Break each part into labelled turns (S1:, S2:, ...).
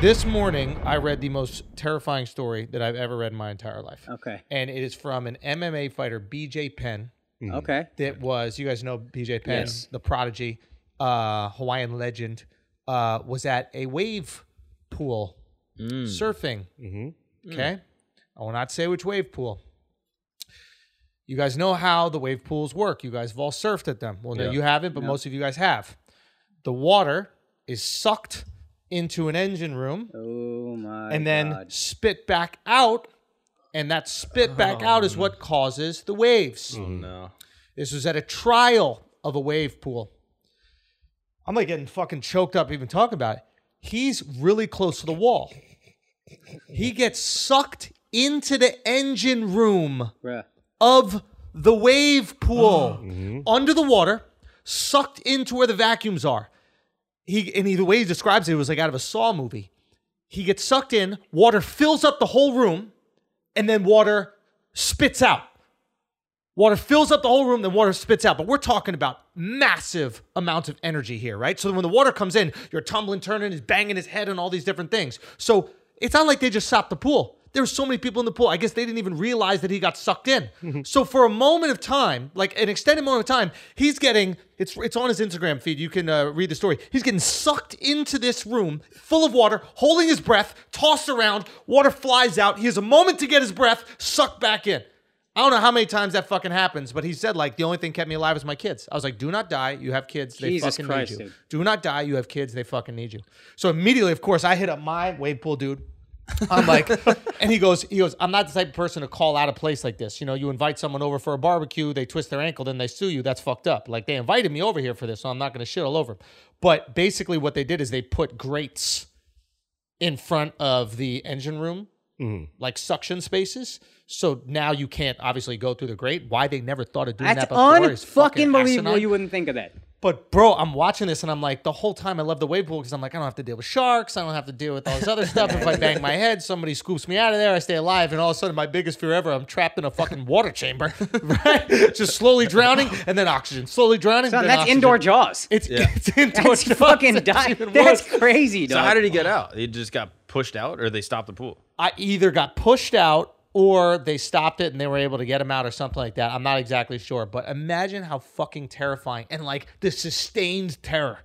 S1: This morning, I read the most terrifying story that I've ever read in my entire life.
S2: Okay.
S1: And it is from an MMA fighter, BJ Penn,
S2: Okay.
S1: that was, you guys know BJ Penn,
S2: Yes.
S1: the prodigy, uh, Hawaiian legend, uh, was at a wave pool
S2: Mm.
S1: surfing.
S2: Mm-hmm.
S1: Okay. I will not say which wave pool. You guys know how the wave pools work. You guys have all surfed at them. Well, no, you haven't, but most of you guys have. The water is sucked into an engine room
S2: Oh my.
S1: and then spit back out. And that spit back out is what causes the waves.
S2: Mm-hmm.
S3: No.
S1: This was at a trial of a wave pool. I'm like getting fucking choked up even talking about it. He's really close to the wall. He gets sucked into the engine room
S2: Bruh.
S1: of the wave pool under the water, sucked into where the vacuums are. He and he, the way he describes it, it was like out of a Saw movie. He gets sucked in, water fills up the whole room, and then water spits out. Water fills up the whole room, then water spits out. But we're talking about massive amounts of energy here, right? So when the water comes in, you're tumbling, turning, is banging his head, and all these different things. So it's not like they just stopped the pool. There were so many people in the pool. I guess they didn't even realize that he got sucked in. so for a moment of time, like an extended moment of time, he's getting it's it's on his Instagram feed. You can uh, read the story. He's getting sucked into this room full of water, holding his breath, tossed around. Water flies out. He has a moment to get his breath, sucked back in. I don't know how many times that fucking happens, but he said like the only thing kept me alive is my kids. I was like, "Do not die. You have kids. They
S2: Jesus
S1: fucking
S2: Christ,
S1: need you.
S2: dude.
S1: Do not die. You have kids. They fucking need you." So immediately, of course, I hit up my wave pool dude. I'm like, and he goes, he goes, "I'm not the type of person to call out a place like this. You know, you invite someone over for a barbecue, they twist their ankle, then they sue you. That's fucked up. Like they invited me over here for this, so I'm not going to shit all over." 'em." But basically, what they did is they put grates in front of the engine room like suction spaces. So now you can't obviously go through the grate. Why they never thought of doing
S2: That's
S1: that before
S2: un
S1: is
S2: fucking
S1: fucking
S2: believable.
S1: asinine.
S2: You wouldn't think of that.
S1: But bro, I'm watching this and I'm like, the whole time I love the wave pool because I'm like, I don't have to deal with sharks. I don't have to deal with all this other stuff. if I bang my head, somebody scoops me out of there. I stay alive, and all of a sudden, my biggest fear ever, I'm trapped in a fucking water chamber, right? Just slowly drowning, and then oxygen, slowly drowning.
S2: Son,
S1: then
S2: that's
S1: oxygen.
S2: indoor jaws.
S1: It's, it's indoor.
S2: That's
S1: jaws.
S2: fucking
S1: It's
S2: di-
S1: even
S2: That's
S1: worse.
S2: crazy, dog.
S3: So how did he get out? He just got pushed out, or they stopped the pool.
S1: I either got pushed out or they stopped it and they were able to get him out or something like that. I'm not exactly sure, but imagine how fucking terrifying and like the sustained terror.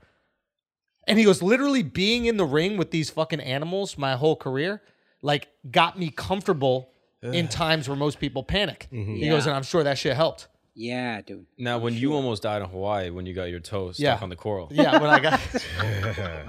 S1: And he was literally being in the ring with these fucking animals my whole career, like got me comfortable in times where most people panic. He goes,
S2: Yeah.
S1: and I'm sure that shit helped.
S2: yeah, dude.
S3: Now, when you almost died in Hawaii, when you got your toe stuck
S1: Yeah.
S3: on the coral,
S1: Yeah, when I got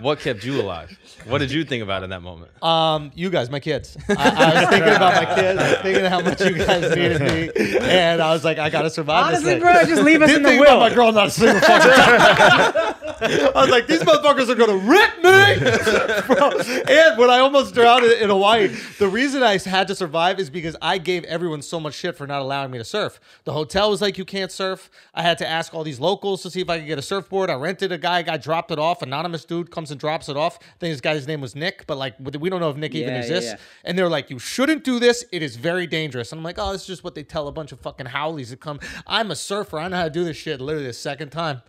S3: what kept you alive? What did you think about in that moment?
S1: Um, you guys, my kids. I, I was thinking about my kids. I was thinking how much you guys needed me, and I was like, I gotta survive. this
S2: Honestly,
S1: thing.
S2: bro, just leave us
S1: Didn't
S2: in the
S1: think about my
S2: will.
S1: girl not a single fucking time. I was like, these motherfuckers are gonna rip me, bro. And when I almost drowned in, in Hawaii, the reason I had to survive is because I gave everyone so much shit for not allowing me to surf. The hotel was like, you can't surf. I had to ask all these locals to see if I could get a surfboard. I rented a guy. Guy dropped it off. Anonymous dude comes and drops it off. I think this guy's name was Nick, but like, we don't know if Nick even
S2: Yeah, yeah,
S1: exists.
S2: yeah.
S1: And they're like, you shouldn't do this. It is very dangerous. And I'm like, oh, this is just what they tell a bunch of fucking howlies that come. I'm a surfer. I know how to do this shit. Literally the second time,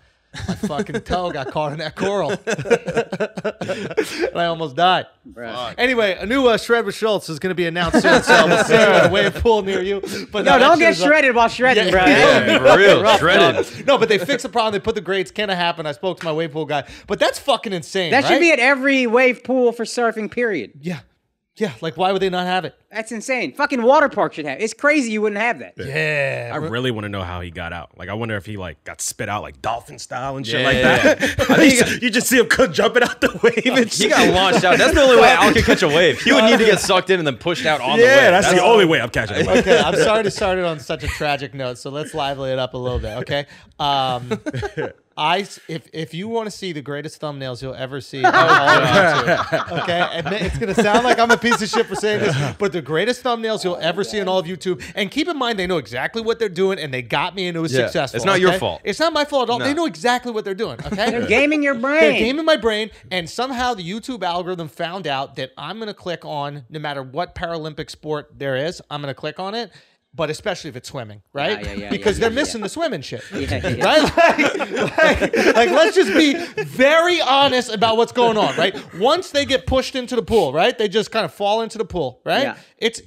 S1: my fucking toe got caught in that coral. and I almost died.
S2: Bruh.
S1: Anyway, a new uh, Shred with Schultz is going to be announced soon. So I'm see you at a wave pool near you. But
S2: No,
S1: that
S2: don't get
S1: shit's up.
S2: shredded while shredding,
S1: Yeah.
S2: bro.
S3: Yeah, for real, shredded.
S1: No, but they fixed the problem. They put the grades. Can it happen? I spoke to my wave pool guy. But that's fucking insane.
S2: That should
S1: right?
S2: be at every wave pool for surfing, period.
S1: Yeah. Yeah. Like, why would they not have it?
S2: That's insane. Fucking water park should have. It's crazy you wouldn't have that.
S1: Yeah.
S4: I really want to know how he got out. Like, I wonder if he like got spit out like dolphin style and shit
S3: Yeah,
S4: like
S3: yeah,
S4: that. you, you just see him come jumping out the wave. And
S3: He
S4: shit.
S3: got launched out. That's the only way Al could catch a wave. He would need to get sucked in and then pushed out on the wave.
S4: yeah, that's, the only way I'm catching. him.
S1: okay, I'm sorry to start it on such a tragic note, so let's lively it up a little bit, okay? Um, I s- if if you want to see the greatest thumbnails you'll ever see, they're all on YouTube, okay? And th- it's gonna sound like I'm a piece of shit for saying this, but the greatest thumbnails you'll ever see on all of YouTube. And keep in mind, they know exactly what they're doing, and they got me, and it was
S3: Yeah,
S1: successful.
S3: it's not your
S1: okay?
S3: fault.
S1: It's not my fault at all. They
S3: No.
S1: know exactly what they're doing. Okay,
S2: They're gaming your brain.
S1: they're gaming my brain, and somehow the YouTube algorithm found out that I'm going to click on no matter what Paralympic sport there is, I'm going to click on it. but especially if it's swimming, right?
S2: yeah, yeah,
S1: because
S2: yeah,
S1: they're
S2: yeah,
S1: missing the swimming shit.
S2: Yeah, yeah.
S1: Right? Like, like, like, let's just be very honest about what's going on, right? Once they get pushed into the pool, right? They just kind of fall into the pool, right?
S2: Yeah.
S1: It's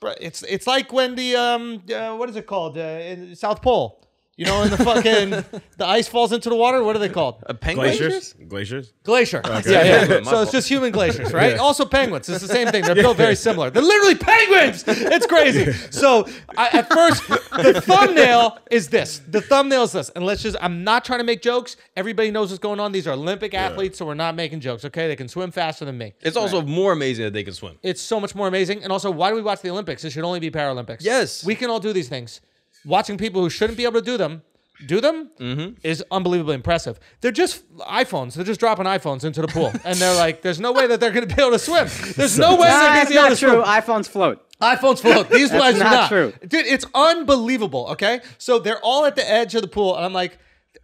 S1: br- it's it's like when the um uh, what is it called uh, in South Pole? You know, in the fucking the ice falls into the water. What are they called?
S3: A penguin?
S4: Glaciers? Glaciers?
S1: Glacier. Yeah, yeah.
S3: My
S1: So it's
S3: fault.
S1: just human glaciers, right? Also penguins. It's the same thing. They're built very similar. They're literally penguins. It's crazy. So I, at first, the thumbnail is this. The thumbnail is this. And let's just, I'm not trying to make jokes. Everybody knows what's going on. These are Olympic athletes, so we're not making jokes, okay? They can swim faster than me.
S3: It's also more amazing that they can swim.
S1: It's so much more amazing. And also, why do we watch the Olympics? It should only be Paralympics.
S3: Yes.
S1: We can all do these things. Watching people who shouldn't be able to do them do them
S3: Mm-hmm.
S1: is unbelievably impressive. They're just iPhones. They're just dropping iPhones into the pool. and they're like, there's no way that they're going to be able to swim. There's no way they're going to
S2: that's
S1: be able to
S2: not
S1: swim.
S2: true. iPhones float.
S1: iPhones float. These guys are
S2: not
S1: not.
S2: true.
S1: Dude, it's unbelievable, okay? So they're all at the edge of the pool. And I'm like,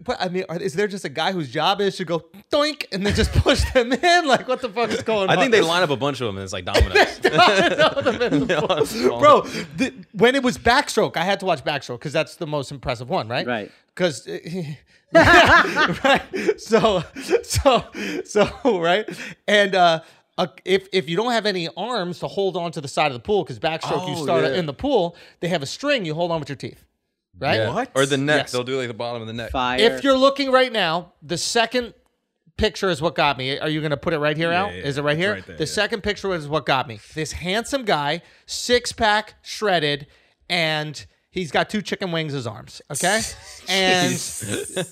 S1: what, I mean, are, is there just a guy whose job is to go doink and then just push them in? Like, what the fuck is going on?
S3: I think they line up a bunch of them and it's like dominoes.
S1: bro. The, when it was backstroke, I had to watch backstroke because that's the most impressive one, right?
S2: Right.
S1: Because, right. So, so, so, right. And uh, uh, if if you don't have any arms to hold on to the side of the pool, because backstroke you
S3: Oh,
S1: start
S3: yeah.
S1: in the pool, they have a string you hold on with your teeth, right?
S3: Yeah. Or the neck.
S1: Yes.
S3: They'll do like the bottom of the neck.
S2: Fire.
S1: If you're looking right now, the second picture is what got me. Are you going to put it right here, Al?
S4: yeah,
S1: is it right
S4: it's
S1: here?
S4: right there,
S1: the
S4: yeah.
S1: second picture is what got me. This handsome guy, six pack, shredded, and he's got two chicken wings as arms. Okay, and,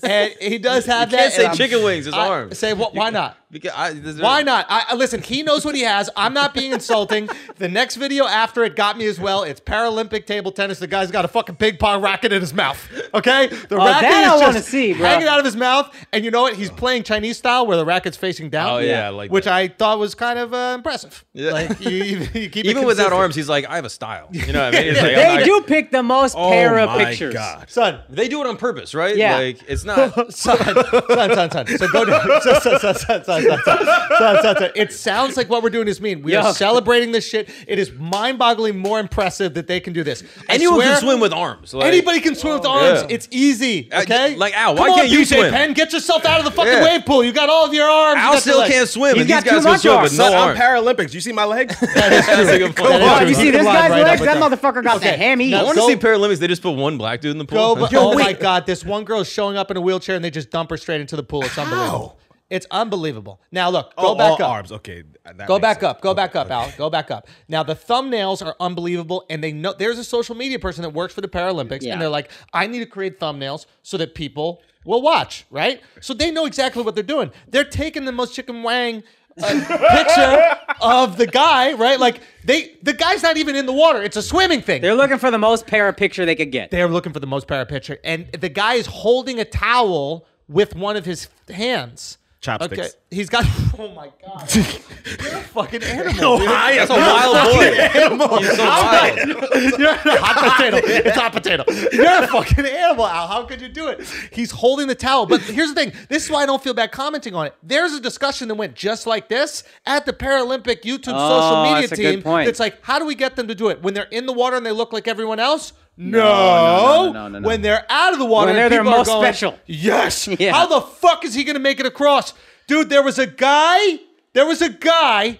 S1: and he does have
S3: Can't
S1: that. and
S3: say
S1: I'm-
S3: chicken wings, his
S1: I-
S3: arms.
S1: Say what? Why not?
S3: Because I, there's-
S1: Why not? I, I- listen, he knows what he has. I'm not being insulting. The next video after it got me as well. It's Paralympic table tennis. The guy's got a fucking ping pong racket in his mouth. Okay, the racket
S2: Oh, that
S1: is
S2: I
S1: just
S2: wanna see, bro.
S1: hanging out of his mouth. And you know what? He's playing Chinese style, where the racket's facing down.
S3: Oh, yeah, I like
S1: which
S3: that.
S1: I thought was kind of uh, impressive.
S3: Yeah.
S1: Like you, you, you keep it
S3: Even without
S1: consistent.
S3: arms, he's like, I have a style. You know what I mean? It's like, I'm
S2: they
S3: not-
S2: do pick the most
S4: Oh
S2: pair of
S4: my
S2: pictures.
S4: god.
S1: Son,
S3: They do it on purpose, right?
S2: Yeah.
S3: Like it's not.
S1: son, son, son, son. So go down. Son, son, son, son, son, son, son, son, son, son. It sounds like what we're doing is mean. We
S2: Yeah.
S1: are celebrating this shit. It is mind-bogglingly more impressive that they can do this. I
S3: Anyone
S1: swear,
S3: can swim with arms. Like, Oh,
S1: Anybody can swim with arms.
S3: Yeah.
S1: It's easy.
S3: Uh,
S1: Okay.
S3: like, Al, why
S1: Come
S3: can't
S1: on,
S3: you
S1: PJ
S3: swim?
S1: Penn, get yourself out of the fucking
S3: Yeah.
S1: wave pool. You got all of your arms. you
S3: Al
S1: got your
S3: still
S1: legs.
S3: can't swim,
S2: He's
S3: and these
S2: got
S3: guys
S2: too
S3: can
S2: much
S3: swim
S2: arms.
S3: with no
S4: Son, I'm
S3: arms.
S4: Paralympics. You see my legs?
S3: That's a good point.
S1: That is
S2: Oh,
S1: true.
S2: you see this
S1: Line
S2: guy's
S1: right
S2: legs?
S1: up
S2: That
S1: with
S2: motherfucker got
S1: Okay.
S2: the ham
S1: Now,
S3: I
S2: eats.
S3: want to
S1: Go-
S3: see Paralympics. They just put one black dude in the
S1: Go,
S3: pool.
S1: but, oh my god, this one girl's showing up in a wheelchair and they just dump her straight into the pool. It's unbelievable. It's unbelievable. Now look, go
S4: oh,
S1: back
S4: all
S1: up.
S4: arms. Okay. that
S1: Go
S4: makes
S1: back
S4: sense.
S1: up. Go
S4: Okay,
S1: back up,
S4: okay.
S1: Al. Go back up. Now the thumbnails are unbelievable, and they know there's a social media person that works for the Paralympics,
S2: Yeah.
S1: and they're like, I need to create thumbnails so that people will watch, right? So they know exactly what they're doing. They're taking the most chicken wang uh, picture of the guy, right? Like they, the guy's not even in the water. It's a swimming thing.
S2: They're looking for the most pair of picture they could get.
S1: They're looking for the most para picture, and the guy is holding a towel with one of his hands.
S4: Chopsticks.
S1: He's got. Oh my god! You're a fucking animal.
S4: Oh, hi,
S3: That's a wild boy. He's so wild.
S1: You're a hot potato. It's hot potato. You're a fucking animal, Al. How could you do it? He's holding the towel. But here's the thing. This is why I don't feel bad commenting on it. There's a discussion that went just like this at the Paralympic YouTube social
S2: Oh,
S1: media
S2: that's a good
S1: team.
S2: point.
S1: It's like, how do we get them to do it when they're in the water and they look like everyone else? No,
S2: no, no, no, no, no.
S1: When they're out of the water,
S2: When
S1: and
S2: they're their
S1: people are
S2: most
S1: going,
S2: special.
S1: Yes.
S2: Yeah.
S1: How the fuck is he going to make it across, dude? There was a guy. There was a guy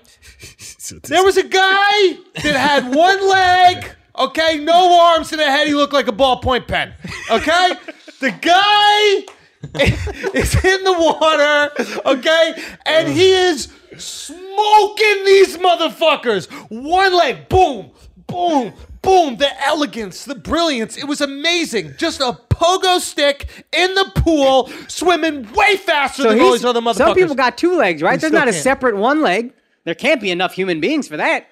S1: there was a guy that had one leg, okay, no arms and a head. He looked like a ballpoint pen, okay? The guy is in the water, okay? And he is smoking these motherfuckers. One leg, boom, boom, boom. The elegance, the brilliance. It was amazing. Just a pogo stick in the pool, swimming way faster than all
S2: he's-
S1: these other motherfuckers.
S2: Some people got two legs, right? There's
S1: still
S2: not a
S1: can't.
S2: separate one leg. There can't be enough human beings for that.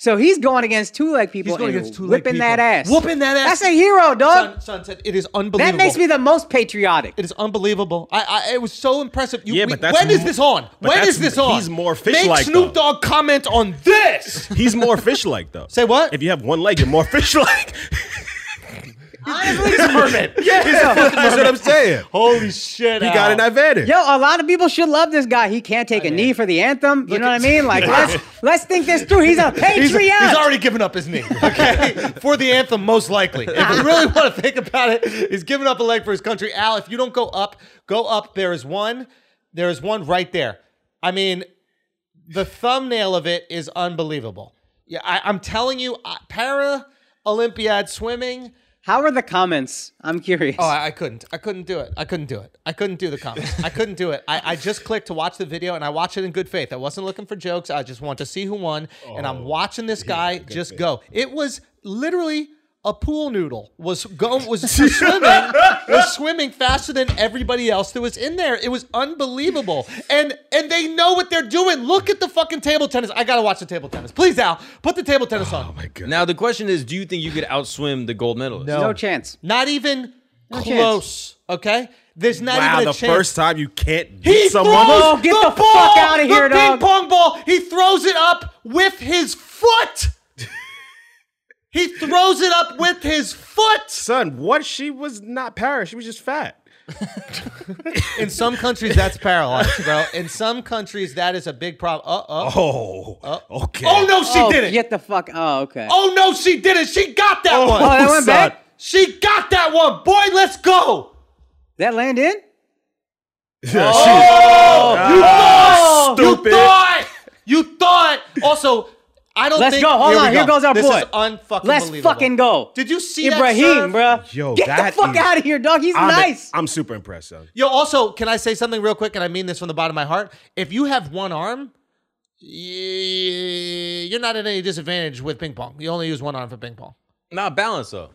S2: So he's going against two leg people
S1: He's going
S2: and
S1: against two-legged
S2: whipping that
S1: people.
S2: ass.
S1: Whooping that ass.
S2: That's a hero, dog.
S1: Sun, sunset. It is unbelievable.
S2: that makes me the most patriotic.
S1: It is unbelievable. I, I it was so impressive. You,
S4: Yeah,
S1: we-
S4: but that's
S1: when is
S4: mo-
S1: this on? When
S4: but that's-
S1: is this on?
S4: he's more
S1: Make
S4: fish-like,
S1: Snoop
S4: though.
S1: Dogg comment on this.
S4: He's more fish like though.
S1: Say what?
S4: If you have one leg, you're more fish like.
S2: Honestly,
S4: Hermit.
S2: yeah.
S4: That's what I'm saying.
S1: Holy shit.
S4: He got an advantage.
S2: Yo, a lot of people should love this guy. He can't take a knee for the anthem. You know what I mean? Like, let's let's think this through. He's a patriot.
S1: He's, he's already given up his knee, okay? for the anthem, most likely. If you really want to think about it, he's given up a leg for his country. Al, if you don't go up, go up. There is one. There is one right there. I mean, the thumbnail of it is unbelievable. Yeah, I, I'm telling you, I- para Olympiad swimming.
S2: How are the comments? I'm curious.
S1: Oh, I, I couldn't. I couldn't do it. I couldn't do it. I couldn't do the comments. I couldn't do it. I, I just clicked to watch the video and I watched it in good faith. I wasn't looking for jokes. I just want to see who won. and
S4: Oh,
S1: I'm watching this guy just go. It was literally a pool noodle was going was swimming was swimming faster than everybody else that was in there. It was unbelievable. And and they know what they're doing. Look at the fucking table tennis. I gotta watch the table tennis. Please, Al, put the table tennis
S4: Oh
S1: on.
S3: Now the question is, do you think you could outswim the gold medalist?
S2: no chance.
S1: Not even
S2: chance.
S1: close. Okay? There's not
S4: Wow,
S1: even a
S4: the
S1: chance.
S4: first time you can't beat
S1: He
S4: someone.
S1: throws
S2: Oh, get the fuck
S1: ball,
S2: outta here,
S1: the
S2: dog.
S1: ping pong ball. He throws it up with his foot. he throws it up with his foot.
S4: Son, what? She was not Paris. She was just fat.
S1: In some countries, that's paralyzed, bro. In some countries, that is a big problem. Uh oh.
S4: Oh, okay.
S1: Oh no, she
S2: oh,
S1: did it.
S2: Get the fuck. Oh, okay.
S1: Oh no, she did it. She got that one.
S2: Oh, that went back.
S1: She got that one. Boy, let's go.
S2: That land in?
S1: Oh, You
S4: Oh, stupid.
S1: thought. You thought. Also, I don't
S2: Let's
S1: think.
S2: go. Hold
S1: Here we
S2: on. Here goes our
S1: this
S2: boy.
S1: Is unfucking
S2: Let's
S1: believable.
S2: fucking go.
S1: Did you see that serve?
S2: Ibrahim, bro?
S4: Yo,
S2: get the
S4: that
S2: fuck
S4: is-
S2: out of here, dog. He's
S4: I'm,
S2: nice.
S4: I'm super impressed, son.
S1: Yo, also, can I say something real quick? And I mean this from the bottom of my heart. If you have one arm, y- you're not at any disadvantage with ping pong. You only use one arm for ping pong.
S3: Not balance though.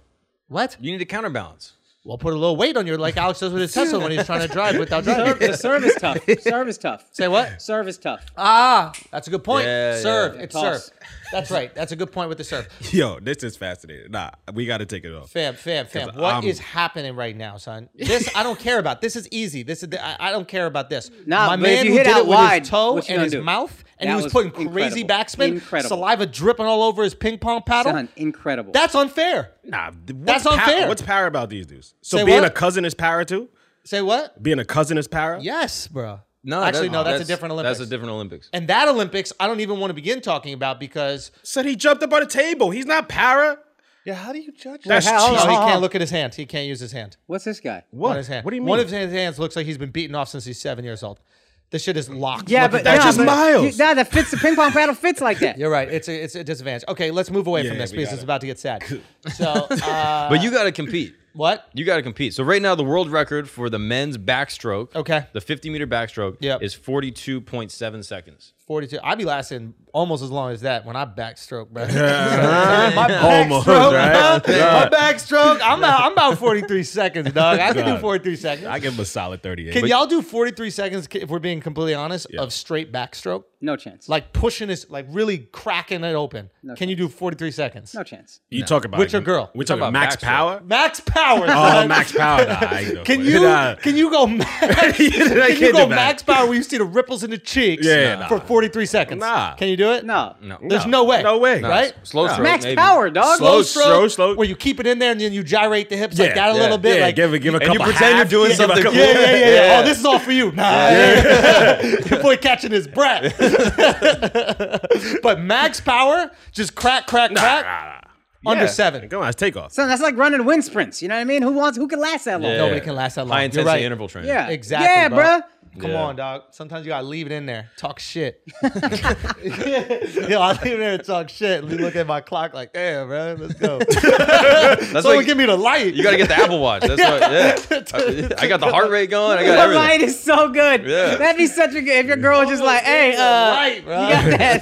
S1: What?
S3: You need to counterbalance.
S1: Well, put a little weight on your, like Alex does with his Tesla when he's trying to drive without
S2: Serve-
S1: driving.
S2: the serve is tough. Serve is tough.
S1: Say what?
S2: Serve is tough.
S1: Ah, that's a good point.
S3: Yeah,
S1: serve.
S3: yeah.
S1: It's
S2: Toss.
S1: serve. That's right. That's a good point with the serve.
S4: Yo, this is fascinating. Nah, we got to take it off.
S1: Fam, fam, fam.
S4: 'Cause
S1: What is
S4: I'm-
S1: happening right now, son? This I don't care about. This is easy. This is I, I don't care about this.
S2: Nah,
S1: My
S2: but if
S1: man
S2: you
S1: who
S2: hit
S1: did
S2: out
S1: it with
S2: wide,
S1: his toe
S2: what you
S1: and
S2: gonna
S1: his
S2: do?
S1: mouth, and
S2: That
S1: he was,
S2: was
S1: putting crazy
S2: incredible.
S1: backspin,
S2: Incredible.
S1: saliva dripping all over his ping pong paddle.
S2: Son, incredible.
S1: That's unfair.
S4: Nah, th- what's
S1: That's unfair.
S4: What's power about these dudes? So
S1: Say
S4: being
S1: what?
S4: a cousin is power too.
S1: Say what?
S4: Being a cousin is power.
S1: Yes, bro.
S3: No,
S1: actually,
S3: that-
S1: no. That's, a different Olympics.
S3: That's a different Olympics.
S1: and that Olympics, I don't even want to begin talking about because
S4: Said he jumped up on a table. He's not para.
S1: yeah, how do you judge?
S4: That's
S2: how-
S1: No,
S4: cheating.
S2: how-
S1: he
S2: Uh-huh.
S1: can't look at his hand. He can't use his hand.
S2: What's this guy?
S1: One of his hand-
S4: What do you mean?
S1: One of his hands looks like he's been beaten off since he's seven years old. This shit is locked.
S2: Yeah,
S1: Look
S2: but
S1: at that.
S4: that's
S2: nah,
S4: just
S2: but-
S4: miles.
S2: Nah, that fits the ping pong paddle fits like that.
S1: You're right. It's a, it's a disadvantage. Okay, let's move away
S4: Yeah,
S1: from this
S4: we
S1: because
S4: got
S1: it's
S4: it.
S1: about to get sad. So, uh,
S3: But you got to compete.
S1: what?
S3: You got to compete. So right now, the world record for the men's backstroke,
S1: Okay.
S3: the 50 meter backstroke,
S1: Yep.
S3: is 42.7 seconds.
S1: 42. I'd be lasting almost as long as that when I backstroke, bro. my
S4: Almost,
S1: backstroke,
S4: right?
S1: bro. My backstroke. I'm about, I'm about 43 seconds, dog. I can do 43 seconds.
S4: I give him a solid thirty-eight.
S1: can y'all do 43 seconds, if we're being completely honest, of straight backstroke?
S2: No chance.
S1: Like pushing his, like really cracking it open. Can you do 43 seconds?
S2: no chance.
S4: you talk about
S1: With your
S4: you-
S1: girl.
S4: We talking about
S3: about
S4: max
S3: backstroke.
S4: power.
S1: Max power.
S4: Oh,
S1: son.
S4: max power. Nah, I ain't no
S1: Can
S4: way.
S1: you
S4: Nah.
S1: can you go max?
S4: I
S1: can you
S4: can't
S1: go
S4: do that.
S1: max power where you see the ripples in the cheeks
S4: Yeah, nah.
S1: for 43 seconds?
S4: Nah.
S1: Can you do it?
S2: No.
S3: No,
S1: There's no, way.
S4: No way. No.
S1: Right?
S3: Slow stroke.
S2: Max
S3: maybe.
S2: power, dog.
S4: Slow slow, slow.
S1: Where you keep it in there and then you gyrate the hips like
S4: Yeah,
S1: that a
S4: yeah,
S1: little bit.
S4: yeah,
S1: like,
S4: give a give a
S3: And you
S4: couple
S3: pretend you're
S4: half,
S3: doing
S4: give a
S3: something
S4: couple-
S1: yeah, yeah, yeah, yeah,
S3: Yeah.
S1: Oh, this is all for you. Nah. Your boy catching his breath. but max power, just crack, crack, crack. Under
S4: Yeah.
S1: seven.
S4: Come on, it's take off.
S2: Son, that's like running wind sprints. You know what I mean? Who wants? Who can last that long?
S3: Yeah.
S1: Nobody can last that long.
S3: High
S1: You're
S3: intensity
S1: right.
S3: interval training.
S2: Yeah.
S1: Exactly.
S2: Yeah,
S1: bro.
S2: bro.
S1: Come
S3: Yeah.
S1: on, dog. Sometimes you gotta leave it in there. Talk shit. Yo, I leave it in there and talk shit. And look at my clock like, damn, bro, let's go.
S3: That's
S1: Someone
S3: like
S1: give me the light.
S3: you got to get the Apple Watch. That's what. Yeah. I, I got the heart rate going. I got
S2: That
S3: everything.
S2: light is so good.
S3: Yeah.
S2: That'd be such a good. If your girl was just like, hey, uh,
S1: light, bro.
S2: you got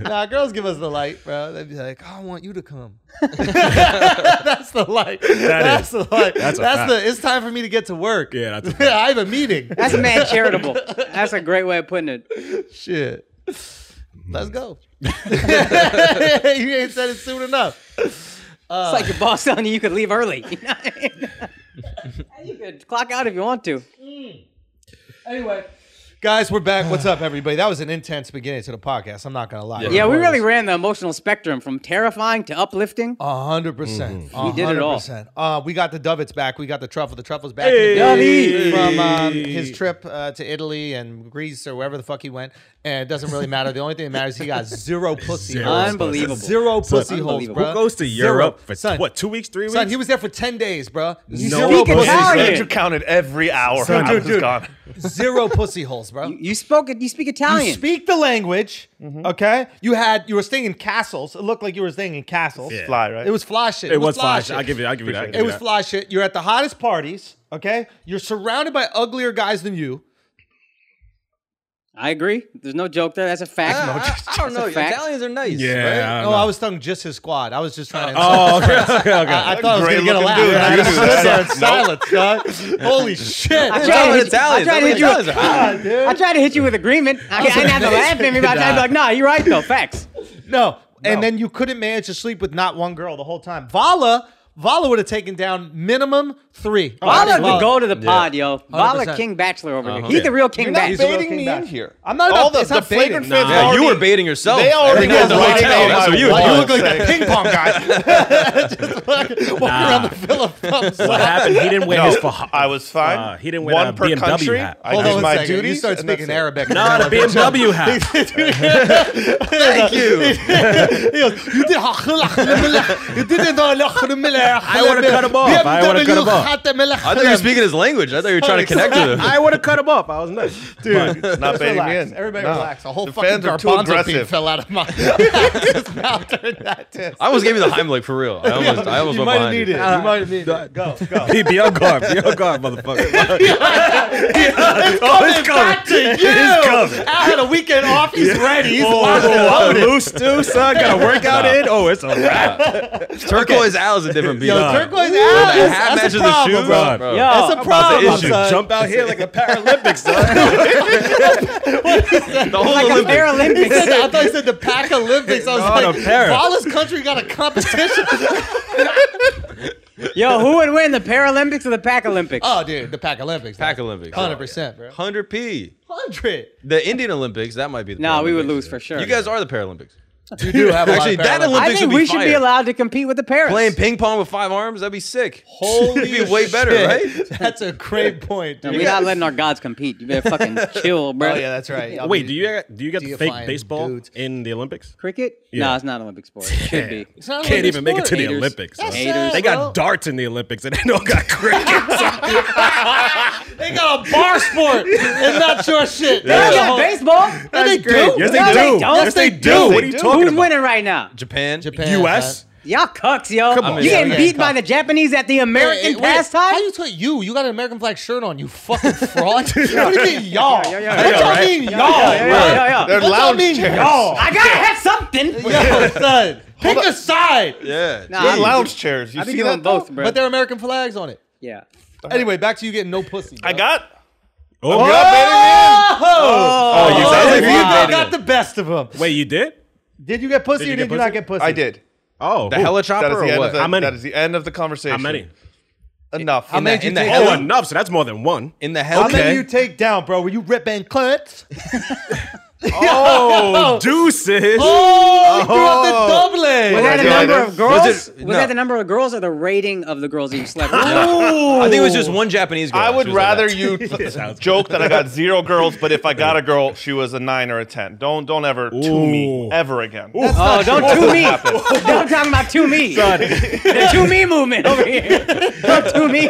S1: nah, girls give us the light, bro. They'd be like, "Oh, I want you to come. that's the light. that's the light. That's,
S4: a
S1: the. It's time for me to get to work.
S4: Yeah, that's a fact.
S1: I have a meeting.
S2: That's mad charitable. That's a great way of putting it.
S1: shit. Let's go. you ain't said it soon enough.
S2: It's like your boss telling you you could leave early. You, know what I mean? you could clock out if you want to.
S1: Anyway, Guys, we're back. What's up, everybody? That was an intense beginning to the podcast. I'm not gonna lie.
S2: Yeah, we really ran the emotional spectrum from terrifying to uplifting.
S1: A hundred percent. A
S2: He Mm-hmm. did it
S1: hundred
S2: all.
S1: percent. Uh, we got the Dovets back. We got the Truffle. The Truffle's back.
S2: Hey!
S1: From um, his trip uh, to Italy and Greece or wherever the fuck he went. And it doesn't really matter. The only thing that matters is he got zero pussy
S4: Zero.
S1: holes.
S2: Unbelievable.
S1: Zero pussy holes,
S2: unbelievable.
S1: bro.
S4: Who goes to
S1: Zero.
S4: Europe for
S1: Son,
S4: what? Two weeks? Three weeks?
S1: Son, he was there for 10 days, bro.
S2: No speak
S5: pussies.
S2: Italian.
S5: Andrew counted every hour.
S4: Son,
S5: I
S4: dude,
S5: was just
S4: dude.
S5: gone.
S1: Zero pussy holes, bro.
S2: You spoke it. You speak Italian. Mm-hmm.
S1: You speak the language, okay? You had you were staying in castles. It looked like you were staying in castles.
S4: Yeah.
S5: Fly, right?
S1: It was fly shit.
S4: it was flash.
S1: shit.
S4: I'll give you. I'll give you that. I'll give
S1: It
S4: you
S1: was
S4: that.
S1: fly shit. You're at the hottest parties, okay? You're surrounded by uglier guys than you.
S2: I agree. There's no joke there. That's a fact.
S3: I, I don't
S2: That's a
S3: know.
S2: fact.
S3: Italians are nice.
S4: Yeah.
S3: right?
S4: I
S1: No,
S4: don't know.
S1: I was telling just his squad. I was just trying to.
S4: Oh, okay. okay, okay.
S1: I, I thought I was
S5: Great
S1: gonna get a
S5: looking
S1: laugh.
S5: dude.
S1: and I
S5: You
S1: just
S5: do
S1: sat there
S5: that.
S1: in silence, dog. Holy shit!
S2: I
S3: It's
S2: tried
S3: all
S2: to
S3: in
S2: hit you- I
S3: Italian.
S2: tried to hit you.
S3: Italians are hot.
S2: I tried to hit you with agreement. I, I didn't have to laugh at me, but I tried to be like, nah, you're right though. Facts.
S1: No. And then you couldn't manage to sleep with not one girl the whole time. Vala, Vala would have taken down minimum three.
S2: Vala
S1: Vala-
S2: could go to the pod, yo. Vala
S1: 100%.
S2: King Bachelor over here. He's the real King
S5: He's the
S2: Bachelor.
S5: real
S1: baiting
S5: king
S1: me
S5: back.
S1: in here. I'm not
S5: All
S1: about-
S5: the,
S1: it's
S5: the
S1: not baiting.
S5: flagrant fifth
S1: No.
S3: Yeah,
S5: already,
S3: you were baiting yourself.
S5: They
S3: Everything
S5: already know
S3: was
S5: the
S3: a
S5: right
S3: hotel.
S5: name.
S3: That's what you.
S5: You
S1: You
S3: did.
S1: look like that ping pong guy. Just like walking around the Philip Phillips.
S4: what happened? He didn't win
S5: No,
S4: his. fa-
S5: I was fine.
S4: Uh, he didn't win
S5: one
S4: a
S5: per
S4: BMW
S5: country.
S4: hat.
S5: I
S1: Hold
S5: did
S1: on my
S5: my
S1: second.
S5: duties.
S1: You start
S5: and that's
S1: speaking
S5: it.
S1: Arabic.
S4: Not a BMW hat.
S1: Thank you. You did. You did it. I
S4: would've cut him off. I would've cut him off.
S3: I thought you were speaking his language. I thought you were trying to connect with him.
S4: I would have cut him off. I was nice.
S5: Dude, it's not baiting me
S1: Relax.
S5: in.
S1: Everybody
S5: No.
S1: relax. A whole
S5: The
S1: fucking
S5: fans are too
S1: garbanzo bean
S5: aggressive.
S1: fell out of my mouth during that test.
S3: I almost gave you the Heimlich for real. I almost, I almost
S1: you
S3: went
S1: might have
S3: behind you.
S1: needed it. You might have needed it. Go, go.
S4: Be, be on guard. Be on guard, motherfucker.
S1: Coming back to you. I had a weekend off. He's ready. He's locked and loaded.
S4: loose too, son. Got a workout in. Oh, it's a wrap.
S3: Turquoise Al is a different beat.
S1: Yo,
S3: Nah.
S1: turquoise
S3: Ooh,
S1: out.
S3: that hat
S1: That's, that's
S3: matches
S1: a
S3: the
S1: problem,
S3: shoes.
S1: bro.
S4: bro.
S2: Yo,
S1: That's a problem,
S4: issue.
S1: son.
S4: Jump out here like a Paralympics, son.
S3: The whole
S2: like a
S3: Olympic.
S1: He said
S2: Paralympics.
S1: that- I thought he said the Pac Olympics. I was
S4: No,
S1: like,
S4: the para.
S1: Vala's country got a competition.
S2: Yo, who would win the Paralympics or the Pac Olympics?
S1: oh, dude, the Pac Olympics.
S3: Pac Olympics.
S1: Hundred percent, bro.
S3: 100p.
S1: Hundred.
S3: The Indian Olympics, that might be the
S2: No, we would
S3: Paralympics.
S2: lose for sure.
S3: You guys are the Paralympics.
S1: You do have
S3: Actually, that
S1: Paralympics.
S3: Olympics
S2: I think
S3: would be
S2: we should be
S3: fire.
S2: allowed to compete with the Paris.
S3: Playing ping pong with five arms, that'd be sick.
S1: Holy
S3: It'd be way better,
S1: shit. That's a great point,
S2: No,
S1: dude.
S2: We're not letting our gods compete. You better fucking chill, bro.
S1: oh yeah, that's right. I'll
S4: Wait,
S1: be-
S4: do you do you get the
S1: Deifying
S4: fake baseball
S1: dudes.
S4: in the Olympics?
S2: Cricket? No,
S4: Yeah.
S2: it's not an Olympic sport. It should be.
S1: It's not an
S4: Can't
S1: Olympic
S4: even make it
S1: sport.
S4: to the
S2: Haters.
S4: Olympics. son.
S1: That's
S2: Haters.
S1: sad,
S4: They
S1: bro.
S4: got darts in the Olympics and they don't got cricket.
S1: They got a bar sport and not your shit.
S2: They don't
S1: That's
S2: got
S1: all-
S2: baseball.
S1: Yes, they do.
S2: No, they don't.
S4: Yes, they do. Yes, they
S1: Yes,
S4: do.
S1: they
S4: What are
S5: do.
S4: you
S2: Who's
S4: talking about?
S2: winning right now?
S3: Japan.
S1: Japan.
S4: U.S.
S2: Y'all cucks, yo.
S4: on.
S2: you
S4: Yeah,
S2: getting
S1: yeah,
S2: beat by
S1: cuck.
S2: the Japanese at the
S1: Hey,
S2: American
S1: hey, wait,
S2: pastime?
S1: How you tell you? You got an American flag shirt on, you fucking fraud. what do you mean, y'all? what
S2: Yeah, yeah, yeah, yeah,
S1: y'all
S4: right?
S1: mean, y'all?
S2: Yeah, yeah, yeah, yeah.
S5: They're
S1: What y'all
S5: lounge
S1: mean,
S5: chairs.
S1: y'all?
S2: I gotta have something.
S1: Yo, son, pick a side.
S3: Yeah.
S2: Nah,
S5: They're
S2: I'd
S5: lounge chairs. You
S2: be
S5: see
S2: giving
S5: that?
S2: them both,
S5: though?
S2: bro.
S1: But there are American flags on it.
S2: yeah.
S1: Anyway, back to you getting no pussy.
S5: I
S1: bro.
S5: got.
S4: Oh,
S5: You're not baiting
S1: Oh,
S5: me in.
S4: you
S1: Oh,
S4: sound
S3: like
S1: you
S3: you
S1: got
S3: invited
S1: got
S3: it.
S1: the best of them.
S4: Wait, you did?
S1: Did you get pussy
S4: Did you
S1: or
S4: get
S1: did you not
S4: pussy?
S1: get pussy?
S5: I did.
S4: Oh,
S3: The
S4: who?
S5: That is
S3: helichopper
S5: the
S3: or
S5: end of
S3: what?
S5: the.
S4: How many?
S5: That is the end of the conversation.
S4: How many?
S5: Enough.
S1: How many did you
S3: in the
S1: take?
S4: Oh,
S1: down?
S4: enough. So that's more than one.
S3: In the
S1: How
S3: hell.
S1: many you take down, bro? Were you ripping clits?
S4: Oh, deuces.
S1: Oh, you threw
S2: Was
S1: up
S2: that
S1: the
S2: the
S5: Yeah,
S2: number
S5: yeah.
S2: of girls? Was,
S3: Was it- no.
S2: that the number of girls or the rating of the girls that you slept with?
S1: double.
S3: I think it was just one Japanese girl.
S5: I
S3: She
S5: would
S3: was like
S5: rather
S3: that.
S5: you
S4: sounds
S5: joke that I got zero girls, but if I got a girl, she was a nine or a ten. Don't don't ever to me
S4: Ooh.
S5: ever again.
S2: Oh, don't to me. don't talk about to me. The to me movement over here. Don't to me.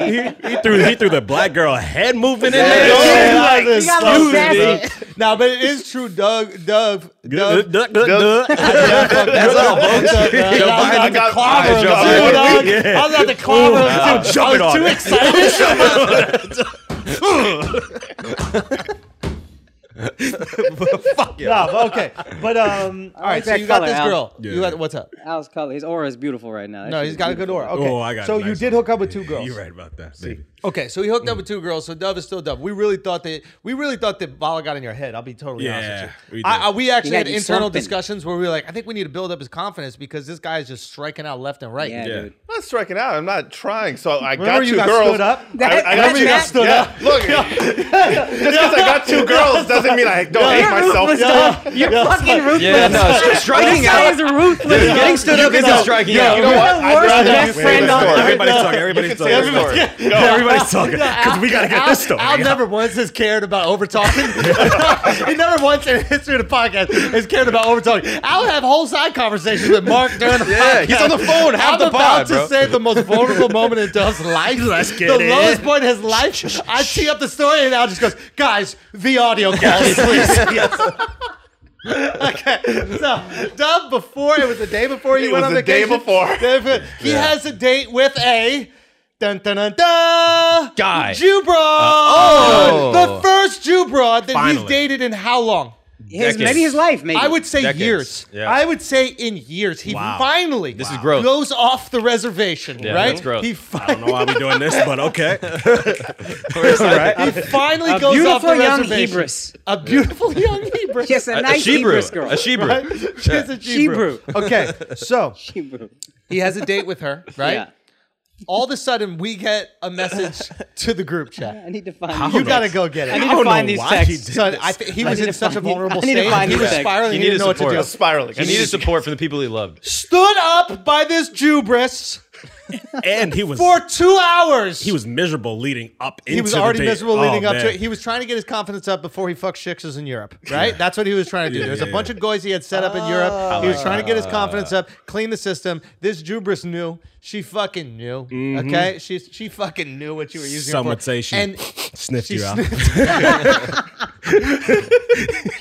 S4: He threw he threw the black girl head movement in there. Oh,
S1: Yeah,
S2: Yeah,
S1: that
S2: you
S1: was
S2: got a little
S1: slow, bro. No, but it is true, Doug. Doug. Doug.
S4: Duh, duh, duh, duh.
S1: That's all, folks. I
S5: I
S1: got
S5: got-
S1: the clobber.
S5: I
S1: dude,
S5: got-
S1: dog. I was at the clobber. dude. I
S4: Jumping
S1: was
S4: on
S1: too
S4: it.
S1: excited. Fuck you. No, okay. But um, all right.
S2: like
S1: So
S2: that
S1: you got
S2: color,
S1: this
S2: Al.
S1: girl.
S4: Yeah.
S1: You got what's up?
S2: Al's color, his aura is beautiful right now. That
S1: No,
S2: shit
S1: he's
S2: is
S1: got a good
S2: beautiful.
S1: aura. Okay.
S4: Oh, I got
S1: So
S4: a
S1: you
S4: nice
S1: did hook up with two girls.
S4: You're right about that. baby.
S1: Okay, so he hooked up with two girls. So Dove is still Dove. We really thought that we really thought that Bala got in your head. I'll be totally
S4: Yeah,
S1: honest with you.
S4: we
S1: I,
S4: did.
S1: I- we actually
S2: gotta
S1: had
S2: do
S1: internal
S2: something.
S1: discussions where we were like, I think we need to build up his confidence because this guy is just striking out left and right.
S2: Yeah,
S4: Yeah.
S2: dude.
S5: I'm not striking out. I'm not trying. So I
S1: Remember
S5: got
S1: you
S5: two
S1: got
S5: girls.
S1: stood up?
S5: I, I got
S2: Remember
S5: two
S2: you got
S5: girls.
S2: stood
S5: yeah.
S1: up?
S5: Look, just because I got two girls doesn't mean I don't hate
S2: Oh, You're
S5: myself.
S2: ruthless, dog. You're fucking ruthless.
S3: Yeah, no, s-
S2: This
S3: striking
S2: guy
S3: out.
S2: is ruthless.
S3: Dude, getting stood up isn't striking out.
S5: You know what?
S2: You're the worst best
S5: you say
S2: friend
S5: the
S2: on
S5: story.
S4: Everybody's talking.
S5: You
S4: Everybody's
S5: can say the
S4: talking.
S5: story.
S4: Everybody's talking because we gotta get
S1: Al,
S4: this story.
S1: Al never once has cared about over talking. he never once in the history of the podcast has cared about over talking. I'll have whole side conversations with Mark during the
S3: Yeah,
S1: podcast.
S3: he's on the phone half
S1: I'm
S3: the
S1: about
S3: pod,
S1: to
S3: bro.
S1: say the most vulnerable moment in Dove's life.
S4: Let's get
S1: the
S4: it
S1: lowest
S4: in.
S1: point in his life. I tee up the story and Al just goes, guys, the audio quality, please. okay, so Dove, before it was the day before you
S5: It
S1: went
S5: was
S1: on
S5: the day
S1: vacation.
S5: before.
S1: Day before. He has a date with a. Dun, dun, dun, dun,
S3: Guy.
S1: Jew broad.
S3: oh.
S1: The first Jew broad that he's
S4: Finally.
S1: dated in how long?
S2: His,
S3: Decades.
S2: maybe his life, maybe.
S1: I would say
S3: Decades.
S1: years.
S3: Yeah.
S1: I would say in years. He
S4: Wow.
S1: finally
S3: is gross.
S1: goes off the reservation,
S3: Yeah,
S1: right?
S3: that's gross.
S1: He
S4: I don't
S1: finally,
S4: know why we're doing this, but okay.
S1: he finally
S2: A
S1: goes off the
S2: beautiful young
S1: reservation.
S2: Hebrus.
S1: A beautiful young Hebrew.
S2: Yes, a
S3: A
S2: nice
S3: Shebrew.
S2: Hebrew girl.
S3: A Shebrew.
S1: She's a Hebrew.
S2: Hebrew.
S1: Okay, so
S2: Hebrew.
S1: he has a date with her, right?
S2: Yeah.
S1: All of a sudden, we get a message to the group chat.
S2: I need to find.
S1: You gotta go get it.
S2: I need
S4: I
S2: to
S4: don't
S2: find
S4: know
S2: these
S4: why he
S2: texts.
S4: did
S1: Son, I th- he was
S2: need
S1: in
S2: to
S1: such a
S2: find these-
S1: vulnerable
S2: I need to
S1: state. He
S2: find these
S1: was
S2: texts.
S1: spiraling. He,
S3: He
S1: didn't
S3: needed
S1: know what to
S3: support.
S1: do.
S5: Just spiraling.
S3: He needed support from the people he loved.
S1: Stood up by this Jubris
S4: And he was
S1: for two hours.
S4: he was miserable leading up into
S1: he was
S4: the
S1: already
S4: date.
S1: miserable
S4: Oh,
S1: leading up to
S4: man.
S1: it. He was trying to get his confidence up before he fucked shiksas in Europe, right? That's what he was trying to do.
S4: Yeah,
S1: There's a
S4: yeah,
S1: bunch
S4: yeah. Ah.
S1: of guys he had set up in Europe.
S2: Oh.
S1: He was trying to get his confidence up, clean the system. This Jubris knew. She fucking knew. Okay, she she fucking knew what you were using. it
S4: Mm-hmm. Some
S1: for.
S4: would say she
S1: and
S4: sniffed
S1: she
S4: you out.
S1: sniffed-
S2: He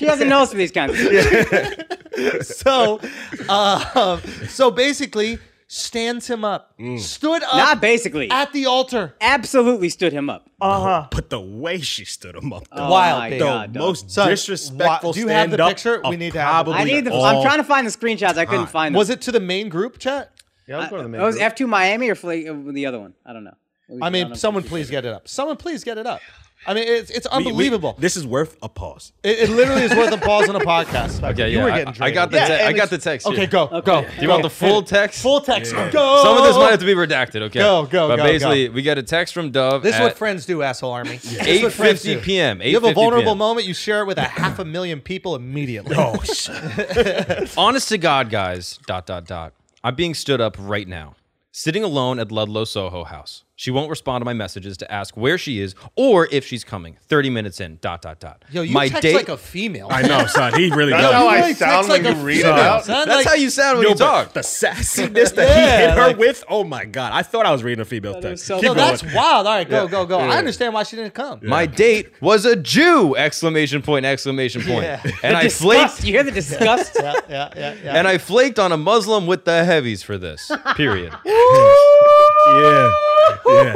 S2: doesn't know some of these kinds of things.
S1: so, uh, so basically, stands him up,
S4: Mm.
S1: stood up
S2: Not basically.
S1: at the altar.
S2: Absolutely stood him up. Uh-huh.
S4: But the way she stood him up, though.
S2: Oh
S1: Wild,
S2: my
S1: babe.
S4: the
S2: God, dog.
S4: most
S1: Son,
S4: disrespectful
S1: why- do you have
S4: stand
S1: the
S4: up.
S1: picture? We
S4: of
S1: need to have it.
S4: probably
S2: I need the.
S4: all
S2: I'm trying to find the screenshots. I couldn't
S4: time.
S2: find them.
S1: Was it to the main group chat?
S5: Yeah, I was going to the
S2: It
S5: main
S2: was
S5: group.
S2: F two Miami or Flake, uh, the other one? I don't know.
S1: I
S2: don't
S1: mean,
S2: know.
S1: someone please get it up. Someone please get it up. I mean, it's it's
S4: We- we-
S1: unbelievable.
S4: this is worth a pause.
S1: it, it literally is worth a pause on a podcast.
S3: Okay,
S1: you
S3: yeah.
S1: were
S3: I-
S1: getting
S3: I, got the
S1: drained.
S3: te-
S5: Yeah,
S3: I
S5: and
S3: got
S5: it's-
S3: the text.
S1: Okay,
S3: here.
S1: go go.
S3: Do you want the full text?
S1: full text? Go.
S3: Some of this might have to be redacted. Okay.
S1: Go, go,
S3: But
S1: go,
S3: basically, we got a text from Dove.
S1: This is
S3: at
S1: what friends do, asshole army. This is what friends
S3: 8:50
S1: do.
S3: p.m.
S1: You have a
S3: 8:50
S1: vulnerable
S3: PM.
S1: moment, you share it with a half a million people immediately.
S4: Oh shit!
S3: Honest to God, guys. Dot dot dot. I'm being stood up right now, sitting alone at Ludlow Soho House. She won't respond to my messages to ask where she is or if she's coming. Thirty minutes in. Dot dot dot.
S1: Yo, you
S3: my
S1: text
S3: date.
S1: like a female.
S4: I know, son. He really
S5: That's
S4: does.
S5: how I
S1: really
S5: sound
S1: text like
S5: when
S1: a
S5: you read it
S1: female.
S5: out.
S1: Son,
S3: That's
S1: like-
S3: how you sound when
S4: Yo,
S3: you
S4: but
S3: talk.
S4: The sassiness that he
S1: Yeah,
S4: hit her
S1: like-
S4: with. Oh my god! I thought I was reading a female
S2: it was
S4: text.
S2: so-
S4: Keep
S1: Yo,
S2: No,
S4: going.
S1: that's wild. All right, go, go, go. I understand why she didn't come.
S3: My date was a Jew! Exclamation point! Exclamation point! And I flaked.
S2: disgust. You hear the disgust?
S1: Yeah, yeah, yeah, yeah.
S3: And I flaked on a Muslim with the heavies for this. Period.
S4: yeah. yeah. yeah.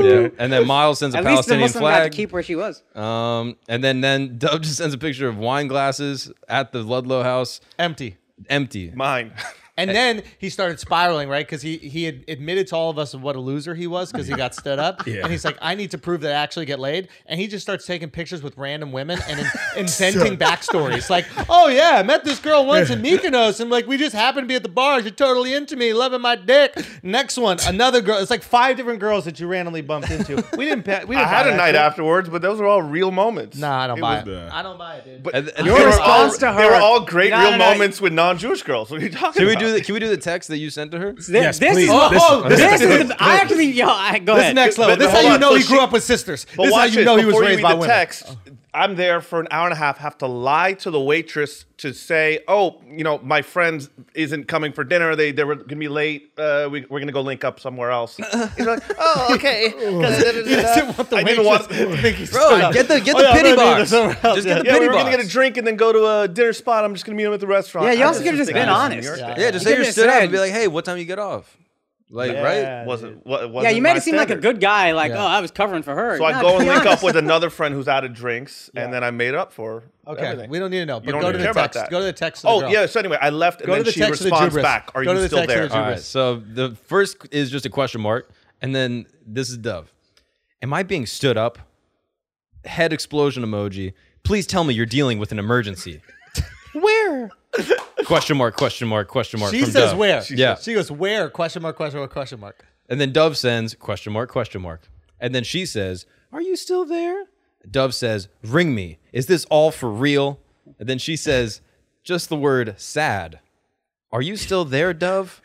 S3: Yeah. And then Miles sends a
S2: At least the
S3: Palestinian
S2: Muslim got to
S3: flag.
S2: keep where she was.
S3: Um, and then then Dub just sends a picture of wine glasses at the Ludlow house,
S1: empty.
S3: empty.
S5: Mine. Eh.
S1: And then he started spiraling, right? Because he he had admitted to all of us what a loser he was because he got stood up.
S4: Yeah.
S1: And he's like, I need to prove that I actually get laid. And he just starts taking pictures with random women and in- inventing backstories. Like, oh yeah, I met this girl once in Mykonos, and like we just happened to be at the bar. She's totally into me, loving my dick. Next one, another girl. It's like five different girls that you randomly bumped into. We didn't. Pa- we
S5: I
S1: didn't buy
S5: had a
S1: that
S5: night
S1: shit.
S5: afterwards, but those were all real moments.
S1: Nah, I don't buy it.
S4: was the-
S1: I don't buy it, dude.
S5: But
S3: And- and
S5: they
S3: Your
S5: were all-
S2: response to
S5: They were
S2: her-
S5: all great
S2: No,
S5: real
S2: no, no.
S5: moments with non-Jewish girls. What are you talking
S3: Can we
S5: about?
S3: do the Can we do the text that you sent to her?
S2: This,
S4: Yes,
S2: this
S4: please.
S2: is what-
S4: This-
S2: oh,
S4: this-
S2: this is. the- I actually, yo, I, go
S1: this is
S2: ahead.
S1: next level.
S5: but-
S1: this
S5: but
S1: is how
S5: hold
S1: you
S5: on.
S1: know
S5: So
S1: he grew
S5: she-
S1: up with sisters.
S5: But
S1: This is how
S5: watch
S1: you
S5: it.
S1: know he was
S5: Before
S1: raised
S5: you read
S1: by
S5: the
S1: women.
S5: text, I'm there for an hour and a half, have to lie to the waitress to say, oh, you know, my friend isn't coming for dinner. They they were gonna be late. Uh, we, we're gonna go link up somewhere else. He's like, oh, okay. 'Cause da- da- da-
S1: He doesn't want the
S5: I didn't want.
S1: waitress to think he's
S3: Bro, get the get
S1: Oh,
S3: the
S1: yeah,
S3: pity
S1: I'm gonna do
S3: box.
S1: this over-
S3: Just get the
S5: Yeah,
S3: pity
S5: we were gonna
S3: box.
S5: get a drink and then go to a dinner spot. I'm just gonna meet him at the restaurant.
S2: Yeah, you
S5: I
S2: also
S5: was
S2: could have just
S5: thinking
S2: been
S5: this in New
S2: honest.
S5: York.
S3: yeah, just
S2: You
S3: say you're
S2: could've
S3: stood up
S2: said-
S3: and be like, hey, what time you get off? Like, right?
S5: wasn't what
S2: Yeah,
S5: wasn't
S2: you made it seem like a good guy. Like,
S1: Yeah.
S2: oh, I was covering for her.
S5: So I
S2: Nah,
S5: go
S2: to
S5: and
S2: be
S5: link up
S2: honest.
S5: with another friend who's out of drinks, and then I made up for.
S1: Okay,
S5: everything.
S1: we don't need to know. But
S5: You don't
S1: go
S5: need
S1: to
S5: to
S1: the
S5: care about
S1: text.
S5: that.
S1: Go to the text. Of the
S5: Oh
S1: girl.
S5: yeah. So anyway, I left, and
S1: Go to
S5: then
S1: the
S5: she
S1: text of the
S5: responds
S1: Jubrist.
S5: back. Are
S1: Go to
S5: you
S1: the
S5: still
S1: text of
S5: there?
S1: the
S3: All
S1: Jubrist.
S3: right. So the first is just a question mark, and then this is Dove. Am I being stood up? Head explosion emoji. Please tell me you're dealing with an emergency.
S1: where?
S3: question mark. Question mark. Question mark.
S1: She
S3: from
S1: says
S3: Dove.
S1: where?
S3: yeah.
S1: She goes where? Question mark? Question mark? Question mark?
S3: And then Dove sends question mark question mark. And then she says, "Are you still there?" Dove says, "Ring me. Is this all for real?" And then she says, "Just the word sad. Are you still there, Dove?"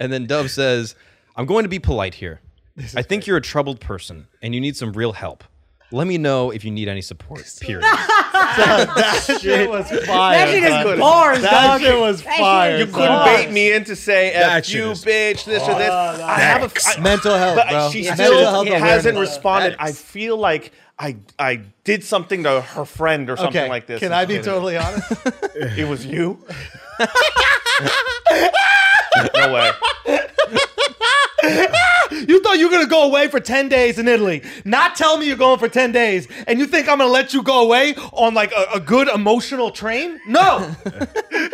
S3: And then Dove says, "I'm going to be polite here. I think you're a troubled person and you need some real help. Let me know if you need any support." Period.
S1: Shit was fire.
S2: That shit is
S5: uh,
S1: son.
S2: bars,
S1: That
S2: dog.
S1: shit was
S2: That shit
S1: fire.
S2: is
S1: son.
S5: You couldn't bait me in to say
S4: That
S5: F
S4: shit
S5: you,
S4: is-
S5: bitch, this or this. I have a. I-
S1: Mental health,
S5: but
S1: bro.
S5: she
S1: Yeah.
S5: still
S1: Mental health
S5: hasn't
S1: awareness.
S5: responded. I feel like I I did something to her friend or something
S1: Okay.
S5: like this.
S1: Can
S5: and
S1: I
S5: she
S1: be
S5: didn't.
S1: totally honest?
S5: It was you. no way.
S1: You thought you were gonna go away for ten days in Italy, not tell me you're going for ten days, and you think I'm gonna let you go away on like a, a good emotional train? No,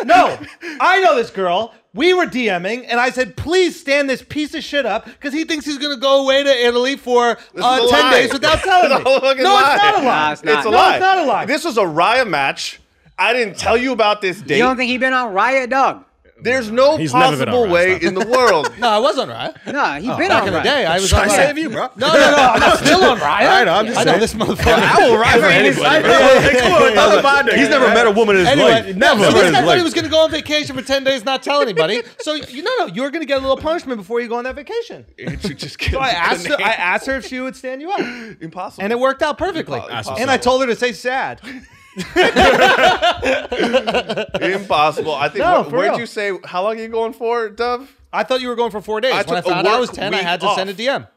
S1: no. I know this girl. We were DMing, and I said, "Please stand this piece of shit up," because he thinks he's gonna go away to Italy for uh,
S5: a
S1: ten
S5: lie.
S1: days without telling
S5: It's a
S1: me.
S5: whole fucking
S1: no,
S5: lie.
S1: it's not a lie.
S2: Nah, it's not.
S5: It's a
S2: No,
S5: lie.
S1: it's not a lie.
S5: This was a Raya match. I didn't tell you about this date.
S2: You don't think he been on riot, dog?
S5: There's no
S4: He's never been
S5: possible
S4: on Raya,
S5: way
S4: stop.
S5: in the world.
S1: No, I was on riot.
S2: Nah, he been
S1: Back
S2: on
S1: in the
S2: riot.
S1: day, I was on
S4: I
S1: riot.
S4: save you, bro.
S1: No, no, no. I'm not still on riot.
S4: I know, I'm just
S1: I know
S4: saying.
S1: this motherfucker.
S4: will ride for anybody. bro. Like, come on, another bad nigga. He's never met a woman in his
S1: Anyway,
S4: life.
S1: never.
S4: Never.
S1: So
S4: in
S1: this
S4: his
S1: guy thought
S4: life.
S1: he was going to go on vacation for ten days, not tell anybody. So you no, no, you're going to get a little punishment before you go on that vacation.
S5: just
S1: So I asked, her, I asked her if she would stand you up,
S5: impossible.
S1: and it worked out perfectly.
S5: That's
S1: And I told her to say sad.
S5: impossible. I think.
S1: No,
S5: wh-
S1: for
S5: where'd
S1: real.
S5: you say? How long are you going for, Dove?
S1: I thought you were going for four days.
S5: I
S1: when I
S5: took a
S1: found out I was
S5: work
S1: ten, I
S5: week
S1: had to send a
S5: off.
S1: DM.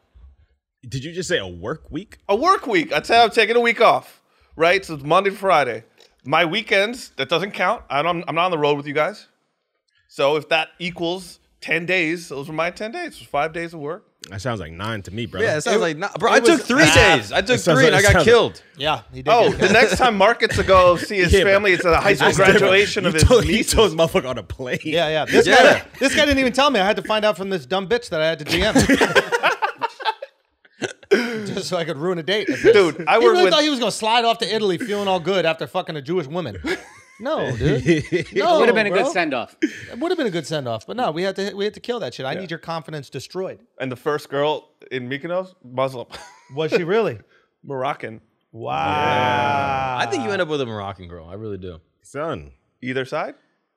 S4: Did you just say a work week? Oh,
S5: A work week. I said I'm taking a week off. Right. So it's Monday to Friday. My weekends. That doesn't count. I don't, I'm not on the road with you guys. So if that equals ten days, those were my ten days. It was five days of work.
S4: That sounds like nine to me, bro.
S3: yeah, it sounds like not, bro. I
S1: it was-
S3: took three days. I took
S4: It sounds
S3: three and I
S4: like- it
S3: got
S4: sounds-
S3: killed.
S1: Yeah, he did.
S5: Oh,
S1: get
S5: the
S1: it.
S5: next time Market to go see his
S4: Yeah, but-
S5: family, it's at a high school graduation of
S4: You
S5: his
S4: told, you
S5: niece.
S4: told this motherfucker on a plane.
S1: yeah, yeah. This
S3: Yeah.
S1: guy, this guy didn't even tell me. I had to find out from this dumb bitch that I had to DM. Just so I could ruin a date,
S5: Dude, I
S1: I
S5: work
S1: really
S5: with
S1: thought he was gonna slide off to Italy feeling all good after fucking a Jewish woman. No, dude. No,
S2: Would have been a
S1: Oh, bro.
S2: good send off.
S1: It would have been a good send off, but no, we had to we had to kill that shit. I need your confidence destroyed.
S5: and the first girl in Mykonos, Muslim,
S1: Was she really?
S5: Moroccan,
S1: Wow.
S3: I think
S4: Ah.
S3: you end up with a Moroccan girl. I really do.
S4: Son.
S5: either side.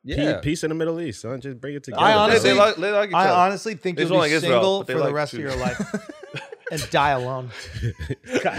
S4: Pe-
S3: Yeah.
S4: Peace in the Middle East, son. Just bring it together.
S1: I
S4: bro.
S5: They-
S1: honestly,
S5: they like- they like each
S1: I
S5: other.
S1: honestly think
S5: They
S1: you'll
S5: just
S1: be
S5: don't like Israel,
S1: single
S5: but they
S1: for the
S5: like
S1: rest
S5: Jews.
S1: of your life and die alone.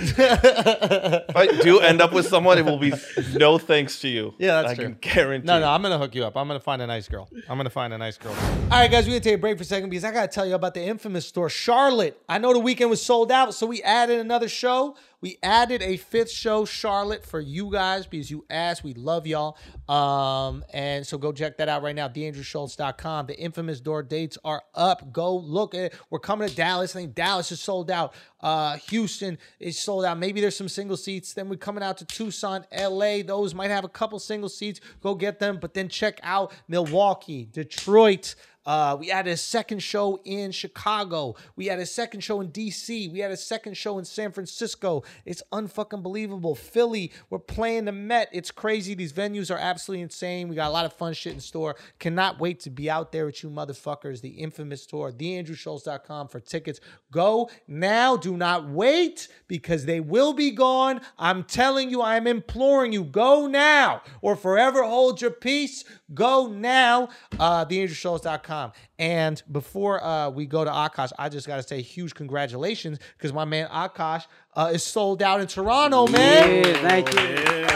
S5: If I do end up with someone, it will be no thanks to you.
S1: Yeah, that's
S5: I can
S1: true.
S5: guarantee.
S1: No, no, I'm gonna hook you up. I'm gonna find a nice girl. I'm gonna find a nice girl. All right, guys, we're gonna take a break for a second because I gotta tell you about the infamous store, Charlotte. I know the weekend was sold out, so we added another show. We added a fifth show, Charlotte, for you guys because you asked. We love y'all. Um, and so go check that out right now, DeAndrewSchultz.com. The infamous door dates are up. Go look at it. We're coming to Dallas. I think Dallas is sold out. Uh, Houston is sold out. Maybe there's some single seats. Then we're coming out to Tucson, LA. Those might have a couple single seats. Go get them. But then check out Milwaukee, Detroit. Uh, we had a second show in Chicago. We had a second show in DC. We had a second show in San Francisco. It's unfucking believable. Philly, we're playing the Met. It's crazy. These venues are absolutely insane. We got a lot of fun shit in store. Cannot wait to be out there with you motherfuckers. The infamous tour, theandrewschultz.com for tickets. Go now. Do not wait because they will be gone. I'm telling you, I'm imploring you, go now or forever hold your peace. Go now. Uh, theandrewschultz.com. And before uh, we go to Akash, I just got to say huge congratulations because my man Akash uh, is sold out in Toronto, man.
S2: Yeah, thank you.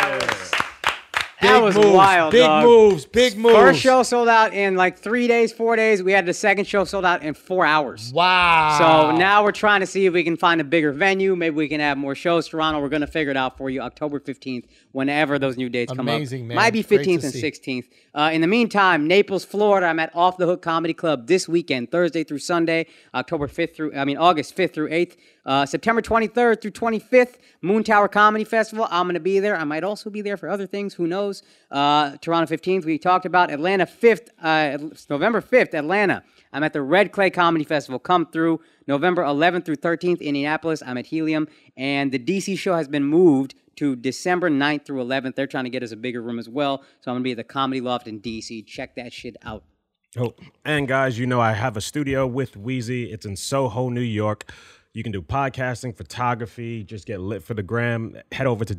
S2: that was
S1: moves,
S2: wild,
S1: Big
S2: dog.
S1: moves. Big moves.
S2: First show sold out in like three days, four days. We had the second show sold out in four hours.
S1: Wow.
S2: So now we're trying to see if we can find a bigger venue. Maybe we can have more shows. Toronto, we're going to figure it out for you October 15th, whenever those new dates come up.
S1: Amazing, man.
S2: Might be
S1: Great to
S2: 15th and
S1: see.
S2: 16th. Uh, in the meantime, Naples, Florida, I'm at Off the Hook Comedy Club this weekend, Thursday through Sunday, October 5th through, I mean, August 5th through 8th. Uh, September 23rd through 25th, Moon Tower Comedy Festival. I'm going to be there. I might also be there for other things. Who knows? Uh, Toronto 15th, we talked about. Atlanta 5th, uh, November 5th, Atlanta. I'm at the Red Clay Comedy Festival. Come through November 11th through 13th, Indianapolis. I'm at Helium. And the DC show has been moved to December 9th through 11th. They're trying to get us a bigger room as well. So I'm going to be at the Comedy Loft in DC. Check that shit out.
S4: Oh, and guys, you know I have a studio with Wheezy. It's in Soho, New York. You can do podcasting, photography, just get lit for the gram. Head over to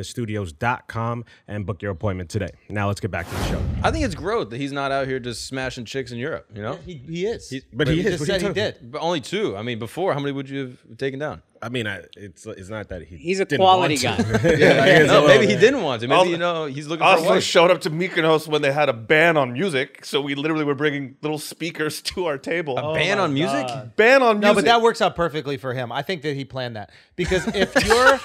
S4: WTFmediastudios.com and book your appointment today. Now let's get back to the show.
S3: I think it's growth that he's not out here just smashing chicks in Europe. You know,
S1: he, he is.
S4: but he is.
S1: just
S4: What are
S1: said
S4: you
S1: he
S4: talking
S1: did.
S3: but only two. I mean, before how many would you have taken down?
S4: I mean, I, it's it's not that he
S2: He's a
S4: didn't
S2: quality
S4: want to.
S2: guy.
S3: Yeah, no, maybe he didn't want to. Maybe
S5: Also-
S3: you know he's looking for a
S5: Also
S3: wife.
S5: showed up to Mykonos when they had a ban on music, so we literally were bringing little speakers to our table.
S1: Oh
S3: Ban on music?
S5: ban on music.
S1: No, but that works out perfectly for him. I think that he planned that because if you're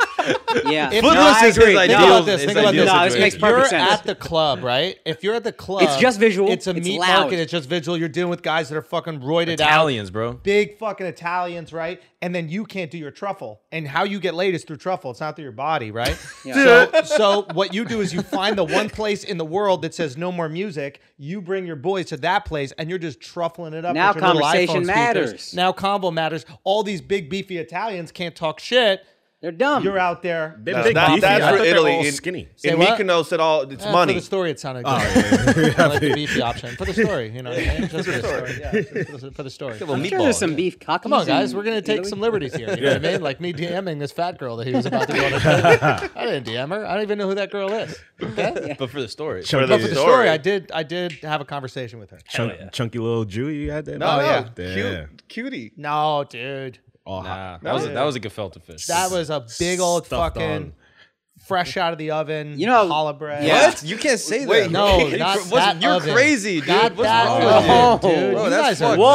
S2: Yeah.
S1: if
S2: No,
S1: Footloose
S2: I
S1: is
S2: agree.
S1: his
S2: No,
S1: think
S3: ideal-
S1: about this,
S3: his
S1: think about
S3: ideal
S1: this.
S2: No, this makes
S1: if
S2: perfect
S1: you're
S2: sense.
S1: at the club, right? If you're at the club,
S2: It's just visual.
S1: It's a
S2: It's
S1: meat
S2: loud.
S1: market. It's just visual. You're dealing with guys that are fucking roided out.
S3: Italians, bro.
S1: big fucking Italians, right? And then you can't do your truffle. And how you get laid is through truffle. It's not through your body, right? So, so what you do is you find the one place in the world that says no more music. You bring your boys to that place, and you're just truffling it up.
S2: Now
S1: with your little
S2: conversation
S1: iPhone speakers.
S2: matters.
S1: Now combo matters. All these big beefy Italians can't talk shit.
S2: They're dumb.
S1: You're out there.
S4: They're
S5: No,
S4: big
S5: that-
S4: beefy.
S5: that's
S4: I
S5: for
S4: thought they were
S5: Italy.
S4: all
S5: In-
S4: skinny.
S1: Say
S5: in
S1: what?
S5: Mykonos, it all it's
S1: Eh,
S5: money.
S1: For the story, it sounded good. I like the beefy option for the story. You know, what I mean? just for the story. Yeah, for the- for the story.
S3: Well,
S2: I'm
S3: meatball.
S2: sure there's some beef cockies.
S1: Come on, guys.
S2: in
S1: We're gonna take
S2: Italy.
S1: some liberties here. You know what I mean? Like me DMing this fat girl that he was about to go on a date. I didn't DM her. I don't even know who that girl is. Okay?
S3: But for the story,
S4: Chunky,
S5: For
S1: But for the story, I did. I did have a conversation with her.
S4: chunk- chunky little Jew you had there.
S5: Oh,
S1: Oh, yeah.
S5: yeah. Cute, cutie.
S1: No, dude,
S4: Oh, hot.
S3: nah, that was a, that was a gefilte fish.
S1: that was a big old
S4: Stuffed
S1: fucking
S4: on.
S1: fresh out of the oven.
S2: You know-
S1: challah bread.
S2: Yeah.
S3: what? You can't say
S5: Wait,
S3: that.
S1: No,
S3: You
S1: not
S3: cr- what's-
S1: that
S3: You're
S1: oven.
S3: crazy, dude.
S1: Not
S3: What's
S1: that
S3: wrong
S1: oven,
S3: with
S2: you?
S1: dude.
S3: Bro,
S1: you
S3: that's
S1: guys are
S3: fucked
S2: Whoa,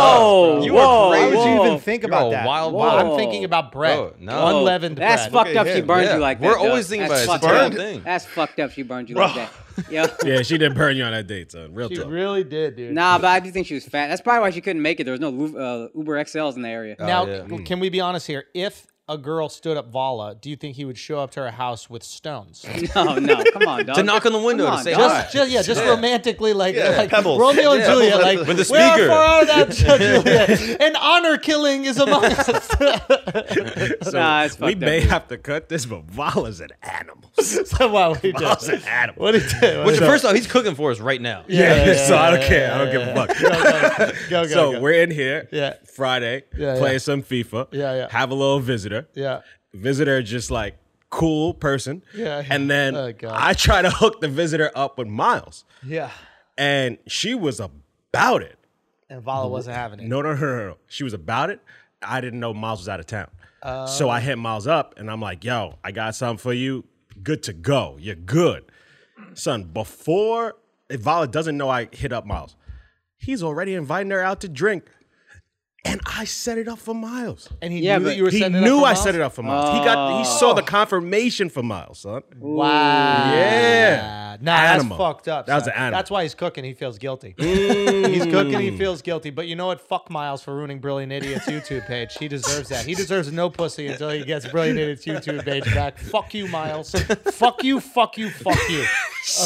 S3: up, bro. You
S2: whoa.
S3: are
S1: Why
S3: crazy.
S1: would you
S2: Whoa.
S1: even think
S3: You're
S1: about
S3: a
S1: that?
S3: wild
S1: I'm
S2: Whoa.
S1: thinking about bread.
S3: Bro, no.
S1: Unleavened
S2: That's
S1: bread.
S2: fucked up.
S5: at
S2: She
S5: him.
S2: burned
S3: Yeah.
S2: you like that.
S3: We're
S2: Doug.
S3: always thinking
S2: That's
S3: about it. It's
S2: fucked
S5: a
S2: up.
S5: terrible
S3: thing.
S2: That's fucked up. She burned you like that. Yeah.
S4: Yeah, she didn't burn you on that date, son. Real
S1: She
S4: talk.
S1: really did, dude.
S2: Nah, but I do think she was fat. That's probably why she couldn't make it. There was no Lu- uh, Uber XLs in the area.
S1: Now,
S3: yeah.
S1: c- can we be honest here? If a girl stood up Vala, do you think he would show up to her house with stones?
S2: No, no, come on, dog.
S3: To knock on the window
S2: Come
S3: to say
S2: dog.
S3: hi.
S1: Just, just- yeah, just romantically, like, like
S5: pebbles.
S1: Romeo and
S5: Yeah.
S1: Juliet, like
S5: With
S3: the
S1: "Wherefore
S3: speaker."
S1: art thou, Juliet? An honor killing is among us.
S4: So
S2: Nah, it's
S4: we
S2: fucked up,
S4: may
S2: dude.
S4: have to cut this, but Vala's an animal.
S1: so, wow, he did.
S4: Vala's an animal.
S1: What he did?
S3: Which, first off, he's cooking for us right now.
S4: Yeah, so I don't care. I don't give a fuck.
S1: Go, go,
S4: so
S1: go.
S4: we're in here.
S1: Yeah.
S4: Friday.
S1: Yeah,
S4: playing
S1: yeah.
S4: some FIFA.
S1: Yeah, yeah.
S4: Have a little visitor.
S1: yeah.
S4: Visitor just like cool person.
S1: Yeah.
S4: And then
S1: Oh, God.
S4: I try to hook the visitor up with Miles,
S1: Yeah.
S4: and she was about it.
S1: And Vala wasn't having it.
S4: No, no, no, no, no. She was about it. I didn't know Miles was out of town. so I hit Miles up and I'm like, yo, I got something for you. Good to go. You're good. Son, before if Vala doesn't know I hit up Miles, he's already inviting her out to drink. And I set it up for Miles.
S1: And he
S2: Yeah,
S1: knew that
S2: but
S1: you were
S4: He
S1: sending
S4: knew
S1: up
S4: I set it up for Miles. Oh. he got he saw the confirmation for Miles, son.
S1: Wow.
S4: Yeah.
S1: Nah, that's
S4: Animal.
S1: fucked up.
S4: That was
S1: son.
S4: an animal. Mm.
S1: That's why he's cooking. He feels guilty. he's cooking. He feels guilty. But you know what? Fuck Miles for ruining Brilliant Idiots YouTube page. He deserves that. He deserves no pussy until he gets Brilliant Idiots YouTube page back. Fuck you, Miles. fuck you. Fuck you. Fuck you.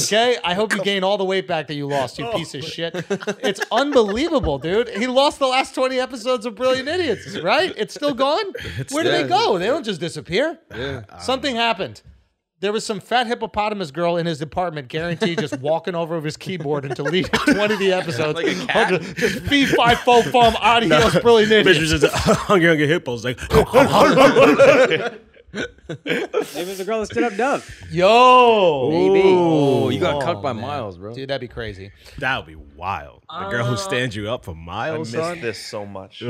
S1: Okay. I hope you gain all the weight back that you lost. You piece of shit. It's unbelievable, dude. He lost the last twenty episodes of Brilliant Idiots. Right? It's still gone. Where do they
S3: yeah.
S1: go? They don't just disappear. Something happened. There was some fat hippopotamus girl in his apartment, guaranteed, just walking over with his keyboard and deleting 20 of the episodes.
S3: Like a cat.
S1: Under- Just fee, fi, fo, fum, adios, brilliant
S4: Bitch
S1: idiot.
S4: was just a hungry, hungry hippos like
S2: Maybe it's a girl that stood up dove.
S1: Yo.
S2: Maybe.
S3: Oh, you got cucked by
S1: man.
S3: Miles, bro.
S1: Dude, that'd be crazy.
S4: That would be wild. The girl who stands you up for
S5: I
S4: miles.
S5: miss
S4: Uh, son.
S5: this so much.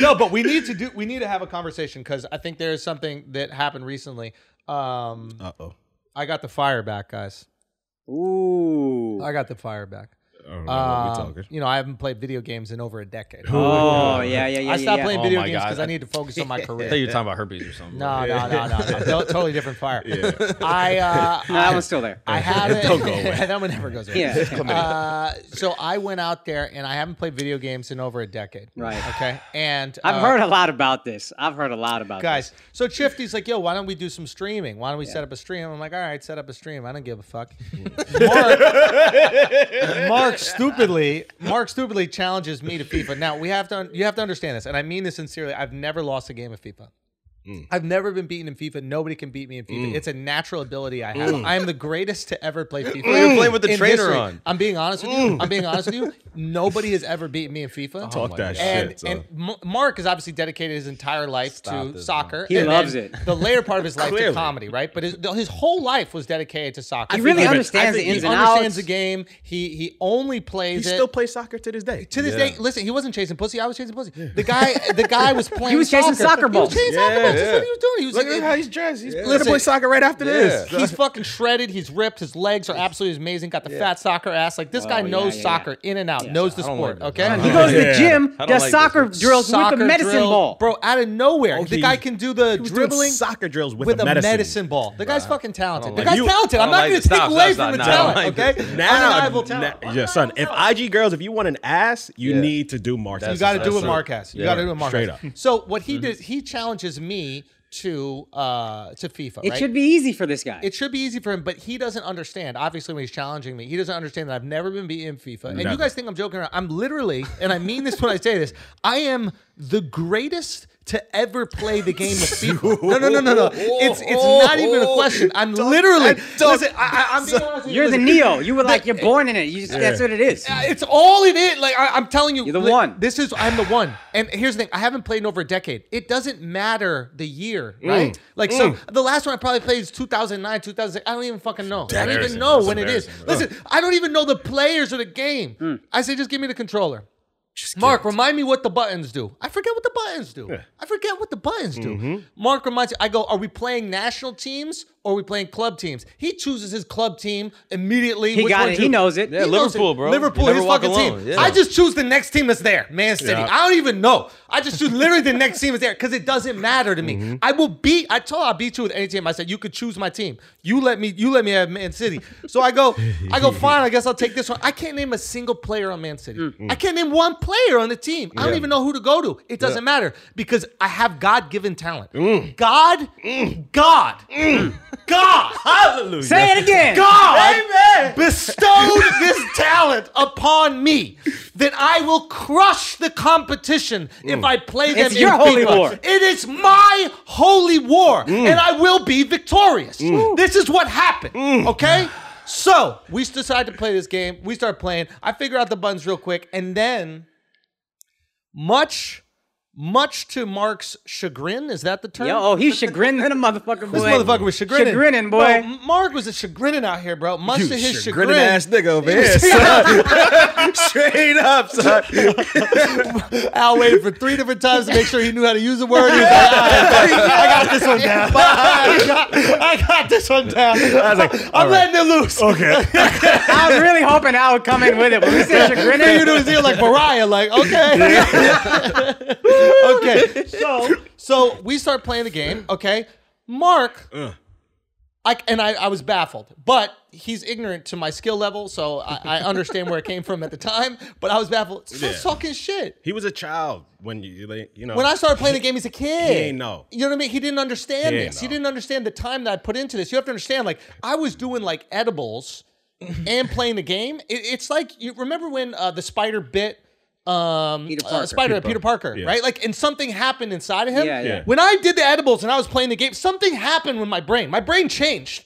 S1: No, but we need to do. We need to have a conversation because I think there is something that happened recently. Um,
S4: Uh oh.
S1: I got the fire back, guys.
S2: Ooh.
S1: I got the fire back.
S4: We're
S1: Um,
S4: talking.
S1: you know, I haven't played video games in over a decade.
S2: Oh yeah, yeah, yeah.
S1: I stopped
S2: yeah,
S1: playing
S3: Oh
S1: video
S3: my
S1: games
S3: God.
S1: because I need to focus on my
S3: I thought
S1: career.
S3: you were talking about herpes or something.
S1: No, no, no, no, no. To- totally different fire. I, uh,
S2: No, that
S1: I,
S2: one's still there.
S1: I haven't.
S4: Don't go away.
S1: that one never goes away.
S2: Yeah.
S1: Uh, so I went out there and I haven't played video games in over a decade.
S2: Right.
S1: Okay. And
S2: I've
S1: uh,
S2: heard a lot about this. I've heard a lot about
S1: guys. So Chifty's like, yo, why don't we do some streaming? Why don't we set up a stream? I'm like, all right, set up a stream. I don't give a fuck. Mark, Mark stupidly, Mark stupidly challenges me to FIFA. Now we have to, un- you have to understand this, and I mean this sincerely. I've never lost a game of FIFA. Hmm. I've never been beaten in FIFA. Nobody can beat me in FIFA. It's a natural ability I have. I am the greatest to ever play FIFA.
S3: You're playing with the
S1: In
S3: trainer
S1: history.
S3: on.
S1: I'm being honest with you. I'm being honest with you. Nobody has ever beaten me in FIFA
S4: Talk that
S1: and,
S4: shit. son.
S1: and M- Mark has obviously dedicated his entire life
S3: Stop
S1: to
S3: this,
S1: soccer.
S2: He
S1: and
S2: loves
S1: then
S2: it.
S1: The later part of his life to
S4: Clearly.
S1: comedy, right? But his, his whole life was dedicated to soccer.
S2: this. He really
S4: I think-
S2: understands
S4: I
S2: the
S4: think
S2: ins
S1: he
S2: and
S1: understands the
S2: outs.
S1: game. He he only
S4: he
S1: plays it.
S4: still plays soccer to this day.
S1: to this day, listen, he wasn't chasing pussy. I was chasing pussy. The guy, the guy was playing.
S2: was chasing soccer balls.
S1: He was chasing soccer
S4: Yeah,
S1: balls. That's
S5: yeah.
S1: what he was doing. He was
S5: Look
S1: like,
S5: at how he's dressed. He's
S4: Let him play soccer right after this.
S1: He's fucking shredded. He's ripped. His legs are absolutely amazing. Got the fat soccer ass. Like this guy
S2: yeah,
S1: knows
S2: yeah,
S1: soccer in and out. Knows the
S3: I don't
S1: sport.
S3: like this. I
S1: okay,
S3: don't
S2: He goes to the
S4: Yeah.
S2: gym,
S3: I don't
S2: does
S3: like
S2: soccer
S3: this.
S2: drills with a medicine
S1: drill,
S2: ball.
S1: bro. Out of nowhere,
S4: Oh,
S1: the
S4: he-
S1: guy can do the
S4: he was doing
S1: dribbling
S4: soccer drills with
S1: with
S4: a
S1: a
S4: medicine.
S1: ball. The guy's fucking talented. The
S3: like
S1: guy's
S4: it.
S1: talented.
S3: I
S1: I'm not
S3: don't like
S1: going
S3: it.
S1: to take
S3: Stop,
S1: away
S3: stop,
S1: from the
S3: stop. No, I
S1: talent.
S3: don't like
S1: Okay,
S3: it.
S1: undeniable
S4: now,
S1: talent.
S4: yeah, son. If IG girls, if you want an ass, you
S3: Yeah.
S4: need to do Mark.
S3: That's
S1: You got to do
S3: That's
S1: what
S3: it.
S1: Mark has. You
S3: Yeah.
S1: got to do what Mark
S4: Straight
S1: has.
S4: up.
S1: So what he does, he challenges me to uh to FIFA.
S2: It
S1: right?
S2: should be easy for this guy.
S1: it should be easy for him, but he doesn't understand. Obviously, when he's challenging me, he doesn't understand that I've never been beaten in FIFA. And you
S4: Never.
S1: guys think I'm joking around. I'm literally, and I mean this when I say this, I am the greatest to ever play the game of FIFA. No, no, no, no, no. It's it's not even a
S3: Oh.
S1: question. I'm literally. Listen, I, I, I'm being honest with you.
S2: You're the
S1: Listen,
S2: Neo. You were like, you're born in it. You just, That's what it is.
S1: Uh, it's all it is. Like I, am telling you,
S2: You're the
S1: li-
S2: one.
S1: This is I'm the one. And here's the thing: I haven't played in over a decade. It doesn't matter the year,
S2: Mm.
S1: right? Like so, the last one I probably played is 2009, 2000. I don't even fucking know. I don't even
S4: Embarrassing.
S1: know
S4: That's
S1: when it is.
S4: embarrassing.
S1: Listen, I don't even know the players of the game.
S2: Mm.
S1: I say, just give me the controller. Mark, remind me what the buttons do. I forget what the buttons do. I forget what the buttons do.
S3: Mm-hmm.
S1: Mark reminds me, I go, are we playing national teams or are we playing club teams? He chooses his club team immediately.
S2: He
S1: which
S2: got
S1: one
S2: it.
S1: to-
S2: He knows it.
S3: Yeah,
S1: he knows
S3: Liverpool,
S1: it.
S3: bro.
S1: Liverpool,
S3: You never
S1: his
S3: walk
S1: fucking
S3: alone.
S1: team.
S3: Yeah.
S1: I just choose the next team that's there, Man City.
S4: Yeah.
S1: I don't even know. I just choose literally the next team is there because it doesn't matter to me. I will beat. I told I beat you with any team. I said you could choose my team. You let me. You let me have Man City. So I go. I go. Fine. I guess I'll take this one. I can't name a single player on Man City. I can't name one player on the team. I don't even know who to go to. It doesn't matter because I have God given talent. God. God. God. Hallelujah.
S2: Say it again.
S1: God bestowed this talent upon me that I will crush the competition if I play them.
S2: Mm. It's
S1: in
S2: your holy
S1: FIFA.
S2: war. Mm.
S1: It is my holy war, and I will be victorious. This is what happened.
S2: Mm.
S1: Okay. So we decide to play this game. We start playing. I figure out the buttons real quick, and then much, much to Mark's chagrin, is that the term?
S2: Yo, oh, he's chagrinning than a motherfucker, boy.
S1: This motherfucker was chagrining.
S2: Chagrining,
S1: Bro,
S2: boy.
S1: Mark was a chagrining out here, bro. Much
S4: You
S1: to his
S4: chagrinning
S1: chagrin.
S4: ass nigga over here, son. Straight up, son.
S1: Al waited for three different times to make sure he knew how to use the word. He was like, I got this one down. I got, I got this one down. I was like, I'm letting it loose.
S4: Okay.
S2: I was really hoping I would come in with it, but we said
S1: Then you
S2: chagrinning.
S1: do his ear like Mariah, like, okay. okay. So so we start playing the game, okay? Mark I, and I, I was baffled, but he's ignorant to my skill level, so I, I understand where it came from at the time. But I was baffled. Stop
S4: Yeah.
S1: talking shit.
S4: He was a child when you, like, you know.
S1: When I started playing the game, he's a kid.
S4: He ain't know.
S1: You know what I mean? He didn't understand
S4: He ain't
S1: this. He
S4: know.
S1: didn't understand the time that I put into this. You have to understand, like I was doing like edibles and playing the game. It, it's like you remember when uh, the spider bit um
S2: Peter
S1: uh,
S2: Parker.
S1: spider at Peter Parker,
S4: Yeah.
S1: right? Like and something happened inside of him.
S2: Yeah, yeah. Yeah.
S1: When I did the edibles and I was playing the game, something happened with my brain. My brain changed.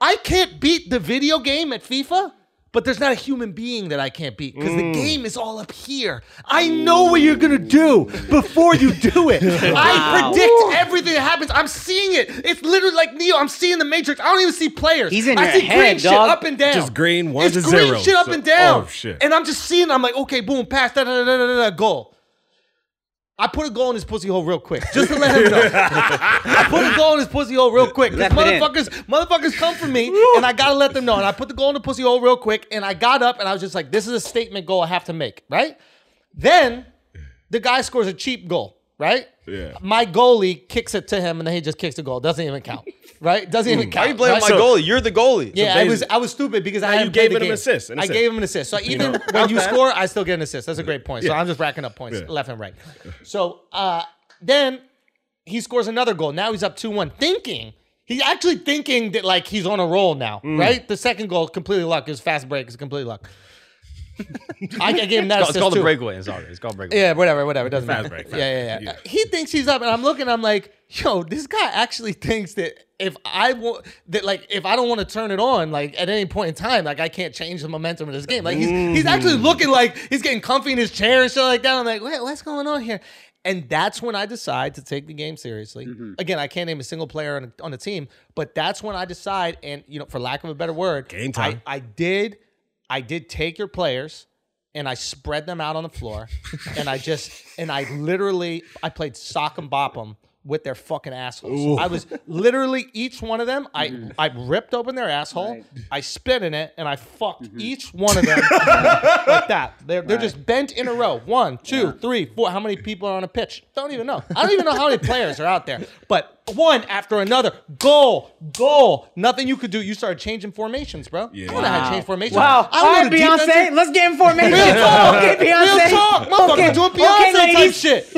S1: I can't beat the video game at FIFA. But there's not a human being that I can't beat because the
S2: Mm.
S1: game is all up here. I know what you're gonna do before you do it. I predict everything that happens. I'm seeing it. It's literally like Neo. I'm seeing the Matrix. I don't even see players.
S2: He's in
S1: I
S2: your
S1: see green
S2: head,
S1: shit
S2: dog.
S1: up and down.
S4: Just green, ones
S1: it's
S4: and
S1: green
S4: zeros.
S1: shit up
S4: So-
S1: and down.
S4: oh, shit.
S1: And I'm just seeing. I'm like, okay, boom, pass, da da da da da da, goal. I put a goal in his pussy hole real quick, just to let him know. I put a goal in his pussy hole real quick. 'cause
S2: Left it in.
S1: motherfuckers, motherfuckers come for me, and I gotta let them know. And I put the goal in the pussy hole real quick, and I got up, and I was just like, "This is a statement goal I have to make." Right? Then the guy scores a cheap goal. Right?
S4: Yeah.
S1: My goalie kicks it to him, and then he just kicks the goal. Doesn't even count. Right? Doesn't
S4: Hmm.
S1: even count.
S3: Why are you blaming
S1: right?
S3: my
S1: So-
S3: goalie? You're the goalie.
S1: yeah, I was
S4: basically-
S1: I was stupid because I
S4: you
S1: hadn't played
S4: gave
S1: the
S4: it an
S1: game.
S4: assist, an
S1: I
S4: assist.
S1: gave him an assist. So even when you score, I still get an assist. That's a great point. So
S4: Yeah.
S1: I'm just racking up points
S4: Yeah.
S1: left and right. So uh, then he scores another goal. Now he's up two one. Thinking he's actually thinking that like he's on a roll now,
S4: Mm.
S1: right? The second goal completely luck. It was fast break. It's completely luck. I, I gave him that
S3: It's called-
S1: assist
S3: it's called
S1: too.
S3: a breakaway. It's all right. It's called a breakaway.
S1: Yeah, whatever, whatever. It doesn't
S4: Fast
S1: matter.
S4: break, fast
S1: yeah, yeah,
S4: break.
S1: yeah.
S4: Yeah.
S1: He thinks he's up, and I'm looking. I'm like, yo, this guy actually thinks that if I want that, like, if I don't want to turn it on, like at any point in time, like I can't change the momentum of this game. Like he's he's actually
S4: Mm.
S1: looking like he's getting comfy in his chair and shit like that. I'm like, wait, what's going on here? And that's when I decide to take the game seriously.
S4: Mm-hmm.
S1: Again, I can't name a single player on, on the team, but that's when I decide, and you know, for lack of a better word,
S4: Game time.
S1: I, I did, I did take your players and I spread them out on the floor, and I just and I literally I played sock and bop 'em with their fucking assholes. I was literally each one of them. I I ripped open their asshole.
S2: Right.
S1: I spit in it, and I fucked each one of them like that. They're they're just bent in a row. One, two, three, four. How many people are on a pitch? Don't even know. I don't even know how many players are out there. But one after another, goal, goal. Nothing you could do. You started changing formations, bro. I would have had to change formations.
S2: Wow.
S1: I
S2: All
S1: don't
S2: right,
S1: know the
S2: Beyonce,
S1: defensive-
S2: let's get in formation.
S1: Real talk.
S2: okay, Beyonce.
S1: Real talk. Motherfucker,
S2: Okay.
S1: doing Beyonce
S2: Okay,
S1: type
S2: ladies.
S1: shit.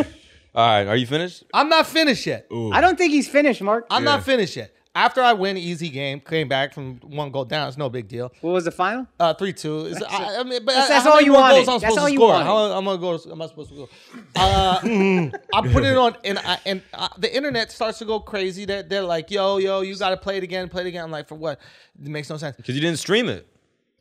S3: All right. Are you finished?
S1: I'm not finished yet.
S2: I don't think he's finished, Mark.
S1: I'm not finished yet. After I win easy game, came back from one goal down. It's no big deal.
S2: what was the final?
S1: Uh, three two. Is, I, I mean, but
S2: That's-
S1: how
S2: that's
S1: many
S2: all you
S1: more
S2: wanted.
S1: Goals I'm
S2: That's
S1: supposed
S2: all
S1: to
S2: you
S1: score.
S2: wanted.
S1: How am I goals am I supposed to go? Uh, I put it on, and I, and uh the internet starts to go crazy. They're, they're like, "Yo, yo, you got to play it again, play it again." I'm like, "For what? It makes no sense."
S3: Because you didn't stream it.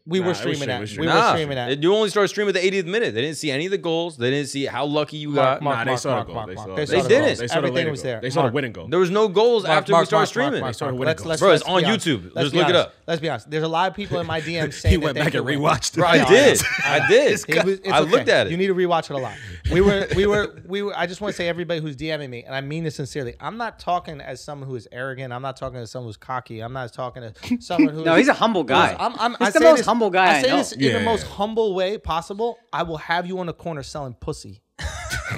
S1: We were
S4: was
S1: streaming
S4: stream-
S1: that.
S4: it was
S1: We
S4: stream.
S1: were
S3: Nah.
S1: streaming that.
S3: You only started streaming at the 80th minute. They didn't see any of the goals. They didn't see how lucky you got.
S1: Mark,
S4: Nah, they
S1: Mark,
S4: saw
S1: Mark,
S4: the
S1: Mark,
S4: goal. They
S1: Mark.
S4: saw
S1: They
S4: it.
S1: saw the
S3: didn't.
S1: goal.
S4: They saw the
S1: Everything
S4: later
S1: was
S4: goal.
S1: there.
S4: They saw
S1: Mark.
S4: the winning goal.
S3: There was no goals
S1: Mark,
S3: after we
S1: Mark,
S3: started
S1: Mark,
S3: streaming.
S1: Mark,
S4: They started
S1: Mark.
S4: winning
S1: Let's-
S4: goals.
S1: let's-
S3: Bro, it's
S1: let's
S3: on
S1: be honest.
S3: YouTube.
S1: Let's
S3: Just
S1: be
S3: look it
S1: honest.
S3: up.
S1: Let's be honest. There's a lot of people in my DMs saying
S4: He
S1: that
S4: went
S1: they
S4: back
S1: could
S4: and
S1: win.
S4: rewatched it.
S3: Bro, I did. I did.
S1: It was- it's
S3: I
S1: okay.
S3: looked at it.
S1: You need to rewatch it a lot. We were, we were, we were. I just want to say everybody who's DMing me, and I mean this sincerely. I'm not talking as someone who is arrogant. I'm not talking as someone who's cocky. I'm not talking as someone who.
S2: No,
S1: is-
S2: he's a humble guy.
S1: I'm, I'm,
S2: he's
S1: I say
S2: the most
S1: this-
S2: humble guy I,
S1: I say
S2: know.
S1: this in the
S4: Yeah.
S1: most humble way possible. I will have you on the corner selling pussy.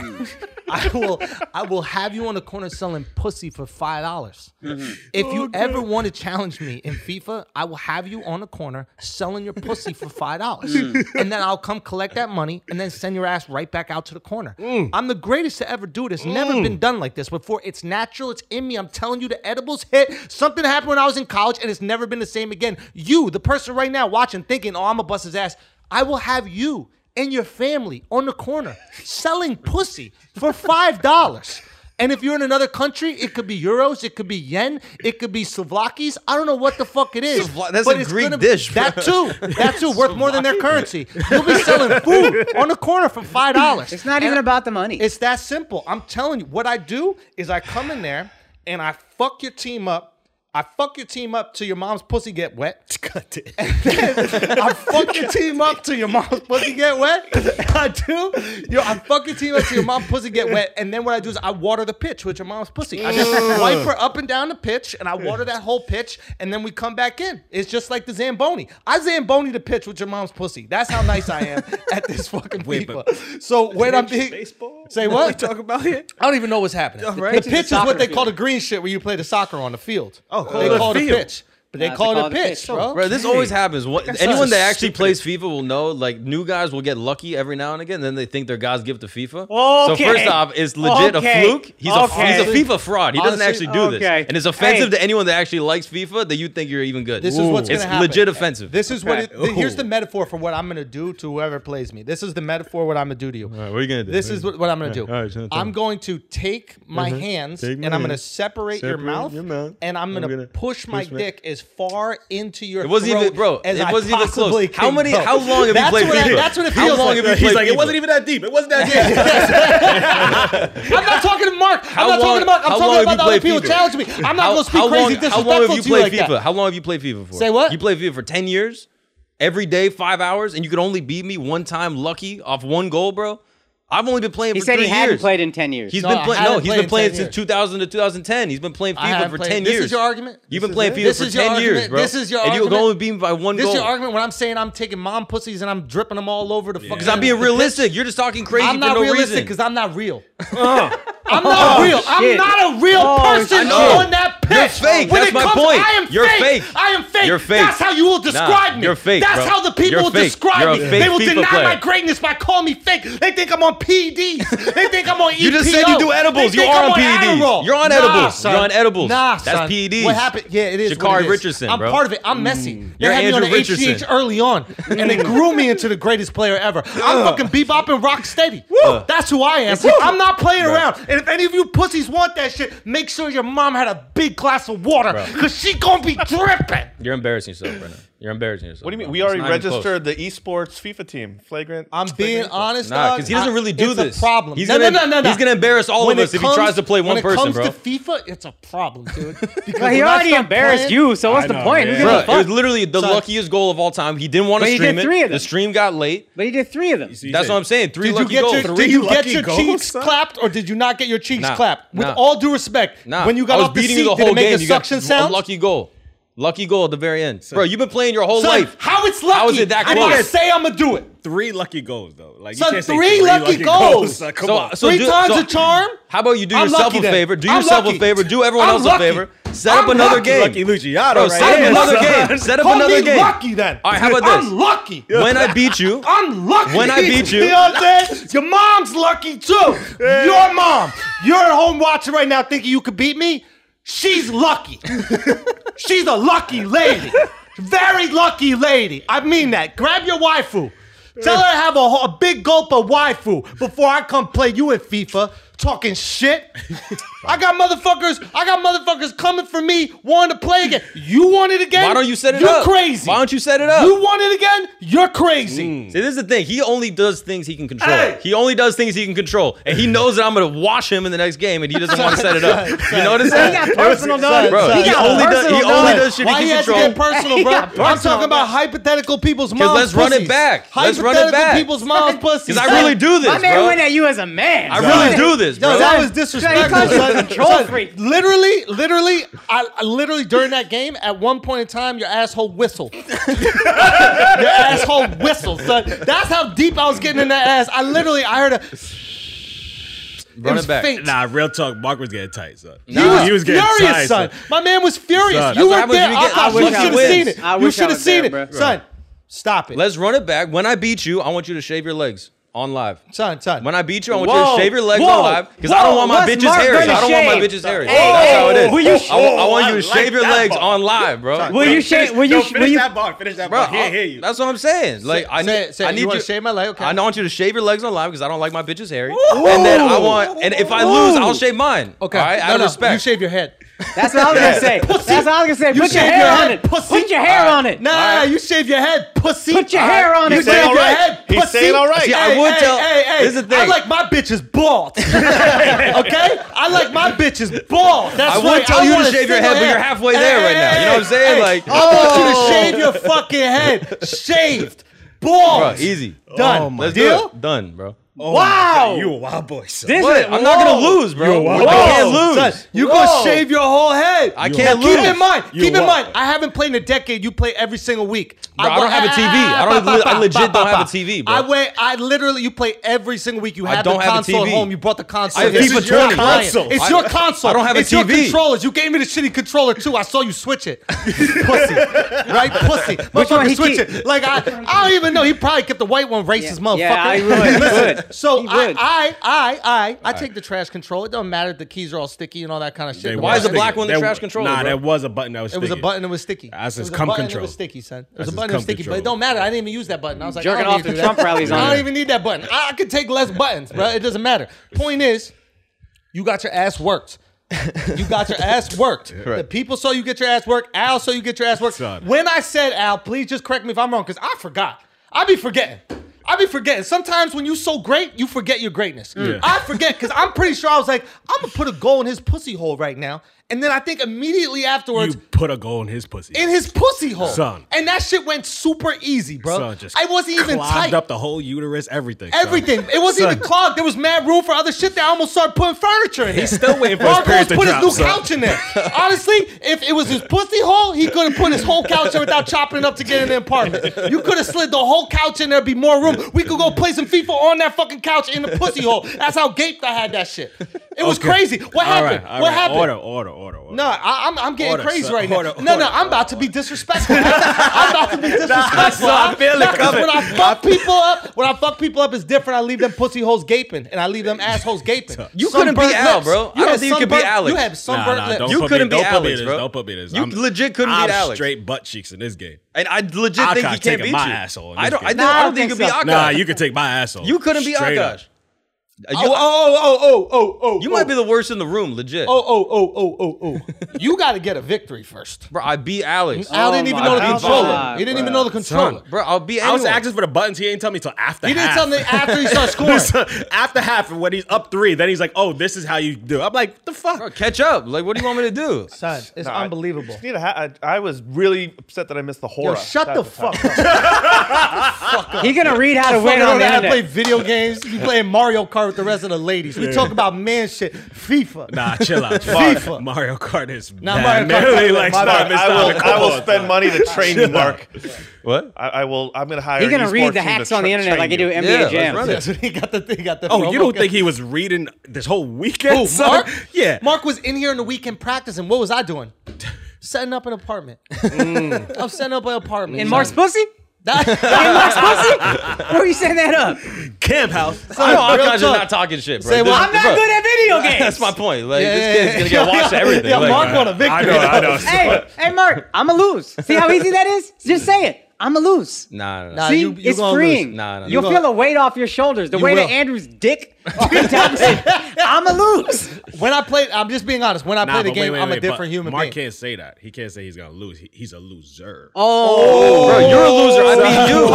S1: I will, I will have you on the corner selling pussy for five dollars. If you ever want to challenge me in FIFA, I will have you on the corner selling your pussy for five dollars, and then I'll come collect that money and then send your ass right back out to the corner. I'm the greatest to ever do this. Never been done like this before. It's natural. It's in me. I'm telling you, the edibles hit. Something happened when I was in college, and it's never been the same again. You, the person right now watching, thinking, "Oh, I'm a bust his ass," I will have you and your family on the corner selling pussy for five dollars. And if you're in another country, it could be euros, it could be yen, it could be Slovakis. I don't know what the fuck it is.
S3: Slovak- that's
S1: but
S3: a
S1: it's
S3: Greek
S1: gonna-
S3: dish, bro.
S1: That too. That too. Worth more than their currency. You'll be selling food on the corner for five dollars.
S2: It's not even about the money.
S1: It's that simple. I'm telling you, what I do is I come in there and I fuck your team up. I fuck your team up till your mom's pussy get wet. I fuck your team up till your mom's pussy get wet. I do. Yo, I fuck your team up till your mom's pussy get wet. And then what I do is I water the pitch with your mom's pussy. I just wipe her up and down the pitch and I water that whole pitch. And then we come back in. It's just like the Zamboni. I Zamboni the pitch with your mom's pussy. That's how nice I am at this fucking
S4: Wait,
S1: FIFA.
S4: but-
S1: so when I'm being.
S4: baseball?
S1: Say what?
S4: We talk about it.
S1: I don't even know what's happening.
S2: right.
S1: The
S2: Pitch is
S1: pitch is
S2: the
S1: what
S2: soccer
S1: they call the
S2: field.
S1: green shit where you play the soccer on the field. Oh,
S4: call
S1: they
S4: it a
S1: call it a
S4: field.
S1: pitch, but they
S2: Nah,
S1: call it a pitch, bro.
S3: Bro, this always happens. What, anyone that actually plays FIFA will know. Like new guys will get lucky every now and again. Then they think they're God's gift to FIFA.
S2: Okay.
S3: So first off, it's legit
S2: Okay.
S3: a fluke. He's
S2: Okay.
S3: a he's a FIFA fraud. He doesn't
S1: Honestly-
S3: actually do
S2: okay.
S3: this, and it's offensive
S2: Hey.
S3: to anyone that actually likes FIFA that you think you're even good.
S1: This is what's
S3: it's
S1: gonna happen.
S3: legit offensive.
S1: This is what. It,
S4: Okay.
S1: th- here's
S4: Ooh.
S1: the metaphor for what I'm gonna do to whoever plays me. This is the metaphor what I'm gonna do to you.
S3: what are you gonna do?
S1: This is what, what I'm gonna do.
S3: All right, so tell
S1: I'm
S3: me. Uh-huh.
S1: going to take my hands
S3: Take my
S1: and I'm gonna
S3: hands,
S1: separate, your,
S3: separate
S1: mouth,
S3: your mouth,
S1: and I'm gonna,
S3: gonna
S1: push my
S3: push my-
S1: dick as far into your
S3: It wasn't
S1: throat
S3: even- bro,
S1: As
S3: it
S1: I
S3: wasn't even
S1: possibly
S3: close. How
S1: can
S3: many-
S1: go.
S3: how long have you
S1: that's
S3: played
S1: what I-
S3: FIFA?
S1: that's what it
S3: How
S1: feels
S3: long
S1: like.
S3: have you
S4: He's
S3: played
S4: like, it
S3: FIFA?
S4: wasn't even that deep. It wasn't that deep.
S1: I'm not talking to Mark.
S3: How
S1: I'm not
S3: long-
S1: talking to Mark. I'm
S3: how long
S1: talking
S3: have
S1: about
S3: you
S1: the other
S3: played
S1: people
S3: FIFA?
S1: challenge me. I'm not going to
S3: how
S1: speak
S3: long,
S1: crazy
S3: how long have
S1: disrespectful
S3: you
S1: to you
S3: played
S1: like
S3: FIFA?
S1: that.
S3: How long have you played FIFA for?
S1: Say what?
S3: You played FIFA for 10 years? Every day, five hours, and you could only beat me one time lucky off one goal, bro? I've only been playing
S2: He
S3: for
S2: said
S3: three
S2: he hadn't
S3: years.
S2: played in 10 years.
S3: He's
S1: No,
S3: been
S1: I
S3: playing.
S1: haven't
S3: No, he's
S1: played in
S3: been playing
S1: 10
S3: since
S1: years.
S3: 2000 to 2010. He's been playing
S1: I
S3: FIFA
S1: haven't
S3: for
S1: played-
S3: 10
S1: this is
S3: years.
S1: your argument? This
S3: You've been
S1: is
S3: playing
S1: it?
S3: FIFA
S1: This
S3: for
S1: is your
S3: 10 years,
S1: argument.
S3: bro.
S1: This is your
S3: and you
S1: argument.
S3: can only beat me by one
S1: This
S3: goal.
S1: is your argument when I'm saying I'm taking mom pussies and I'm dripping them all over the fucking.
S3: Because I'm being realistic. You're just talking crazy
S1: I'm
S3: for
S1: not
S3: no
S1: realistic
S3: reason.
S1: because I'm not real.
S3: Uh.
S1: I'm not
S3: Oh,
S1: real. I'm
S2: shit.
S1: not a real
S2: Oh,
S1: person
S2: I know.
S1: on that pitch.
S3: You're fake.
S1: When
S3: That's
S1: it
S3: my
S1: comes,
S3: point.
S1: I am
S3: You're
S1: fake.
S3: fake.
S1: I am fake.
S3: You're fake.
S1: That's how you will
S3: Nah,
S1: describe me.
S3: you're fake,
S1: That's
S3: bro.
S1: how the people
S3: You're
S1: will
S3: fake.
S1: describe
S3: You're a
S1: me.
S3: fake
S1: They will
S3: FIFA
S1: deny my
S3: player.
S1: greatness by calling me fake. They think I'm on PEDs. they think I'm on EPO.
S3: You just said you do edibles.
S1: They
S3: You
S1: think
S3: are
S1: I'm
S3: on PEDs.
S1: Adderall.
S3: You're on
S1: Nah,
S3: edibles.
S1: son.
S3: You're on edibles.
S1: Nah,
S3: That's
S1: son.
S3: PEDs.
S1: What happened? Yeah, it is. what
S3: Jakari
S1: it is.
S3: Richardson,
S1: I'm
S3: bro. Mm.
S1: part of it. I'm messy. They
S3: You're
S1: had me on the
S3: Andrew
S1: HGH
S3: Richardson.
S1: early on, and they grew me into the greatest player ever. I'm fucking bebopping rock steady. That's who I am. I'm not playing around. And if any of you pussies want that shit, make sure your mom had a big glass of water, cause she gonna be dripping.
S3: You're embarrassing yourself right now. You're embarrassing yourself.
S5: What do you mean?
S3: bro.
S5: We
S3: It's
S5: already
S3: not even close.
S5: registered the esports FIFA team. Flagrant.
S1: I'm being honest,
S3: Nah,
S1: dog.
S3: because he doesn't
S1: I-
S3: really do
S1: it's
S3: this.
S1: A problem.
S3: He's
S1: no,
S3: gonna-
S1: no, no, no, no.
S3: he's gonna embarrass all
S1: When
S3: of
S1: it
S3: us if he tries to play one person, bro.
S1: When it comes to FIFA, it's a problem, dude. Because
S2: Well, he
S1: when I
S2: already
S1: start
S2: embarrassed
S1: playing-
S2: you, so what's
S4: I
S2: the
S4: know,
S2: point? Who
S4: yeah.
S2: gives
S3: Bro,
S2: a
S3: it
S2: fuck?
S3: was literally the luckiest goal of all time. He didn't want
S2: But
S3: to
S2: he
S3: stream
S2: did
S3: it.
S2: three of them.
S3: The stream got late.
S2: But he did three of them.
S3: That's what I'm saying. Three
S1: Did you
S3: lucky
S1: get
S3: goals.
S1: your,
S4: Three
S1: did you get
S4: lucky
S1: your
S4: goals,
S1: cheeks
S4: son?
S1: clapped or did you not get your cheeks
S3: Nah,
S1: clapped? With
S3: nah.
S1: all due respect,
S3: Nah,
S1: when you
S3: I
S1: got
S3: was
S1: off the
S3: beating
S1: seat,
S3: you the
S1: did
S3: whole
S1: it make
S3: game.
S1: a
S3: you
S1: suction
S3: got
S1: sound?
S3: a lucky goal. Lucky goal at the very end. Bro, you've been playing your whole
S1: Son,
S3: life.
S1: how it's lucky?
S3: How is it that
S1: If I
S3: close?
S1: say I'm gonna do it.
S4: Three lucky goals, though. Like,
S1: Son,
S4: you can't say
S1: three lucky goals.
S4: Like, come
S3: So-
S4: on.
S3: so
S1: Three
S3: do-
S1: times
S3: so-
S1: a charm.
S3: How about you do
S1: I'm
S3: yourself
S1: lucky
S3: a
S1: then.
S3: favor? Do
S1: I'm
S3: yourself
S1: lucky.
S3: a favor. Do everyone
S1: I'm
S3: else
S1: lucky.
S3: a favor. Set up
S1: I'm
S3: another
S1: lucky.
S3: game.
S4: lucky Luciano,
S3: Bro,
S4: right?
S3: set
S4: there.
S1: I'm
S3: up another
S1: lucky.
S3: game. Set up
S1: Call
S3: another
S1: me
S3: game.
S1: lucky then.
S3: All right, how about this?
S1: I'm lucky.
S3: When I beat you,
S1: I'm lucky.
S3: When I beat you-
S1: You know what I'm saying? Your mom's lucky too. Your mom. You're at home watching right now thinking you could beat me. She's lucky. She's a lucky lady. Very lucky lady. I mean that. Grab your waifu. Tell her to have a, whole- a big gulp of waifu before I come play you at FIFA talking shit. I got motherfuckers, I got motherfuckers coming for me wanting to play again. You want it again?
S3: Why don't you set it
S1: You're
S3: up?
S1: crazy.
S3: Why don't you set it up? Mm.
S1: You want it again? You're crazy.
S3: See, this is the thing. He only does things he can control.
S1: Hey!
S3: He only does things he can control, and he knows that I'm going to wash him in the next game, and he doesn't want to set it up. You notice that,
S2: He got personal notes.
S3: bro?
S1: He
S3: He,
S1: got
S3: only does.
S2: personal
S3: He only
S2: knowledge.
S3: does shit he
S1: Why
S3: can
S1: you has to
S3: control.
S1: get personal, bro?
S2: Yeah,
S1: I'm
S2: personal,
S1: talking about
S2: bro.
S1: hypothetical people's moms.
S3: let's run it
S1: pussies.
S3: back. Let's run it
S1: Hypothetical
S3: back.
S1: people's moms pussies.
S3: Because I really do this,
S2: My man
S3: bro.
S2: went at you as a man.
S3: I really do this,
S1: No,
S3: bro.
S1: that was
S2: He
S1: disrespectful.
S2: calls you a
S1: son.
S2: control
S1: Son,
S2: freak.
S1: Literally, literally, I, I literally during that game, at one point in time, your asshole whistled. your asshole whistled, son. That's how deep I was getting in that ass. I literally, I heard a.
S3: Run
S1: it
S3: it
S1: was
S3: back.
S1: faint.
S4: Nah, real talk. Mark was getting tight, son.
S1: He was, furious, son. My man was furious.
S4: Son,
S1: you
S3: that's what
S1: were
S3: happens
S1: there.
S3: when you get-
S1: I,
S3: I
S1: thought you
S3: wish I
S1: should have
S3: was.
S1: seen it.
S2: I
S1: you
S2: wish I
S1: should have
S2: was
S1: seen
S2: there,
S1: it,
S2: bro.
S1: son. Stop it,
S3: Let's run it back. When I beat you, I want you to shave your legs on live.
S1: son. Son.
S3: When I beat you, I want
S1: Whoa,
S3: you to shave your legs
S1: whoa,
S3: on live because I don't want my
S2: what's
S3: bitches
S2: Mark
S3: hairy. I
S2: gonna
S3: don't want my
S2: shave?
S3: bitches hairy.
S1: Oh.
S2: Hey,
S3: That's how it
S2: hey,
S3: is.
S2: will you
S3: I, want- I want
S4: shave? I
S3: you to
S4: like
S3: shave your
S4: that
S3: legs
S4: part.
S3: on live, bro.
S2: Will you shave? Will you?
S4: finish
S2: Will you?
S4: that bar. Finish that
S3: Bro,
S4: bar. Here,
S3: I'll-
S4: hear you.
S3: That's what I'm saying. Like, I
S1: say
S3: need,
S1: it, say it.
S3: I
S1: You
S3: need
S1: wanna shave my leg? Okay.
S3: I want you to shave your legs on live because I don't like my bitches hairy. And then I want, and if I lose, I'll shave mine.
S1: Okay.
S3: all right?
S1: no,
S3: out of
S1: no,
S3: respect.
S1: You shave your head.
S2: That's what I was gonna say. That's what I was gonna say.
S1: You
S2: Put your
S1: shave
S2: hair
S1: your
S2: on
S1: head,
S2: it.
S1: pussy.
S2: Put your hair on it.
S1: Nah, you shave your head, pussy.
S2: Put your
S1: All
S2: hair on
S1: you
S2: it,
S1: shave
S2: bro.
S1: your
S5: Alright.
S1: head,
S5: He's
S1: pussy.
S5: saying alright.
S3: See, I
S1: Hey,
S3: would
S1: hey,
S3: tell-
S1: Hey, hey,
S3: Here's the
S1: I
S3: thing.
S1: like my bitches bald. okay? I like my bitches bald. That's
S3: I
S1: right.
S3: would tell you
S1: wanna
S3: to shave your
S1: single
S3: head, but
S1: hair.
S3: you're halfway
S1: Hey,
S3: there
S1: hey,
S3: right now. You know what I'm
S1: hey,
S3: saying?
S1: hey.
S3: Like, oh.
S1: I want you to shave your fucking head, shaved, bald,
S3: bro, easy.
S1: done.
S4: Oh my
S3: Let's
S1: Deal?
S3: do it. Done, bro.
S1: wow.
S4: You a wild boy, son.
S2: This
S3: What?
S2: is-
S3: I'm not gonna
S2: Whoa.
S3: lose, bro.
S4: You're
S3: I
S4: a-
S3: can't
S1: Son,
S3: lose.
S1: you
S2: Whoa.
S1: gonna shave your whole head.
S3: I can't
S1: Now, Keep
S3: lose.
S1: in mind.
S4: You
S1: keep in
S4: won't.
S1: mind. I haven't played in a decade. You play every single week.
S3: Bro, I don't have a TV. I don't- I legit don't have a TV, bro.
S1: I wait. I literally. You play every single week. You
S3: I
S1: have
S3: don't
S1: the
S3: have a
S1: console at
S3: TV.
S1: home. You brought the console.
S3: I have
S1: here.
S3: FIFA
S1: This is your
S3: 20.
S1: client.
S4: Console.
S1: It's
S3: I-
S1: your console.
S3: I don't have a
S1: it's your
S3: TV.
S1: controllers. You gave me the shitty controller too. I saw you switch it, pussy. Right, pussy.
S2: one
S1: Motherfucker,
S2: he
S1: switch
S2: keep?
S1: it. Like I, I don't even know. He probably kept the white one racist, motherfucker.
S2: Yeah, I would.
S1: Listen,
S2: Would.
S1: so
S2: He
S1: I,
S2: would.
S1: I, I, I, I take the trash control. It don't matter if the keys are all sticky and all that kind of shit.
S4: They
S3: Why
S4: were
S3: is the
S4: sticking.
S3: black one the
S4: There-
S3: trash controller,
S4: Nah,
S3: bro?
S4: that was a button that was
S1: It was a
S4: sticking.
S1: button that was sticky.
S4: That's
S1: it was
S4: his
S1: a
S4: cum
S1: button that
S4: control.
S1: was sticky, son. It was
S4: That's
S1: a
S4: his
S1: button that was
S4: cum
S1: sticky, but it
S4: control.
S1: don't matter. I didn't even use that button. I was like,
S2: Jerking
S1: I don't
S2: off
S1: need to
S2: the
S1: do
S2: Trump
S1: that.
S2: rallies
S1: I
S2: on
S1: don't
S2: it.
S1: even need that button. I, I could take less buttons, bro. It doesn't matter. Point is, you got your ass worked. You got your ass worked. The people saw you get your ass worked. Al saw you get your ass worked.
S4: Son.
S1: When I said Al, please just correct me if I'm wrong, because I forgot. I be forgetting. I be forgetting. Sometimes when you so great, you forget your greatness. I forget because I'm pretty sure I was like, I'm gonna put a goal in his pussy hole right now, and then I think immediately afterwards.
S4: You put a goal in his pussy.
S1: in his pussy hole,
S4: Son.
S1: and that shit went super easy, bro.
S4: Son, just
S1: I wasn't even
S4: clogged
S1: tight.
S4: up the whole uterus, everything. son.
S1: Everything. It wasn't even clogged. There was mad room for other shit there. I almost started putting furniture in. He's
S4: still waiting for his parents to
S1: put
S4: drop,
S1: his new
S4: son.
S1: couch in there. Honestly, if it was his pussy hole, he could have put his whole couch in without chopping it up to get in the apartment. You could have slid the whole couch in there, be more room. We could go play some FIFA on that fucking couch in the pussy hole. That's how gaped I had that shit. It was
S4: Okay.
S1: crazy. What
S4: All
S1: happened?
S4: right, all
S1: what
S4: right.
S1: happened?
S4: Order, order, order, order.
S1: No, I, I'm, I'm getting
S4: Order,
S1: crazy
S4: son.
S1: right now.
S4: Order,
S1: no, no,
S4: order,
S1: I'm about to be disrespectful. I'm about to be disrespectful. I feel it coming. When I fuck people up, when I fuck people up, it's different. I leave them pussy holes gaping, and I leave them assholes gaping.
S3: You couldn't be
S1: Sunburnt
S3: Al,
S1: lips.
S3: bro. I
S1: had
S3: don't think you could be
S1: sunburnt-
S3: Alex.
S1: You have sunburnt
S4: nah,
S1: lips.
S4: don't
S3: You
S4: put
S3: couldn't
S4: me,
S3: be
S4: don't put me
S3: Alex,
S4: in this,
S3: bro.
S4: Don't put me in this.
S3: You legit couldn't
S4: I'm
S3: beat Alex.
S4: straight butt cheeks in this game.
S3: And I legit
S4: Akash
S3: think he can't
S4: taking
S3: beat
S4: my
S3: you.
S4: asshole in
S3: I
S4: this
S3: don't. I
S4: game.
S3: don't, I don't
S2: Nah, I
S3: think you
S2: don't
S3: could be
S2: think so.
S3: Akash.
S4: Nah, you could take my asshole.
S3: You couldn't be
S4: Straight up.
S3: Akash. You, oh, oh, oh, oh, oh. You might be the worst in the room, legit.
S1: Oh, oh, oh, oh, oh, oh. You got to get a victory first.
S3: bro, I beat Alex.
S1: Al didn't
S4: Oh
S1: even
S2: my
S1: know the
S2: God,
S1: controller. He didn't even
S2: bro.
S1: know the controller.
S3: Bro, I'll beat
S4: I
S3: anyone.
S4: was asking for the buttons. He ain't tell me till after.
S1: He didn't
S4: half.
S1: tell me after he started scoring.
S4: Listen, after half, and when he's up three, then he's like, "Oh, this is how you do." I'm like, "What the fuck?"
S3: Bro, catch up. Like, what do you want me to do?
S1: Son, it's
S5: I-
S1: unbelievable.
S5: Need a ha- I, I was really upset that I missed the horror.
S1: Yo, shut the fuck up.
S2: He's gonna read how to
S1: Fucking
S2: win on the
S1: I play
S2: internet.
S1: video games. You playing Mario Kart with the rest of the ladies. We talk about man shit. FIFA.
S4: Nah, chill out.
S1: FIFA.
S4: Mario Kart is
S1: Nah, Mario Kart-
S4: bad. Man, they like
S1: Mario-
S4: start
S5: I will, I will spend money to train you, Mark.
S3: What?
S5: I, I will. I'm gonna hire.
S2: He's gonna
S5: an
S2: read
S5: esports
S2: the
S5: team to
S2: hacks on the
S5: tra-
S2: internet
S5: train
S2: like he
S5: you.
S2: do
S3: Yeah,
S2: NBA
S3: let's
S2: Jam.
S3: run it.
S1: That's what he got the he got the
S4: Oh,
S1: promo
S4: you don't
S1: code.
S4: think he was reading this whole weekend?
S1: Who,
S4: son?
S1: Mark?
S4: Yeah.
S1: Mark was in here in the weekend practicing. What was I doing? Setting up an apartment.
S4: Mm.
S1: I'm setting up an apartment.
S2: In Mark's pussy?
S1: That-
S2: In Mark's pussy? Where are you setting that up?
S4: Camp house.
S3: I know
S1: real
S3: Akash is
S1: talk.
S3: not talking shit, bro.
S1: Say
S3: This-
S1: what?
S2: I'm not
S3: bro,
S2: good at video games.
S3: That's my point. Like,
S1: Yeah, yeah,
S3: this kid's
S1: yeah.
S3: gonna get watched
S1: Yeah,
S3: everything.
S1: yeah,
S3: like,
S1: Mark won a victory.
S4: I know. I know.
S2: Hey, hey, Mark, I'm gonna lose. See how easy that is? Just say it. I'm gonna lose.
S3: Nah, nah,
S1: Nah,
S3: nah.
S2: See,
S1: you- you
S2: it's
S1: gonna lose.
S2: freeing.
S3: Nah, nah, nah.
S2: You'll
S1: You
S2: feel
S1: gonna-
S2: a weight off your shoulders. The
S1: You
S2: weight
S1: will.
S2: of Andrew's dick. I'm gonna lose.
S1: when I played, I'm just being honest. When I
S4: Nah,
S1: play the
S4: but
S1: game,
S4: wait, wait,
S1: I'm
S4: wait,
S1: a
S4: but
S1: different human
S4: Mark
S1: being.
S4: can't say that. He can't say he's gonna lose. He- he's a loser.
S2: Oh,
S3: Bro, you're a loser. I mean, you.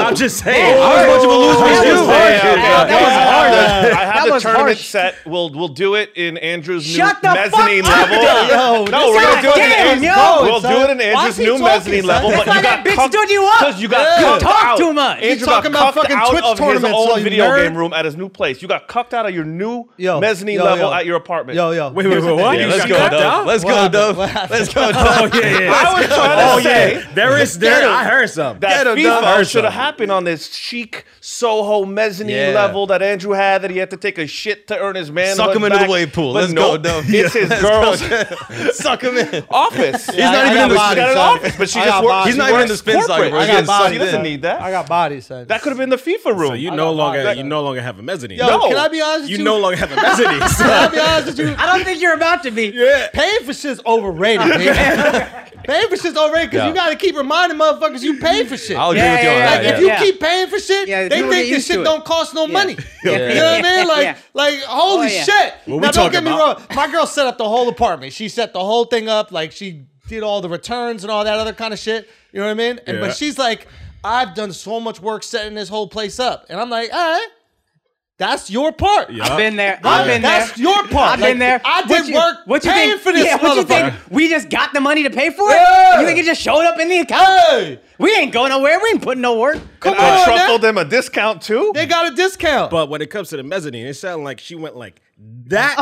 S4: I'm just saying.
S3: I was much of a loser as you.
S5: Hey,
S2: That
S5: okay, okay.
S2: was
S5: I
S2: harsh.
S5: have the- I have
S2: That
S5: the
S2: was
S5: tournament
S2: harsh.
S5: set. We'll we'll do it in Andrew's
S2: Shut
S5: new
S2: the fuck
S5: mezzanine
S2: up.
S5: level.
S1: Yo,
S5: no,
S1: this
S5: we're gonna
S2: guy-
S5: do it.
S2: Damn,
S5: in Andrew's,
S2: yo,
S5: we'll
S1: son.
S5: do it in
S1: Why
S5: Andrew's
S1: is he
S5: new
S1: talking,
S5: mezzanine
S1: son?
S5: level.
S1: That's
S5: But
S2: why
S5: you
S2: that
S5: got
S2: bitch
S5: cucked-
S2: stood you up.
S5: Cause you got
S1: Yeah.
S5: cucked
S2: Talk
S5: out.
S2: too much.
S5: Andrew
S1: You
S5: got
S1: talking about
S5: cucked
S1: fucking
S5: out
S1: Twitch
S5: of his
S1: tournaments,
S5: own
S1: you
S5: video
S1: nerd.
S5: game room at his new place. You got cucked out of your new
S1: Yo,
S5: mezzanine
S1: yo,
S5: level
S1: yo.
S5: at your apartment.
S1: Yo, yo.
S4: Wait, wait, wait. What?
S3: Yeah,
S4: You
S3: let's
S4: got
S3: go,
S4: cucked
S3: Dove.
S4: out?
S3: Let's
S1: What
S3: go,
S1: happened?
S3: Dove.
S1: What happened?
S3: Let's go, Dove.
S4: Yeah, yeah.
S5: I was trying to
S4: Oh
S5: say
S4: yeah, there is there. I heard some.
S5: that
S3: Get him, dog.
S5: FIFA
S4: Heard
S5: should have
S4: some.
S5: happened on this chic Soho mezzanine
S3: Yeah.
S5: level that Andrew had that he had to take a shit to earn his manhood
S3: Suck him into
S5: back.
S3: the wave pool.
S5: But
S3: Let's
S5: no,
S3: go, Dove.
S5: It's his girl's
S3: Suck him in.
S5: office. He's
S1: I- I
S3: not
S1: got
S3: even in the-
S1: bodies,
S5: She's got an
S1: son.
S5: office, but she
S1: I
S5: just
S1: got
S5: works.
S1: bodies.
S3: He's not even in the spin cycle,
S5: corporate.
S3: bro. He's
S5: I got
S3: getting
S5: bodies.
S3: sucked
S5: He doesn't
S3: in.
S5: need that.
S1: I got bodies, son.
S5: that could have been the FIFA room.
S4: So you no
S1: got
S4: longer
S1: mine.
S4: you no longer have a mezzanine.
S1: Yo,
S5: No.
S1: can I be honest with you?
S4: you no longer have a mezzanine.
S1: Can I
S4: son.
S1: be honest with you?
S2: I don't think you're about to be.
S1: Paying for shit's overrated. man. paying for shit's overrated because
S3: Yeah.
S1: you got to keep reminding motherfuckers you pay for shit.
S3: I'll agree
S2: Yeah,
S3: with you on
S2: yeah,
S3: that.
S1: Like
S3: yeah.
S1: if you
S2: yeah.
S1: keep paying for shit,
S2: Yeah,
S1: they
S2: people get
S1: think this
S2: used to
S1: shit
S2: it.
S1: don't cost no money.
S2: Yeah.
S1: You know what I mean? Like,
S2: Yeah.
S1: like holy
S2: Oh, yeah.
S1: shit!
S4: we
S1: now don't
S4: talking
S1: get me
S4: about?
S1: wrong. My girl set up the whole apartment. She set the whole thing up. Like she did all the returns and all that other kind of shit. You know what I mean? And
S4: Yeah.
S1: but she's like, I've done so much work setting this whole place up, and I'm like, all right, that's your part.
S4: Yeah.
S2: I've been there.
S1: I-
S2: I've been there.
S1: Uh, that's your part.
S2: I've been there.
S1: Like, I did
S2: What you-
S1: work
S2: What you
S1: paying
S2: think?
S1: for this
S2: yeah, what you think?
S1: motherfucker.
S2: We just got the money to pay for it.
S1: Yeah.
S2: You think it just showed up in the account?
S1: Hey,
S2: We ain't going nowhere. We ain't putting no work.
S1: come
S5: I
S1: on, now.
S5: truffled him a discount too.
S1: they got a discount.
S4: But when it comes to the mezzanine, it sounded like she went like that.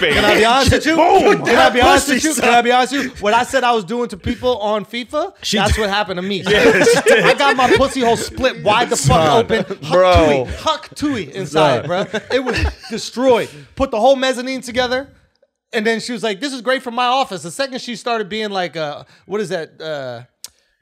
S1: Can I be honest with you?
S4: Boom!
S1: Can I be honest with you?
S4: Pussy
S1: Can I be honest with you? What I said I was doing to people on FIFA, that's what happened to me. I got my pussy hole split wide the fuck open. Huck
S5: Bro.
S1: Tui, Huck Tui inside, bro. It was destroyed. Put the whole mezzanine together. And then she was like, this is great for my office. The second she started being like, uh, what is that? Uh,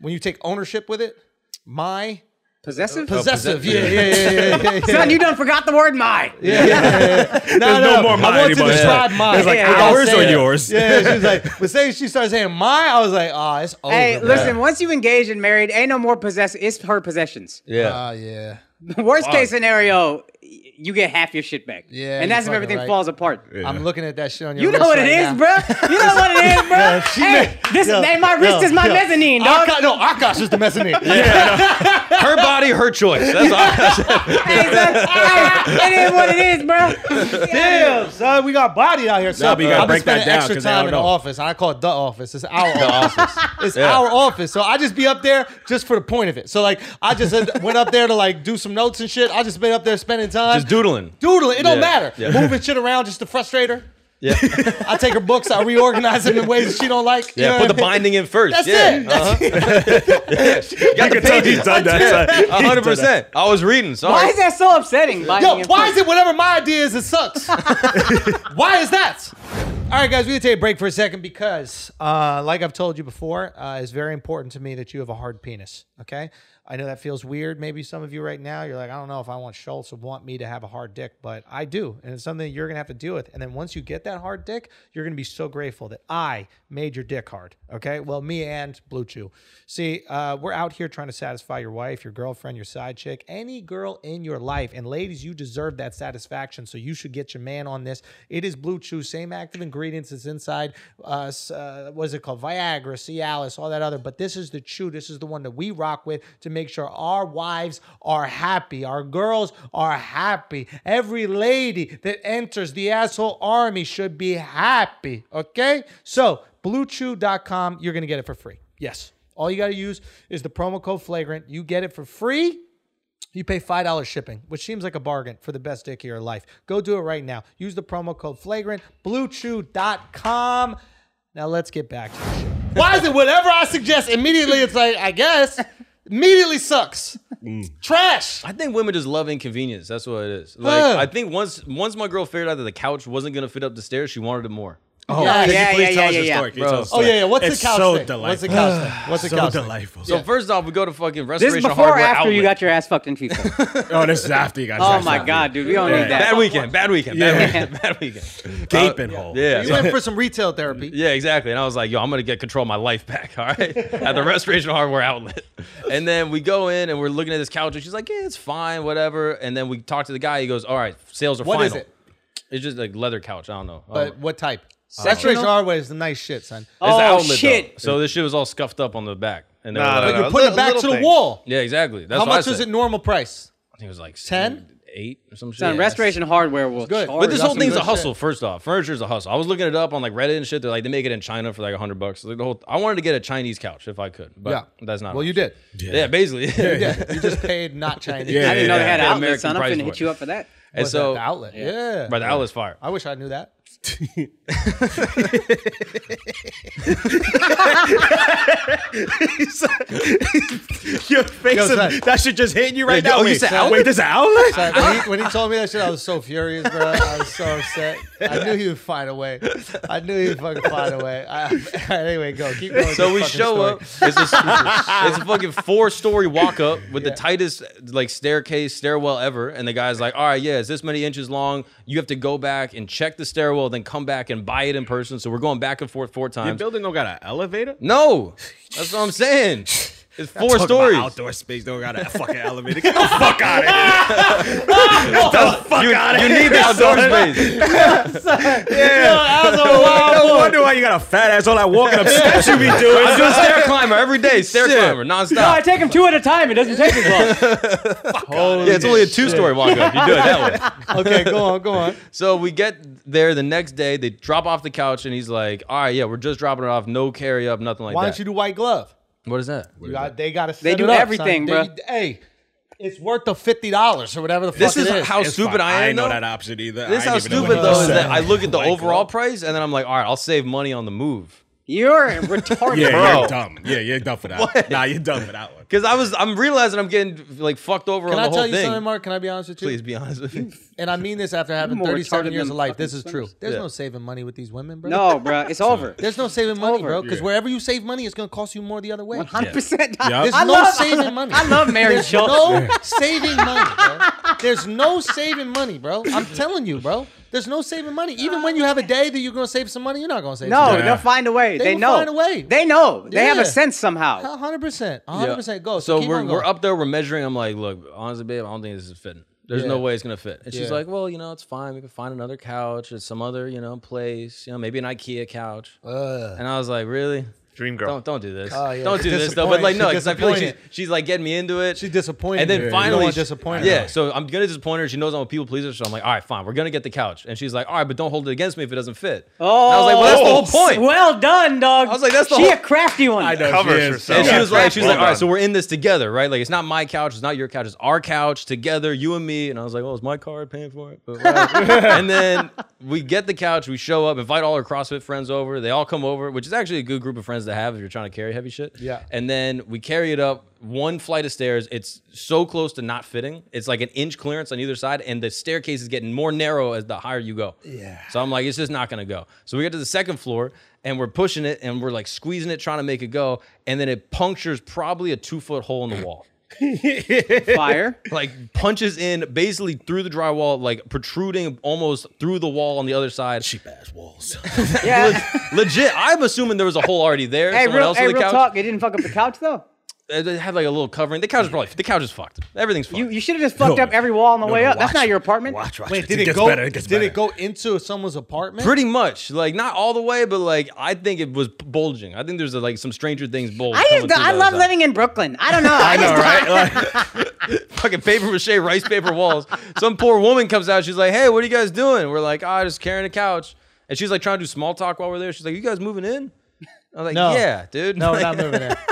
S1: when you take ownership with it? My
S2: Possessive?
S1: possessive. Yeah, yeah, yeah, yeah, yeah, yeah.
S2: Son, you done forgot the word my.
S1: Yeah, yeah, yeah.
S4: There's no more mine
S1: I want
S4: anymore.
S1: to describe
S4: Yeah.
S1: mine.
S4: There's like
S1: I gotta
S4: ours
S1: say
S4: or
S1: it.
S4: yours.
S1: Yeah, she was like, but say she started saying mine, I was like, ah, it's over.
S2: Hey,
S1: bro.
S2: listen, once you engage and married, ain't no more possessive. It's her possessions.
S3: Yeah.
S1: Ah, yeah.
S2: Worst case scenario, y- you get half your shit back.
S1: Yeah, you're
S2: and that's if
S1: fucking
S2: everything
S1: right.
S2: falls apart.
S1: I'm looking at that shit on your
S2: You know
S1: wrist
S2: what it
S1: right
S2: is,
S1: now.
S2: bro. You know what it is, bro.
S1: she
S2: hey,
S1: ma-
S2: this
S1: yo,
S2: is hey, my wrist
S1: yo,
S2: is my
S1: yo.
S2: mezzanine, dog.
S1: Arca- no, Akash is the mezzanine.
S3: Her body, her choice. That's all.
S2: Hey, son, hey, ah, it is what it is, bro.
S1: Damn, son, we got bodied out here. Son.
S4: but you gotta
S1: I've been
S4: break that
S1: spending
S4: down,
S1: extra
S4: 'cause they
S1: time
S4: don't
S1: in the
S4: know.
S1: office. I call it the office. It's our office.
S3: office.
S1: It's our office. So I just be up there just for the point of it. So like I just had- went up there to like do some notes and shit. I just been up there spending time
S3: Just doodling.
S1: doodling. It don't
S3: Yeah,
S1: matter.
S3: yeah.
S1: Moving shit around just to frustrate her.
S3: Yeah.
S1: I take her books. I reorganize them in ways that she don't like. You know
S3: Yeah,
S1: what
S3: put the
S1: I mean?
S3: binding in first.
S1: That's
S3: yeah. Uh, Uh-huh.
S1: it. That's it.
S3: You got the pages.
S4: he's done that. son.
S3: A hundred percent. I was reading. Sorry.
S2: Why is that so upsetting? Biden
S1: Yo,
S2: and
S1: why
S2: Putin?
S1: is it whatever my idea is, it sucks? why is that? All right, guys, we're going to take a break for a second because, uh, like I've told you before, uh, it's very important to me that you have a hard penis, okay? I know that feels weird. Maybe some of you right now, you're like, I don't know if I want Schultz would want me to have a hard dick, but I do. And it's something you're going to have to deal with. And then once you get that hard dick, you're going to be so grateful that I made your dick hard, okay? Well, me and Blue Chew. See, uh, we're out here trying to satisfy your wife, your girlfriend, your side chick, any girl in your life. And ladies, you deserve that satisfaction. So you should get your man on this. It is Blue Chew, same active ingredients that's inside. Uh, s- uh, what is it called? Viagra, Cialis, all that other. But this is the chew. This is the one that we rock with to make sure our wives are happy, our girls are happy. Every lady that enters the asshole army should be happy. Okay, so BlueChew.com, you're gonna get it for free. Yes. All you got to use is the promo code flagrant. You get it for free. You pay $5 shipping, which seems like a bargain for the best dick of your life. Go do it right now. Use the promo code flagrant, bluechew.com. Now let's get back to the show. Why is it whatever I suggest immediately, it's like, I guess, immediately sucks.
S4: Mm.
S1: Trash.
S3: I think women just love inconvenience. That's what it is. Like
S1: Huh.
S3: I think once once my girl figured out that the couch wasn't gonna fit up the stairs, she wanted it more.
S1: Oh,
S2: yeah,
S1: yeah.
S2: yeah,
S4: Please
S2: yeah,
S4: tell
S2: yeah,
S4: us
S2: yeah,
S4: your
S2: yeah.
S4: story. Can you tell us
S1: Oh,
S4: your
S1: yeah,
S4: story?
S1: yeah. What's
S4: it's
S1: the couch
S4: so
S1: thing?
S4: Delightful.
S1: What's the couch thing? What's the
S4: so
S1: couch thing?
S4: delightful.
S3: So first off, we go to fucking
S2: This is
S3: restoration
S2: before or
S3: hardware
S2: after you
S3: outlet.
S2: got your ass fucked in FIFA.
S4: Oh, this is after you guys.
S2: oh
S4: actually-
S2: my god, dude, we don't
S4: Yeah.
S2: need that.
S3: bad weekend, bad weekend, bad
S4: Yeah.
S3: weekend, bad weekend.
S4: Gaping
S3: Uh,
S4: hole.
S3: Yeah.
S1: You went for some retail therapy.
S3: Yeah, exactly. And I was like, yo, I'm going to get control of my life back, all right? At the restoration hardware outlet. And then we go in and we're looking at this couch and she's like, yeah, it's fine, whatever. And then we talk to the guy. He goes, all right, sales are
S1: What
S3: final.
S1: is it?
S3: It's just like leather couch. I don't know. I don't
S1: But
S3: know.
S1: what type?
S4: Uh,
S2: Sectional?
S1: Saturation hardware is the nice shit, son.
S3: It's the
S2: Oh,
S3: though.
S2: shit.
S3: So this shit was all scuffed up on the back. And they
S5: Nah,
S3: were
S5: nah,
S3: like,
S5: nah.
S1: You're putting it
S5: little-
S1: back
S5: little
S1: to the
S5: things.
S1: wall.
S3: yeah, exactly. That's
S1: How
S3: what I
S1: much was
S3: said.
S1: it normal price?
S3: I think it was like
S1: 10?
S3: eight or some shit.
S2: Son,
S3: Yeah.
S2: restoration hardware will
S1: good.
S2: charge
S3: But
S2: us
S3: this whole
S2: some
S3: thing's a
S2: good
S3: hustle. First off, furniture's a hustle. I was looking it up on like Reddit and shit. They're like they make it in China for like hundred bucks. Like the whole, I wanted to get a Chinese couch if I could, but that's not.
S1: Well,
S3: an
S1: you
S3: option.
S1: did.
S3: Yeah, basically.
S1: Yeah, you just paid not Chinese.
S4: Yeah,
S2: shit. I didn't know they had
S3: Yeah,
S2: outlets,
S3: American
S2: son. I'm
S3: price
S2: finna
S3: point.
S2: hit you up for that.
S3: and
S1: Was that
S3: so,
S1: the outlet. Yeah.
S3: but the outlet's fire.
S1: I wish I knew that.
S4: Your face,
S1: Yo, son.
S4: is, that shit just hitting you right
S3: Yeah,
S4: now.
S3: yo, you
S4: wait,
S3: said outlet?
S4: wait, this is an outlet?
S1: But when, he, when he told me that shit, I was so furious, bro. I was so upset. I knew he would find a way. I knew he would fucking find a way. I, anyway, go. Keep going. with
S3: So
S1: your
S3: we
S1: fucking
S3: show
S1: story.
S3: up. It's a, it's a fucking four story walk up with the tightest like staircase stairwell ever. And the guy's like, "All right, yeah, it's this many inches long. You have to go back and check the stairwell, then come back and buy it in person." So we're going back and forth four
S4: Your
S3: times.
S4: building don't got an elevator.
S3: No, that's what I'm saying. It's four
S4: Talking about
S3: stories.
S4: Outdoor space don't got a fucking elevator. Get the fuck out of here. Get the fuck out of
S3: You
S4: here.
S3: need the outdoor
S4: son.
S3: space.
S4: Yeah. No wonder why you got a fat ass all that walking up steps you be doing.
S3: I do a stair climber every day. Stair climber,
S2: No, I
S3: nonstop.
S2: take them two at a time. It doesn't take as long.
S3: Yeah, it's only a two-story walk up. You do it that way.
S1: Okay, go on, go on.
S3: So we get there the next day. They drop off the couch, and he's like, "All right, yeah, we're just dropping it off. No carry up, nothing like
S1: Why
S3: that."
S1: don't you do white glove?
S3: what is that?
S1: You got, they got to.
S2: They do
S1: it up, son.
S2: everything,
S1: They-
S2: bro.
S1: hey, it's worth the fifty dollars or whatever the
S3: This
S1: fuck
S3: is
S1: it is.
S3: how
S4: It's
S3: stupid
S4: fine.
S3: I am.
S4: ain't know
S3: though.
S4: that option either.
S3: This is
S4: I
S3: how
S4: ain't even know
S3: stupid
S4: what
S3: though
S4: you
S3: is
S4: said. oh.
S3: that I look at the
S4: White
S3: overall
S4: glove.
S3: price, and then I'm like, "All right, I'll save money on the move."
S2: You're retarded,
S4: Yeah,
S2: bro.
S4: you're dumb. Yeah, you're dumb for that. Nah, you're dumb for that one.
S3: Because I was, I'm realizing I'm getting like fucked over
S1: Can
S3: on
S1: I
S3: the whole
S1: tell you
S3: thing.
S1: something, Mark? Can I be honest with you?
S3: Please be honest with me.
S1: And I mean this after having
S2: more
S1: 37
S2: retarded
S1: years
S2: than
S1: of life. This is
S2: fucking
S1: true.
S2: swingers.
S1: There's
S3: Yeah.
S1: no saving money with these women, bro.
S2: No, bro, it's over.
S1: There's no saving money,
S2: over.
S1: bro, because
S4: Yeah.
S1: wherever you save money, it's going to cost you more the other way.
S2: 100%. I,
S4: Yup.
S1: There's
S2: I
S1: no
S2: love,
S1: saving money.
S2: I love Mary
S1: There's
S2: Schultz.
S1: no saving money, bro. There's no saving money, bro. I'm telling you, bro. There's no saving money. Even when you have a day that you're going to save some money, you're not going to save
S2: No,
S1: some money.
S2: they'll find a way. They,
S1: They will
S2: know.
S1: find a way.
S2: They know. They have
S1: Yeah.
S2: a sense somehow.
S1: 100%.
S3: Yeah.
S1: 100% go. So,
S3: So
S1: keep
S3: we're
S1: on
S3: we're
S1: going.
S3: up there. We're measuring. I'm like, look, honestly, babe, I don't think this is fitting. There's no
S1: Yeah.
S3: way it's gonna fit. And she's
S1: Yeah.
S3: like, well, you know, it's fine. We can find another couch at some other, you know, place. You know, maybe an IKEA couch. and I was like, really?
S5: Dream girl.
S3: Don't don't do this.
S1: Oh, yeah.
S3: Don't do this though. But
S1: Disappointed.
S3: like no,
S1: She
S3: because I feel like she's,
S1: disappointed.
S3: she's like getting me into it.
S1: She disappointed
S3: And then
S1: you. You don't
S3: finally,
S1: wanna
S3: she-
S1: disappoint her.
S3: Yeah. So I'm gonna disappoint her. She knows I'm a people pleaser. So I'm like, all right, fine. We're gonna get the couch. And she's like, all right, but don't hold it against me if it doesn't fit.
S2: Oh,
S3: And I was like, well, that's the whole point.
S2: Well done, dog. I
S3: was like, that's the
S2: she
S3: whole-
S2: a crafty one.
S4: I know.
S5: Covers
S4: she is.
S5: herself.
S3: And she
S5: Yeah.
S3: was like, she was
S5: Well
S3: like, all right,
S5: done.
S3: so we're in this together, right? Like, it's not my couch, it's not your couch, it's our couch together, you and me. And I was like, well, it's my card paying for it. But whatever. and then we get the couch, we show up, invite all our CrossFit friends over. They all come over, which is actually a good group of friends to have if you're trying to carry heavy shit.
S1: Yeah.
S3: And then we carry it up one flight of stairs. It's so close to not fitting. It's like an inch clearance on either side, and the staircase is getting more narrow as the higher you go. Yeah. So I'm like, it's just not gonna go. So we get to the second floor and we're pushing it and we're like squeezing it, trying to make it go, and then it punctures probably a two foot hole in the wall.
S2: Fire.
S3: Like punches in basically through the drywall, like protruding almost through the wall on the other side.
S4: Cheap ass walls.
S2: Yeah.
S3: Legit, I'm assuming there was a hole already there.
S2: hey,
S3: Someone
S2: real,
S3: else
S2: hey,
S3: on the
S2: real
S3: couch.
S2: talk. It didn't fuck up the couch though.
S3: It had like a little covering. The couch is probably the couch is fucked. Everything's fucked.
S2: You you should have just fucked up every wall on the way up. That's not your apartment.
S4: Watch, watch.
S1: Wait, did it,
S4: gets
S1: go?
S4: Better, it gets
S1: did
S4: better.
S1: it go into someone's apartment?
S3: Pretty much, like not all the way, but like I think it was bulging. I think there's like some Stranger Things bulge.
S2: I
S3: coming
S2: just
S3: through
S2: I
S3: the
S2: love
S3: outside.
S2: living in Brooklyn. I don't know.
S4: I know, right? Like,
S3: fucking paper mache rice paper walls. Some poor woman comes out. She's like, "Hey, what are you guys doing?" We're like, "Ah, just carrying a couch." And she's like trying to do small talk while we're there. She's like, "You guys moving in?" I was like,
S1: No.
S3: "Yeah, dude."
S1: No, we're not moving in.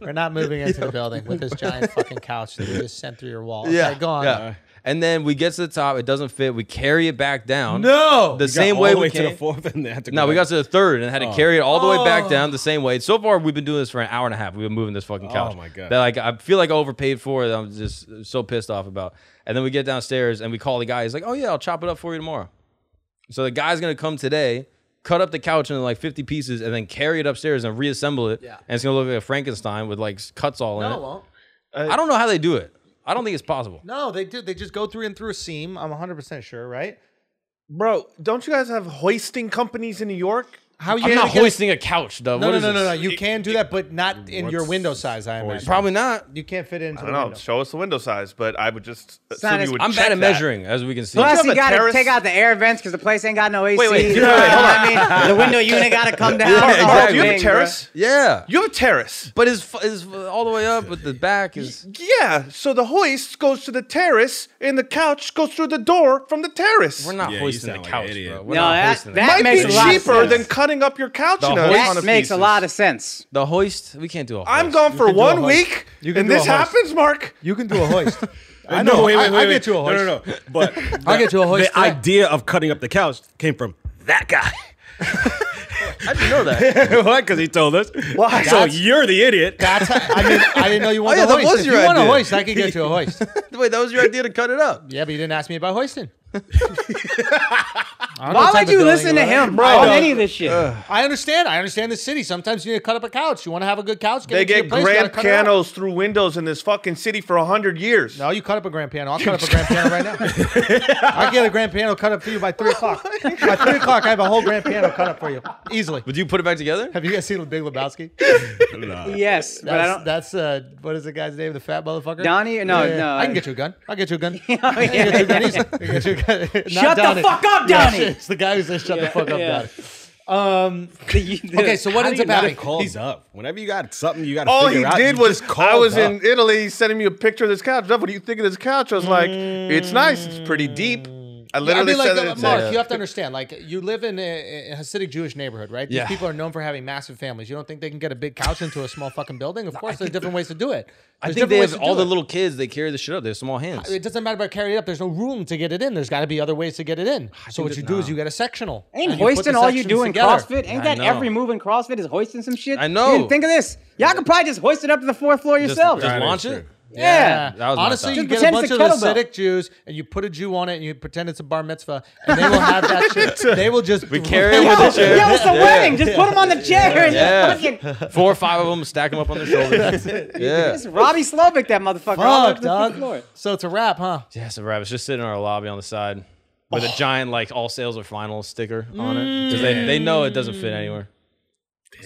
S1: We're not moving into the building with this giant fucking couch that you just sent through your wall.
S3: yeah,
S1: Okay, go on.
S3: yeah. And then we get to the top. It doesn't fit. We carry it back down.
S1: No.
S3: the
S4: got
S3: same
S4: all
S3: way
S4: the
S3: we
S4: way to the
S3: came.
S4: fourth, and they had to.
S3: No,
S4: go
S3: we
S4: back.
S3: got to the third and had to carry it all the way back
S1: Oh.
S3: down the same way. So far, we've been doing this for an hour and a half. We've been moving this fucking couch.
S4: Oh, my God.
S3: That like I feel like I overpaid for it. I'm just so pissed off about. And then we get downstairs and we call the guy. He's like, "Oh yeah, I'll chop it up for you tomorrow." So the guy's gonna come today, cut up the couch into like 50 pieces, and then carry it upstairs and reassemble it.
S1: Yeah.
S3: And it's gonna look like a Frankenstein with like cuts all in
S1: No,
S3: it.
S1: it won't.
S3: I don't know how they do it. I don't think it's possible.
S1: No, they do. They just go through and through a seam. I'm 100% sure, right?
S5: Bro, don't you guys have hoisting companies in New York?
S1: How you
S3: I'm
S1: gonna
S3: not
S1: get-
S3: hoisting a couch, though.
S1: No,
S3: What
S1: no,
S3: is
S1: no, no,
S3: this?
S1: no. You can do that, but not in your window size, I imagine.
S3: Probably not.
S1: You can't fit it into
S5: I don't
S1: the
S5: know.
S1: window.
S5: Show us the window size, but I would just
S2: not
S5: assume
S2: as-
S5: you would
S3: I'm
S5: check
S3: bad at
S5: that.
S3: measuring, as we can see.
S2: Plus,
S5: have
S2: you
S5: a
S2: got to
S5: terrace?
S2: take out the air vents because the place ain't got no AC.
S5: Wait, wait,
S2: you
S5: dude,
S2: know
S5: wait,
S2: what
S5: hold
S2: I mean? The window unit got to come down. the
S3: Yeah,
S2: whole
S3: exactly.
S5: Do you
S2: thing,
S5: have a
S2: bro.
S5: terrace?
S3: Yeah.
S5: You have a terrace.
S3: But his his all the way up, but the back is.
S5: Yeah, so the hoist goes to the terrace, and the couch goes through the door from the terrace.
S3: We're not
S4: Yeah, you
S3: hoisting the
S4: sound like
S3: couch,
S4: an idiot.
S3: bro. We're
S2: No,
S3: not
S2: that-
S3: hoisting the
S2: that
S3: couch.
S5: Might
S2: makes
S5: be
S2: a lot of
S5: cheaper
S2: sense.
S5: than cutting up your couch
S3: The
S5: in a,
S3: hoist
S5: on a
S2: That makes a
S5: pieces.
S2: lot of sense.
S3: The hoist, we can't do a hoist.
S5: I'm gone for
S1: can do a
S5: one
S1: hoist.
S5: week,
S1: You can
S5: and
S1: do a
S5: this
S1: hoist.
S5: happens, Mark.
S1: You can do a hoist. I
S4: No,
S1: know.
S4: wait,
S1: I-
S4: wait, wait,
S1: I
S4: wait.
S1: get you a hoist.
S4: No, no, no. But
S1: I'll get you a hoist
S4: The
S1: for that.
S4: idea of cutting up the couch came from that guy.
S3: I didn't know that.
S4: what? Because he told us.
S5: Why?
S4: So
S5: That's-
S4: you're the idiot.
S1: That's how, I mean, I didn't know you wanted
S3: Oh, yeah,
S1: a
S3: that
S1: hoist.
S3: was
S1: if
S3: your
S1: you want a
S3: idea.
S1: hoist, I can get you a hoist.
S3: Wait, that was your idea to cut it up.
S1: yeah, but you didn't ask me about hoisting. I don't know
S2: Why
S1: what type
S2: would
S1: of
S2: you
S1: building
S2: listen
S1: you
S2: to
S1: live in.
S2: him on any of this shit?
S1: I understand. I understand the city. Sometimes you need to cut up a couch. You want to have a good couch. Get
S5: They
S1: it to your
S5: get
S1: place, you
S5: grand
S1: gotta cut it up.
S5: pianos through windows in this fucking city for a hundred years.
S1: No, you cut up a grand piano. I'll cut up a grand piano right now. I'll get a grand piano cut up for you by three o'clock. by three o'clock, I have a whole grand piano cut up for you easily.
S3: Would you put it back together?
S1: Have you guys seen The Big Lebowski?
S2: Yes, but I
S1: That's,
S2: don't.
S1: that's uh, what is the guy's name? The fat motherfucker?
S2: Donnie? No, no.
S1: I can get you a gun. I'll get you a gun.
S2: Oh, yeah.
S1: I can get you a gun easily. I can get you a gun. Not
S2: Shut the
S1: Donnie.
S2: fuck up,
S1: Yeah,
S2: Donnie.
S1: it's the guy who says shut the fuck up,
S2: yeah.
S1: Donnie. Um, okay, so what
S4: How
S1: ends
S4: do you
S1: up
S4: not
S1: happening?
S4: call
S1: He's-
S4: up. Whenever you got something, you got.
S5: All
S4: figure
S5: he
S4: out,
S5: did
S4: you
S5: was
S4: just call
S5: I was
S4: up.
S5: in Italy sending me a picture of this couch. Jeff, what do you think of this couch? I was like, it's nice. It's pretty deep. I
S1: I
S5: literally
S1: mean, like
S5: said it.
S1: uh, Mark, you have to understand. Like, you live in a, a Hasidic Jewish neighborhood, right? These
S3: Yeah.
S1: people are known for having massive families. You don't think they can get a big couch into a small fucking building? Of course, there's different ways to do it.
S3: I
S1: There's
S3: think
S1: different
S3: they
S1: ways
S3: have
S1: to
S3: all
S1: do
S3: the
S1: it.
S3: little kids. They carry the shit up. They have small hands.
S1: It doesn't matter about carrying it up. There's no room to get it in. There's got to be other ways to get it in. So what
S3: there's
S1: you do is
S3: not.
S1: you get a sectional.
S2: Ain't
S1: and you put
S2: hoisting
S1: the
S2: all you
S1: sections
S2: do in
S1: together.
S2: CrossFit? Ain't
S3: I
S2: that
S3: know.
S2: every move in CrossFit is hoisting some shit?
S3: I know.
S2: You didn't think of this. Y'all could probably just hoist it up to the fourth floor
S3: just,
S2: yourselves.
S3: just
S4: Right,
S3: launch
S4: that's
S3: it.
S4: true.
S2: yeah.
S3: That was my
S1: Honestly,
S3: thought.
S1: you
S2: Just
S1: get a
S2: pretend
S1: bunch
S2: it's a
S1: of the
S2: kettlebell.
S1: Hasidic Jews and you put a Jew on it and you pretend it's a bar mitzvah and they will have that shit. They will just we
S3: carry
S2: Yo,
S3: it with the chair.
S2: yo, it's a
S3: Yeah.
S2: wedding. Just put them on the chair and just
S3: Yeah.
S2: fucking.
S3: Four or five of them, stack them up on their shoulders. yeah.
S2: It's Robbie Slovic, that motherfucker. all over
S1: Fuck,
S2: the fucking
S1: dog.
S2: floor.
S1: So it's a wrap, huh?
S3: Yeah, so rabbits just sitting in our lobby on the side with a giant like all sales are final sticker on it because they, they know it doesn't fit anywhere.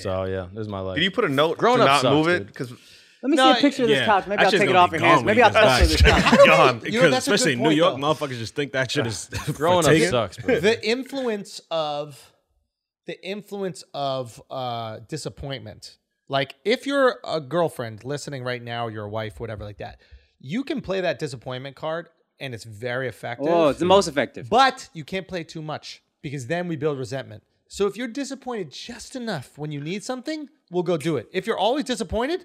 S3: So yeah, this is my life.
S5: Did you put a note
S3: Grown
S5: to
S3: up
S5: not
S3: sucks,
S5: move it?
S3: dude.
S5: Because
S2: Let me
S1: No,
S2: see a picture of this
S4: Yeah.
S2: couch. Maybe
S4: That
S2: I'll
S4: shit's
S2: take it
S4: gonna
S2: off
S4: be
S2: your hands.
S4: gone
S2: Maybe
S4: when
S2: I'll
S4: he gets
S2: touch
S4: back.
S2: this couch.
S4: Gone.
S1: You know,
S4: Because
S1: that's a good
S4: especially in New
S1: point,
S4: York,
S1: though.
S4: motherfuckers just think that shit is
S3: Growing up
S4: taken.
S3: sucks, bro.
S1: the influence of the influence of uh, disappointment. Like if you're a girlfriend listening right now, your wife, whatever, like that, you can play that disappointment card, and it's very effective.
S2: Oh, it's the most effective.
S1: But you can't play too much because then we build resentment. So if you're disappointed just enough when you need something, we'll go do it. If you're always disappointed,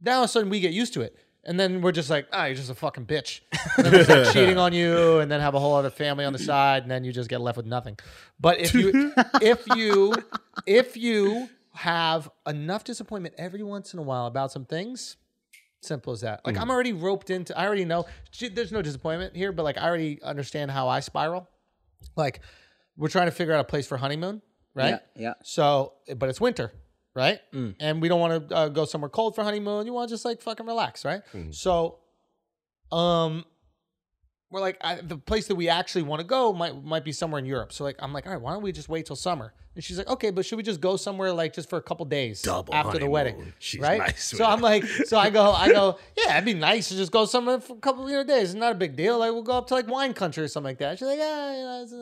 S1: now all of a sudden we get used to it. And then we're just like, ah, you're just a fucking bitch. And then we start cheating on you and then have a whole other family on the side and then you just get left with nothing. But if you if you if you have enough disappointment every once in a while about some things, Simple as that. Like
S2: Hmm.
S1: I'm already roped into. I already know. Sh- There's no disappointment here, but like I already understand how I spiral. Like we're trying to figure out a place for honeymoon, right?
S2: Yeah, Hmm. yeah.
S1: So, but it's winter, right? And we don't want to uh, go somewhere cold for honeymoon. You want to just like fucking relax, right?
S2: Hmm.
S1: So, um, we're like I, the place that we actually want to go might might be somewhere in Europe. So like I'm like, all right, why don't we just wait till summer? And she's like, okay, but should we just go somewhere like just for a couple days
S4: Double
S1: after the wedding?
S4: honeymoon. She's
S1: right?
S4: nice
S1: so
S4: with
S1: I'm like, so I go, I go, yeah, it'd be nice to just go somewhere for a couple you know days. It's not a big deal. Like we'll go up to like wine country or something like that. She's like, yeah, you know, it's-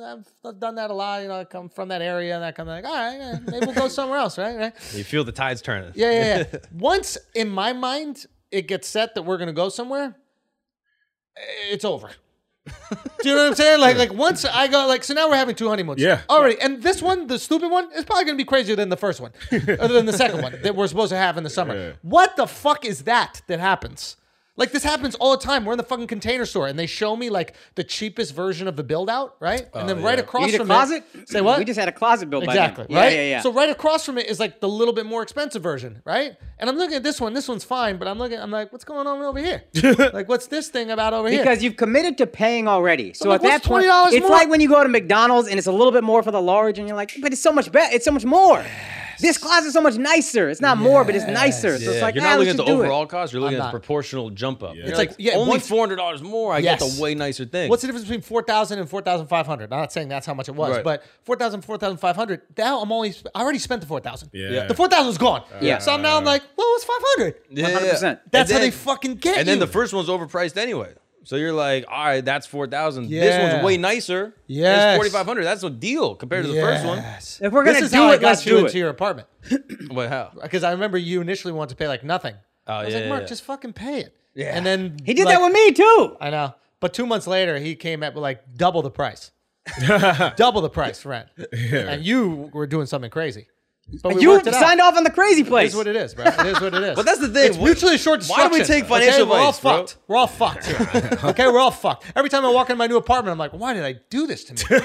S1: I've, I've done that a lot. You know, I come from that area and that kind of like, all right, yeah, maybe we'll go somewhere else, right? Right?
S3: You feel the tides turning.
S1: Yeah, yeah, yeah. Once in my mind it gets set that we're gonna go somewhere, it's over. Do you know what I'm saying? Like, like once I go, like, so now we're having two honeymoons.
S4: Yeah.
S1: Already, and this one, the stupid one, is probably gonna be crazier than the first one, other than the second one that we're supposed to have in the summer.
S4: Yeah.
S1: What the fuck is that that happens? Like this happens all the time. We're in the fucking container store, and they show me like the cheapest version of the build out, right? And
S4: Oh,
S1: then right
S2: You
S1: across
S2: need a
S1: from
S2: closet?
S1: it, say what?
S2: We just had a closet built
S1: Exactly.
S2: by them.
S1: right.
S2: Yeah, yeah, yeah.
S1: So right across from it is like the little bit more expensive version, right? And I'm looking at this one. This one's fine, but I'm looking. I'm like, what's going on over here? like, what's this thing about over here?
S2: because you've committed to paying already. So
S1: like,
S2: at that
S1: what's
S2: point,
S1: $20
S2: it's
S1: more?
S2: like when you go to McDonald's and it's a little bit more for the large, and you're like, but it's so much better. It's so much more. This closet's so much nicer. It's not more, but it's nicer. So it's like,
S3: you're
S2: ah,
S3: not
S2: we
S3: looking
S2: should
S3: at the
S2: do it.
S3: overall cost. You're looking
S1: I'm
S3: at
S1: not.
S3: the proportional jump up. It's
S1: like,
S3: like,
S1: yeah,
S3: only
S1: once-
S3: four hundred dollars more. I get
S1: Yes.
S3: the way nicer thing.
S1: What's the difference between 4,000 and 4,500? I'm not saying that's how much it was,
S3: Right.
S1: but 4,000, 4,500, now I'm only, I already spent the 4,000.
S4: Yeah.
S1: The 4,000 is gone.
S2: Yeah.
S1: So now I'm like, well, it was 500.
S3: Yeah,
S2: 100%.
S3: And
S1: That's how
S3: then-
S1: they fucking get
S3: And then
S1: you.
S3: the first one's overpriced anyway. So you're like, all right, that's four thousand. This
S1: Yeah.
S3: one's way nicer.
S1: Yes.
S3: forty five hundred. That's a deal compared to the first one.
S1: Yes.
S2: If we're
S1: This
S2: gonna
S1: is
S2: do
S1: how I
S2: it,
S1: got
S2: let's
S1: you
S2: do
S1: into
S2: it.
S1: your apartment.
S3: Wait, how?
S1: because I remember you initially wanted to pay like nothing. I was like,
S3: yeah, Oh, yeah,
S1: Mark,
S3: yeah.
S1: just fucking pay it. Yeah. And then
S2: He did
S1: like-
S2: that with me too.
S1: I know. But two months later, he came at with like double the price, double the price rent, and you were doing something crazy. But we
S2: You
S1: worked it out.
S2: signed off on the crazy
S1: It
S2: place.
S1: is what it is, bro. It is what it is.
S3: But that's the thing.
S1: It's mutually assured
S3: Why
S1: destruction.
S3: do we take financial
S1: okay? We're all
S3: advice, bro?
S1: fucked. We're all fucked. here. okay, we're all fucked. Every time I walk in my new apartment, I'm like, why did I do this to me?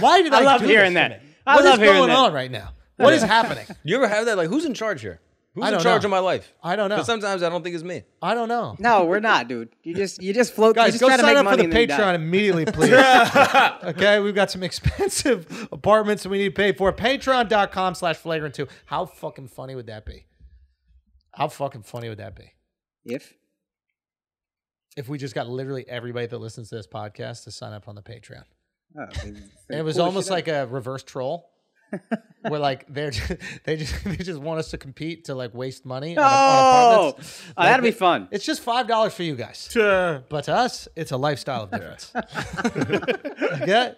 S1: Why did I?
S2: I love
S1: do
S2: hearing
S1: this to
S2: that.
S1: me?
S2: I
S1: What is
S2: love hearing
S1: going
S2: that.
S1: on right now? What is happening?
S3: You ever have that? Like, who's in charge here? Who's
S1: I
S3: in
S1: don't
S3: charge
S1: know.
S3: of my life?
S1: I don't know.
S3: 'Cause sometimes I don't think it's me.
S1: I don't know.
S2: No, we're not, dude. You just you just float. you
S1: Guys,
S2: just
S1: go
S2: try to
S1: sign
S2: make
S1: up for
S2: money
S1: the
S2: and then you die.
S1: Patreon immediately, please. okay, we've got some expensive apartments that we need to pay for. Patreon.com slash flagrant two. How fucking funny would that be? How fucking funny would that be?
S2: If
S1: If we just got literally everybody that listens to this podcast to sign up on the Patreon.
S2: oh,
S1: And it was almost like a reverse troll. where like they're just, they just they just want us to compete to like waste money on, on
S2: oh,
S1: apartments.
S2: oh, that'd be fun.
S1: It's just five dollars for you guys. But to us, it's a lifestyle of difference. okay?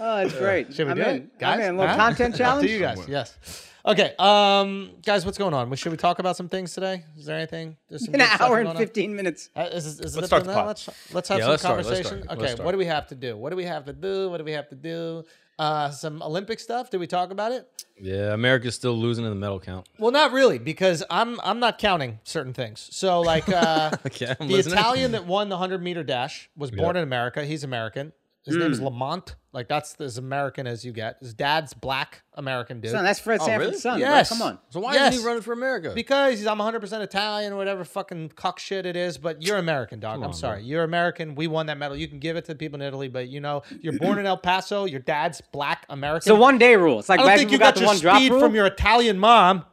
S2: Oh, that's great.
S1: Should we
S2: I'm
S1: do
S2: in.
S1: it, guys?
S2: I'm in. A little
S1: Huh?
S2: content
S1: Up
S2: challenge.
S1: to you guys, yes. Okay, um, guys, what's going on? We- Should we talk about some things today? Is there anything? There's some
S2: An
S1: good stuff
S2: hour
S1: going
S2: and
S1: on?
S2: fifteen minutes.
S1: Uh, is, is, is
S5: Let's
S1: it
S5: start
S1: been
S5: the
S1: that
S5: pod.
S1: much? Let's have
S3: Yeah,
S1: some
S3: let's start, let's
S1: conversation.
S3: start,
S1: okay,
S3: let's start.
S1: what do we have to do? What do we have to do? What do we have to do? Uh, some Olympic stuff. Did we talk about it?
S3: Yeah, America's still losing in the medal count.
S1: Well, not really, because I'm I'm not counting certain things. So like uh,
S3: Okay, I'm
S1: the
S3: listening.
S1: Italian that won the hundred meter dash was born in America. He's American. His name is
S3: Hmm.
S1: Lamont. Like that's as American as you get. His dad's black American dude.
S2: Son, that's Fred Sanford's
S3: really?
S2: son. bro.
S1: Oh, Yes.
S2: Come on.
S3: So why
S1: Yes.
S3: isn't he running for America?
S1: because he's, I'm 100% Italian or whatever fucking cuck shit it is, but you're American, dog. I'm sorry. You're American. We won that medal. You can give it to the people in Italy, but you know, you're born in El Paso. Your dad's black American.
S2: So one day rule. It's like
S1: I don't
S2: black
S1: think you
S2: people
S1: got,
S2: the
S1: your
S2: one drop
S1: speed
S2: rule.
S1: from your Italian mom.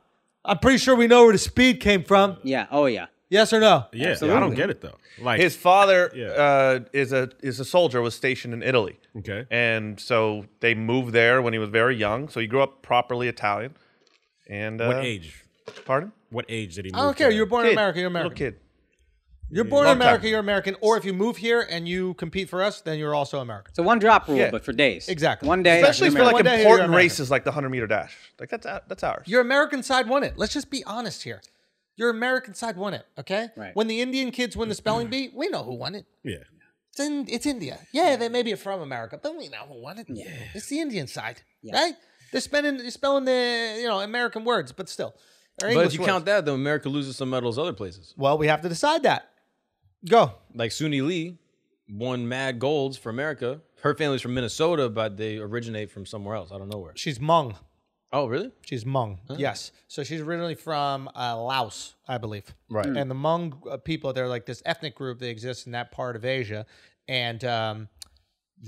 S1: I'm pretty sure we know where the speed came from.
S2: yeah. Oh yeah.
S1: Yes or no?
S4: Yeah, I
S2: Absolutely.
S4: don't get it though. Like
S5: His father
S4: Yeah.
S5: uh, is a is a soldier. Was stationed in Italy.
S4: Okay.
S5: and so they moved there when he was very young. So he grew up properly Italian. And uh,
S4: what age?
S5: Pardon?
S4: What age did he?
S1: I don't
S4: move
S1: care.
S4: there?
S1: You're born
S5: Kid.
S1: in America. You're
S5: Little
S1: American.
S5: kid.
S1: You're born in
S5: Long time.
S1: America. You're American. Or if you move here and you compete for us, then you're also American.
S2: So one drop rule,
S5: Yeah.
S2: but for days.
S1: Exactly.
S2: One day.
S5: Especially
S2: you're
S5: for like
S1: One day you're
S5: important
S1: American.
S5: races like the 100 meter dash. Like that's ou- that's ours.
S1: Your American side won it. Let's just be honest here. Your American side won it. Okay.
S2: Right.
S1: When the Indian kids win the spelling bee, we know who won it.
S4: Yeah.
S1: It's in, it's India. Yeah, they maybe are from America, but we know who won it. Yeah. It's the Indian side, right? They're spending, they're spelling the you know American words, but still. But
S3: But if you count that, then America loses some medals other places.
S1: well, we have to decide that. Go.
S3: Like Suni Lee won mad golds for America. Her family's from Minnesota, but they originate from somewhere else. I don't know where.
S1: She's Hmong.
S3: Oh, really?
S1: She's Hmong. Yes. So she's originally from uh, Laos, I believe. Right. And the Hmong uh, people, they're like this ethnic group that exists in that part of Asia, and um,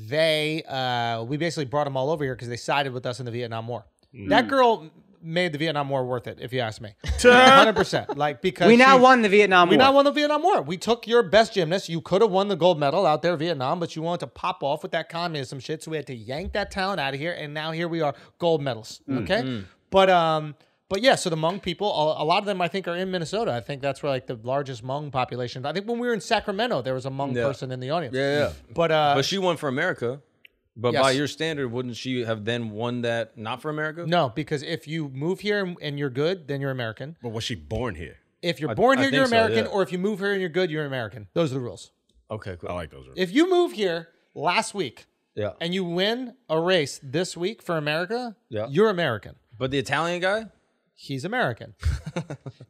S1: they uh, we basically brought them all over here because they sided with us in the Vietnam War. That girl made the Vietnam War worth it, if you ask me. Hundred percent. Like because
S2: We now
S1: she-
S2: won the Vietnam
S1: We
S2: War.
S1: now won the Vietnam War. We took your best gymnast. You could have won the gold medal out there, in Vietnam, but you wanted to pop off with that communism shit. So we had to yank that talent out of here. And now here we are, gold medals.
S3: Mm,
S1: Okay, but um, but yeah. So the Hmong people, a, a lot of them, I think, are in Minnesota. I think that's where like the largest Hmong population. I think when we were in Sacramento, there was a Hmong
S3: Yeah.
S1: person in the audience.
S3: Yeah, yeah.
S1: But uh,
S3: But she won for America. But
S1: Yes.
S3: by your standard, wouldn't she have then won that not for America?
S1: no, because if you move here and, and you're good, then you're American.
S4: But was she born here?
S1: If you're born
S3: I
S1: here, you're
S3: think so,
S1: American.
S3: yeah.
S1: Or if you move here and you're good, you're American. Those are the rules.
S3: Okay,
S4: I
S3: cool.
S4: like those.
S1: If you move here last week
S3: Yeah.
S1: and you win a race this week for America,
S3: Yeah.
S1: you're American.
S3: But the Italian guy?
S1: He's American.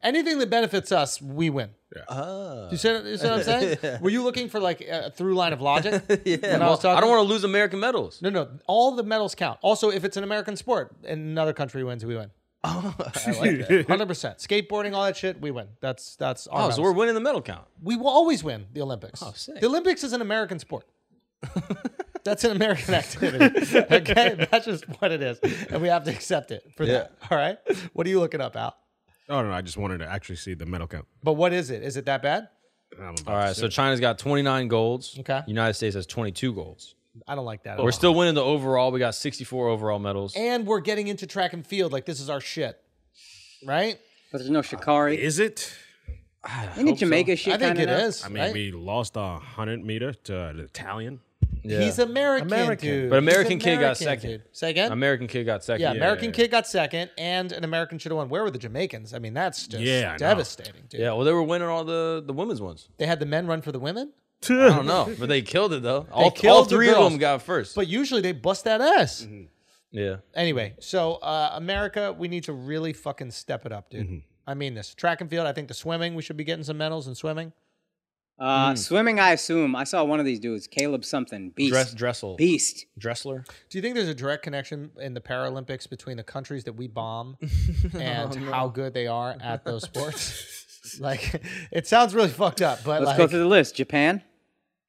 S1: Anything that benefits us, we win.
S3: Ah.
S1: You see, you see what I'm saying? Were you looking for like a through line of logic? yeah. I, was
S3: I
S1: talking?
S3: don't want to lose American medals.
S1: No, no. All the medals count. Also, if it's an American sport and another country wins, we win. Hundred percent. Skateboarding, all that shit, we win. That's that's our.
S3: Oh, so
S1: medals.
S3: we're winning the medal count.
S1: we will always win the Olympics.
S3: sick.
S1: The Olympics is an American sport. That's an American activity. Okay, that's just what it is, and we have to accept it for that. All right. What are you looking up, Al?
S4: Oh no, I just wanted to actually see the medal count.
S1: But what is it? Is it that bad?
S4: I'm about
S3: All right,
S4: to
S3: so
S4: say.
S3: China's got 29 golds.
S1: Okay.
S3: United States has 22 golds.
S1: I don't like that. At
S3: We're
S1: all.
S3: still winning the overall. We got 64 overall medals.
S1: and we're getting into track and field. Like this is our shit, right?
S2: But there's no Shikari.
S4: is it?
S2: Isn't it Jamaica shit?
S1: I think
S2: kinda
S1: it
S2: now?
S1: is.
S4: I mean,
S1: right?
S4: we lost a hundred meter to an Italian.
S1: he's American,
S5: American.
S1: dude.
S3: But
S1: He's
S3: American kid got
S1: American,
S3: second.
S1: dude. Say again.
S3: American kid got second.
S1: yeah, American
S4: yeah,
S1: kid got second, and an American should have won. Where were the Jamaicans? I mean, that's just
S4: Yeah, I know.
S1: devastating, dude.
S3: Yeah, well, they were winning all the, the women's ones.
S1: They had the men run for the women.
S3: I
S4: Uh,
S3: don't know, but they killed it, though. All, all
S1: killed the
S3: three of
S1: girls.
S3: them got first.
S1: But usually they bust that ass.
S2: Mm-hmm.
S3: yeah.
S1: Anyway, so uh, America, we need to really fucking step it up, dude.
S2: Mm-hmm.
S1: I mean this. Track and field, I think the swimming, we should be getting some medals in swimming. Hmm.
S2: Uh, Swimming, I assume. I saw one of these dudes, Caleb something. Beast.
S3: Dress, Dressel.
S2: Beast.
S3: Dressler.
S1: Do you think there's a direct connection in the Paralympics between the countries that we bomb
S2: Oh,
S1: and how good they are at those sports? like, it sounds really fucked up, but
S2: Let's
S1: like,
S2: go through the list. Japan.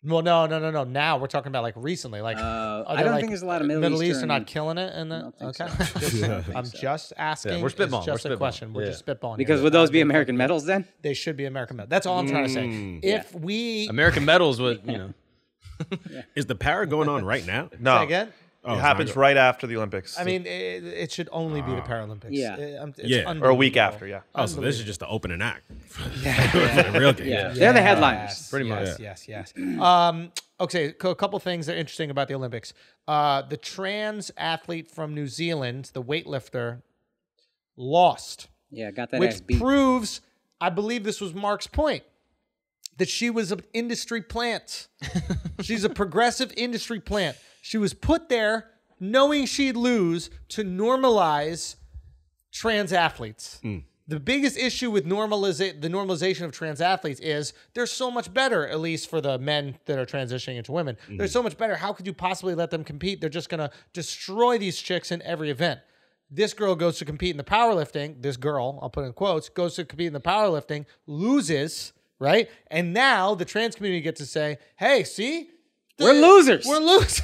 S1: well, no, no, no, no. Now we're talking about like recently, like are
S2: Uh, I
S1: they,
S2: don't
S1: like,
S2: think there's a lot of Middle
S1: Middle, East are
S2: Eastern-
S1: not killing it, and the,
S2: don't
S1: okay,
S2: think
S1: Just- I'm just asking.
S3: we're
S1: it's
S3: spitballing,
S1: Just
S3: we're
S1: a question.
S3: spitballing,
S1: We're
S3: yeah.
S1: just spitballing. here.
S2: Because would those be American medals then?
S1: they should be American medals. That's all I'm trying to
S5: Mm.
S1: say. If we
S3: American medals would, you know.
S4: Is the para going on right now?
S5: No.
S1: again,
S4: Oh,
S5: it
S4: it's
S5: happens
S4: not-
S5: right after the Olympics.
S1: I mean, it, it should only be the Paralympics.
S2: Yeah.
S1: It- um, it's
S4: Yeah.
S5: Ah. or a week
S1: unbelievable.
S5: after, yeah.
S4: Oh, so this is just the opening act. For the real game.
S2: They're the headliners.
S1: Yes,
S3: Pretty much.
S1: Yes, yes, yes. Um, okay, co- a couple things that are interesting about the Olympics. Uh, the trans athlete from New Zealand, the weightlifter, lost,
S2: Yeah, got that ass
S1: which
S2: beat.
S1: proves, I believe this was Mark's point, that she was an industry plant. She's a progressive industry plant. She was put there knowing she'd lose to normalize trans athletes.
S2: Mm.
S1: The biggest issue with normaliza- the normalization of trans athletes is they're so much better, at least for the men that are transitioning into women.
S2: Mm-hmm.
S1: They're so much better. How could you possibly let them compete? They're just gonna destroy these chicks in every event. This girl goes to compete in the powerlifting. This girl, I'll put in quotes, goes to compete in the powerlifting, loses, right? And now the trans community gets to say, hey, see?
S2: We're losers.
S1: We're losers.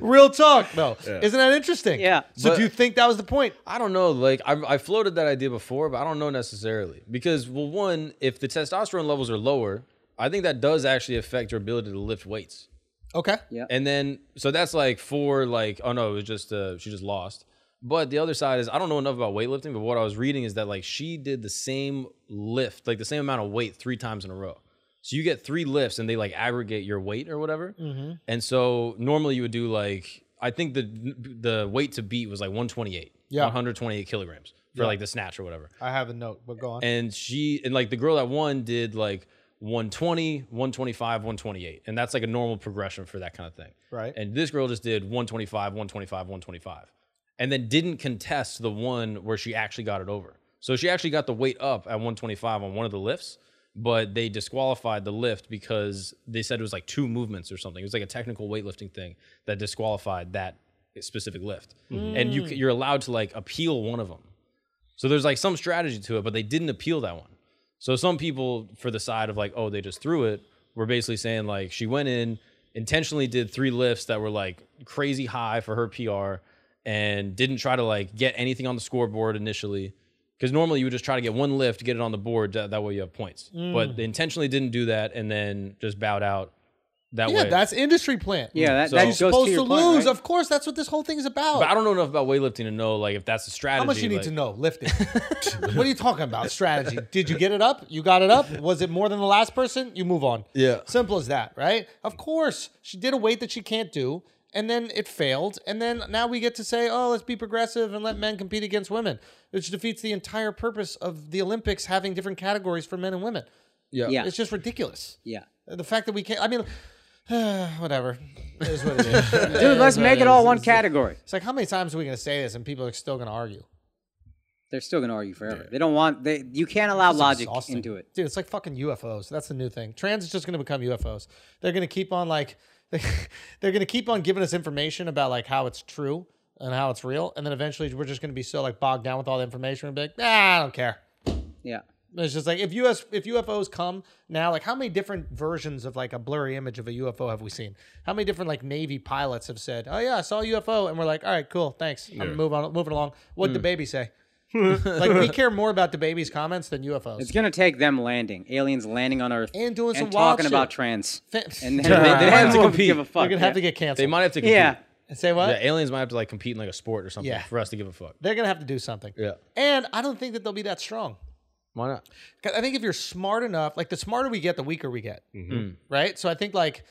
S1: Real talk, though. Isn't that interesting?
S2: Yeah.
S1: So
S3: But-
S1: do you think that was the point?
S3: I don't know. Like I, I floated that idea before, but I don't know necessarily because well, one, if the testosterone levels are lower, I think that does actually affect your ability to lift weights.
S1: Okay.
S2: Yeah.
S3: And then so that's like for like oh no, it was just uh, she just lost. But the other side is I don't know enough about weightlifting, but what I was reading is that like she did the same lift, like the same amount of weight three times in a row. So you get three lifts and they like aggregate your weight or whatever. And so normally you would do like I think the the weight to beat was like 128,
S1: Yeah.
S3: 128 kilograms for like the snatch or whatever.
S1: I have a note, but go on.
S3: And she and like the girl that won did like 120, 125, 128. And that's like a normal progression for that kind of thing.
S1: Right.
S3: And this girl just did 125, 125, 125. And then didn't contest the one where she actually got it over. So she actually got the weight up at 125 on one of the lifts, but they disqualified the lift because they said it was like two movements or something. It was like a technical weightlifting thing that disqualified that specific lift. And you, c- you're allowed to like appeal one of them. So there's like some strategy to it, but they didn't appeal that one. So some people for the side of like, oh, they just threw it, were basically saying like she went in, intentionally did three lifts that were like crazy high for her PR and didn't try to like get anything on the scoreboard initially. Because normally you would just try to get one lift, get it on the board, that, that way you have points.
S1: Mm.
S3: But they intentionally didn't do that and then just bowed out that
S1: yeah,
S3: way.
S1: that's industry plant.
S2: Yeah, that,
S3: So-
S2: that
S3: You're
S2: goes
S1: You're supposed
S2: to,
S1: to,
S2: your point,
S1: lose.
S2: right?
S1: Of course, that's what this whole thing is about.
S3: but I don't know enough about weightlifting to know like if that's a strategy.
S1: How much you need
S3: like-
S1: to know lifting? what are you talking about? Strategy. Did you get it up? You got it up? Was it more than the last person? You move on.
S3: Yeah.
S1: Simple as that, right? Of course, she did a weight that she can't do, and then it failed, and then now we get to say, oh, let's be progressive and let men compete against women, which defeats the entire purpose of the Olympics having different categories for men and women.
S2: Yeah,
S1: It's just ridiculous.
S2: yeah.
S1: The fact that we can't. I mean. whatever. It is what it is.
S2: Dude, let's make it all one category.
S1: It's like how many times are we going to say this and people are still going to argue?
S2: They're still gonna argue forever. They don't want. They you can't allow logic
S1: exhausting.
S2: into it.
S1: Dude, it's like fucking UFOs. That's the new thing. Trans is just going to become UFOs. They're going to keep on like they're going to keep on giving us information about like how it's true and how it's real, and then eventually we're just going to be so like bogged down with all the information and be like, nah, I don't care.
S2: Yeah,
S1: It's just like if US if UFOs come now, like how many different versions of like a blurry image of a UFO have we seen? How many different like Navy pilots have said, "Oh yeah, I saw a UFO," and we're like, "All right, cool, thanks, I'm moving on, moving along." What would the baby say? like we care more about the baby's comments than UFOs.
S2: it's gonna take them landing, aliens landing on Earth,
S1: And doing some wild
S2: talking about
S1: shit.
S2: trans,
S1: Fa-
S2: and then
S1: Yeah.
S2: they, they
S1: They're
S3: gonna
S2: have to
S3: compete.
S2: give a fuck.
S1: They're gonna have to
S2: yeah.
S1: get canceled.
S3: They might have to compete.
S2: Yeah,
S1: say what?
S3: The aliens might have to like compete in like a sport or something
S1: Yeah.
S3: for us to give a fuck.
S1: They're gonna have to do something.
S3: Yeah.
S1: And I don't think that they'll be that strong.
S3: Why not?
S1: 'Cause I think if you're smart enough, like the smarter we get, the weaker we get.
S3: Hmm.
S1: Right. So I think like.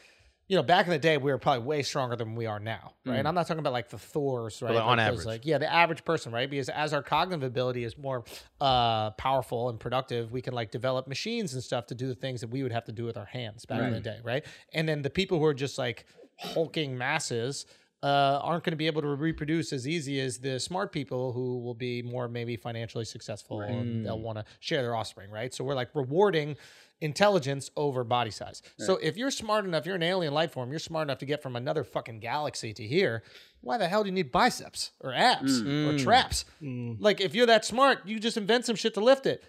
S1: You know, back in the day, we were probably way stronger than we are now, right? And I'm not talking about like the Thors, right?
S3: like, Hmm. on
S1: those,
S3: average.
S1: like yeah, the average person, right? Because as our cognitive ability is more uh, powerful and productive, we can like develop machines and stuff to do the things that we would have to do with our hands back in the day, right? And then the people who are just like hulking masses uh, aren't going to be able to reproduce as easy as the smart people who will be more maybe financially successful and they'll want to share their offspring, right? So we're like rewarding intelligence over body size. So if you're smart enough, you're an alien life form, you're smart enough to get from another fucking galaxy to here, why the hell do you need biceps or abs or traps? Like if you're that smart, you just invent some shit to lift it.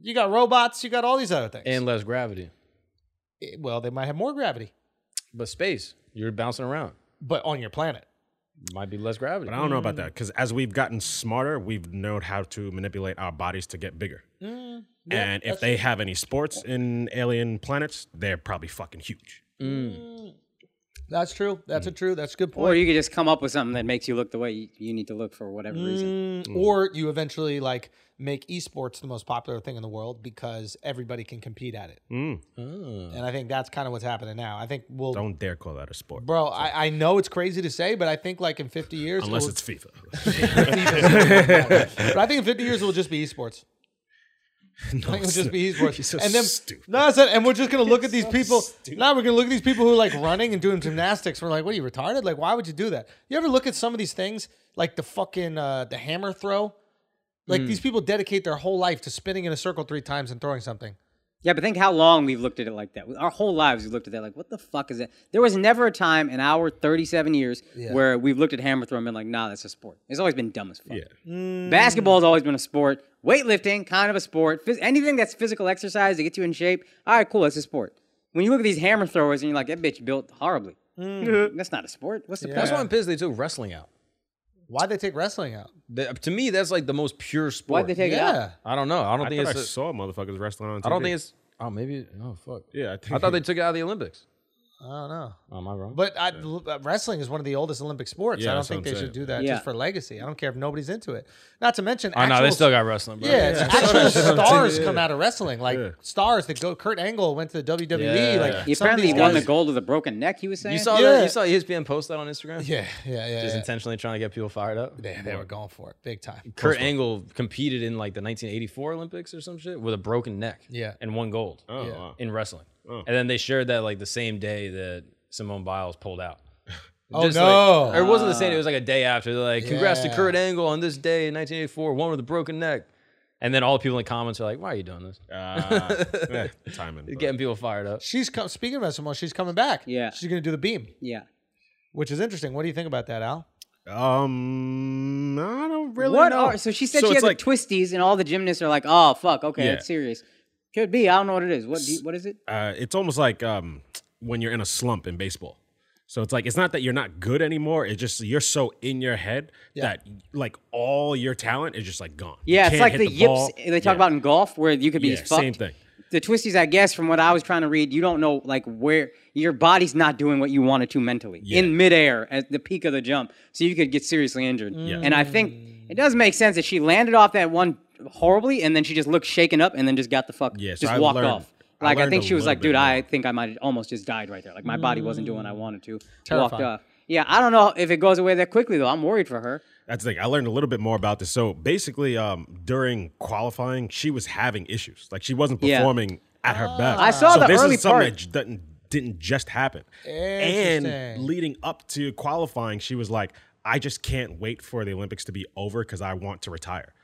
S1: You got robots, you got all these other things.
S3: And less gravity.
S1: Eh, well, they might have more gravity,
S3: But space, you're bouncing around.
S1: but on your planet.
S3: Might be less gravity.
S4: But I don't know about that because as we've gotten smarter, we've known how to manipulate our bodies to get bigger.
S1: Mm,
S4: and if they have any sports in alien planets, they're probably fucking huge.
S1: That's true. That's a true. That's a good point.
S2: or you could just come up with something that makes you look the way you, you need to look for whatever reason.
S4: Hmm.
S1: or you eventually like make esports the most popular thing in the world because everybody can compete at it. And I think that's kind of what's happening now. I think we'll,
S4: Hmm. Don't dare call that a sport.
S1: bro. I, I know it's crazy to say, but I think like in 50 years,
S4: Unless
S1: it'll-
S4: it's FIFA.
S1: but I think in 50 years it will just be esports. I
S4: no,
S1: think it'll
S4: it's
S1: just
S4: not.
S1: be esports.
S4: You're so
S1: and then
S4: stupid.
S1: no, I said, and we're just gonna look at these people. Now we're gonna look at these people who are like running and doing gymnastics. We're like, what are you retarded? Like, why would you do that? You ever look at some of these things, like the fucking uh, the hammer throw? Like these people dedicate their whole life to spinning in a circle three times and throwing something.
S2: Yeah, but think how long we've looked at it like that. Our whole lives we've looked at that like, what the fuck is that? There was never a time in our 37 years where we've looked at hammer throw and been like, nah, that's a sport. It's always been dumb as fuck.
S1: Mm.
S2: Basketball's always been a sport. Weightlifting, kind of a sport. Phys- anything that's physical exercise to get you in shape, all right, cool, that's a sport. When you look at these hammer throwers and you're like, that bitch built horribly.
S1: Mm.
S2: Mm, That's not a sport. What's the
S3: That's
S2: point?
S3: why I'm pissed they took wrestling out.
S1: Why'd they take wrestling out?
S3: That- to me, that's like the most pure sport.
S2: Why'd they take it out?
S1: Yeah.
S3: I don't know. I don't
S4: I
S3: think
S4: think I
S3: it's. a-
S4: saw motherfuckers wrestling on TV.
S3: I don't think it's. Oh, maybe. Oh, fuck.
S4: Yeah, I think.
S3: I thought they took it out of the Olympics.
S1: I don't know.
S3: Oh, Am I wrong?
S1: But I, l- uh, wrestling is one of the oldest Olympic sports.
S4: Yeah,
S1: I don't
S4: that's what
S1: think they
S4: I'm
S1: should do
S4: saying.
S1: that
S2: Yeah.
S1: just for legacy. I don't care if nobody's into it. Not to mention,
S3: oh, no, they
S1: actual-
S3: still got wrestling, bro.
S1: Yeah, it's actual stars
S4: Yeah.
S1: come out of wrestling, like
S4: Yeah.
S1: stars that go. Kurt Angle went to the WWE.
S3: Yeah.
S1: Like
S2: He
S1: some of
S2: apparently
S1: these
S2: won the
S1: guys-
S2: gold with a broken neck. He was saying.
S3: You saw
S1: Yeah.
S3: that? You saw E ESPN post that on Instagram?
S1: Yeah, yeah, yeah.
S3: Just
S1: yeah.
S3: intentionally trying to get people fired up.
S1: They, they were going for it big time.
S3: Kurt Angle competed in like the 1984 Olympics or some shit with a broken neck.
S1: Yeah.
S3: And won gold
S4: Oh,
S1: Yeah.
S4: wow.
S3: in wrestling. And then they shared that like the same day that Simone Biles pulled out.
S1: Oh
S3: like-
S1: no!
S3: or it wasn't the same. day, It was like a day after. They're like, "Congrats
S1: Yeah.
S3: to Kurt Angle on this day in 1984, one with a broken neck." And then all the people in the comments are like, "Why are you doing this?"
S4: Uh, eh, timing.
S3: It's
S4: but-
S3: getting people fired up.
S1: she's come, speaking about someone. She's coming back.
S2: Yeah.
S1: she's gonna do the beam,
S2: Yeah.
S1: which is interesting. What do you think about that, Al?
S4: Um, I don't really
S2: What
S4: know.
S2: are so she said
S4: So
S2: she had
S4: it's
S2: the
S4: like-
S2: twisties and all the gymnasts are like, oh fuck, okay,
S4: Yeah.
S2: that's serious. Could be. I don't know what it is. What do you, what is it?
S4: uh, it's almost like um, when you're in a slump in baseball. So it's like it's not that you're not good anymore. It's just you're so in your head that like all your talent is just like gone. You
S2: Yeah, it's
S4: can't
S2: like
S4: hit
S2: the, yips
S4: ball.
S2: they talk
S4: Yeah.
S2: about in golf where you could be
S4: Yeah,
S2: as fucked.
S4: same thing.
S2: The twisties, I guess, from what I was trying to read, you don't know like where your body's not doing what you want it to mentally in midair at the peak of the jump, so you could get seriously injured. And I think it does make sense that she landed off that one horribly, and then she just looked shaken up, and then just got the fuck,
S4: Yeah, so
S2: just
S4: I
S2: walked
S4: learned-
S2: off.
S4: I
S2: Like I,
S4: learned
S2: think
S4: a
S2: she was
S4: little
S2: like,
S4: bit
S2: dude, I
S4: more.
S2: think I might have almost just died right there. Like my body wasn't doing what I wanted to. Walked
S1: Terrifying.
S2: off. Yeah, I don't know if it goes away that quickly though. I'm worried for her.
S4: That's the thing. I learned a little bit more about this. So basically, um, during qualifying, she was having issues. Like she wasn't
S2: Yeah.
S4: performing at her best.
S2: I saw
S4: so
S2: the
S4: this
S2: early
S4: is something
S2: part.
S4: that j- doesn't- didn't just happen. And
S1: Interesting.
S4: leading up to qualifying, she was like, "I just can't wait for the Olympics to be over because I want to retire."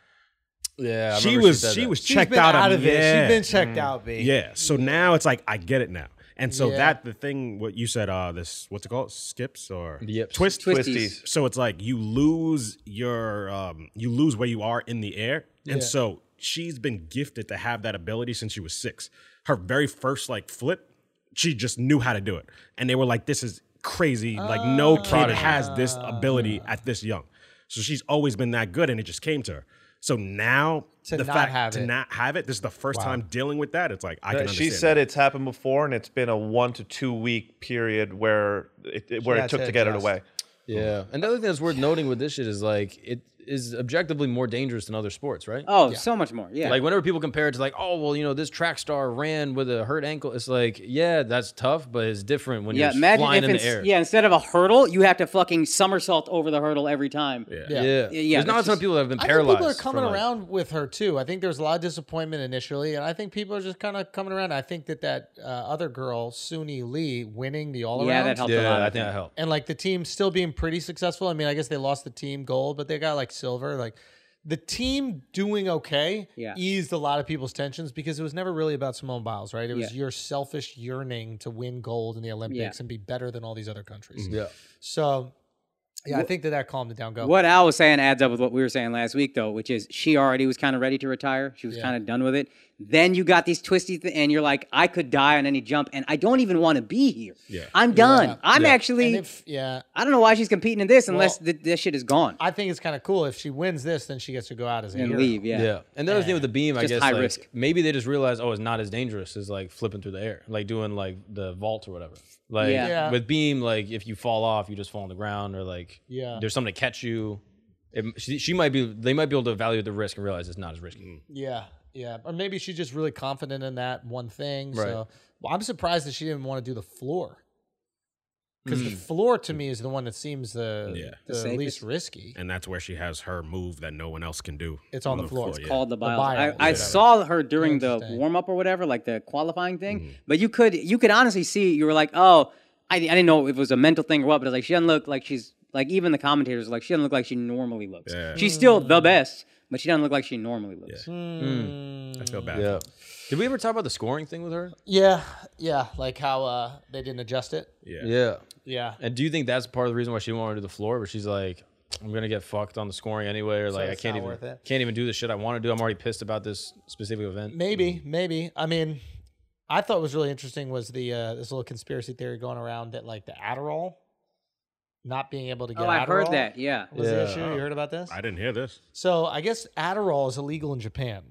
S3: Yeah,
S4: she was she, was
S1: She's
S4: checked
S1: been
S4: out,
S1: out,
S4: on-
S1: of it.
S4: yeah. Mm.
S1: She's been checked out, B.
S4: Yeah. So now it's like I get it now. And so
S1: Yeah.
S4: that the thing what you said uh this what's it called skips or
S3: Yips.
S4: twist
S2: Twisties.
S5: Twisties.
S4: So it's like you lose your um you lose where you are in the air. And
S1: Yeah.
S4: so she's been gifted to have that ability since she was 6. Her very first like flip, she just knew how to do it. And they were like this is crazy. like
S1: Oh.
S4: no kid has this ability at this young. So she's always been that good and it just came to her. So now
S1: To
S4: the
S1: not
S4: fact
S1: have
S4: to
S1: it.
S4: not have it, this is the first time dealing with that. It's like I can
S5: She
S4: understand
S5: said
S4: that.
S5: it's happened before, and it's been a one to two week period where it, it- where
S1: has
S5: it took
S1: to
S5: to get it
S1: adjust.
S5: away.
S3: Yeah. Another thing that's worth noting with this shit is like it is objectively more dangerous than other sports, right?
S2: Oh, so much more. Yeah.
S3: Like whenever people compare it to like, oh well, you know, this track star ran with a hurt ankle. It's like, yeah, that's tough, but it's different when
S2: Yeah,
S3: you're
S2: imagine
S3: flying
S2: if
S3: in
S2: it's,
S3: the air.
S2: yeah, instead of a hurdle, you have to fucking somersault over the hurdle every time.
S1: Yeah.
S3: yeah.
S2: Yeah,
S3: There's not a
S2: that's
S3: ton of people that have been
S1: I think
S3: paralyzed.
S1: people are coming
S3: from, like-
S1: around with her too. I think there was a lot of disappointment initially, and I think people are just kind of coming around. I think that that uh, other girl, Suni Lee, winning the all around,
S2: Yeah, that helped a lot. I
S3: Yeah, I think
S2: think.
S3: that helped.
S1: and like the team still being pretty successful. I mean, I guess they lost the team gold, but they got like silver. Like the team doing okay
S2: Yeah.
S1: eased a lot of people's tensions because it was never really about Simone Biles, right? It was
S2: Yeah.
S1: your selfish yearning to win gold in the Olympics and be better than all these other countries.
S3: Yeah.
S1: So, yeah, I think that that calmed it down. Go.
S2: What Al was saying adds up with what we were saying last week, though, which is she already was kind of ready to retire. She was kind of done with it. Then you got these twisty, th- and you're like, I could die on any jump, and I don't even want to be here. Yeah. I'm done. I'm
S1: And
S2: actually.
S1: if, yeah,
S2: I don't know why she's competing in this unless
S1: Well-
S2: th- this shit is gone
S1: I think it's kind of cool. If she wins this, then she gets to go out as a
S2: and
S1: hero.
S2: leave. Yeah.
S3: Yeah. And the other thing with the beam, I
S2: just
S3: guess
S2: high
S3: like,
S2: risk.
S3: maybe they just realized, oh, it's not as dangerous as like flipping through the air, like doing like the vault or whatever. Like
S2: Yeah.
S1: Yeah.
S3: with beam, like if you fall off, you just fall on the ground or like
S1: Yeah.
S3: there's something to catch you. It, she, she might be they might be able to evaluate the risk and realize it's not as risky.
S1: Yeah, yeah. Or maybe she's just really confident in that one thing. So well, I'm surprised that she didn't want to do the floor. Because the floor to me is the one that seems the,
S4: Hmm. Yeah.
S1: the,
S2: The
S1: least
S2: safest.
S1: risky.
S4: and that's where she has her move that no one else can do.
S1: It's on the floor. It's
S4: yeah.
S2: called the
S1: The
S2: Biles.
S1: Biles,
S2: I, I
S1: yeah.
S2: saw her during the
S1: Interesting.
S2: warm up or whatever, like the qualifying thing. But you could you could honestly see you were like, oh, I, I didn't know if it was a mental thing or what, but it's like she doesn't look like she's like even the commentators were like she doesn't look like she normally looks.
S4: Yeah.
S2: She's still the best, but she doesn't look like she normally looks. Mm.
S4: I feel bad.
S3: Yeah. Did we ever talk about the scoring thing with her?
S1: Yeah, yeah. Like how uh, they didn't adjust it.
S4: Yeah.
S1: Yeah.
S3: And do you think that's part of the reason why she wanted to do the floor? But she's like, I'm gonna get fucked on the scoring anyway, or like I
S1: it's
S3: can't
S1: not
S3: even
S1: worth it.
S3: can't even do the shit I want to do. I'm already pissed about this specific event.
S1: Maybe,
S4: Hmm.
S1: maybe. I mean, I thought was really interesting was the uh, this little conspiracy theory going around that like the Adderall, not being able to get
S2: Oh,
S1: Adderall.
S2: I've heard that. Yeah.
S1: Was the
S3: Yeah.
S4: Oh.
S1: issue? You heard about this?
S4: I didn't hear this.
S1: So I guess Adderall is illegal in Japan.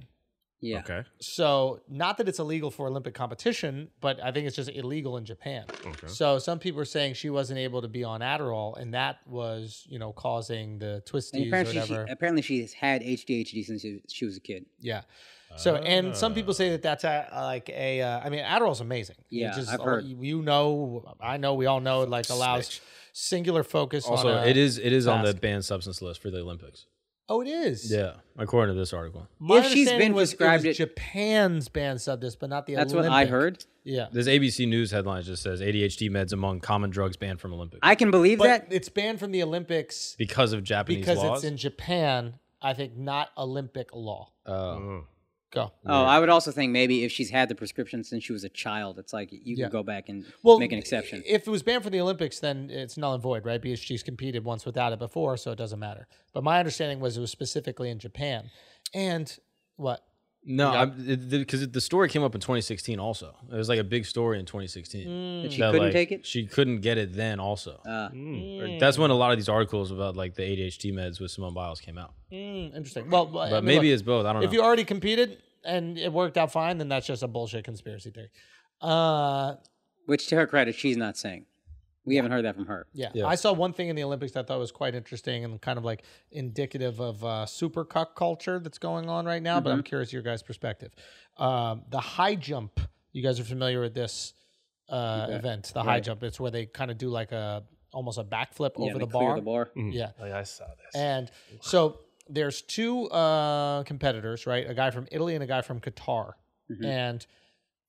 S2: Yeah.
S4: Okay.
S1: So, not that it's illegal for Olympic competition, but I think it's just illegal in Japan. So, some people are saying she wasn't able to be on Adderall, and that was, you know, causing the
S2: And
S1: twisties or
S2: apparently, she,
S1: whatever.
S2: apparently she has had HDHD since she, she was a kid.
S1: yeah. So, and some people say that that's a, like a, uh, I mean, Adderall's amazing. It
S2: Yeah, I've heard.
S1: You know, I know, we all know, it like allows singular focus
S3: Also,
S1: on. a-
S3: it is it is on the
S1: task.
S3: banned substance list for the Olympics.
S1: Oh, it is.
S3: Yeah, according to this article,
S1: My
S2: If she's been
S1: understanding was,
S2: prescribed
S1: it
S2: it-
S1: was Japan's ban sub this, but not the
S2: That's
S1: Olympic.
S2: what I heard.
S1: Yeah.
S3: this ABC News headline just says ADHD meds among common drugs banned from Olympics
S2: I can believe
S1: But
S2: that.
S1: it's banned from the Olympics
S3: because of Japanese
S1: because
S3: laws.
S1: it's in Japan, I think not Olympic law.
S3: Oh.
S1: Go.
S2: Oh, I would also think maybe if she's had the prescription since she was a child, it's like you
S1: Yeah.
S2: can go back and
S1: Well,
S2: make an exception.
S1: If it was banned from the Olympics, then it's null and void, right? Because she's competed once without it before, so it doesn't matter. But my understanding was it was specifically in Japan. And what?
S3: no, because the, story came up in 2016. Also, it was like a big story in 2016.
S1: Hmm.
S2: That she couldn't
S3: like,
S2: take it.
S3: She couldn't get it Uh, then. Also, Or that's when a lot of these articles about like the ADHD meds with Simone Biles came out.
S1: Mm, interesting. Well,
S3: But maybe it's both. I don't
S1: if
S3: know.
S1: you already competed and it worked out fine, then that's just a bullshit conspiracy theory. Uh,
S2: Which, to her credit, she's not saying. We haven't heard that from her.
S1: Yeah. I saw one thing in the Olympics that I thought was quite interesting and kind of like indicative of uh, super cuck culture that's going on right now. But
S2: Mm-hmm.
S1: I'm curious your guys' perspective. Um, the high jump, you guys are familiar with this uh, event, the high jump. It's where they kind of do like a almost a backflip
S2: Yeah,
S1: over
S2: they
S1: the
S2: clear
S1: bar.
S2: the bar.
S1: Yeah.
S4: Oh,
S5: I saw this.
S1: And so there's two uh, competitors, right? A guy from Italy and a guy from Qatar. And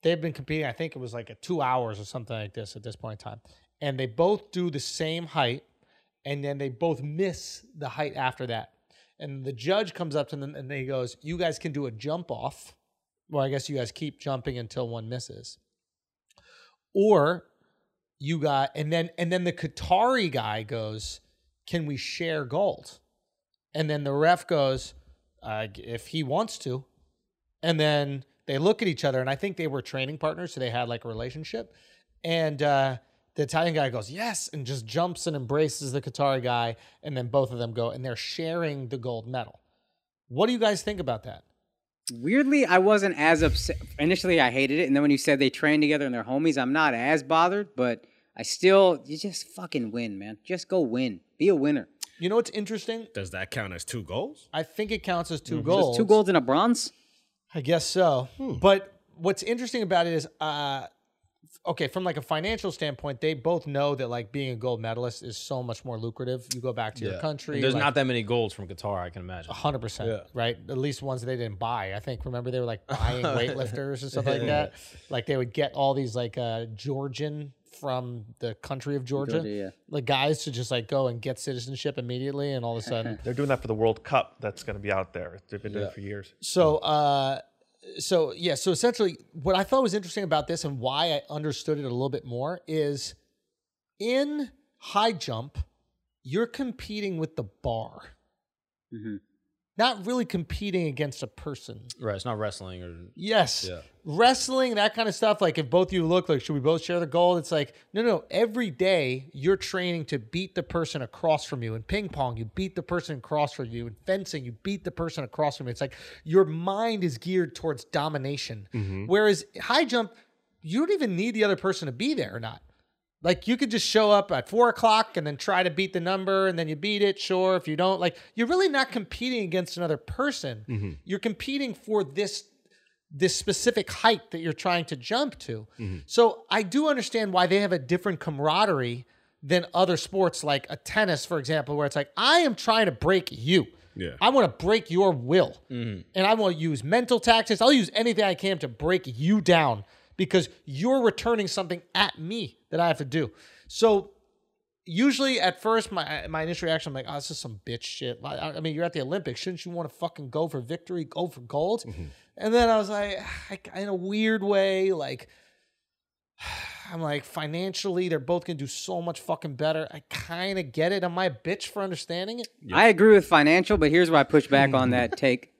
S1: they've been competing, I think it was like a two hours or something like this at this point in time. And they both do the same height and then they both miss the height after that. And the judge comes up to them and they goes, You guys can do a jump off. Well, I guess you guys keep jumping until one misses. Or you got and then and then the Qatari guy goes, Can we share gold? And then the ref goes, uh, if he wants to. And then they look at each other, and I think they were training partners, so they had like a relationship. And uh, the Italian guy goes, yes, and just jumps and embraces the Qatari guy. And then both of them go, and they're sharing the gold medal. What do you guys think about that? Mm-hmm.
S2: Weirdly, I wasn't as upset. Initially, I hated it, and then when you said they train together and they're homies, I'm not as bothered. But I still, you just fucking win, man. Just go win. Be a winner.
S1: You know what's interesting?
S4: Does that count as two goals?
S1: I think it counts as 2
S2: There's
S1: goals.
S2: Mm-hmm. two golds and a bronze.
S1: I guess so. But what's interesting about it is, uh, okay, from like a financial standpoint, they both know that like being a gold medalist is so much more lucrative. You go back to your country.
S3: There's
S1: like,
S3: not that many goals from Qatar, I can imagine.
S1: hundred percent, right? At least ones they didn't buy. I think remember they were like buying weightlifters and stuff like that. Like they would get all these like uh, Georgian from the country of Georgia,
S2: Georgia, yeah.
S1: like guys to just like go and get citizenship immediately, and all of a sudden
S5: They're doing that for the World Cup. That's going to be out there. They've been doing it for years.
S1: So, uh, so yeah. So essentially, what I thought was interesting about this and why I understood it a little bit more is in high jump, you're competing with the bar, not really competing against a person.
S3: Right, it's not wrestling or
S1: Yes.
S3: Yeah.
S1: Wrestling, that kind of stuff. Like, if both of you look like, should we both share the gold? It's like, no, no. Every day you're training to beat the person across from you. In ping pong, you beat the person across from you. In fencing, you beat the person across from you. It's like your mind is geared towards domination. Whereas high jump, you don't even need the other person to be there or not. Like you could just show up at four o'clock and then try to beat the number and then you beat it. Sure, if you don't, like you're really not competing against another person. You're competing for this this specific height that you're trying to jump to. So I do understand why they have a different camaraderie than other sports like a tennis, for example, where it's like I am trying to break you.
S4: Yeah.
S1: I want to break your will, and I want to use mental tactics. I'll use anything I can to break you down because you're returning something at me that I have to do. So usually at first my my initial reaction I'm like, oh, this is some bitch shit. Like, I, I mean, you're at the Olympics, shouldn't you want to fucking go for victory, go for gold? And then I was like, I- in a weird way, like. I'm like financially, they're both gonna do so much fucking better. I kind of get it. Am I a bitch for understanding it?
S2: I agree with financial, but here's where I push back on that take.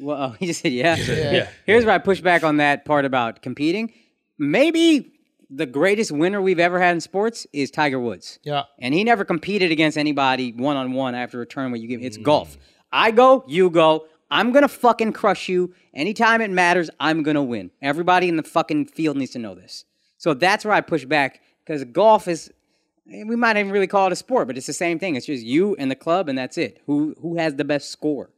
S2: Well, oh, he just said yeah.
S1: Yeah.
S2: Here's where I push back on that part about competing. Maybe the greatest winner we've ever had in sports is Tiger Woods.
S1: Yeah.
S2: And he never competed against anybody one on one after a turn where you give it's golf. I go, you go. I'm gonna fucking crush you. Anytime it matters, I'm gonna win. Everybody in the fucking field needs to know this. So that's where I push back because golf is eh, we might even really call it a sport, but it's the same thing. It's just you and the club, and that's it. Who who has the best score?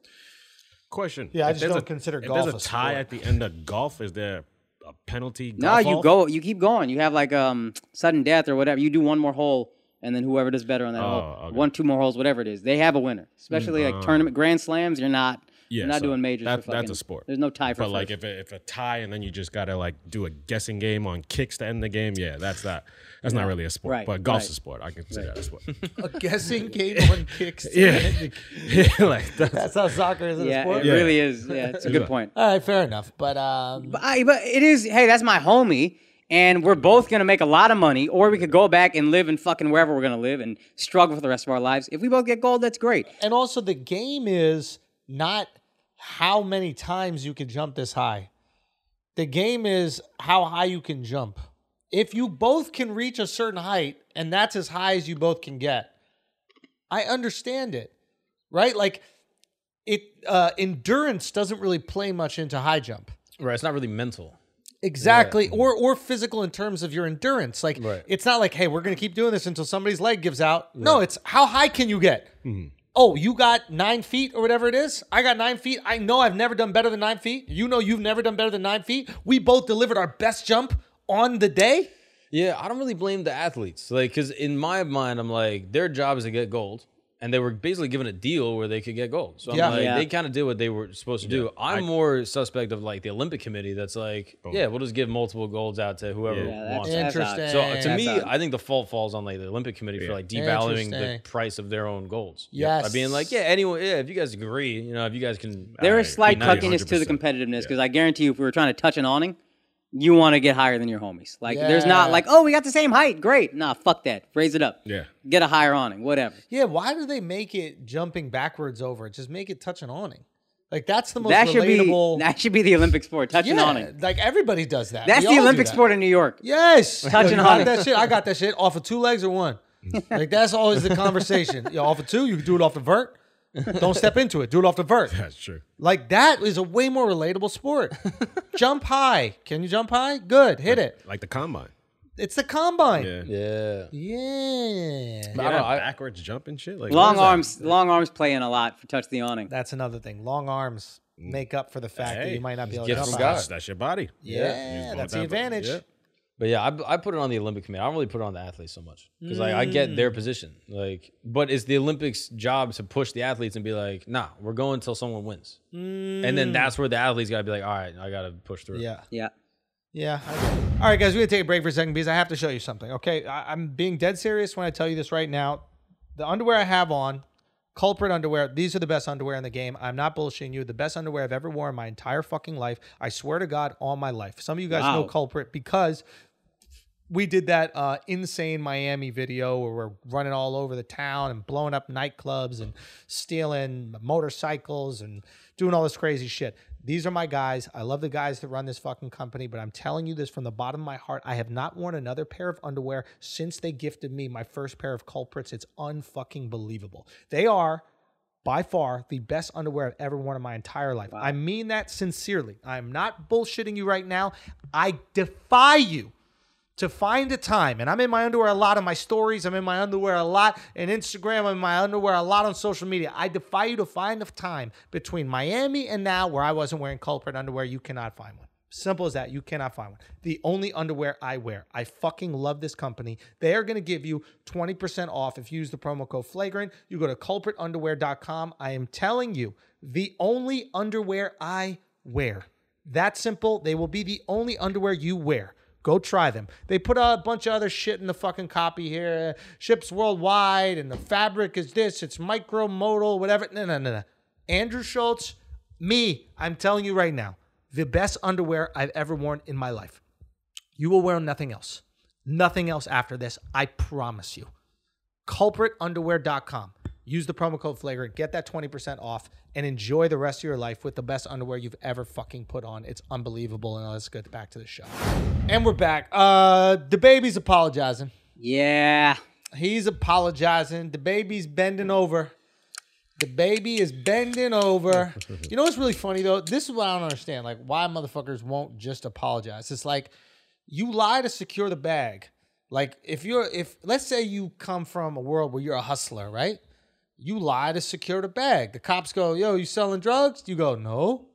S4: Question.
S1: Yeah, I
S4: If
S1: just
S4: there's
S1: don't consider
S4: if
S1: golf
S4: there's a
S1: a
S4: tie
S1: sport.
S4: at the end of golf. Is there a penalty?
S2: No,
S4: golf
S2: you
S4: off?
S2: go, you keep going. You have like um sudden death or whatever. You do one more hole, and then whoever does better on
S4: Oh,
S2: that hole, one, two more holes, whatever it is, they have a winner. Especially like tournament grand slams, you're not, you're not
S4: Mm-hmm. so
S2: doing majors.
S4: that-
S2: for
S4: that's
S2: fucking-
S4: a sport.
S2: There's no tie for
S4: But like
S2: first.
S4: if a, if a tie and then you just gotta like do a guessing game on kicks to end the game. Yeah, that's that. That's not really a sport.
S2: Right,
S4: But golf's
S2: right.
S4: a sport. I can consider that a sport.
S1: A guessing game on kicks.
S4: yeah. yeah, like that's,
S1: That's how soccer is in a
S2: yeah,
S1: sport.
S2: it really is. Yeah, it's a good point.
S1: All right, fair enough. But um,
S2: But, I, but it is. Hey, that's my homie, and we're both gonna make a lot of money, or we could go back and live in fucking wherever we're gonna live and struggle for the rest of our lives. If we both get gold, that's great.
S1: and also the game is not how many times you can jump this high. The game is how high you can jump. If you both can reach a certain height and that's as high as you both can get, I understand it. Right? Like it uh endurance doesn't really play much into high jump.
S3: Right. It's not really mental.
S1: Exactly. Or or physical in terms of your endurance. Like it's not like, hey, we're gonna keep doing this until somebody's leg gives out. No, it's how high can you get? Oh, you got nine feet or whatever it is? I got nine feet. I know I've never done better than nine feet. You know you've never done better than nine feet. We both delivered our best jump on the day.
S3: Yeah, I don't really blame the athletes. Like, because in my mind, I'm like, their job is to get gold. And they were basically given a deal where they could get gold. So I'm
S1: Yeah.
S3: like,
S2: Yeah.
S3: they kind of did what they were supposed to do. I'm more suspect of like the Olympic committee that's like, yeah, we'll just give multiple golds out to whoever
S4: Yeah,
S2: that's-
S3: wants it.
S2: that's odd.
S1: Interesting.
S3: So uh, to
S2: Eh, That's
S3: me,
S2: odd.
S3: I think the fault falls on like the Olympic Committee for like devaluing the
S1: Interesting.
S3: price of their own golds.
S1: Yes.
S3: by being like, yeah, anyone, yeah, if you guys agree, you know, if you guys can,
S2: There is
S4: Right.
S2: slight
S4: Nice.
S2: cuckiness to the
S4: 100%.
S2: competitiveness because I guarantee you, if we were trying to touch an awning, you want to get higher than your homies. Like, there's not
S1: Yeah.
S2: like, oh, we got the same height. Great. Nah, fuck that. Raise it up.
S4: Yeah.
S2: Get a higher awning. Whatever.
S1: Yeah, why do they make it jumping backwards over? it? Just make it touch an awning. Like that's the most
S2: That should
S1: relatable.
S2: be that should be the Olympic sport. Touch an
S1: Yeah,
S2: awning.
S1: Like everybody does that.
S2: That's
S1: We all
S2: the
S1: do
S2: Olympic
S1: that.
S2: sport in New York.
S1: Yes.
S2: Touch
S1: Yo,
S2: and
S1: you got
S2: hug.
S1: that shit. I got that shit off of two legs or one. like that's always the conversation. Yo, off of two, you can do it off the vert. Don't step into it. Do it off the vert.
S4: that's true.
S1: Like that is a way more relatable sport. jump high. Can you jump high? Good. Hit it.
S4: Like the combine.
S1: It's the combine. Yeah.
S4: Yeah.
S3: yeah,
S4: I
S3: don't know, I-
S4: backwards jump and shit. Like what
S2: Long
S4: is that?
S2: arms, long arms play in a lot for touch the awning.
S1: That's another thing. Long arms make up for the fact that
S4: Hey,
S1: you might not be able to
S3: get
S1: jump
S3: some
S1: high.
S3: guy.
S4: Oh, That's, that's your body. You
S1: Yeah, that's
S4: just want
S1: the
S4: that, but-
S1: advantage.
S4: yeah.
S3: But yeah, I, I put it on the Olympic Committee. I don't really put it on the athletes so much because like I get
S2: Mm.
S3: their position. Like, but it's the Olympics' job to push the athletes and be like, nah, we're going until someone wins, and then
S2: Mm.
S3: that's where the athletes got to be like, all right, I got to push through.
S1: Yeah.
S2: Yeah.
S1: Yeah. I get it. All right, guys, we're going to take a break for a second because I have to show you something. Okay. I, I'm being dead serious when I tell you this right now. The underwear I have on, culprit underwear, these are the best underwear in the game. I'm not bullshitting you. The best underwear I've ever worn in my entire fucking life. I swear to God, all my life. Some of you guys know
S2: Wow.
S1: culprit because we did that uh, insane Miami video where we're running all over the town and blowing up nightclubs and stealing motorcycles and doing all this crazy shit. These are my guys. I love the guys that run this fucking company, but I'm telling you this from the bottom of my heart. I have not worn another pair of underwear since they gifted me my first pair of culprits. It's unfucking believable. They are by far the best underwear I've ever worn in my entire life. I mean that sincerely. I'm not bullshitting you right now. I defy you to find a time, and I'm in my underwear a lot on my stories, I'm in my underwear a lot in Instagram, I'm in my underwear a lot on social media. I defy you to find a time between Miami and now where I wasn't wearing culprit underwear. You cannot find one. Simple as that. You cannot find one. The only underwear I wear. I fucking love this company. They are going to give you 20% off if you use the promo code flagrant. You go to culpritunderwear.com. I am telling you, the only underwear I wear. That simple. They will be the only underwear you wear. Go try them. They put a bunch of other shit in the fucking copy here. Ships worldwide, and the fabric is this. It's micromodal, whatever. No, no, no, no. Andrew Schultz, me. I'm telling you right now, the best underwear I've ever worn in my life. You will wear nothing else. Nothing else after this. I promise you culpritunderwear.com. Use the promo code flagrant, get that 20% off, and enjoy the rest of your life with the best underwear you've ever fucking put on. It's unbelievable. And let's get back to the show. And we're back. Uh the baby's apologizing.
S2: Yeah.
S1: He's apologizing. The baby's bending over. The baby is bending over. You know what's really funny though? This is what I don't understand. Like, why motherfuckers won't just apologize? It's like you lie to secure the bag. Like, if you're, if let's say you come from a world where you're a hustler, right? You lie to secure the bag. The cops go, "Yo, you selling drugs?" You go, "No."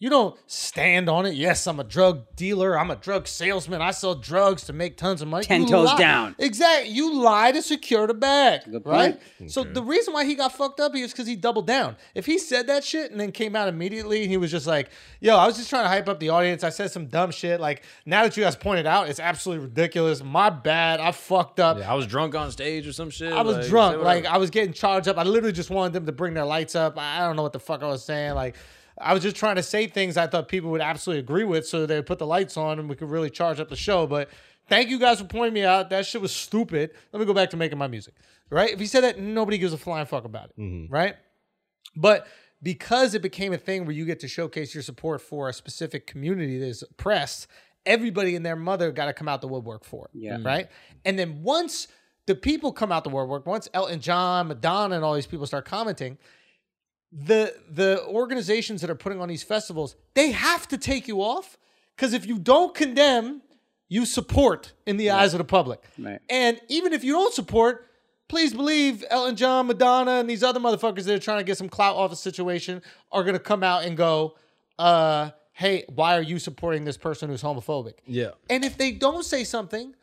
S1: You don't stand on it. Yes, I'm a drug dealer. I'm a drug salesman. I sell drugs to make tons of money.
S2: Ten
S1: You
S2: toes
S1: lie-
S2: down.
S1: Exactly. You lie to secure the bag,
S2: Good point.
S1: right? So the reason why he got fucked up is because he doubled down. If he said that shit and then came out immediately and he was just like, "Yo, I was just trying to hype up the audience. I said some dumb shit. Like now that you guys pointed out, it's absolutely ridiculous. My bad. I fucked up.
S3: I was drunk on stage or some shit.
S1: I was drunk. Like I was getting charged up. I literally just wanted them to bring their lights up. I I don't know what the fuck I was saying. Like I was just trying to say things I thought people would absolutely agree with, so they would put the lights on and we could really charge up the show. But thank you guys for pointing me out. That shit was stupid. Let me go back to making my music. Right? If he said that, nobody gives a flying fuck about it. Right? But because it became a thing where you get to showcase your support for a specific community that is oppressed, everybody and their mother got to come out the woodwork for it.
S2: Yeah.
S1: Right. And then once the people come out the woodwork, once Elton John, Madonna, and all these people start commenting, the the organizations that are putting on these festivals, they have to take you off because if you don't condemn, you support in the eyes of the public.
S2: Right.
S1: And even if you don't support, please believe Elton John, Madonna, and these other motherfuckers that are trying to get some clout off the situation are going to come out and go, uh, hey, why are you supporting this person who's homophobic?
S3: Yeah.
S1: And if they don't say something,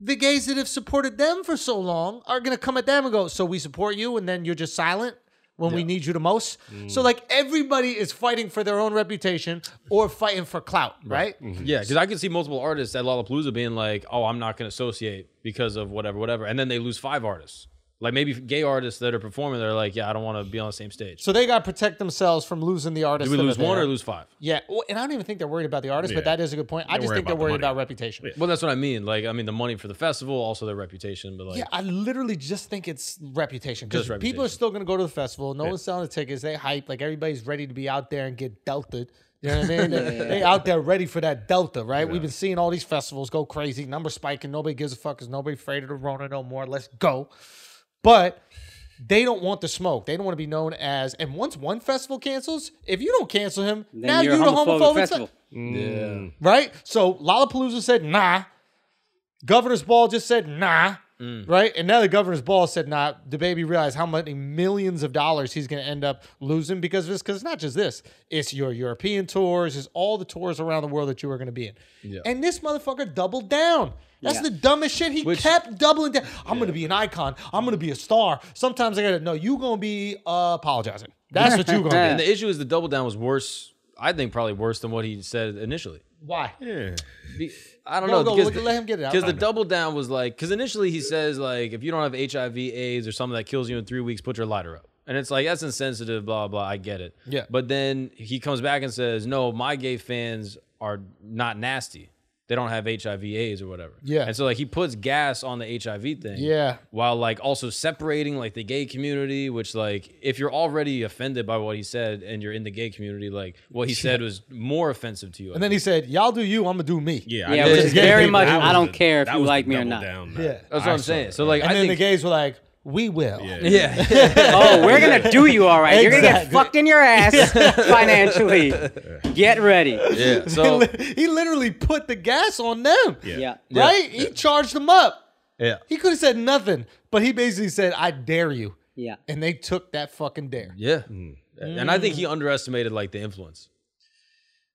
S1: the gays that have supported them for so long are going to come at them and go, so we support you, and then you're just silent when we need you the most.
S3: Mm.
S1: So, like, everybody is fighting for their own reputation or fighting for clout, right?
S3: Yeah, because I could see multiple artists at Lollapalooza being like, "Oh, I'm not going to associate because of whatever, whatever," and then they lose five artists. Like maybe gay artists that are performing, they're like, "Yeah, I don't want to be on the same stage."
S1: So, they got to protect themselves from losing the artist.
S3: Do we
S1: that are
S3: lose one
S1: there.
S3: or lose five?
S1: Yeah, well, and I don't even think they're worried about the artist, but
S4: Yeah.
S1: that is a good point. I just
S4: worried
S1: think they're
S4: about the
S1: worried
S4: money.
S1: about reputation.
S3: Well, that's what I mean. Like, I mean, the money for the festival, also their reputation, but like,
S1: Yeah, I literally just think it's reputation because
S3: Just
S1: people are
S3: reputation.
S1: still going to go to the festival. No one's selling the tickets. They hype like everybody's ready to be out there and get delted. You know what I mean? They- They out there ready for that delta, right? We've been seeing all these festivals go crazy, number spiking. Nobody gives a fuck because nobody afraid of the Rona no more. Let's go. But they don't want the smoke. They don't want to be known as. And once one festival cancels, if you don't cancel him,
S2: Then
S1: now
S2: you're
S1: you're,
S2: a
S1: the
S2: homophobic
S1: homophobic
S2: festival.
S1: right? So Lollapalooza said nah. Governor's Ball just said nah, right? And now the Governor's Ball said nah. The baby realized how many millions of dollars he's going to end up losing because of this. Because it's not just this; it's your European tours, it's all the tours around the world that you were going to be in. And this motherfucker doubled down. That's
S2: Yeah.
S1: the dumbest shit. He kept doubling down. I'm going to be an icon. I'm going to be a star. Sometimes I got to know you going to be uh, apologizing. That's what you going to
S3: And the issue is the double down was worse. I think probably worse than what he said initially.
S1: do. Why?
S3: Be- I don't
S1: No,
S3: know
S1: no,
S3: because
S1: let- let him get it out.
S3: Because the
S1: I know.
S3: double down was like, because initially he says like, if you don't have HIV, AIDS, or something that kills you in three weeks, put your lighter up. And it's like that's insensitive, blah blah. I get it.
S1: Yeah.
S3: But then he comes back and says, no, my gay fans are not nasty. They don't have HIV, AIDS, or whatever.
S1: Yeah.
S3: And so like he puts gas on the HIV thing.
S1: Yeah.
S3: While like also separating like the gay community, which like if you're already offended by what he said and you're in the gay community, like what he said was more offensive to you.
S1: And then he said, "Y'all do you. I'm gonna do me."
S4: Yeah,
S2: Yeah,
S4: know
S2: which
S4: that
S2: is
S4: gay
S2: very
S4: people-
S2: much,
S4: that
S2: I
S4: was
S2: don't
S4: the-
S2: care if
S4: that
S2: you
S4: was the
S2: like me or
S4: double
S2: not.
S4: down,
S1: Yeah.
S4: man.
S3: That's what I'm
S4: saw
S3: saying.
S4: that.
S3: So like
S1: And
S3: I
S1: then
S3: think
S1: the gays were like, "We will."
S3: yeah.
S2: Oh, we're gonna do you all right. You're gonna get
S1: Exactly.
S2: fucked in your ass financially. Get ready.
S3: yeah. So
S1: he literally put the gas on them.
S2: Yeah.
S1: Right? He charged them up.
S3: yeah.
S1: He could have said nothing, but he basically said, "I dare you,"
S2: Yeah.
S1: and they took that fucking dare.
S3: Yeah. And I think he underestimated like the influence.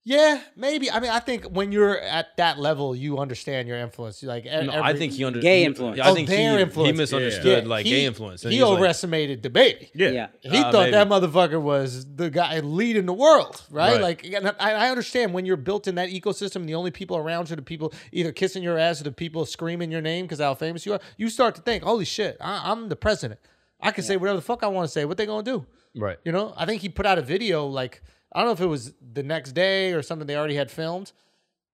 S1: Yeah, maybe. I mean, I think when you're at that level, you understand your influence. You're Like, e-
S3: No,
S1: every-
S3: I think he under
S2: Gay
S3: he-
S2: influence.
S3: I
S1: Oh,
S3: think
S1: their
S3: he,
S1: influence.
S3: he
S1: Yeah,
S3: misunderstood like gay influence. And
S1: He,
S3: was like-
S1: overestimated the baby.
S4: Yeah.
S2: Yeah.
S1: He
S3: Uh,
S1: thought that
S3: maybe.
S1: motherfucker was the guy leading the world, right?
S3: Right.
S1: Like, and I, I understand when you're built in that ecosystem, the only people around you, the people either kissing your ass or the people screaming your name because how famous you are, you start to think, holy shit, I, I'm the president. I can say whatever the fuck I want to say. What they gonna do?
S3: right.
S1: You know, I think he put out a video like I don't know if it was the next day or something they already had filmed,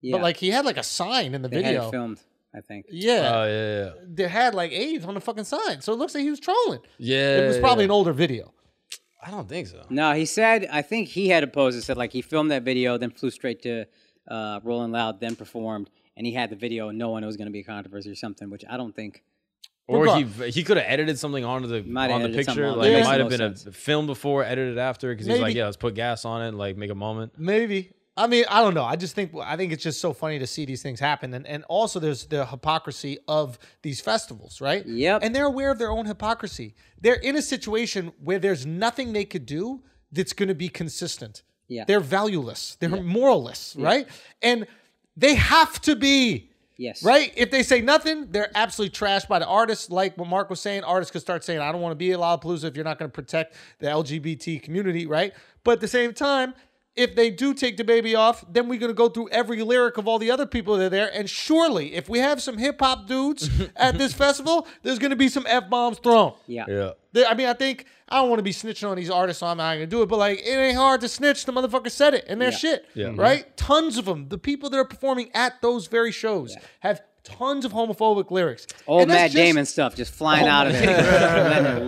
S2: Yeah.
S1: but like he had like a sign in the
S2: they had
S1: video.
S2: it filmed, uh, I think.
S1: Yeah,
S3: Oh yeah, yeah.
S1: they had like AIDS on the fucking sign, so it looks like he was trolling.
S3: Yeah.
S1: It was probably an older video.
S3: I don't think so.
S2: No, he said. I think he had a pose that said like he filmed that video, then flew straight to uh, Rolling Loud, then performed, and he had the video. and No one it was going to be a controversy or something, which I don't think
S3: Or
S1: Regard-
S3: he he could have edited something onto the
S2: Might have
S3: on the
S2: edited something
S3: picture.
S2: on
S3: Like
S1: there.
S3: it
S1: Yeah.
S3: might have
S2: Makes
S3: been
S2: the
S3: a
S2: most
S3: film before, edited after, because he's like,
S1: Maybe.
S3: yeah, let's put gas on it, and, like make a moment.
S1: Maybe. I mean, I don't know. I just think I think it's just so funny to see these things happen, and and also there's the hypocrisy of these festivals, right?
S2: Yep.
S1: And they're aware of their own hypocrisy. They're in a situation where there's nothing they could do that's going to be consistent.
S2: Yeah.
S1: They're valueless. They're moralless, right? And they have to be.
S2: Yes.
S1: Right? If they say nothing, they're absolutely trashed by the artists. Like what Mark was saying, artists could start saying, I don't want to be at Lollapalooza if you're not going to protect the LGBT community, right? But at the same time, if they do take the baby off, then we're going to go through every lyric of all the other people that are there. And surely, if we have some hip hop dudes at this festival, there's going to be some F bombs thrown.
S2: Yeah.
S1: They- I mean, I think I don't want to be snitching on these artists, so I'm not gonna do it. But like, it ain't hard to snitch. The motherfucker said it, and they're shit, right? Tons of them. The people that are performing at those very shows have tons of homophobic lyrics.
S2: Old
S1: And that's
S2: Matt
S1: just- Oh,
S2: Damon stuff just flying out of it. Letting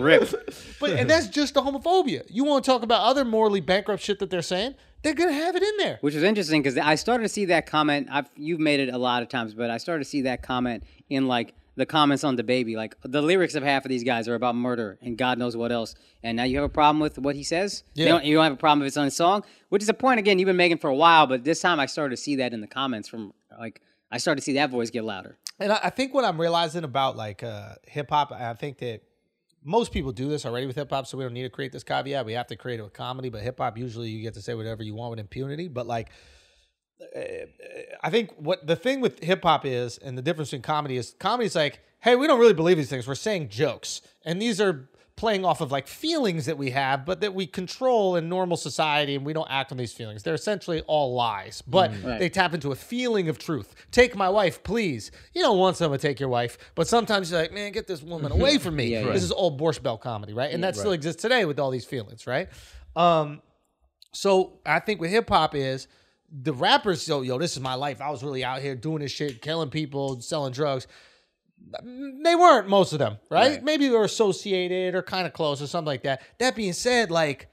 S2: it rip.
S1: but and that's just the homophobia. You want to talk about other morally bankrupt shit that they're saying? They're gonna have it in there.
S2: Which was interesting because I started to see that comment. I've, you've made it a lot of times, but I started to see that comment in like the comments on the baby. Like the lyrics of half of these guys are about murder and God knows what else. And now you have a problem with what he says. You,
S1: Yeah.
S2: don't, you don't have a problem if it's on a song, which is a point again you've been making for a while. But this time I started to see that in the comments from like I started to see that voice get louder.
S1: And I, I think what I'm realizing about like uh, hip hop, I think that most people do this already with hip hop, so we don't need to create this caveat. We have to create a comedy, but hip hop usually you get to say whatever you want with impunity. But like, uh, I think what the thing with hip hop is, and the difference in comedy is, comedy's like, hey, we don't really believe these things. We're saying jokes, and these are playing off of like feelings that we have, but that we control in normal society, and we don't act on these feelings. They're essentially all lies, but they tap into a feeling of truth. Take my wife, please. You don't want someone to take your wife, but sometimes you're like, man, get this woman away from me.
S2: Yeah, yeah.
S1: This is old Borscht Bell comedy, right? And that still exists today with all these feelings, right? Um, so I think with hip hop is the rappers, yo, yo, this is my life. I was really out here doing this shit, killing people, selling drugs. They weren't most of them, right? Maybe they were associated or kind of close or something like that. That being said, like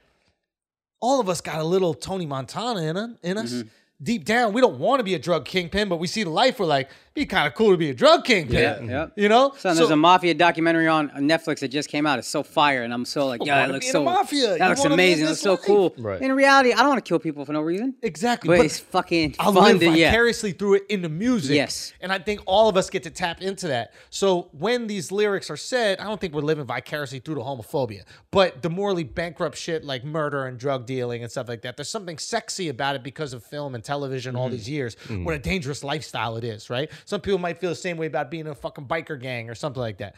S1: all of us got a little Tony Montana in, us- in us.
S2: Mm-hmm.
S1: Deep down, we don't want to be a drug kingpin, but we see the life. We're like, be kind of cool to be a drug kingpin.
S2: Yeah, yeah.
S1: You know,
S2: Son, there's a mafia documentary on Netflix that just came out. It's so fire, and I'm so like, yeah, it
S1: wanna be
S2: looks
S1: in
S2: so
S1: the mafia.
S2: That
S1: You
S2: looks
S1: wanna live
S2: amazing. It
S1: this
S2: looks so
S1: life.
S2: cool.
S3: Right.
S2: In reality, I don't want to kill people for no reason.
S1: exactly.
S2: But,
S1: but-
S2: it's fucking
S1: I
S2: fun
S1: live
S2: to yeah.
S1: vicariously through it in the music.
S2: Yes.
S1: And I think all of us get to tap into that. So when these lyrics are said, I don't think we're living vicariously through the homophobia, but the morally bankrupt shit like murder and drug dealing and stuff like that. There's something sexy about it because of film and television all these years. What a dangerous lifestyle it is, right? Some people might feel the same way about being in a fucking biker gang or something like that.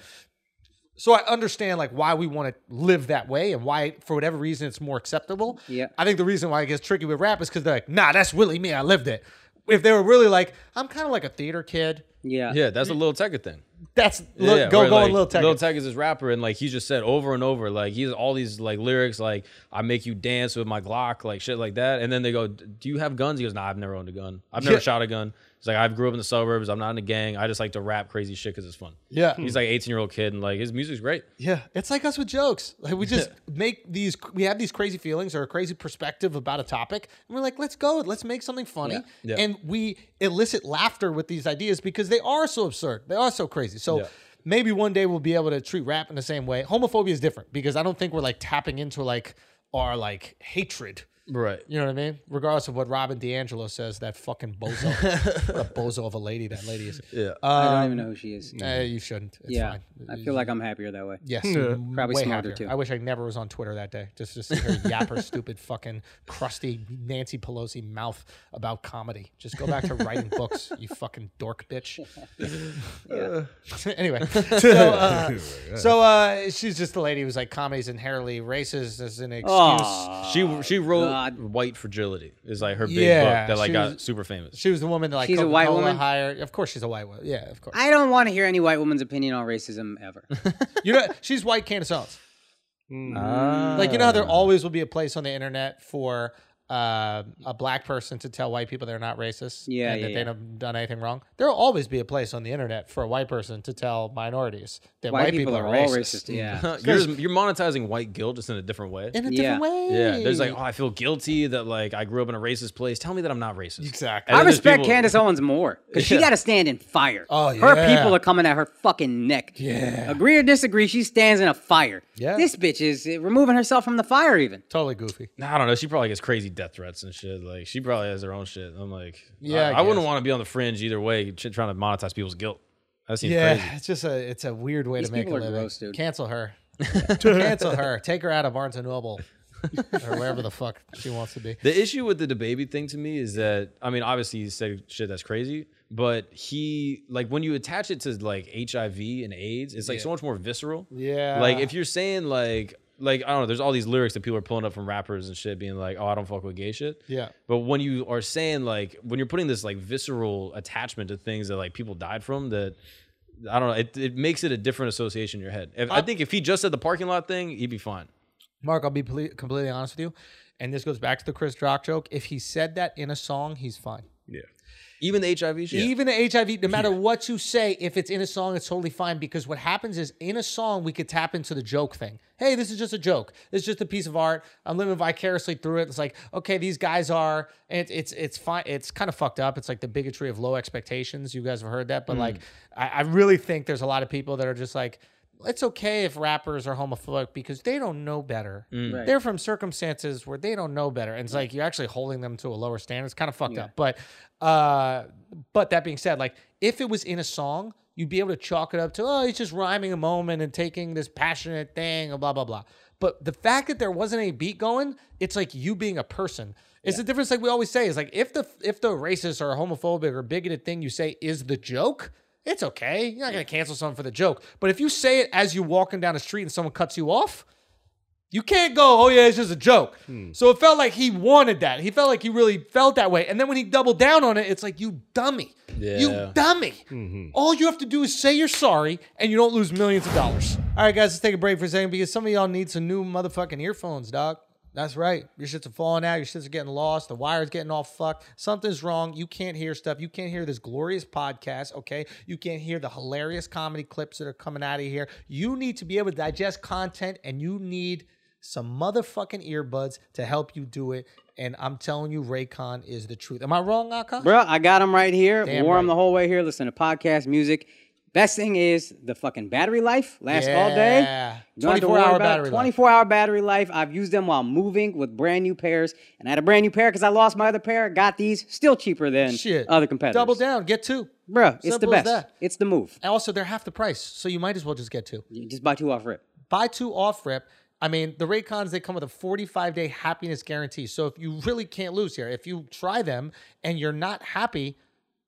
S1: So I understand like why we want to live that way and why for whatever reason it's more acceptable.
S2: Yeah.
S1: I think the reason why it gets tricky with rap is because they're like, nah, that's really me. I lived it. If they were really like, I'm kind of like a theater kid.
S2: Yeah.
S3: Yeah, that's a little Tecca thing.
S1: That's look, go
S3: where,
S1: go
S3: like,
S1: on Lil Tecca.
S3: Lil Tecca's his rapper, and like he just said over and over, like he's all these like lyrics, like I make you dance with my Glock, like shit like that. And then they go, "Do you have guns?" He goes, "Nah, I've never owned a gun. I've never
S1: Yeah.
S3: shot a gun." He's like, "I grew up in the suburbs. I'm not in a gang. I just like to rap crazy shit because it's fun."
S1: Yeah.
S3: he's like 18 year old kid, and like his music's great.
S1: yeah, it's like us with jokes. Like we just make these, we have these crazy feelings or a crazy perspective about a topic, and we're like, let's go, let's make something funny,
S3: Yeah.
S1: and we elicit laughter with these ideas because they are so absurd, they are so crazy. So.
S3: Yeah.
S1: Maybe one day we'll be able to treat rap in the same way. Homophobia is different because I don't think we're like tapping into like our like hatred
S3: Right.
S1: You know what I mean? Regardless of what Robin D'Angelo says, that fucking bozo, what a bozo of a lady that lady is. Yeah,
S2: I don't even know who she is.
S1: you shouldn't. It's
S2: yeah.
S1: fine.
S2: I feel like I'm happier that way.
S1: Yes, m-
S2: Probably
S1: way
S2: smarter,
S1: happier.
S2: too.
S1: I wish I never was on Twitter that day. Just to see her yap her stupid fucking crusty Nancy Pelosi mouth about comedy. Just go back to writing books, you fucking dork bitch. anyway, so uh, so uh, she's just the lady who's like comedy's inherently racist as an excuse.
S2: Aw.
S3: She she wrote
S2: God.
S3: White Fragility is like her big
S1: Ah, Yeah,
S3: book that like
S1: she
S3: got
S1: was-
S3: super famous.
S1: She was the woman that like
S2: She's a white
S1: Coca-Cola
S2: woman?
S1: hired. Of course, she's a white woman. Yeah, of course.
S2: I don't want to hear any white woman's opinion on racism ever.
S1: you know, she's
S2: Mm.
S3: Ah.
S1: white Candace Owens. Like you know how there always will be a place on the internet for uh, a black person to tell white people they're not racist
S2: Yeah,
S1: and that
S2: yeah, yeah.
S1: they haven't done anything wrong. There will always be a place on the internet for a white person to tell minorities that
S2: White, people, are, all racist. Yeah.
S3: you're, you're monetizing white guilt just in a different way.
S1: in a
S2: Yeah.
S1: different way.
S3: Yeah, there's like, oh, I feel guilty that like I grew up in a racist place. Tell me that I'm not racist.
S1: Exactly.
S3: And
S2: I
S3: then there's
S2: respect
S3: people-
S2: Candace Owens more because she
S3: Yeah.
S2: got to stand in fire.
S1: Oh,
S2: Her
S1: yeah.
S2: people are coming at her fucking neck.
S1: Yeah.
S2: Agree or disagree, she stands in a fire.
S1: Yeah.
S2: This bitch is uh, removing herself from the fire, even.
S1: totally goofy.
S3: I don't know. She probably gets crazy death threats and shit. Like she probably has her own shit. I'm like,
S1: Yeah,
S3: I,
S1: I
S3: I wouldn't
S1: guess.
S3: want to be on the fringe either way, ch- trying to monetize people's guilt. That seems
S1: Yeah,
S3: crazy.
S1: it's just a it's a weird way
S2: These
S1: to make a
S2: people are
S1: living.
S2: gross, dude.
S1: Cancel her. Cancel her. Take her out of Barnes and Noble or wherever the fuck she wants to be.
S3: The issue with the DeBaby thing to me is that I mean, obviously he said shit that's crazy, but he like when you attach it to like HIV and AIDS, it's like so much more visceral.
S1: Yeah.
S3: Like if you're saying like like I don't know, there's all these lyrics that people are pulling up from rappers and shit, being like, "Oh, I don't fuck with gay shit."
S1: Yeah.
S3: But when you are saying like when you're putting this like visceral attachment to things that like people died from, that I don't know, it, it makes it a different association in your head. If, I think if he just said the parking lot thing, he'd be fine.
S1: Mark, I'll be ple- completely honest with you, and this goes back to the Chris Rock joke. If he said that in a song, he's fine.
S4: Yeah.
S3: Even the HIV shit.
S1: Even the HIV, no matter what you say, if it's in a song, it's totally fine because what happens is in a song, we could tap into the joke thing. Hey, this is just a joke. This is just a piece of art. I'm living vicariously through it. It's like, okay, these guys are, and it, it's it's fine. It's kind of fucked up. It's like the bigotry of low expectations. You guys have heard that, but like, I, I really think there's a lot of people that are just like, it's okay if rappers are homophobic because they don't know better. They're from circumstances where they don't know better, and it's like you're actually holding them to a lower standard. It's kind of fucked up, but uh, but that being said, like if it was in a song, you'd be able to chalk it up to oh, he's just rhyming a moment and taking this passionate thing, and blah blah blah. But the fact that there wasn't any beat going, it's like you being a person. It's the difference, like we always say, is like if the if the racist or homophobic or bigoted thing you say is the joke, it's okay. You're not gonna cancel someone for the joke. But if you say it as you're walking down the street and someone cuts you off, you can't go, oh yeah, it's just a joke. So it felt like he wanted that. He felt like he really felt that way. And then when he doubled down on it, it's like, you dummy.
S3: Yeah.
S1: You dummy. All you have to do is say you're sorry and you don't lose millions of dollars. All right, guys, let's take a break for a second because some of y'all need some new motherfucking earphones, dog. That's right. Your shits are falling out. Your shits are getting lost. The wire's getting all fucked. Something's wrong. You can't hear stuff. You can't hear this glorious podcast, okay? You can't hear the hilarious comedy clips that are coming out of here. You need to be able to digest content and you need some motherfucking earbuds to help you do it. And I'm telling you, Raycon is the truth. Am I wrong, Aka?
S2: Bro, I got them right here.
S1: Damn
S2: Wore 'em
S1: right.
S2: the whole way here. Listen to podcast, music. Best thing is the fucking battery life lasts all day.
S1: Yeah.
S2: You don't have to
S1: 24
S2: worry
S1: hour
S2: about it.
S1: battery life.
S2: 24 hour battery life. I've used them while moving with brand new pairs, and I had a brand new pair because I lost my other pair. Got these, still cheaper than
S1: Shit.
S2: other competitors.
S1: Double down, get two.
S2: bro. It's the
S1: Simple as
S2: best.
S1: that.
S2: It's the move.
S1: And also, they're half the price, so you might as well just get two.
S2: You just buy two off rip.
S1: Buy two off rip. I mean, the Raycons, they come with a 45 day happiness guarantee. So if you really can't lose here, if you try them and you're not happy,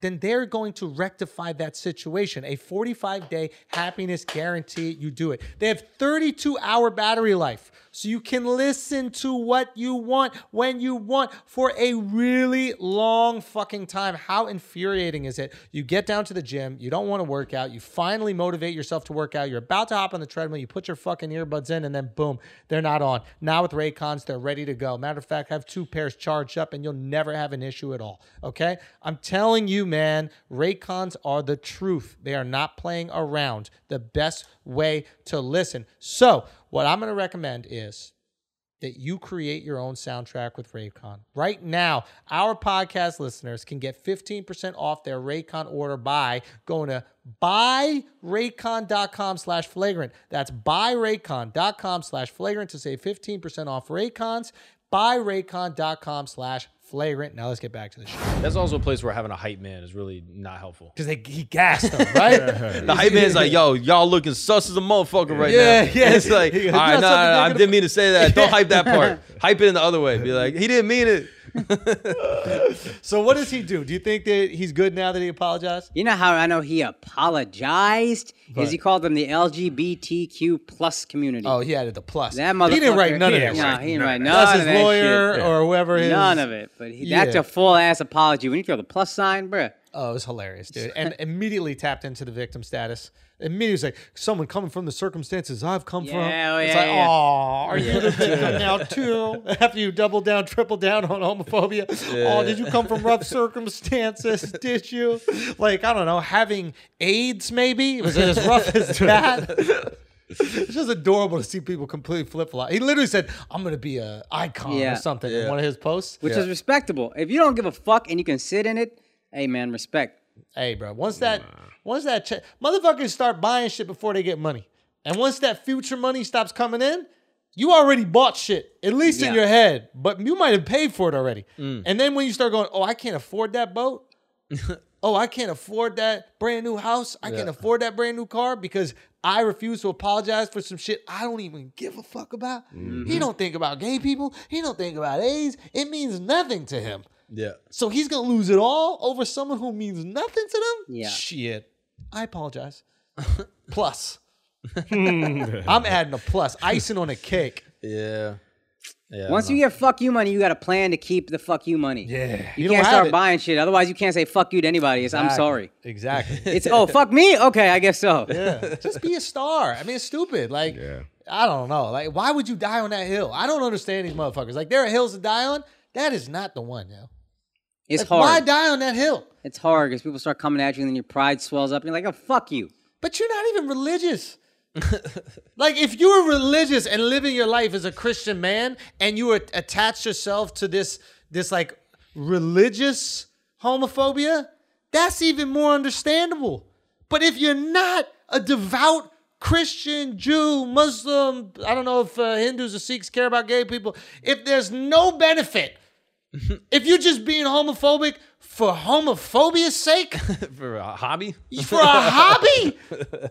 S1: then they're going to rectify that situation. A 45 day happiness guarantee, you do it. They have 32 hour battery life. So you can listen to what you want when you want for a really long fucking time. How infuriating is it? You get down to the gym, you don't want to work out, you finally motivate yourself to work out, you're about to hop on the treadmill, you put your fucking earbuds in, and then boom, they're not on. Now with Raycons, they're ready to go. Matter of fact, have two pairs charged up and you'll never have an issue at all. Okay? I'm telling you, man, Raycons are the truth. They are not playing around. The best way to listen. So, what I'm going to recommend is that you create your own soundtrack with Raycon. Right now, our podcast listeners can get 15% off their Raycon order by going to buyraycon.com slash flagrant. That's buyraycon.com slash flagrant to save 15% off Raycons. Buyraycon.com slash flagrant. Now let's get back to the show.
S3: That's also a place where having a hype man is really not helpful.
S1: Because he gassed them, right?
S3: The hype man's like, yo, y'all looking sus as a motherfucker right
S1: Yeah,
S3: now.
S1: yeah.
S3: It's like, all
S1: He
S3: right,
S1: goes,
S3: nah,
S1: "That's
S3: nah,
S1: something
S3: nah, I
S1: negative."
S3: didn't mean to say that. Don't hype that part. hype it in the other way. Be like, he didn't mean it.
S1: so what does he do? Do you think that he's good now that he apologized?
S2: You know how I know he apologized? Is
S1: Right.
S2: he called them the LGBTQ plus community?
S1: Oh, he added the plus.
S2: that motherfucker.
S1: He didn't write none
S2: he
S1: of that.
S2: didn't-
S1: shit.
S2: No, he didn't write none
S1: That's
S2: of
S1: his
S2: that shit.
S1: lawyer or whoever his
S2: None of it. But he, that's
S1: Yeah.
S2: a full ass apology. When you throw the plus sign, bruh.
S1: Oh, it was hilarious, dude. And immediately tapped into the victim status. Immediately was like, someone coming from the circumstances I've come from.
S2: Yeah, oh,
S1: it's
S2: yeah,
S1: like,
S2: yeah.
S1: aw, are you the victim now too? After you double down, triple down on homophobia. Oh, did you come from rough circumstances? did you? Like, I don't know, having AIDS maybe? Was it as rough as that? It's just adorable to see people completely flip flop. He literally said, "I'm gonna be a icon
S2: Yeah.
S1: or something" in one of his posts.
S2: which is respectable. If you don't give a fuck and you can sit in it, hey man, respect.
S1: Hey, bro. Once that, once that, che- motherfuckers start buying shit before they get money, and once that future money stops coming in, you already bought shit, at least in
S2: Yeah.
S1: your head. But you might have paid for it already. And then when you start going, oh, I can't afford that boat. oh, I can't afford that brand new house. I can't afford that brand new car because I refuse to apologize for some shit I don't even give a fuck about. He don't think about gay people. He don't think about AIDS. It means nothing to him.
S3: Yeah.
S1: So he's gonna lose it all over someone who means nothing to them.
S2: Yeah.
S1: Shit. I apologize. plus, I'm adding a plus, icing on a cake.
S3: Yeah. Yeah.
S2: Once you get fuck you money, you got a plan to keep the fuck you money.
S1: Yeah,
S2: You, can't start buying shit. Otherwise, you can't say fuck you to anybody. It's, I'm sorry.
S1: Exactly.
S2: It's oh fuck me. Okay, I guess so.
S1: yeah. Just be a star. I mean, it's stupid. Like,
S4: Yeah.
S1: I don't know. Like, why would you die on that hill? I don't understand these motherfuckers. Like, there are hills to die on. That is not the one, yo.
S2: It's
S1: Like, why
S2: hard.
S1: die on that hill?
S2: It's hard because people start coming at you, and then your pride swells up, and you're like, oh fuck you.
S1: But you're not even religious. like if you were religious and living your life as a Christian man and you at- attach yourself to this this like religious homophobia, that's even more understandable. But if you're not a devout Christian, Jew, Muslim, I don't know if uh, Hindus or Sikhs care about gay people, if there's no benefit if you're just being homophobic for homophobia's sake,
S3: for a hobby?
S1: for a hobby?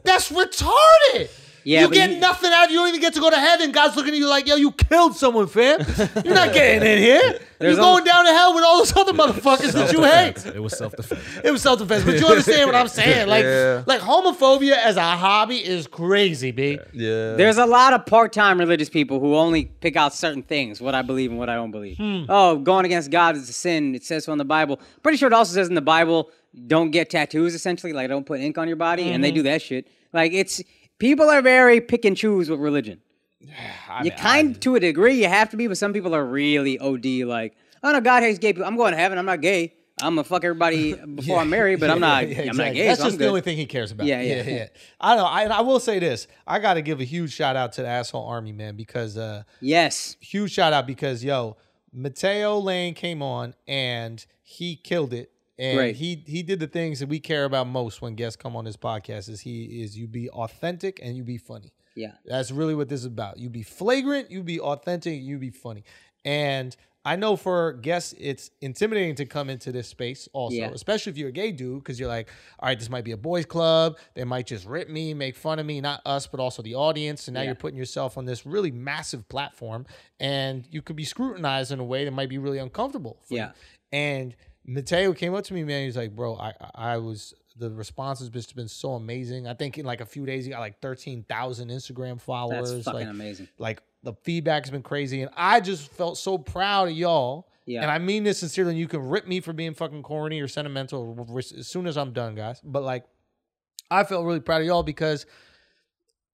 S1: That's retarded.
S2: Yeah,
S1: you
S2: but
S1: get
S2: you-
S1: nothing out of it. You don't even get to go to heaven. God's looking at you like, yo, you killed someone, fam. You're not getting in here. You're
S2: There's
S1: going down to hell with all those other motherfuckers that you hate.
S4: It was self defense.
S1: It was self defense, but you understand what I'm saying. Like, like homophobia as a hobby is crazy, B.
S3: Yeah.
S2: There's a lot of part-time religious people who only pick out certain things, what I believe and what I don't believe.
S1: Hmm.
S2: Oh, going against God is a sin. It says so in the Bible. Pretty sure it also says in the Bible, don't get tattoos essentially, like don't put ink on your body, and they
S1: Mm-hmm.
S2: do that shit. Like it's people are very pick and choose with religion. you kind to a degree you have to be, but some people are really OD like, oh no, God hates gay people. I'm going to heaven. I'm not gay. I'm gonna fuck everybody before I'm married, but I'm not.
S1: Yeah,
S2: I'm not
S1: exactly.
S2: gay.
S1: That's
S2: so I'm
S1: just the
S2: good.
S1: only thing he cares about.
S2: Yeah, yeah.
S1: I know. I, and I will say this. I got to give a huge shout out to the asshole army man because uh,
S2: Yes.
S1: huge shout out because yo, Mateo Lane came on and he killed it. And
S2: Right.
S1: he he did the things that we care about most when guests come on this podcast is he is you be authentic and you be funny.
S2: Yeah.
S1: That's really what this is about. You be flagrant, you be authentic, you be funny. And I know for guests, it's intimidating to come into this space also,
S2: Yeah.
S1: especially if you're a gay dude, because you're like, all right, this might be a boys' club. They might just rip me, make fun of me, not us, but also the audience. And now you're putting yourself on this really massive platform and you could be scrutinized in a way that might be really uncomfortable for you.
S2: Yeah.
S1: And Mateo came up to me, man. He's like, bro, I I was the response has just been so amazing. I think in like a few days, he got like thirteen thousand Instagram followers.
S2: fucking
S1: like,
S2: amazing.
S1: Like the feedback's been crazy, and I just felt so proud of y'all.
S2: Yeah.
S1: And I mean this sincerely. And you can rip me for being fucking corny or sentimental r- r- as soon as I'm done, guys. But like, I felt really proud of y'all because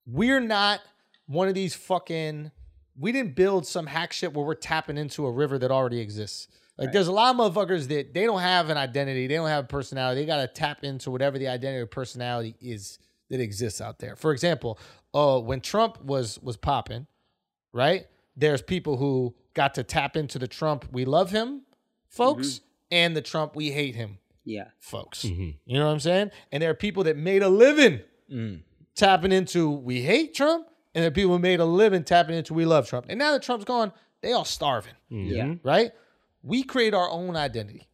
S1: we're not one of these fucking we didn't build some hack shit where we're tapping into a river that already exists. Like there's a lot of motherfuckers that they don't have an identity, they don't have a personality. They gotta tap into whatever the identity or personality is that exists out there. For example, uh, when Trump was was popping, right? There's people who got to tap into the Trump we love him folks and the Trump we hate him
S2: Yeah.
S1: folks. You know what I'm saying? And there are people that made a living tapping into we hate Trump, and there are people who made a living tapping into we love Trump. And now that Trump's gone, they all starving,
S2: Yeah.
S1: right? We create our own identity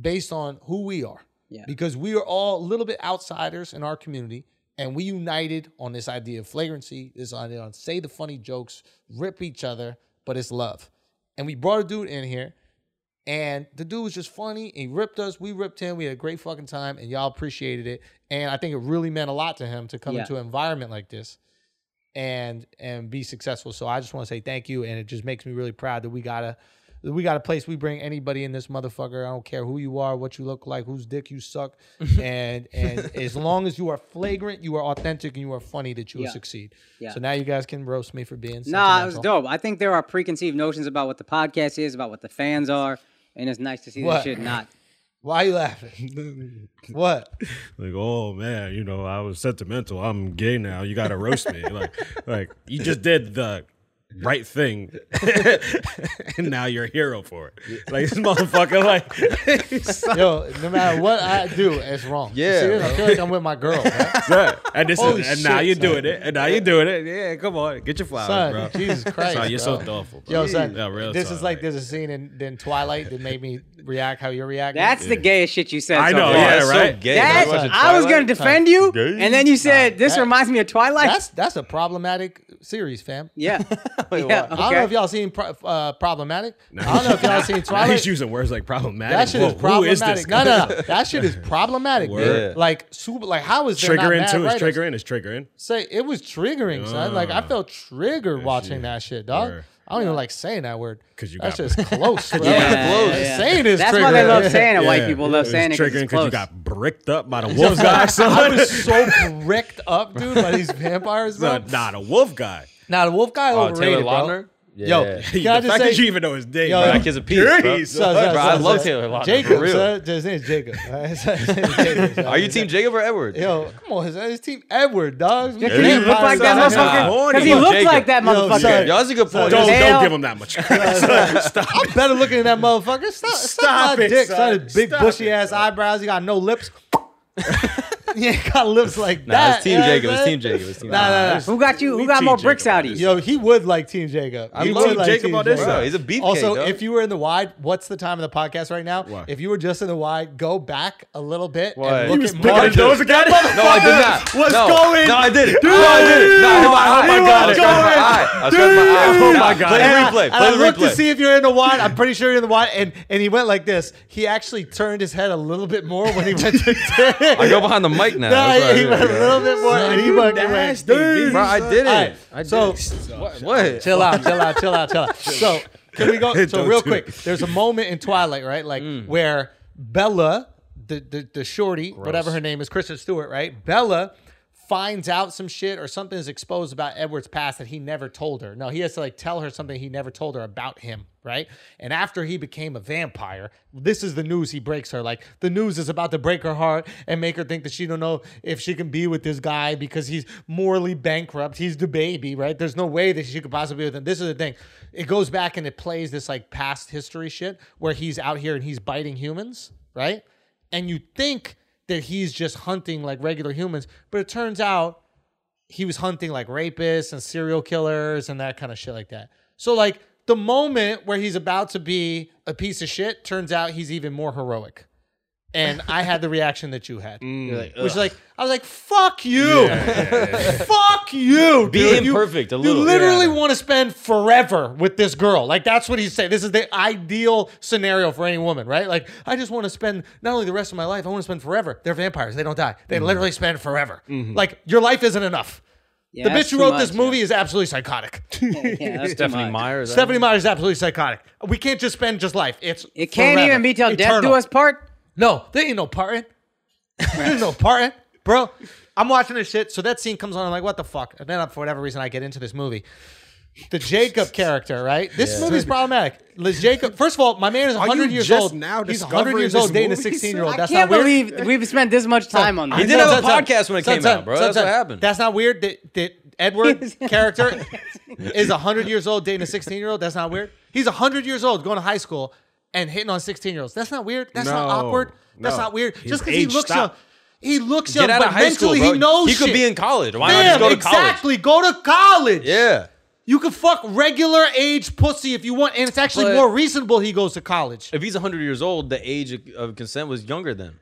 S1: based on who we are.
S2: Yeah.
S1: Because we are all a little bit outsiders in our community. And we united on this idea of flagrancy, this idea on say the funny jokes, rip each other, but it's love. And we brought a dude in here and the dude was just funny. He ripped us. We ripped him. We had a great fucking time, and y'all appreciated it. And I think it really meant a lot to him to come
S2: Yeah.
S1: into an environment like this and and be successful. So I just want to say thank you. And it just makes me really proud that we got a We got a place. We bring anybody in this motherfucker. I don't care who you are, what you look like, whose dick you suck, and and as long as you are flagrant, you are authentic, and you are funny, that you will
S2: Yeah.
S1: succeed.
S2: Yeah.
S1: So now you guys can roast me for being.
S2: Nah, it was
S1: sentimental.
S2: dope. I think there are preconceived notions about what the podcast is, about what the fans are, and it's nice to see
S1: What?
S2: this shit not.
S1: Why are you laughing? what?
S4: Like, oh man, you know, I was sentimental. I'm gay now. You gotta roast me. like, like you just did the right thing, and now you're a hero for it. Like this motherfucker, like
S1: Yo, no matter what I do, it's wrong. You
S3: Yeah,
S1: see this? I feel like I'm with my girl. Right?
S4: Right. And this
S1: Holy
S4: is, and now
S1: shit,
S4: you're
S1: son.
S4: doing it. And now you're doing it. Yeah, come on. Get your flowers,
S1: Son,
S4: bro.
S1: Jesus Christ,
S4: Son, you're so
S1: bro.
S4: thoughtful, bro.
S1: Yo, son,
S4: Yeah, real
S1: this is
S4: son,
S1: like there's a scene in, in Twilight that made me react how you're reacting.
S2: That's the gayest shit you said.
S4: I
S2: so
S4: know,
S2: far.
S4: yeah,
S3: that's so
S4: right.
S3: gay.
S2: That's-
S3: Like, watching
S2: I was
S3: Twilight.
S2: gonna defend you,
S5: Gay.
S2: and then you said this
S1: that-
S2: reminds me of Twilight.
S1: That's that's a problematic series, fam.
S2: yeah, yeah. Okay.
S1: I don't know if y'all seen Pro- uh, problematic. I don't know if y'all seen
S4: Now he's
S1: Twilight.
S4: using words like problematic.
S1: That shit
S4: Whoa,
S1: is problematic.
S4: Who is this
S1: no,
S4: guy?
S1: no, no, that shit is problematic.
S4: Word.
S1: Dude. Like super. Like how is there
S4: Trigger
S1: not
S4: in
S1: mad
S4: too. It's
S1: writers?
S4: trigger in. It's trigger in.
S1: Say it was triggering, son. Like I felt triggered watching that shit, dog.
S4: Word.
S1: I don't even like saying that word
S4: 'Cause you
S1: That's
S4: got-
S1: just close. bro.
S2: got close.
S1: Just Saying is
S2: That's why they
S1: triggering.
S2: love saying it. White
S4: Yeah.
S2: people love
S4: It's
S2: saying it.
S4: Triggering
S2: because
S4: you got bricked up by the wolf guy.
S1: I
S4: Son.
S1: was so bricked up, dude, by these vampires, bro.
S4: Son, Nah, the wolf guy.
S1: Now the wolf guy
S3: Oh,
S1: overrated,
S3: Taylor
S1: bro.
S3: Lautner.
S1: Yo,
S4: The
S1: can I
S4: fact
S1: just say,
S4: that you even know his name.
S1: Yo,
S4: bro.
S1: that
S3: kid's a piece, bro.
S4: Jeez,
S1: So-
S4: son.
S1: so-
S3: Bro, I
S1: so-
S3: love
S1: so-
S3: Taylor Lautner,
S1: Jacob,
S3: for real.
S1: son. Just his Jacob. right? So- Jacob, son.
S3: Are you team Jacob or Edward?
S1: Yo, come on, son. His team Edward, dog.
S2: Yeah, 'cause he looked like that
S3: Nah, nah.
S2: motherfucker. Because he
S3: Yo,
S2: looked
S3: Jacob.
S2: like that
S1: Yo,
S2: motherfucker.
S1: son.
S3: Yo, that's a good point.
S4: Don't,
S2: Dale-
S4: don't give him that much credit.
S1: I'm better looking than that motherfucker. Stop,
S4: Stop
S1: stop my
S4: it,
S1: dick.
S4: son.
S1: Son. His big
S4: Stop
S1: bushy
S4: it,
S1: ass
S4: son.
S1: eyebrows. He got no lips. he ain't got lips like
S3: Nah,
S1: that.
S3: it's Team
S1: you know what
S3: Jacob.
S1: I'm
S3: It's
S1: saying?
S3: Team Jacob. It's Team
S1: Nah,
S3: Jacob.
S1: nah, nah.
S2: Who got you? Who
S4: We
S2: got
S4: team
S2: more bricks
S4: Jacob
S2: out
S4: on
S2: of you?
S1: Yo, he would like Team Jacob.
S4: I
S1: He
S4: love
S1: would like
S4: Jacob on this side.
S3: He's a beefcake,
S1: Also,
S3: dog.
S1: if you were in the wide, what's the time of the podcast right now?
S4: What?
S1: If you were just in the wide, go back a little bit
S3: What?
S1: and
S3: He
S1: look at
S4: Look
S1: Mark.
S4: at those again.
S3: No, I did not.
S4: What's
S3: no.
S4: going
S3: No, I did it. No, I did it. No, I hurt my eye.
S4: Dude,
S3: I
S4: what's
S3: scratched my
S4: going
S3: eye. I scratched my eye.
S4: Dude. Oh my God.
S3: Play the
S4: And I-
S3: replay.
S1: And I
S3: Play
S1: looked
S3: the
S1: to
S3: replay.
S1: see if you're in the wide. I'm pretty sure you're in the wide. And and he went like this. He actually turned his head a little bit more when he went to
S3: I go behind the mic
S1: Nah,
S3: now. That's what I
S1: he
S3: do.
S1: went a little bit more, and he fucking went.
S4: nasty,
S1: "Dude."
S4: bitch.
S3: Bro, I did
S1: Alright,
S3: it. I did
S1: so
S3: it. What? what?
S1: chill out, chill out, chill out, chill out. So can we go? So
S4: Don't
S1: real
S4: do
S1: quick, there's a moment in Twilight, right? Like where Bella, the the, the shorty, whatever her name is, Kristen Stewart, right? Bella finds out some shit or something is exposed about Edward's past that he never told her. No, he has to like tell her something he never told her about him, right? And after he became a vampire, this is the news he breaks her. Like the news is about to break her heart and make her think that she don't know if she can be with this guy because he's morally bankrupt. He's the baby, right? There's no way that she could possibly be with him. This is the thing. It goes back and it plays this like past history shit where he's out here and he's biting humans, right? And you think that he's just hunting like regular humans, but it turns out he was hunting like rapists and serial killers and that kind of shit like that. So like the moment where he's about to be a piece of shit, turns out he's even more heroic. And I had the reaction that you had,
S3: Mm.
S1: which is like I was like, "Fuck you, fuck you,
S3: Be
S1: dude. You-
S3: imperfect a
S1: you
S3: little.
S1: literally
S3: Yeah.
S1: want to spend forever with this girl. Like that's what he's saying. This is the ideal scenario for any woman, right? Like I just want to spend not only the rest of my life, I want to spend forever. They're vampires. They don't die. They
S3: Mm-hmm.
S1: literally spend forever. Like your life isn't enough.
S2: Yeah,
S1: the
S2: that's
S1: bitch who
S2: too
S1: wrote
S2: much,
S1: this
S2: yeah.
S1: movie is absolutely psychotic.
S2: Yeah, that's too
S3: Stephanie uh,
S2: much.
S3: Meyer. is that
S1: Stephanie
S3: her?
S1: Meyer is absolutely psychotic. We can't just spend just life. It's
S2: It can't
S1: forever.
S2: even be till death
S1: Eternal.
S2: do us part.
S1: No, there ain't no parting. There ain't no parting, bro. I'm watching this shit. So that scene comes on. I'm like, what the fuck? And then uh, for whatever reason, I get into this movie. The Jacob character, right? This movie's problematic. The Jacob. First of all, my man is
S4: you
S1: 100 years
S4: just
S1: old.
S4: now
S1: He's
S4: discovering
S1: years
S4: this
S1: old, dating a
S4: movie,
S1: 16 year
S4: son?
S1: old. That's
S2: I can't
S1: not weird.
S2: believe we've spent this much time on
S3: I
S2: this.
S3: did
S1: No,
S3: have
S1: son,
S3: a
S1: son,
S3: podcast when it
S1: son,
S3: came
S1: son,
S3: out, bro.
S1: son,
S3: That's what
S1: son.
S3: happened.
S1: That's not weird. That, that Edward character is 100 years old dating a 16 year old. That's not weird. He's 100 years old going to high school and hitting on 16 year olds. That's not weird. That's not
S4: No,
S1: awkward. That's
S4: no.
S1: not weird.
S4: His
S1: Just because he
S4: age
S1: looks
S4: stopped.
S1: young. He looks young,
S3: Get out
S1: but
S3: of high school,
S1: mentally
S3: bro.
S1: he knows
S3: He could
S1: shit.
S3: be in college. Why
S1: Damn,
S3: not just go to college?
S1: exactly. Go to college.
S3: Yeah.
S1: You can fuck regular age pussy if you want, and it's actually
S3: But-
S1: more reasonable he goes to college.
S3: If he's 100 years old, the age of- of consent was younger then.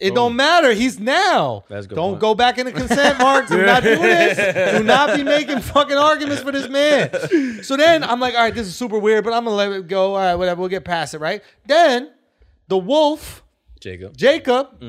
S1: It don't matter. He's now.
S3: That's a good
S1: don't
S3: point.
S1: go back into consent, Mark. Do not do this. Do not be making fucking arguments for this man. So then I'm like, all right, this is super weird, but I'm gonna let it go. All right, whatever. We'll get past it, right? Then the wolf,
S3: Jacob.
S1: Jacob,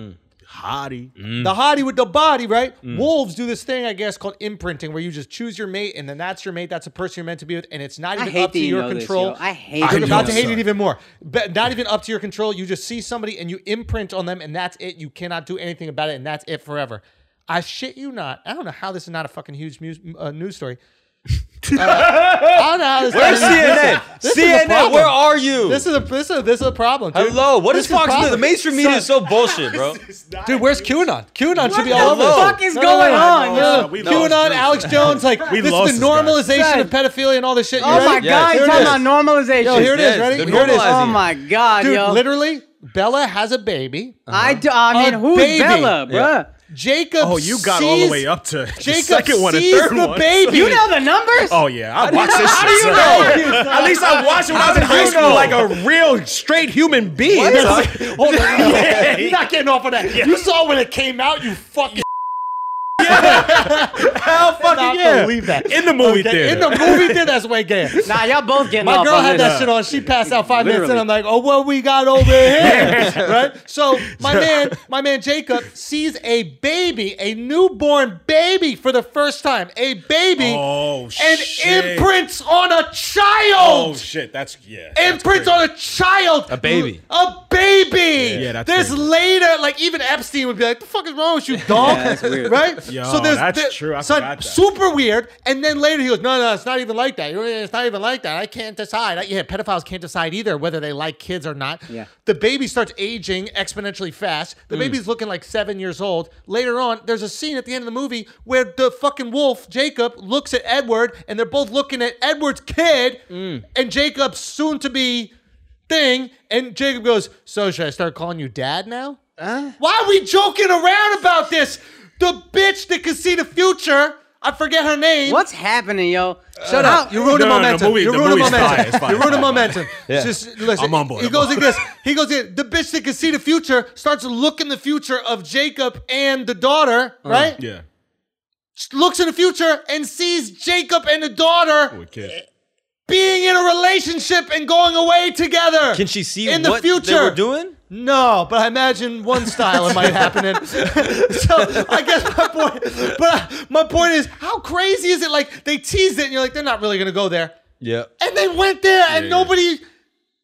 S4: hottie.
S3: Mm-hmm.
S1: The hottie with the body, right?
S3: Mm.
S1: Wolves do this thing, I guess, called imprinting, where you just choose your mate, and then that's your mate. That's the person you're meant to be with, and it's not
S2: I
S1: even
S2: hate
S1: up to
S2: that you
S1: your
S2: know this,
S1: control.
S2: yo. I hate
S1: You're
S4: that you
S1: about
S4: know
S1: to hate
S4: this.
S1: it even more. But not even up to your control. You just see somebody and you imprint on them, and that's it. You cannot do anything about it, and that's it forever. I shit you not. I don't know how this is not a fucking huge mus- uh, news story. Uh, I don't know how this
S3: Where's CNN?
S1: This is a
S3: CNN,
S1: problem.
S3: where are you?
S1: This is a this is a, this is a problem. Dude.
S3: Hello, what is
S1: This
S3: Fox
S1: problem.
S3: News? The mainstream media is so bullshit, bro.
S1: Dude, where's QAnon? QAnon should be all
S3: the
S1: over.
S3: fuck
S1: this.
S2: is going on,
S1: no,
S2: yo?
S1: no.
S4: We
S1: QAnon,
S4: lost
S1: Alex Jones, like
S4: We
S1: this
S4: lost
S1: is
S4: this
S1: the
S4: guy.
S1: normalization of
S2: Son.
S1: pedophilia and all this shit. You
S2: Oh
S1: ready?
S2: my
S3: Yeah,
S2: god,
S3: here
S2: you're
S3: it
S2: talking
S3: is.
S2: about normalization.
S1: Yo, here it is.
S3: Yes,
S1: Ready?
S3: they're
S1: Here it is.
S3: normalizing.
S2: Oh my god,
S1: Dude,
S2: yo.
S1: literally, Bella has a baby.
S2: I, d- I
S1: A
S2: mean, who's
S1: baby.
S2: Bella,
S1: Yeah.
S2: bruh?
S1: Jacob.
S4: Oh, you got all the
S1: sees-
S4: way up to the
S1: Jacob
S4: second one and
S1: sees
S4: third
S1: the
S4: one.
S1: baby.
S2: You know the numbers?
S4: Oh yeah, I watched this. How do you
S2: know?
S4: At least I watched it when I was in high school, like a real straight human being.
S1: Hold on. You're not getting off of that. You saw when it came out. You fucking.
S4: Hell
S1: Cannot
S4: fucking yeah!
S1: believe that.
S4: In the movie
S1: Okay,
S4: theater.
S1: In the movie theater, that's way gay.
S2: Nah, y'all both getting
S1: My
S2: off
S1: girl
S2: on
S1: had
S2: this.
S1: that shit on. She passed out five minutes, and
S2: Literally.
S1: I'm like, "Oh, what we got over here?" right. So my man, my man Jacob sees a baby, a newborn baby, for the first time, a baby,
S4: Oh,
S1: and
S4: shit.
S1: imprints on a
S4: oh
S1: child.
S4: shit, that's yeah. that's
S1: Imprints
S4: crazy.
S1: on a child, a
S3: baby.
S1: a baby.
S4: Yeah, that's
S1: there's
S4: crazy.
S1: later, like even Epstein would be like, "The fuck is wrong with you, dog?"
S2: that's weird.
S1: Right?
S4: Yo,
S1: there's
S4: that's
S1: there-
S4: true. I
S1: son,
S4: forgot that.
S1: super weird. And then later he goes, "No, no, it's not even like that. It's not even like that. I can't decide. I, yeah, pedophiles can't decide either whether they like kids or not."
S2: Yeah.
S1: The baby starts aging exponentially fast. The baby's looking like seven years old. Later on, there's a scene at the end of the movie where the fucking wolf Jacob looks at Edward, and they're both looking at Edward's kid and Jacob's soon-to-be thing, and Jacob goes, "So should I start calling you dad now? Why are we joking around about this? The bitch that can see the future." I forget her name.
S2: What's happening, yo?
S1: Shut up! You're ruining
S4: No, no, the
S1: momentum.
S4: movie-
S1: You're
S4: the
S1: ruining
S4: movie's
S1: momentum.
S4: fine. It's fine.
S1: You're ruining momentum.
S3: Yeah.
S1: Just listen.
S4: I'm on board.
S1: He
S4: I'm
S1: goes
S4: on
S1: like this. He goes like, the bitch that can see the future starts to look in the future of Jacob and the daughter,
S4: Uh.
S1: right?
S4: Yeah,
S1: Looks in the future and sees Jacob and the daughter
S4: with kids.
S1: being in a relationship and going away together.
S3: Can she see
S1: in
S3: what
S1: the future?
S3: they were doing?
S1: No, but I imagine one style it might happen in. so I guess my point, but my point is, how crazy is it? Like they teased it, and you're like, they're not really gonna go there,
S3: Yeah.
S1: and they went there, and
S4: Yeah.
S1: nobody.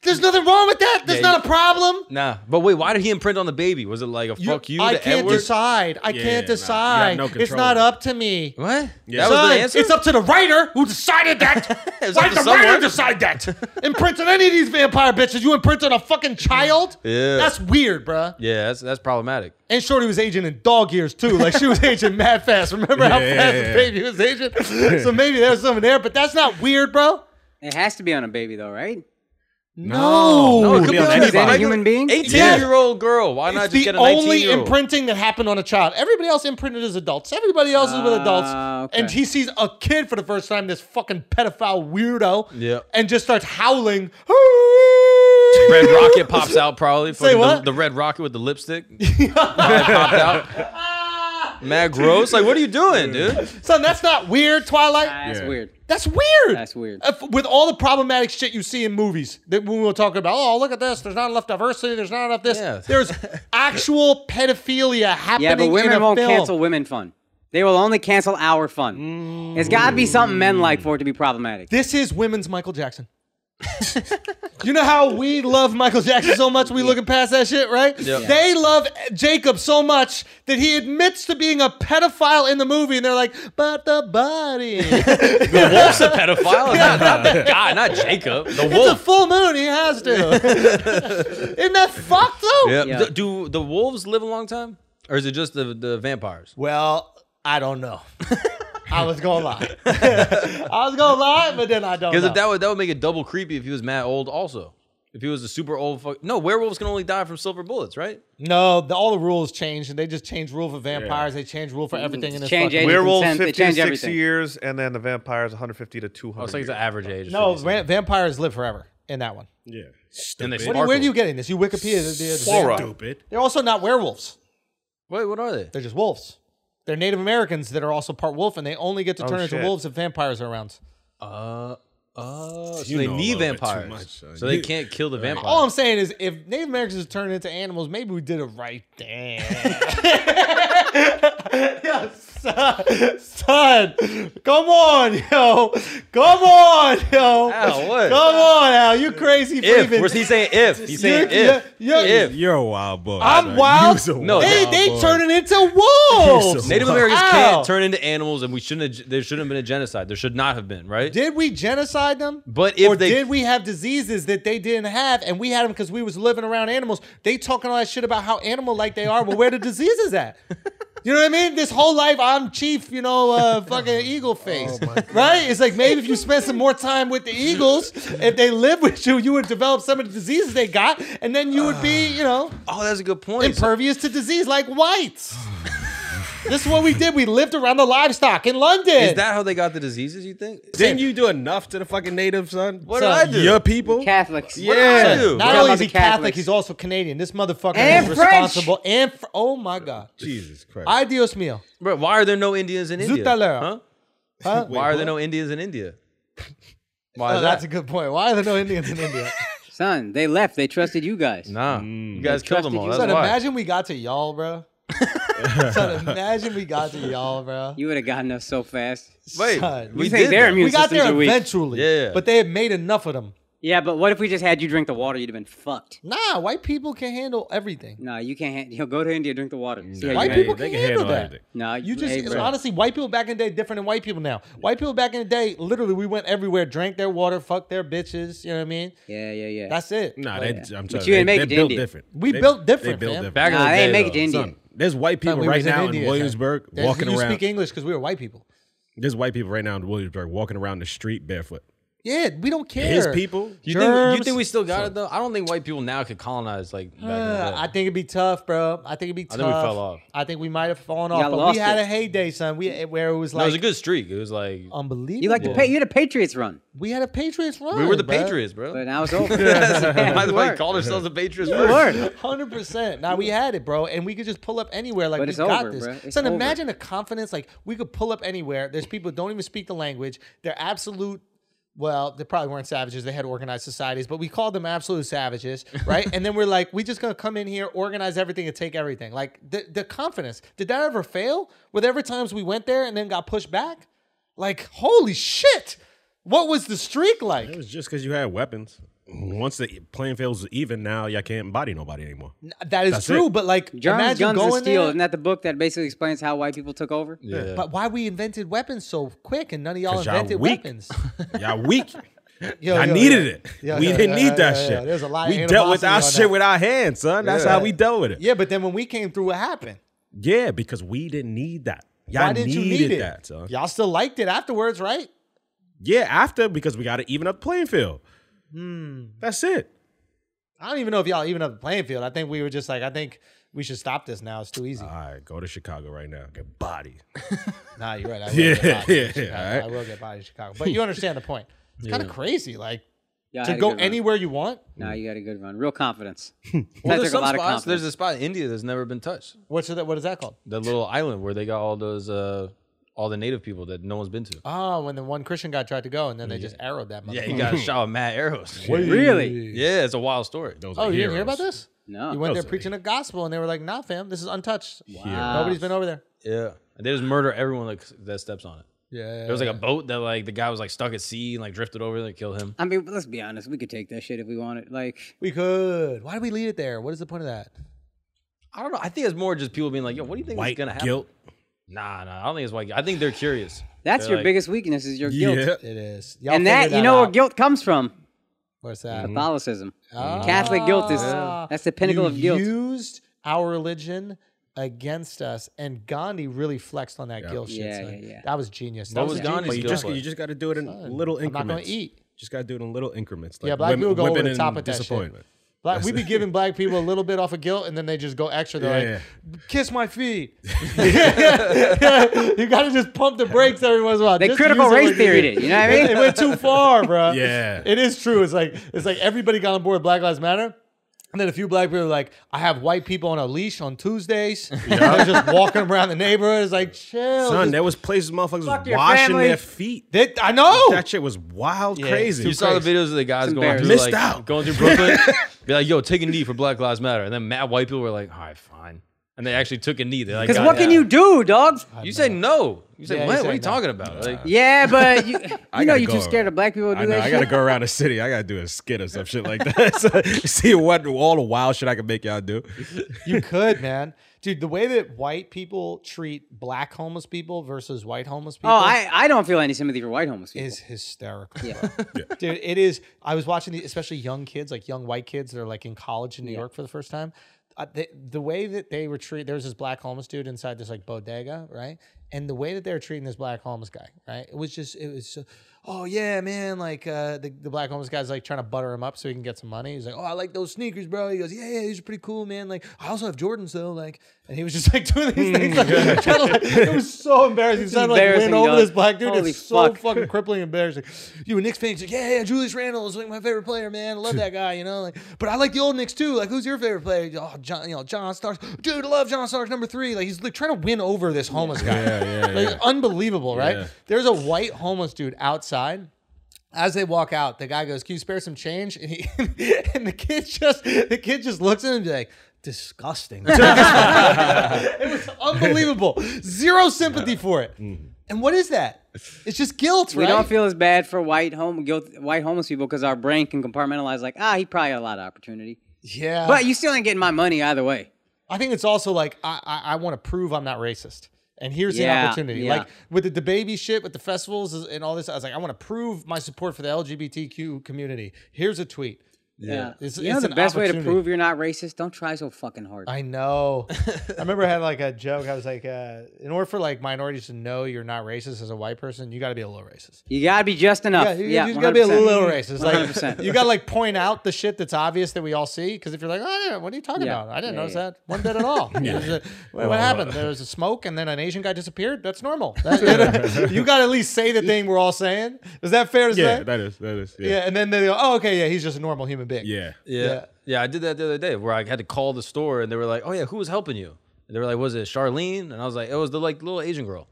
S1: There's nothing wrong with that. There's
S3: Yeah,
S1: not a problem.
S3: Nah, but wait, why did he imprint on the baby? Was it like a fuck you?
S1: I
S3: to
S1: can't
S3: Edward?
S1: decide. I
S4: yeah, nah, you
S1: can't
S4: have
S1: decide.
S4: no
S1: it's
S4: control.
S1: not up to me.
S3: What?
S4: Yeah.
S3: That was
S1: Son,
S3: the answer.
S1: It's up to the writer who decided that.
S3: It's
S1: Why
S3: up
S1: did
S3: to
S1: the writer
S3: someone.
S1: decide that? imprint on any of these vampire bitches. You imprint on a fucking child?
S3: Yeah.
S1: That's weird, bruh.
S3: yeah, that's that's problematic.
S1: And Shorty was aging in dog years too. Like she was aging mad fast. Remember how
S4: Yeah,
S1: fast
S4: yeah,
S1: the
S4: yeah.
S1: baby was aging? so maybe there's something there, but that's not weird, bro.
S2: It has to be on a baby, though, right?
S1: No.
S4: No, it
S3: could
S4: could be
S3: be
S4: on
S3: on
S2: Is that a
S4: anybody.
S2: human being?
S3: 18
S1: Yeah.
S3: year old girl. Why not
S1: It's
S3: just
S1: the
S3: get a 19
S1: only
S3: year old?
S1: imprinting that happened on a child. Everybody else imprinted as adults. Everybody else is with adults.
S2: Ah, okay.
S1: And he sees a kid for the first time, this fucking pedophile weirdo,
S3: Yeah.
S1: and just starts howling.
S3: Red rocket pops out probably.
S1: Say
S3: fucking the-
S1: what?
S3: The, red rocket with the lipstick. Probably popped out. Mad gross. Like, what are you doing, dude?
S1: Son, that's not weird, Twilight.
S2: That's
S4: Yeah.
S2: weird.
S1: That's weird.
S2: That's weird.
S1: If- with all the problematic shit you see in movies that when we were talking about, oh, look at this. There's not enough diversity. There's not enough this.
S3: Yeah.
S1: There's actual pedophilia happening.
S2: Yeah, but
S1: in
S2: women
S1: a
S2: won't
S1: film.
S2: cancel women fun. They will only cancel our fun. It's got to be something men like for it to be problematic.
S1: This is women's Michael Jackson. you know how we love Michael Jackson so much, we looking past that shit, right?
S3: Yep.
S1: They love Jacob so much that he admits to being a pedophile in the movie, and they're like, "But the body."
S3: The wolf's a pedophile. Not, not the guy, not Jacob. The
S1: It's a
S3: wolf.
S1: full moon. He has to. Isn't that fucked though?
S3: Yeah.
S2: Yeah.
S3: Do, do the wolves live a long time? Or is it just the, the vampires?
S1: Well, I don't know. I was gonna lie. I was gonna lie, but then I don't.
S3: Because
S1: know.
S3: if that would that would make it double creepy if he was mad old also. If he was a super old fuck No, werewolves can only die from silver bullets, right?
S1: no, the, all the rules changed, and they just changed rule for vampires. They changed rule for everything in this
S2: Change
S1: fucking.
S2: any-
S5: Werewolves
S2: consent, they
S5: 50 to
S2: change
S5: 60
S2: everything.
S5: years, and then the vampires 150 to 200.
S3: Oh, it's like it's
S5: years.
S3: an average age. is
S1: No,
S3: what you're saying.
S1: va- vampires live forever in that one.
S4: Yeah,
S3: and they
S1: What do-
S3: sparkle.
S1: where are you getting this? You Wikipedia. the- the- the-
S5: Flora.
S4: stupid.
S1: They're also not werewolves.
S3: Wait, what are they?
S1: They're just wolves. They're
S3: Oh,
S1: Native Americans that are also part wolf, and they only get to turn into
S5: shit.
S1: wolves if vampires are around.
S3: Uh, Oh, so
S4: You
S3: they
S4: know a
S3: need
S4: little bit too
S3: vampires,
S4: much, son.
S3: so they
S4: You-
S3: can't kill the vampires.
S1: All I'm saying is, if Native Americans turn into animals, maybe we did it right. Damn. yo, son, son, come on, yo, come on, yo,
S3: Al, what?
S1: come on, Al, you crazy for
S3: if
S1: even-
S3: where's he saying if he's saying
S1: You-
S3: if
S1: you- you-
S3: if
S4: You're a wild boy.
S1: I'm
S4: son.
S1: wild?
S4: You's a
S3: No,
S4: wild
S1: They
S3: Oh,
S1: they
S4: boy.
S1: turning into wolves.
S4: so-
S3: Native
S4: Wow.
S3: Americans
S1: Ow.
S3: can't turn into animals, and we shouldn't. Have, there shouldn't have been a genocide. There should not have been, right?
S1: Did we genocide them?
S3: But if
S1: or
S3: they-
S1: did we have diseases that they didn't have, and we had them because we was living around animals? They talking all that shit about how animal like they are. Well, where the diseases at? You know what I mean? This whole life, I'm chief, you know, uh, fucking
S3: Oh
S1: eagle face, right? It's like maybe if you spend some more time with the eagles, if they live with you, you would develop some of the diseases they got, and then you would be, you know,
S3: oh, that's a good point. So-
S1: impervious to disease like whites. this is what we did. We lived around the livestock in London.
S3: is that how they got the diseases? You think?
S4: Didn't you do enough to the fucking native son?
S3: What did I do?
S4: Your people.
S2: Catholics.
S4: Yeah.
S3: did I do?
S1: Not
S2: What
S1: only
S2: about
S1: is
S2: the
S1: he Catholic,
S2: Catholics?
S1: he's also Canadian. This motherfucker
S2: And
S1: is
S2: French.
S1: responsible. And fr- oh my god,
S4: Jesus Christ.
S1: ay Dios mío,
S3: Bro, why are there no Indians in India?
S1: Zutalera.
S3: Huh?
S1: huh?
S3: why are there no Indians in India? Why
S1: Oh,
S3: is
S1: that's a
S3: that?
S1: good point. Why are there no Indians in India?
S2: Son, they left. They trusted you guys.
S3: Nah, you guys killed them
S2: trusted
S3: all.
S2: you.
S3: That's
S1: Son,
S3: why.
S1: imagine we got to y'all, bro. Son, imagine we got to y'all, bro.
S2: You would have gotten us so fast.
S3: Wait,
S1: Son.
S3: we
S2: You think
S3: did.
S2: they're
S3: that.
S2: immune?
S1: We got
S2: systems
S1: there
S2: are weak.
S1: eventually,
S3: Yeah.
S1: but they had made enough of them.
S2: Yeah, but what if we just had you drink the water? You'd have been fucked.
S1: Nah, white people can handle everything.
S2: No, you can't. Ha- Yo, go to India, drink the water. See how
S1: White
S2: you
S1: people
S2: behave.
S1: can handle that.
S2: No,
S1: You just
S2: hey, bro.
S1: honestly, white people back in the day different than white people now. White people back in the day, literally, we went everywhere, drank their water, fucked their bitches. You know what I mean?
S2: Yeah, yeah, yeah.
S1: That's it.
S4: Nah, they, I'm telling
S2: But
S4: you,
S2: you
S4: they,
S2: ain't make
S4: they
S2: it to
S4: built
S2: India.
S4: different.
S1: We
S4: They-
S1: built different,
S4: They built
S1: fam.
S3: Back in
S2: Nah,
S3: the
S2: they
S3: day,
S2: ain't make it
S3: though.
S2: to India.
S4: Son, there's white
S1: Son,
S4: people
S1: we
S4: right
S1: was in
S4: now in,
S1: India, son.
S4: Williamsburg
S1: That's-
S4: walking
S1: you
S4: around.
S1: speak English because we were white people.
S4: There's white people right now in Williamsburg walking around the street barefoot.
S1: Yeah, we don't care.
S4: His people.
S3: You think, you
S1: Germs.
S3: think we still got it though? I don't think white people now could colonize like back in the
S1: Uh,
S3: day.
S1: I think it'd be tough, bro. I think it'd be tough.
S3: think we fell off.
S1: I think we might have fallen off.
S2: Y'all
S1: But
S2: lost
S1: we had
S2: it.
S1: a heyday, son. We eh, where it was
S3: no, it
S1: like Oh,
S3: was a good streak. It was like
S1: unbelievable.
S2: You like the pay? You had a Patriots run,
S1: We had a Patriots run.
S3: we were the
S1: bro.
S3: Patriots, bro.
S2: but now it's over.
S3: By the
S2: You
S3: way,
S2: were.
S3: called ourselves the Patriots.
S2: You
S3: first.
S2: were.
S1: Hundred percent. Now we had it, bro, and we could just pull up anywhere. Like
S2: But
S1: we
S2: it's
S1: got
S2: over,
S1: this.
S2: bro. It's
S1: Son,
S2: over.
S1: imagine the confidence. Like we could pull up anywhere. There's people who don't even speak the language. They're absolute. Well, they probably weren't savages. They had organized societies, but we called them absolute savages, right? and then we're like, we just gonna come in here, organize everything, and take everything. Like the the confidence. Did that ever fail? With every times we went there and then got pushed back, like holy shit, what was the streak like?
S4: It was just because you had weapons. Once the playing field was even, now y'all can't body nobody anymore.
S1: That is
S4: That's
S1: true,
S4: it.
S1: but like
S2: Germs,
S1: imagine
S2: guns,
S1: going
S2: and steel.
S1: there-
S2: Isn't that the book that basically explains how white people took over?
S3: Yeah.
S1: But why we invented weapons so quick and none of y'all
S4: 'Cause y'all
S1: invented
S4: weak.
S1: weapons?
S4: Y'all weak.
S1: Yo,
S4: I
S1: yo,
S4: needed
S1: yo.
S4: it.
S1: Yo,
S4: we
S1: yo,
S4: didn't
S1: yo,
S4: need
S1: yo,
S4: that
S1: yo, yo.
S4: shit.
S1: There's a lot of
S4: we dealt with
S1: animosity
S4: our
S1: on
S4: shit
S1: that.
S4: with our hands, son. That's how we dealt with it.
S1: Yeah, but then when we came through, what happened?
S4: Yeah, because we didn't need that. Y'all
S1: Why didn't you
S4: needed
S1: need it?
S4: that, son.
S1: Y'all still liked it afterwards, right?
S4: Yeah, after because we got to even up the playing field.
S1: Hmm.
S4: That's it.
S1: I don't even know if y'all even up the playing field. I think we were just like, I think we should stop this now. It's too easy.
S4: All right, go to Chicago right now. Get body.
S1: nah, you're right. I will
S4: Yeah,
S1: get bodied in
S4: yeah,
S1: Chicago.
S4: alright.
S1: I will get body in Chicago. But you understand the point. It's kind of crazy, like
S2: Y'all
S1: to
S2: had a
S1: go
S2: good run.
S1: anywhere you want.
S2: Nah, you got a good run. Real confidence.
S3: Well,
S2: that
S3: there's
S2: took a
S3: some
S2: lot of
S3: spots. There's
S2: confidence.
S3: a spot in India that's never been touched.
S1: What's that? What is that called?
S3: That little island where they got all those, uh, all the native people that no one's been to.
S1: Oh, when the one Christian guy tried to go, and then they just arrowed that.
S3: Yeah,
S1: motherfucker.
S3: you got shot with mad arrows.
S2: Really?
S3: Yeah, it's a wild story.
S4: Those
S1: Oh,
S4: are
S1: you didn't hear about
S4: heroes.
S1: this?
S2: No.
S1: You went there
S4: Those are
S1: preaching the gospel, and they were like, "Nah, fam, this is untouched.
S2: Wow.
S1: Nobody's been over there."
S3: Yeah, and they just murder everyone that, that steps on it.
S1: Yeah,
S3: There was like a boat that like the guy was like stuck at sea and like drifted over and they killed him.
S2: I mean, let's be honest. We could take that shit if we wanted. Like,
S1: we could. Why did we leave it there? What is the point of that?
S3: I don't know. I think it's more just people being like, "Yo, what do you think is
S4: White
S3: gonna happen?"
S4: guilt.
S3: Nah, nah. I don't think it's white. guilt. I think they're curious.
S2: that's
S3: They're
S2: your
S3: like-
S2: biggest weakness is your guilt.
S4: Yeah.
S1: It is.
S2: And that, you know where guilt comes from?
S1: Where's that?
S2: Catholicism.
S1: Ah.
S2: Catholic guilt is that's the pinnacle
S1: You
S2: of guilt.
S1: Used our religion against us, and Gandhi really flexed on that guilt shit.
S2: Yeah,
S1: son.
S2: yeah, yeah.
S1: That was genius. That
S3: What was
S1: genius.
S3: Gandhi's
S4: But you
S3: guilt
S4: just
S3: like?
S4: you just got to do it in little
S1: I'm
S4: increments.
S1: not gonna eat.
S4: Just got to do it in little increments.
S1: Yeah, black people go over
S4: whipping
S1: the
S4: and
S1: top with that shit.
S4: disappointment.
S1: Black, we be giving black people a little bit off of guilt, and then they just go extra. They're
S4: Yeah,
S1: like, "Kiss my feet." you got to just pump the brakes every once in a while.
S2: They
S1: Just
S2: critical
S1: use it when
S2: race theory
S1: need
S2: it, you know what I mean?
S1: It went too far, bro.
S4: Yeah.
S1: it is true. It's like it's like everybody got on board Black Lives Matter. And then a few black people are like, I have white people on a leash on Tuesdays. They're just walking around the neighborhood. It's like, chill.
S4: Son,
S1: Just-
S4: there was places motherfuckers
S2: Fuck
S4: was
S2: your
S4: washing
S2: family.
S4: their feet.
S1: They- I know.
S4: That shit was wild, crazy.
S3: You saw the videos of the guys going through,
S2: embarrassing.
S3: like,
S4: Missed out.
S3: going through Brooklyn, be like, "Yo, take a knee for Black Lives Matter," and then mad white people were like, "All right, fine," and they actually took a knee. They like,
S2: Because
S3: got
S2: what
S3: it.
S2: can you do, dog?
S3: You said no. You said
S1: Yeah, you
S3: what? what
S1: said
S3: are you
S1: no.
S3: talking about? Like,
S2: Yeah, but you,
S4: I
S2: you know
S4: gotta
S2: you're
S4: go.
S2: too scared of black people to do
S4: I know.
S2: that
S4: I gotta
S2: shit.
S4: go around the city. I gotta do a skit or some shit like that. So, see what all the wild shit I can make y'all do.
S1: You could, man. Dude, the way that white people treat black homeless people versus white homeless people
S2: Oh, I, I don't feel any sympathy for white homeless people.
S1: is hysterical.
S2: Yeah.
S1: Dude, it is. I was watching, the, especially young kids, like young white kids that are like in college in New York for the first time. Uh, they, the way that they were treated, there was this black homeless dude inside this like bodega, right? And the way that they were treating this black homeless guy, right? It was just, it was, so, oh yeah, man. Like uh, the, the black homeless guy's like trying to butter him up so he can get some money. He's like, oh, I like those sneakers, bro. He goes, yeah, yeah, these are pretty cool, man. Like I also have Jordans though. Like, and he was just like doing
S2: Hmm.
S1: these things. Like, trying to, like- it was so embarrassing. He's trying to like win
S2: embarrassing,
S1: over
S2: dog.
S1: this black dude.
S2: Holy
S1: it's so
S2: fuck.
S1: fucking crippling embarrassing. You a Knicks fan? He's like, yeah, yeah, Julius Randle is like my favorite player, man. I love that guy, you know. Like, but I like the old Knicks too. Like, who's your favorite player? Oh, John, you know, John Starks. Dude, I love John Starks, number three. Like, he's like trying to win over this homeless guy.
S4: yeah,
S1: like, unbelievable, right?
S4: Yeah.
S1: There's a white homeless dude outside. As they walk out, the guy goes, "Can you spare some change?" And, he, and the kid just the kid just looks at him and be like, "Disgusting." It was unbelievable. Zero sympathy for it.
S4: Mm-hmm.
S1: And what is that? It's just guilt,
S2: We
S1: right?
S2: don't feel as bad for white home guilt, white homeless people because our brain can compartmentalize like, ah, he probably had a lot of opportunity.
S1: yeah.
S2: But you still ain't getting my money either way.
S1: I think it's also like I I, I want to prove I'm not racist. And here's
S2: Yeah,
S1: the opportunity.
S2: yeah.
S1: Like with the baby shit, with the festivals and all this, I was like, I want to prove my support for the LGBTQ community. Here's a tweet.
S2: Yeah.
S1: It's-
S2: you know
S1: it's
S2: the
S1: an
S2: best way to
S1: opportunity.
S2: prove you're not racist? Don't try so fucking hard.
S1: I know. I remember I had like a joke. I was like, uh, in order for like minorities to know you're not racist as a white person, you got to be a little racist.
S2: you gotta be just enough.
S1: Yeah,
S2: Yeah,
S1: you, you just gotta be a
S2: 100%.
S1: little racist. Like
S2: 100%.
S1: you gotta like point out the shit that's obvious that we all see. Because if you're like, oh yeah, what are you talking
S2: Yeah.
S1: about? I didn't
S2: Yeah,
S1: notice
S2: yeah.
S1: that one bit at all. There's a- what, what happened? There was a smoke, and then an Asian guy disappeared. That's normal. That- you, know, you gotta at least say the thing we're all saying. Is that fair to
S4: Yeah,
S1: say?
S4: that is that is.
S1: yeah,
S4: Yeah,
S1: and then they go, oh okay, yeah, he's just a normal human being.
S4: yeah.
S3: Yeah.
S1: Yeah.
S3: yeah. I did that the other day where I had to call the store and they were like, "Oh yeah, who was helping you?" And they were like, "Was it Charlene?" And I was like, "It was the like little Asian girl."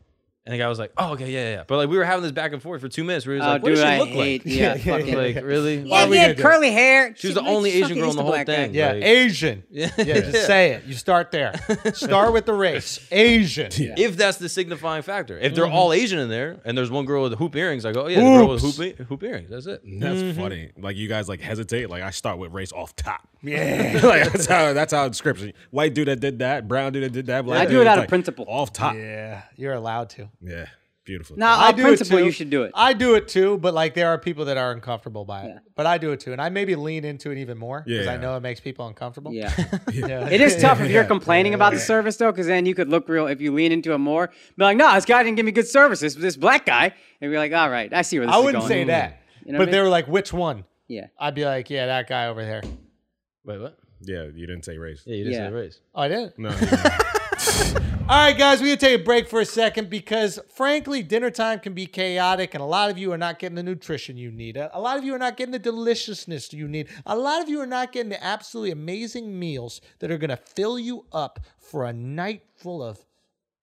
S3: And the guy was like, "Oh okay, yeah, yeah." yeah." But like we were having this back and forth for two minutes. Where he was
S2: Oh,
S3: like, "What
S2: dude,
S3: does she
S2: I
S3: look
S2: hate.
S3: like?"
S2: Yeah,
S1: Yeah,
S3: I was
S2: fucking.
S3: like, really?
S1: Why
S2: Yeah,
S1: are we
S2: he
S1: gonna
S2: had
S1: do
S2: curly hair.
S3: She was the only Asian girl in the whole thing.
S1: Yeah,
S3: Like,
S1: Asian. Yeah, just say it. You start there. Start with the race. Asian.
S3: if that's the signifying factor, if they're all Asian in there and there's one girl with hoop earrings, I go, "Oh yeah, the girl with hoop, e- hoop earrings." That's it.
S4: That's
S2: Mm-hmm.
S4: funny. Like you guys like hesitate. Like I start with race off top. Yeah, like that's how that's how description. White dude that did that, brown dude that did that. Black
S2: I do
S4: dude,
S2: it
S4: it's
S2: out of
S4: like,
S2: principle.
S4: Off top. Yeah,
S1: Yeah, you're allowed to.
S4: beautiful.
S2: Now,
S1: I
S2: on
S1: do it
S2: principle,
S1: too.
S2: you should do it.
S1: I do it too, but like there are people that are uncomfortable by it. But I do it too, and I maybe lean into it even more because I
S4: Yeah.
S1: know it makes people uncomfortable.
S2: Yeah.
S1: Yeah.
S2: It is tough if you're complaining about the service though, because then you could look real if you lean into it more. Be like, no, this guy didn't give me good service. This, this black guy, and be like, all right, I see where this
S1: I
S2: is
S1: wouldn't
S2: going.
S1: say that,
S2: You know
S1: but
S2: what I
S1: they
S2: mean?
S1: were like, "Which one?"
S2: Yeah,
S1: I'd be like, "Yeah, that guy over there."
S3: Wait, what?
S4: Yeah, you didn't say race.
S3: Yeah, you didn't
S2: Yeah.
S3: say race.
S1: Oh, I did.
S4: No,
S1: All right, guys, we're gonna take a break for a second because, frankly, dinner time can be chaotic, and a lot of you are not getting the nutrition you need. A a lot of you are not getting the deliciousness you need. A lot of you are not getting the absolutely amazing meals that are gonna fill you up for a night full of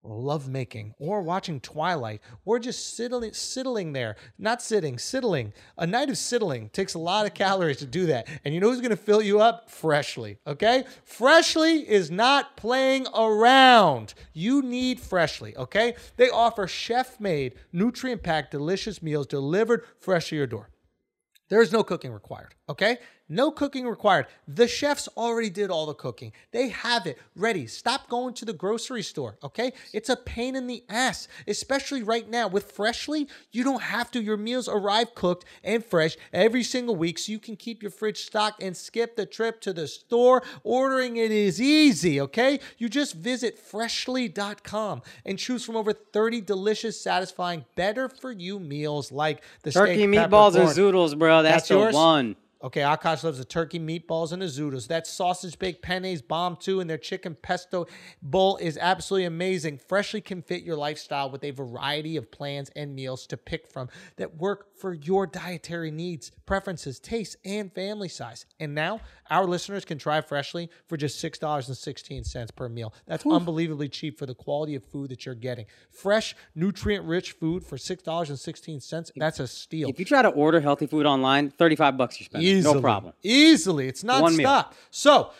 S1: love making or watching Twilight or just siddling, siddling there. Not sitting, siddling. A night of siddling takes a lot of calories to do that. And you know who's going to fill you up? Freshly, okay? Freshly is not playing around. You need Freshly, okay? They offer chef made, nutrient packed, delicious meals delivered fresh to your door. There is no cooking required, okay? No cooking required. The chefs already did all the cooking. They have it ready. Stop going to the grocery store, okay? It's a pain in the ass, especially right now with Freshly. You don't have to. Your meals arrive cooked and fresh every single week so you can keep your fridge stocked and skip the trip to the store. Ordering it is easy, okay? You just visit freshly.com and choose from over 30 delicious, satisfying, better for you meals like the
S2: turkey
S1: steak,
S2: meatballs and
S1: peppercorn.
S2: zoodles, bro. That's,
S1: That's
S2: the
S1: yours?
S2: one.
S1: Okay, Akash loves the turkey meatballs and the zoodles. That sausage baked pene's bomb too, and their chicken pesto bowl is absolutely amazing. Freshly can fit your lifestyle with a variety of plans and meals to pick from that work for your dietary needs, preferences, tastes, and family size. And now our listeners can try Freshly for just six dollars and sixteen cents per meal. That's unbelievably cheap for the quality of food that you're getting. Fresh, nutrient-rich food for six dollars and sixteen cents. That's a steal.
S2: If you try to order healthy food online, 35 bucks you're spending.
S1: Easily.
S2: No problem.
S1: Easily. It's not
S2: One meal.
S1: stop. So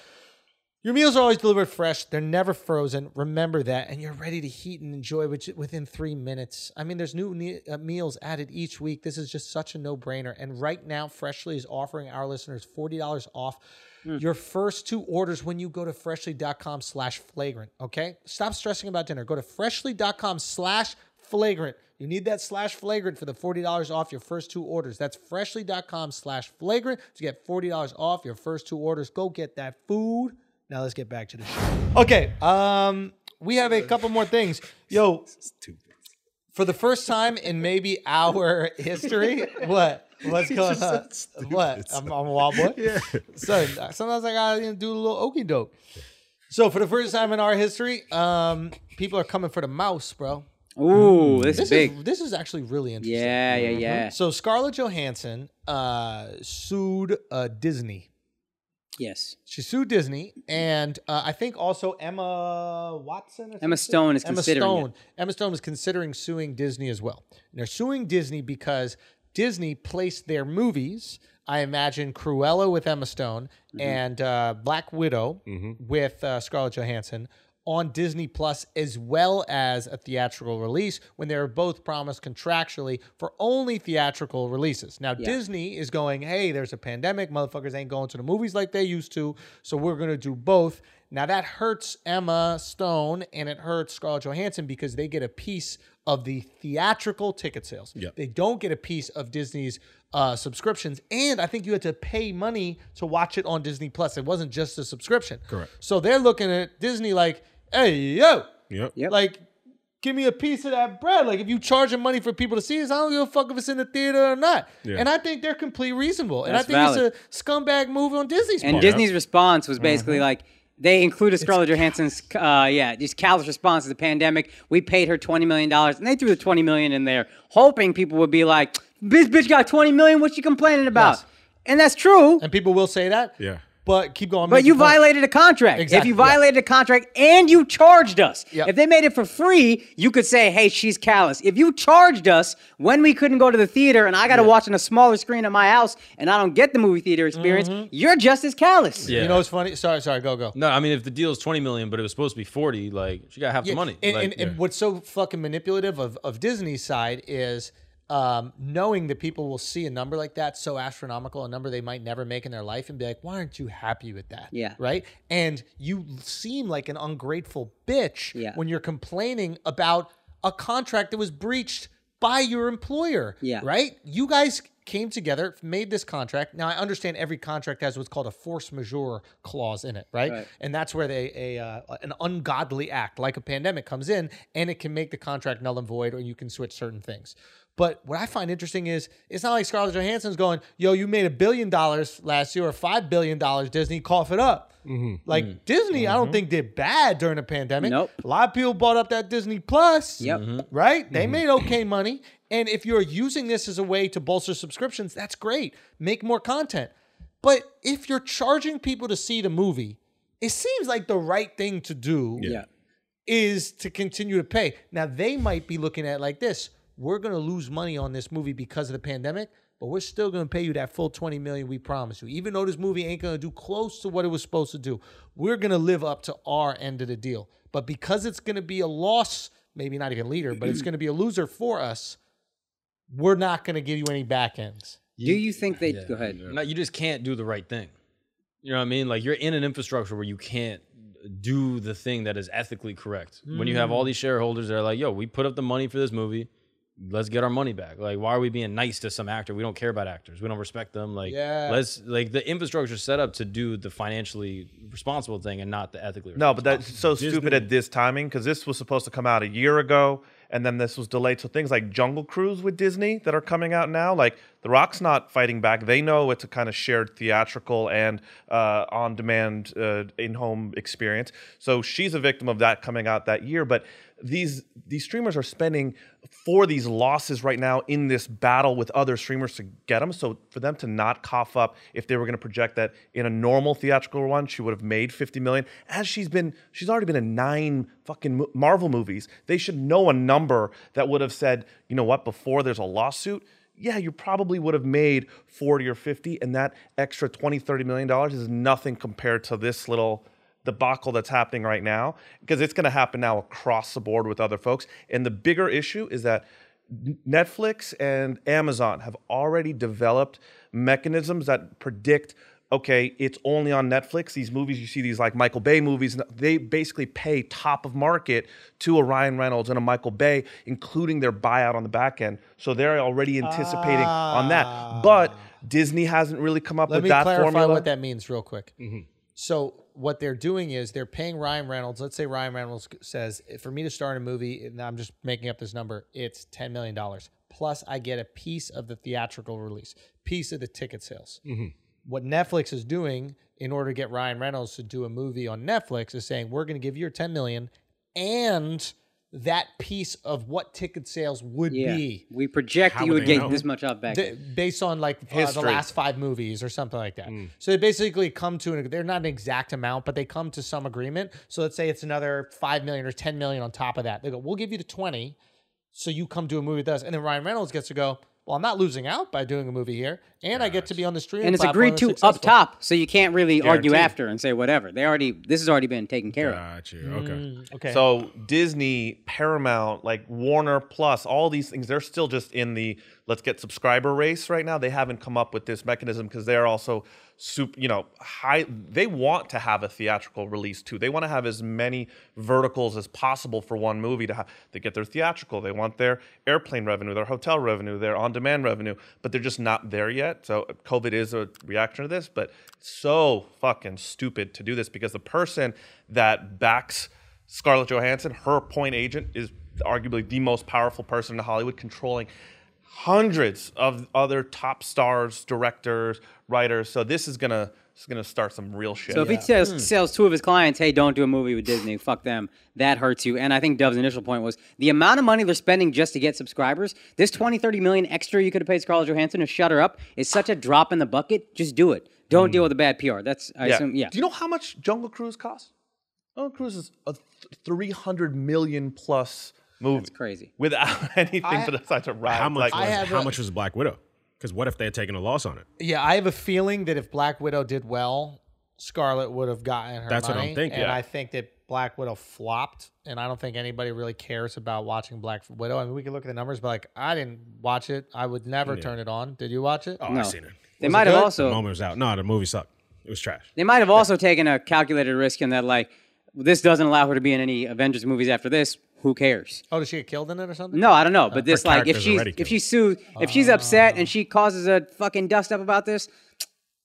S1: your meals are always delivered fresh. They're never frozen. Remember that. And you're ready to heat and enjoy which, within three minutes. I mean, there's new ne- uh, meals added each week. This is just such a no brainer. And right now, Freshly is offering our listeners $40 off your first two orders when you go to freshly.com slash flagrant. Okay? Stop stressing about dinner. Go to freshly.com slash flagrant. You need that slash flagrant for the $40 off your first two orders. That's freshly.com slash flagrant to get $40 off your first two orders. Go get that food. Now let's get back to the show. Okay. Um, we have a couple more things. Yo, for the first time in maybe our history, what? What's going on? What? I'm, I'm a wild boy. Yeah. So sometimes I gotta you know, do a little okey doke. So for the first time in our history, um, people are coming for the mouse, bro.
S2: Ooh, this,
S1: This
S2: is big.
S1: is Mm-hmm. this is actually really interesting.
S2: yeah, yeah, yeah.
S1: So Scarlett Johansson uh, sued uh, Disney.
S2: Yes.
S1: She sued Disney, and uh, I think also Emma Watson. Or
S2: Emma
S1: something?
S2: Stone is considering
S1: Emma Stone. Emma Stone is considering suing Disney as well. And they're suing Disney because Disney placed their movies. I imagine Cruella with Emma Stone
S2: Mm-hmm.
S1: and uh, Black Widow with uh, Scarlett Johansson on Disney Plus as well as a theatrical release when they were both promised contractually for only theatrical releases. Now Disney is going, "Hey, there's a pandemic, motherfuckers ain't going to the movies like they used to, so we're going to do both." Now that hurts Emma Stone and it hurts Scarlett Johansson because they get a piece of the theatrical ticket sales. They don't get a piece of Disney's uh, subscriptions, and I think you had to pay money to watch it on Disney Plus. It wasn't just a subscription. Correct. So they're looking at Disney like, "Hey, yo,
S4: Yep.
S2: Yep.
S1: like." Give me a piece of that bread. Like if you charging money for people to see this, I don't give a fuck if it's in the theater or not. And I think they're completely reasonable. And
S2: That's
S1: I think
S2: valid.
S1: it's a scumbag move on Disney's
S2: And
S1: part.
S2: Disney's response was basically
S1: Mm-hmm.
S2: like they included Scarlett Johansson's, uh, yeah, just callous response to the pandemic. We paid her twenty million dollars, and they threw the twenty million in there, hoping people would be like, "This bitch got twenty million. What she complaining about?"
S1: Yes.
S2: And that's true.
S1: and people will say that.
S4: Yeah.
S1: But keep going.
S2: But
S1: make your
S2: you
S1: point.
S2: violated a contract. If
S1: Exactly,
S2: you
S1: yeah.
S2: violated a contract and you charged us,
S1: Yep.
S2: if they made it for free, you could say, hey, she's callous. If you charged us when we couldn't go to the theater and I got to watch on a smaller screen at my house and I don't get the movie theater experience,
S1: Mm-hmm.
S2: you're just as callous.
S3: Yeah.
S1: You know what's funny? Sorry, sorry. Go, go.
S3: no, I mean, if the deal is 20 million, but it was supposed to be 40, like, she got half the money.
S1: And,
S3: Like,
S1: and, and
S3: yeah.
S1: what's so fucking manipulative of, of Disney's side is um, knowing that people will see a number like that so astronomical, a number they might never make in their life, and be like, "Why aren't you happy with that?"
S2: Yeah.
S1: Right. And you seem like an ungrateful bitch
S2: Yeah.
S1: when you're complaining about a contract that was breached by your employer.
S2: Yeah.
S1: Right. You guys came together, made this contract. Now I understand every contract has what's called a force majeure clause in it, right? And that's where they a uh, an ungodly act like a pandemic comes in and it can make the contract null and void, or you can switch certain things. But what I find interesting is it's not like Scarlett Johansson's going, "Yo, you made a billion dollars last year or five billion dollars, Disney, cough it up." Like Disney, I don't think did bad during the pandemic.
S2: Mm-hmm. Nope.
S1: A lot of people bought up that Disney Plus.
S2: Yep.
S1: Right? They made okay money. And if you're using this as a way to bolster subscriptions, that's great. Make more content. But if you're charging people to see the movie, it seems like the right thing to do
S2: Yeah.
S1: is to continue to pay. Now they might be looking at it like this: we're going to lose money on this movie because of the pandemic, but we're still going to pay you that full twenty million we promised you, even though this movie ain't going to do close to what it was supposed to do. We're going to live up to our end of the deal, but because it's going to be a loss, maybe not even leader, but it's going to be a loser for us. We're not going to give you any back ends.
S2: Do you think they. Go ahead.
S3: No, you just can't do the right thing. You know what I mean? Like you're in an infrastructure where you can't do the thing that is ethically correct. When you
S1: Mm.
S3: have all these shareholders that are like, "Yo, we put up the money for this movie. Let's get our money back." Like, why are we being nice to some actor? We don't care about actors. We don't respect them. Like,
S1: Yeah.
S3: let's like the infrastructure is set up to do the financially responsible thing and not the ethically.
S5: No, but that's so stupid at this timing because this was supposed to come out a year ago, and then this was delayed. So things like Jungle Cruise with Disney that are coming out now, like The Rock's not fighting back. They know it's a kind of shared theatrical and uh, on-demand uh, in-home experience. So she's a victim of that coming out that year. But these these streamers are spending for these losses right now in this battle with other streamers to get them. So for them to not cough up, if they were going to project that in a normal theatrical run, she would have made 50 million. As she's been, she's already been in nine fucking mo- Marvel movies. They should know a number that would have said, you know what, before there's a lawsuit. Yeah, you probably would have made 40 or 50, and that extra 20, 30 million dollars is nothing compared to this little debacle that's happening right now because it's going to happen now across the board with other folks. And the bigger issue is that N- Netflix and Amazon have already developed mechanisms that predict okay, it's only on Netflix. These movies, you see these like Michael Bay movies, and they basically pay top of market to a Ryan Reynolds and a Michael Bay, including their buyout on the back end. So they're already anticipating on that. But Disney hasn't really come up
S1: Ah. Let
S5: with
S1: me
S5: that
S1: clarify
S5: formula. Mm-hmm.
S1: what that means real quick. So what they're doing is they're paying Ryan Reynolds. Let's say Ryan Reynolds says, "For me to star in a movie, and I'm just making up this number, it's ten million dollars plus I get a piece of the theatrical release, piece of the ticket sales."
S5: Mm-hmm.
S1: What Netflix is doing in order to get Ryan Reynolds to do a movie on Netflix is saying, "We're going to give you your ten million and that piece of what ticket sales would
S2: Yeah.
S1: be."
S2: We project that
S4: How
S2: you
S4: would
S2: would
S4: they
S2: get
S4: know?
S2: this much up back.
S1: Th- based on like uh, the
S5: History.
S1: last five movies or something like that. So they basically come to an they're not an exact amount, but they come to some agreement. So let's say it's another five million or ten million on top of that. They go, we'll give you the twenty, so you come do a movie with us, and then Ryan Reynolds gets to go. Well, I'm not losing out by doing a movie here, and I get to be on the stream.
S2: and it's
S1: platform
S2: agreed
S1: that's
S2: to up
S1: successful."
S2: top, so you can't really argue
S5: Guaranteed.
S2: after and say whatever. They already this has already been taken care of.
S4: Got you. Okay.
S2: Mm.
S1: Okay.
S5: So Disney, Paramount, like Warner Plus, all these things, they're still just in the let's get subscriber race right now. They haven't come up with this mechanism because they're also super, you know, high they want to have a theatrical release too. They want to have as many verticals as possible for one movie to have they get their theatrical, they want their airplane revenue, their hotel revenue, their on-demand revenue, but they're just not there yet. So uh, COVID is a reaction to this, but so fucking stupid to do this because the person that backs Scarlett Johansson, her point agent, is arguably the most powerful person in Hollywood, controlling hundreds of other top stars, directors, writers. So this is gonna this is gonna start some real shit.
S2: So if he
S4: Hmm.
S2: tells, sells two of his clients, hey, don't do a movie with Disney, fuck them, that hurts you. And I think Dove's initial point was the amount of money they're spending just to get subscribers, this 20, 30 million extra you could have paid Scarlett Johansson to shut her up is such a drop in the bucket. Just do it. Don't
S4: Hmm.
S2: deal with the bad PR. That's, I assume, yeah.
S5: Do you know how much Jungle Cruise costs? Jungle Cruise is a th- three hundred million plus movie. That's
S2: crazy.
S5: Without anything besides a ride.
S4: How much?
S5: Like,
S4: Was,
S1: have
S4: how
S1: a-
S4: much was Black Widow? Because what if they had taken a loss on it?
S1: Yeah, I have a feeling that if Black Widow did well, Scarlet would have gotten her
S4: That's what I'm
S1: money,
S4: thinking.
S1: And
S4: Yeah.
S1: I think that Black Widow flopped, and I don't think anybody really cares about watching Black Widow. I mean, we can look at the numbers, but like, I didn't watch it. I would never turn it on. Did you watch it?
S4: Oh,
S2: No.
S4: I've seen it.
S2: They might have
S1: good?
S4: The
S2: also
S4: moment was out. No, the movie sucked. It was trash.
S2: they might have also taken a calculated risk in that like this doesn't allow her to be in any Avengers movies after this. Who cares?
S1: Oh, did she get killed in it or something?
S2: No, I don't know. But this like if
S4: Uh, character's
S2: she's
S4: already
S2: if
S4: killed.
S2: she sues if
S4: Oh.
S2: she's upset and she causes a fucking dust up about this,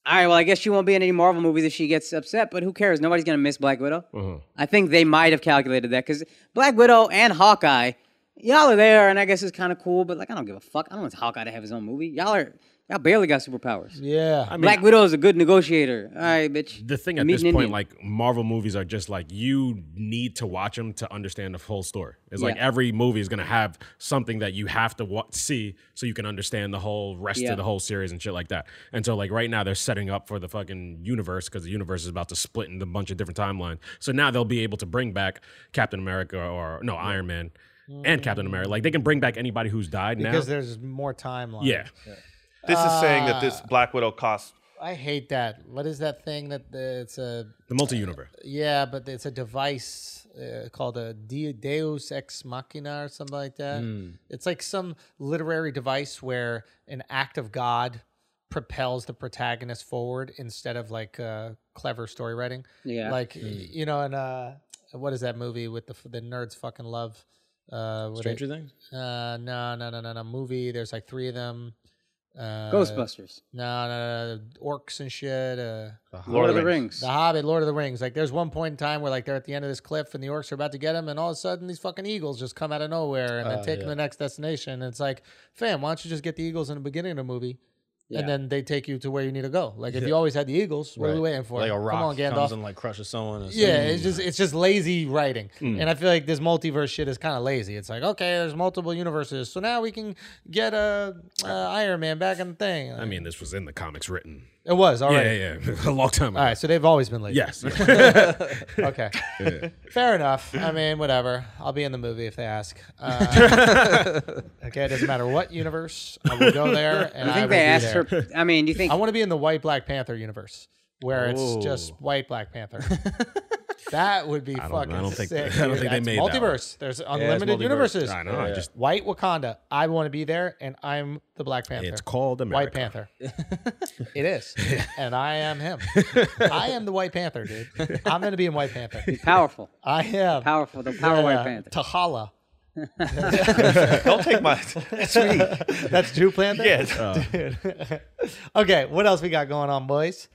S2: all right, well I guess she won't be in any Marvel movies if she gets upset. But who cares? Nobody's gonna miss Black Widow.
S4: Mm-hmm.
S2: I think they might have calculated that because Black Widow and Hawkeye, y'all are there, and I guess it's kind of cool. But like I don't give a fuck. I don't want Hawkeye to have his own movie. Y'all are y'all barely got superpowers.
S1: Yeah.
S2: Black Widow is a good negotiator. All right, bitch.
S4: The thing at
S2: Meet
S4: this
S2: an
S4: point,
S2: Indian.
S4: like Marvel movies are just like you need to watch them to understand the whole story. It's like
S2: Yeah.
S4: every movie is gonna have something that you have to wa- see so you can understand the whole rest
S2: Yeah.
S4: of the whole series and shit like that. And so like right now they're setting up for the fucking universe because the universe is about to split into a bunch of different timelines. So now they'll be able to bring back Captain America or no Iron Man and Captain America. Like they can bring back anybody who's died
S1: Because
S4: now.
S1: there's more timeline.
S4: Yeah,
S5: this is saying
S2: Uh.
S5: that this Black Widow costs
S1: I hate that. What is that thing that the, it's a
S4: the multi universe.
S1: yeah, but it's a device uh, called a De- Deus ex machina or something like that. It's like some literary device where an act of God propels the protagonist forward instead of like uh, clever story writing.
S2: Yeah.
S1: like y- you know, and uh, what is that movie with the f- the nerds fucking love? Uh, where they-
S3: Stranger Things.
S1: uh, no, no, no, no, no. Movie. There's like three of them.
S2: Ghostbusters,
S1: No, no, no, orcs and shit. Uh,
S2: Lord of the
S5: Rings.
S2: Rings.
S1: The Hobbit, Lord of the Rings. Like, there's one point in time where, like, they're at the end of this cliff and the orcs are about to get him, and all of a sudden these fucking eagles just come out of nowhere and then take him to the next destination. And it's like, fam, why don't you just get the eagles in the beginning of the movie?
S2: Yeah.
S1: And then they take you to where you need to go. Like, if you always had the eagles, what are we waiting for?
S3: Like a rock
S1: Come on, Gandalf.
S3: comes and Mm. like crushes someone. and-
S1: Yeah, it's just it's just lazy writing, and I feel like this multiverse shit is kind of lazy. It's like okay, there's multiple universes, so now we can get a uh, Iron Man back in the thing.
S4: I mean, this was in the comics written.
S1: it was all right.
S4: Yeah, yeah, a long time ago.
S1: All right, so they've always been lazy.
S4: Yes.
S1: Okay. Fair enough. I mean, whatever. I'll be in the movie if they ask. Uh, okay, it doesn't matter what universe. I will go there, and I
S2: I think
S1: will
S2: they
S1: be
S2: asked
S1: there.
S2: her. I mean, do you think?
S1: I want to be in the White Black Panther universe, where
S4: Oh.
S1: it's just White Black Panther. that would be fucking
S4: I don't think-
S1: sick.
S4: I don't
S1: dude.
S4: think they
S1: That's
S4: made that one.
S1: multiverse. There's unlimited
S3: multiverse.
S1: universes.
S4: I know. I just
S1: White Wakanda. I want to be there, and I'm the Black Panther.
S4: it's called America.
S1: White Panther. it is, and I am him. I am the White Panther, dude. I'm gonna be in White Panther.
S2: powerful,
S1: I am
S2: powerful, the power
S1: uh,
S2: White Panther.
S1: T'Challa.
S5: Don't take my.
S1: That's Drew Panther.
S5: yes.
S2: Oh.
S1: Okay. What else we got going on, boys?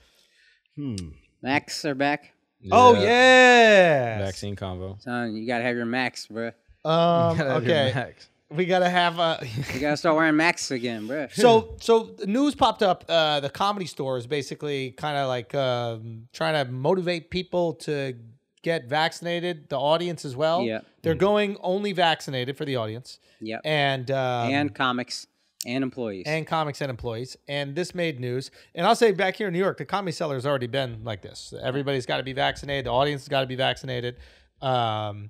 S2: Max are back.
S1: Oh yeah.
S3: Vaccine combo.
S2: Son, you gotta have your Max, bruh.
S1: Um, okay. We gotta have a.
S2: You gotta start wearing Max again, bruh.
S1: so so the news popped up. Uh, the comedy store is basically kind of like um, trying to motivate people to get vaccinated. The audience as well.
S2: Yeah.
S1: They're going only vaccinated for the audience.
S2: Yep.
S1: And um,
S2: and comics and employees.
S1: and comics and employees. And this made news. And I'll say back here in New York, the comedy cellar has already been like this. Everybody's got to be vaccinated. The audience has got to be vaccinated. Um,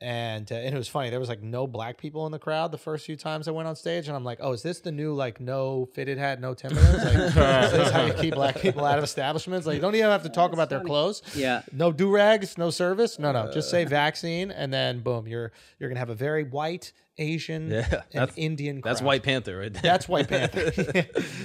S1: and, uh, and it was funny. There was like no black people in the crowd the first few times I went on stage, and I'm like, "Oh, is this the new like no fitted hat, no Timberlands? Like, is this how you keep black people out of establishments? Like, you don't even have to talk about their clothes.
S2: Yeah.
S1: no do rags, no service. No, no, just say vaccine, and then boom, you're you're gonna have a very white Asian and
S3: that's-
S1: Indian. Crowd.
S3: That's White Panther right there.
S1: That's White Panther.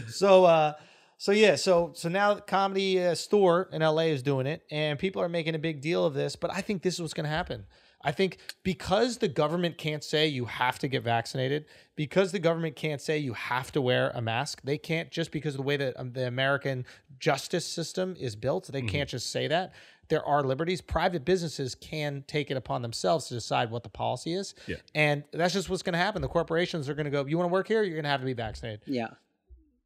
S1: so, uh, so yeah, so so now the comedy uh, store in LA is doing it, and people are making a big deal of this. But I think this is what's going to happen. I think because the government can't say you have to get vaccinated, because the government can't say you have to wear a mask, they can't just because of the way that um, the American justice system is built, they can't just say that. There are liberties. Private businesses can take it upon themselves to decide what the policy is.
S4: Yeah.
S1: And that's just what's going to happen. The corporations are going to go, you want to work here? You're going to have to be vaccinated.
S2: yeah.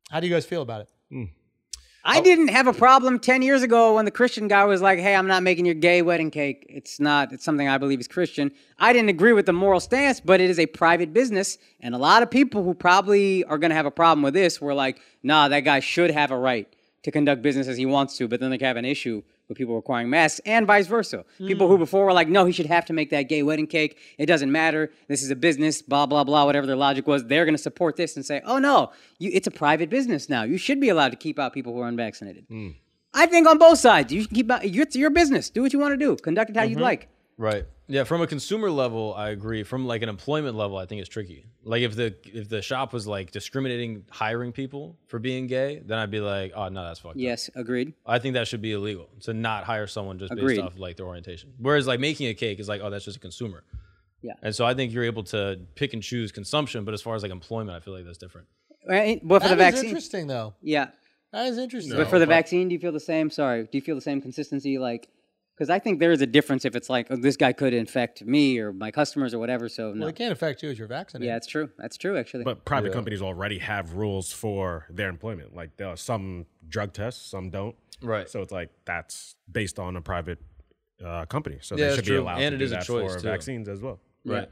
S1: How do you guys feel about it?
S2: I didn't have a problem 10 years ago when the Christian guy was like, hey, I'm not making your gay wedding cake. It's not, it's something I believe is Christian. I didn't agree with the moral stance, but it is a private business. And a lot of people who probably are going to have a problem with this were like, nah, that guy should have a right to conduct business as he wants to, but then they have an issue with people requiring masks and vice versa.
S1: Hmm.
S2: People who before were like, no, he should have to make that gay wedding cake. It doesn't matter. This is a business, blah, blah, blah, whatever their logic was. They're going to support this and say, oh, no, you, it's a private business now. You should be allowed to keep out people who are unvaccinated.
S1: Hmm.
S2: I think on both sides, you should keep out, it's your business. Do what you want to do, conduct it how
S1: Mm-hmm.
S2: you'd like.
S3: Right. Yeah, from a consumer level, I agree. From like an employment level, I think it's tricky. Like if the if the shop was like discriminating hiring people for being gay, then I'd be like, oh no, that's fucked. up.
S2: Yes, agreed.
S3: I think that should be illegal to not hire someone just
S2: Agreed.
S3: based off like their orientation. Whereas like making a cake is like, oh, that's just a consumer.
S2: Yeah.
S3: And so I think you're able to pick and choose consumption, but as far as like employment, I feel like that's different.
S2: Right? But for the
S1: That is
S2: vaccine,
S1: interesting, though.
S2: yeah.
S1: That is interesting.
S2: But for the vaccine, do you feel the same? Sorry, do you feel the same consistency? Like, because I think there is a difference if it's like, oh, this guy could infect me or my customers or whatever. So no,
S1: Well, it can't affect you as you're vaccinated.
S2: yeah, it's true. That's true, actually.
S4: But private companies already have rules for their employment. Like there are some drug tests, some don't.
S3: Right.
S4: So it's like that's based on a private uh, company. So
S3: Yeah,
S4: they
S3: that's
S4: should be
S3: true.
S4: allowed
S3: And
S4: to
S3: it
S4: do
S3: is a
S4: that
S3: choice,
S4: for
S3: too.
S4: vaccines as well.
S3: Right.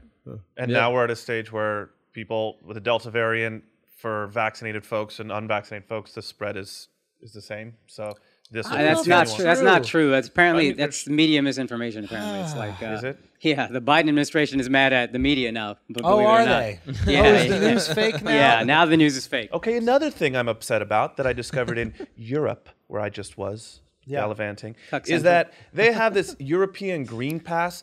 S5: And now we're at a stage where people with the Delta variant for vaccinated folks and unvaccinated folks, the spread is is the same. So this
S1: I
S2: Uh,
S1: don't
S2: that's
S1: know if
S2: not
S1: that's
S2: true. That's not
S1: true.
S2: true. That's apparently
S5: mean,
S2: that's media misinformation. Apparently, it's like uh,
S5: Is it?
S2: Yeah, the Biden administration is mad at the media now. But
S1: Oh,
S2: believe it or
S1: are
S2: not.
S1: they?
S2: Yeah,
S1: Oh, is the
S2: yeah.
S1: news fake now?
S2: Yeah, now the news is fake.
S5: Okay, another thing I'm upset about that I discovered in Europe, where I just was gallivanting,
S2: Cuck-centric.
S5: is that they have this European green pass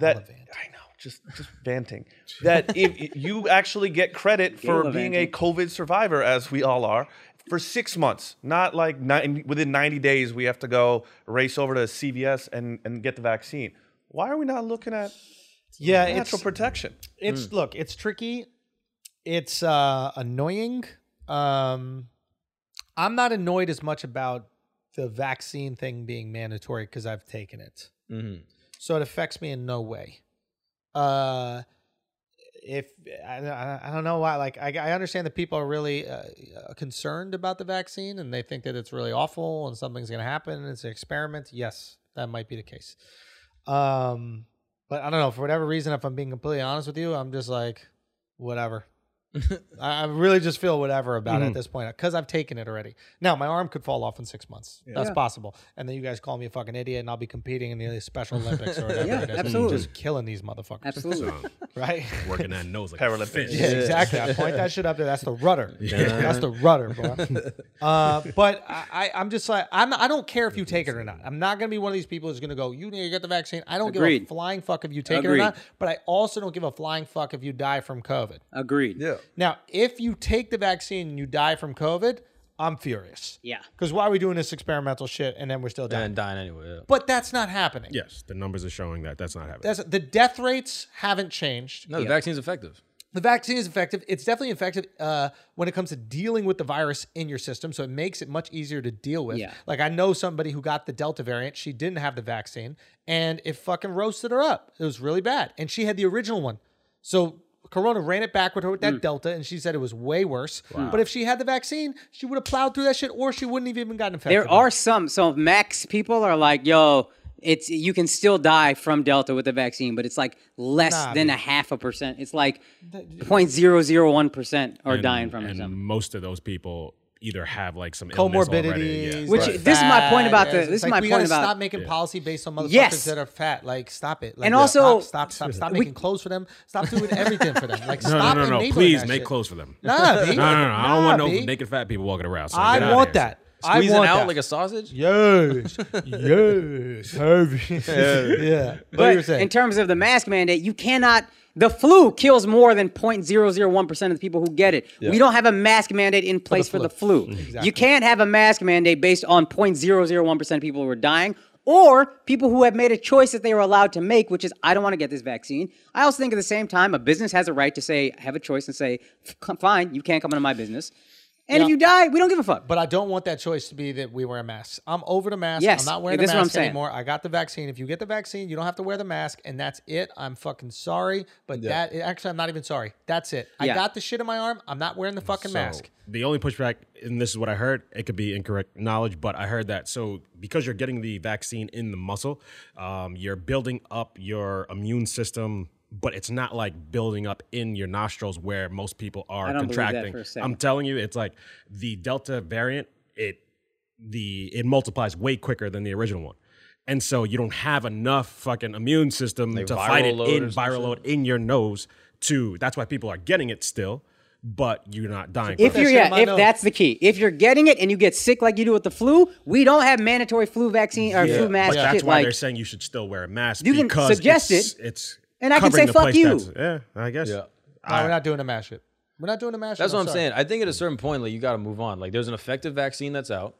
S5: that
S1: Gallivant.
S5: I know, just just vanting. That if you actually get credit for being a
S2: Gallivanting.
S5: COVID survivor, as we all are, for six months, not like nine, within 90 days we have to go race over to CVS and, and get the vaccine. Why are we not looking at
S1: Yeah,
S5: natural
S1: it's
S5: protection?
S1: it's look, it's tricky. It's uh, annoying. Um, I'm not annoyed as much about the vaccine thing being mandatory because I've taken it, so it affects me in no way. Uh, if I, I I don't know why, like I, I understand that people are really uh, uh, concerned about the vaccine and they think that it's really awful and something's going to happen and it's an experiment. Yes, that might be the case. Um, but I don't know for whatever reason. If I'm being completely honest with you, I'm just like, whatever. I I really just feel whatever about it
S2: Mm-hmm.
S1: at this point because I've taken it already. Now my arm could fall off in six months. That's possible, and then you guys call me a fucking idiot, and I'll be competing in the Special Olympics or whatever.
S2: Yeah,
S1: it is.
S2: absolutely.
S1: Just killing these motherfuckers,
S2: Absolutely.
S1: right?
S4: Um, Working that nose like
S5: Paralympics.
S4: a fish.
S1: Yeah, exactly. I point that shit up there. That's the rudder. That's the rudder, bro. Uh, but I, I, I'm just like I'm. I don't care if you take it or not. I'm not gonna be one of these people who's gonna go. You need to get the vaccine. I don't give a
S2: Agreed.
S1: flying fuck if you take it or
S2: Agreed.
S1: not. But I also don't give a flying fuck if you die from COVID.
S2: Agreed. Yeah.
S1: Now, if you take the vaccine and you die from COVID, I'm furious.
S2: Yeah.
S1: Because why are we doing this experimental shit and then we're still dying?
S3: and dying anyway. yeah.
S1: but that's not happening.
S4: Yes, the numbers are showing that that's not happening.
S1: That's, the death rates haven't changed.
S3: No, the vaccine's effective.
S1: The vaccine is effective. It's definitely effective uh, when it comes to dealing with the virus in your system. So it makes it much easier to deal with.
S2: Yeah.
S1: Like I know somebody who got the Delta variant. She didn't have the vaccine and it fucking roasted her up. It was really bad. And she had the original one. So Corona ran it back with her with
S2: Mm.
S1: that Delta and she said it was way worse. But if she had the vaccine, she would have plowed through that shit or she wouldn't have even gotten infected.
S2: There are some. So Max people are like, yo, it's you can still die from Delta with the vaccine, but it's like less
S1: Nah,
S2: than a half a percent. It's like 0.001 percent are dying from it. or
S4: and
S2: something.
S4: most of those people either have like some illness
S1: comorbidities.
S4: already. Yeah.
S2: Which-
S1: right.
S2: this is my
S1: fat,
S2: point about the-
S1: yeah.
S2: this is
S1: Like,
S2: my
S1: we gotta
S2: point about-
S1: stop making policy based on motherfuckers
S2: Yes.
S1: that are fat. Like, stop it. Like,
S2: And also-
S1: stop, stop, stop, stop
S2: We-
S1: making clothes for them. Stop doing everything for them. Like,
S4: no, no,
S1: stop
S4: no, no,
S1: enabling
S4: Please
S1: that
S4: make
S1: shit.
S4: clothes for them.
S1: Nah, B.
S4: No, no, no. I don't want no
S1: Nah, B.
S4: naked fat people walking around. son. Get
S1: I
S4: outta
S1: want
S4: here.
S1: that. I
S3: Squeezing
S1: want
S3: out
S1: that.
S3: like a sausage.
S1: yes, yes, Harvey. yeah. What you were
S2: But
S1: saying?
S2: in terms of the mask mandate, you cannot. The flu kills more than 0.001% of the people who get it. We don't have a mask mandate in place for the flu. Mm. You can't have a mask mandate based on 0.001% of people who are dying or people who have made a choice that they were allowed to make, which is, I don't want to get this vaccine. I also think at the same time, a business has a right to say, have a choice and say, "F- fine, you can't come into my business. And if you die, we don't give a fuck.
S1: But I don't want that choice to be that we wear masks. I'm over the mask.
S2: Yes,
S1: I'm not wearing
S2: this
S1: the
S2: is what I'm
S1: mask
S2: saying.
S1: anymore. I got the vaccine. If you get the vaccine, you don't have to wear the mask, and that's it. I'm fucking sorry, but that actually, I'm not even sorry. That's it. I
S2: Yeah.
S1: got the shit in my arm. I'm not wearing the fucking
S4: So,
S1: mask.
S4: The only pushback, and this is what I heard, it could be incorrect knowledge, but I heard that. So because you're getting the vaccine in the muscle, um, you're building up your immune system, but it's not like building up in your nostrils where most people are
S2: I don't believe that
S4: contracting.
S2: for a second.
S4: I'm telling you, it's like the Delta variant. It the it multiplies way quicker than the original one. And so you don't have enough fucking immune system to fight
S3: viral
S4: it
S3: load or
S4: in
S3: some
S4: viral load in your nose. To that's why people are getting it still, but you're not dying.
S2: If
S4: from it.
S2: you're
S1: shit in
S2: yeah,
S1: my
S2: if
S1: nose.
S2: that's the key. If you're getting it and you get sick like you do with the flu, we don't have mandatory flu vaccine or flu mask
S4: but that's
S2: shit.
S4: why
S2: like,
S4: they're saying you should still wear a mask.
S2: You can
S4: because
S2: suggest
S4: it's,
S2: it,
S4: it's
S2: and I can
S4: covering
S2: say,
S4: the
S2: "Fuck
S4: place
S2: you."
S4: that's- Yeah, I guess.
S3: Yeah.
S1: No, we're not doing a mask shit. We're not doing a mask.
S3: That's
S1: shit.
S3: what I'm
S1: sorry.
S3: saying. I think at a certain point, like you got to move on. Like there's an effective vaccine that's out.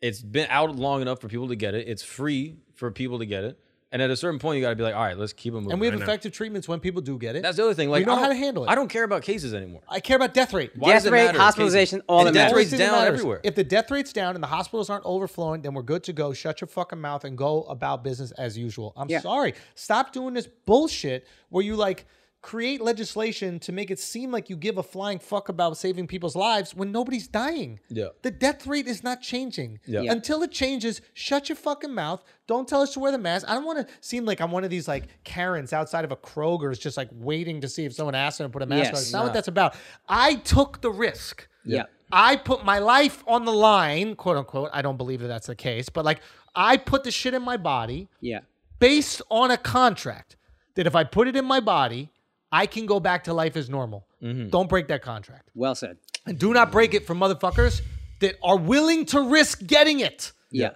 S3: It's been out long enough for people to get it. It's free for people to get it. And at a certain point, you got to be like, all right, let's keep it moving.
S1: And we have effective treatments when people do get it.
S3: that's the other thing. Like
S1: we know
S3: I don't-
S1: how to handle it.
S3: I don't care about cases anymore.
S1: I care about death rate.
S3: Why does
S2: Death
S3: it
S2: rate,
S3: matter?
S2: hospitalization,
S3: Cases.
S2: all
S3: And
S2: that
S3: death
S2: matters.
S3: rates
S1: Only thing that
S3: down
S1: matters.
S3: everywhere.
S1: If the death rate's down and the hospitals aren't overflowing, then we're good to go. Shut your fucking mouth and go about business as usual. I'm
S2: Yeah.
S1: sorry. Stop doing this bullshit where you like create legislation to make it seem like you give a flying fuck about saving people's lives when nobody's dying.
S3: Yeah.
S1: The death rate is not changing.
S3: Yeah.
S1: Until it changes, shut your fucking mouth. Don't tell us to wear the mask. I don't want to seem like I'm one of these like Karens outside of a Kroger's just like waiting to see if someone asks them to put a mask on.
S2: Yes.
S1: It's not what that's about. I took the risk.
S2: yeah.
S1: I put my life on the line, quote unquote. I don't believe that that's the case, but like I put the shit in my body
S2: Yeah.
S1: based on a contract that if I put it in my body, I can go back to life as normal.
S2: Mm-hmm.
S1: Don't break that contract.
S2: Well said.
S1: And do not break it for motherfuckers that are willing to risk getting it.
S2: Yeah.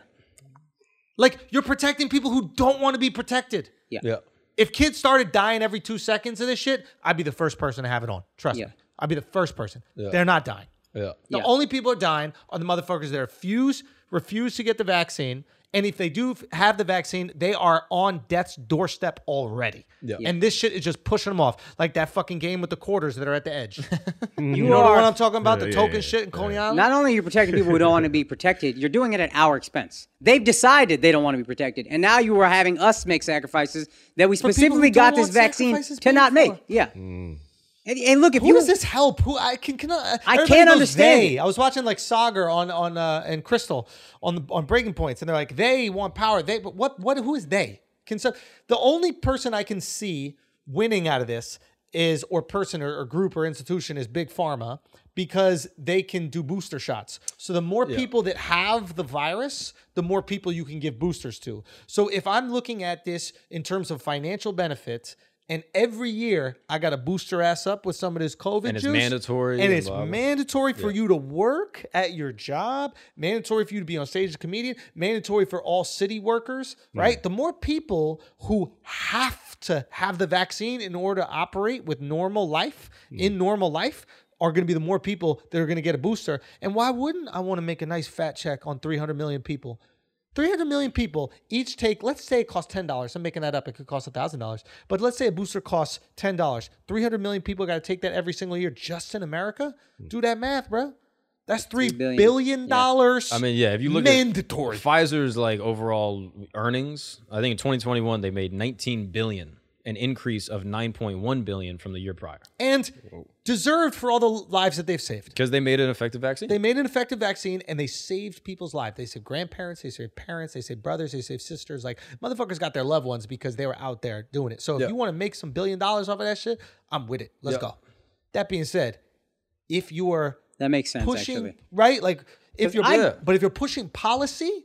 S1: Like you're protecting people who don't want to be protected.
S2: Yeah.
S3: yeah.
S1: If kids started dying every two seconds of this shit, I'd be the first person to have it on. Trust
S2: Yeah.
S1: me. I'd be the first person. They're not dying.
S3: Yeah.
S1: The
S2: Yeah.
S1: only people who are dying are the motherfuckers that refuse refuse to get the vaccine And if they do f- have the vaccine, they are on death's doorstep already. And this shit is just pushing them off, like that fucking game with the quarters that are at the edge. you know
S2: are-
S1: what I'm talking about? The
S4: Yeah, yeah,
S1: token
S4: yeah,
S1: shit in Coney Island.
S2: Not only are you protecting people who don't want to be protected, you're doing it at our expense. They've decided they don't want to be protected, and now you are having us make sacrifices that we
S1: people
S2: specifically
S1: who
S2: got
S1: don't
S2: this
S1: want
S2: vaccine
S1: sacrifices
S2: to
S1: paid
S2: not
S1: for.
S2: make. Yeah.
S4: Mm.
S2: And, and look, if
S1: Who
S2: you
S1: does this help? Who I can, can I,
S2: I
S1: everybody
S2: can't
S1: goes
S2: understand
S1: they.
S2: it.
S1: I was watching like Sagar on on uh, and Crystal on the on Breaking Points, and they're like they want power. They but what what who is they? Can so the only person I can see winning out of this is or person or, or group or institution is big pharma because they can do booster shots. So the more people that have the virus, the more people you can give boosters to. So if I'm looking at this in terms of financial benefit. And every year, I got to boost your ass up with some of this COVID
S3: And it's
S1: juice.
S3: mandatory
S1: And
S3: and
S1: it's
S3: blah, blah.
S1: mandatory for you to work at your job. Mandatory for you to be on stage as a comedian. Mandatory for all city workers. Right. The more people who have to have the vaccine in order to operate with normal life in normal life. Are going to be the more people that are going to get a booster, and why wouldn't I want to make a nice fat check on 300 million people? 300 million people each take, let's say it costs $10. I'm making that up. It could cost $1,000. But let's say a booster costs $10. 300 million people got to take that every single year just in America. Do that math, bro. That's $3
S2: billion.
S1: billion. dollars
S3: Hmm. I mean, yeah, if you look
S1: mandatory.
S3: at Pfizer's like overall earnings, I think in 2021 they made 19 billion, an increase of 9.1 billion from the year prior
S1: and deserved for all the lives that they've saved.
S3: because they made an effective vaccine.
S1: They made an effective vaccine and they saved people's lives. They saved grandparents, they saved parents, they saved brothers, they saved sisters. Like motherfuckers got their loved ones because they were out there doing it. So if you want to make some billion dollars off of that shit, I'm with it. Let's go. That being said, if you are
S2: that makes sense,
S1: pushing
S2: actually.
S1: right, like if you're,
S2: I-
S1: but if you're pushing policy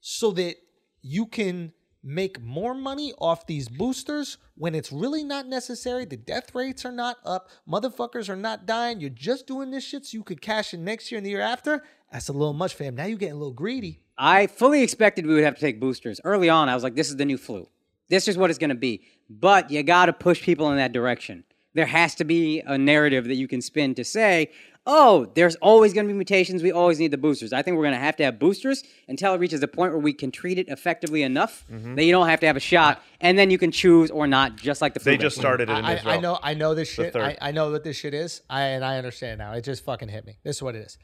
S1: so that you can make more money off these boosters when it's really not necessary, the death rates are not up, motherfuckers are not dying, you're just doing this shit so you could cash in next year and the year after. That's a little much, fam. Now you're getting a little greedy.
S2: I fully expected we would have to take boosters. Early on, I was like, this is the new flu. This is what it's going to be. But you got to push people in that direction. There has to be a narrative that you can spin to say, oh, there's always going to be mutations. We always need the boosters. I think we're going to have to have boosters until it reaches a point where we can treat it effectively enough
S5: Mm-hmm.
S2: that you don't have to have a shot. And then you can choose or not, just like the flu.
S5: They just
S2: vaccine.
S5: started it in
S1: I,
S5: Israel.
S1: I know I know this shit.
S5: third.
S1: I, I know what this shit is. I and I understand now. It just fucking hit me. This is what it is.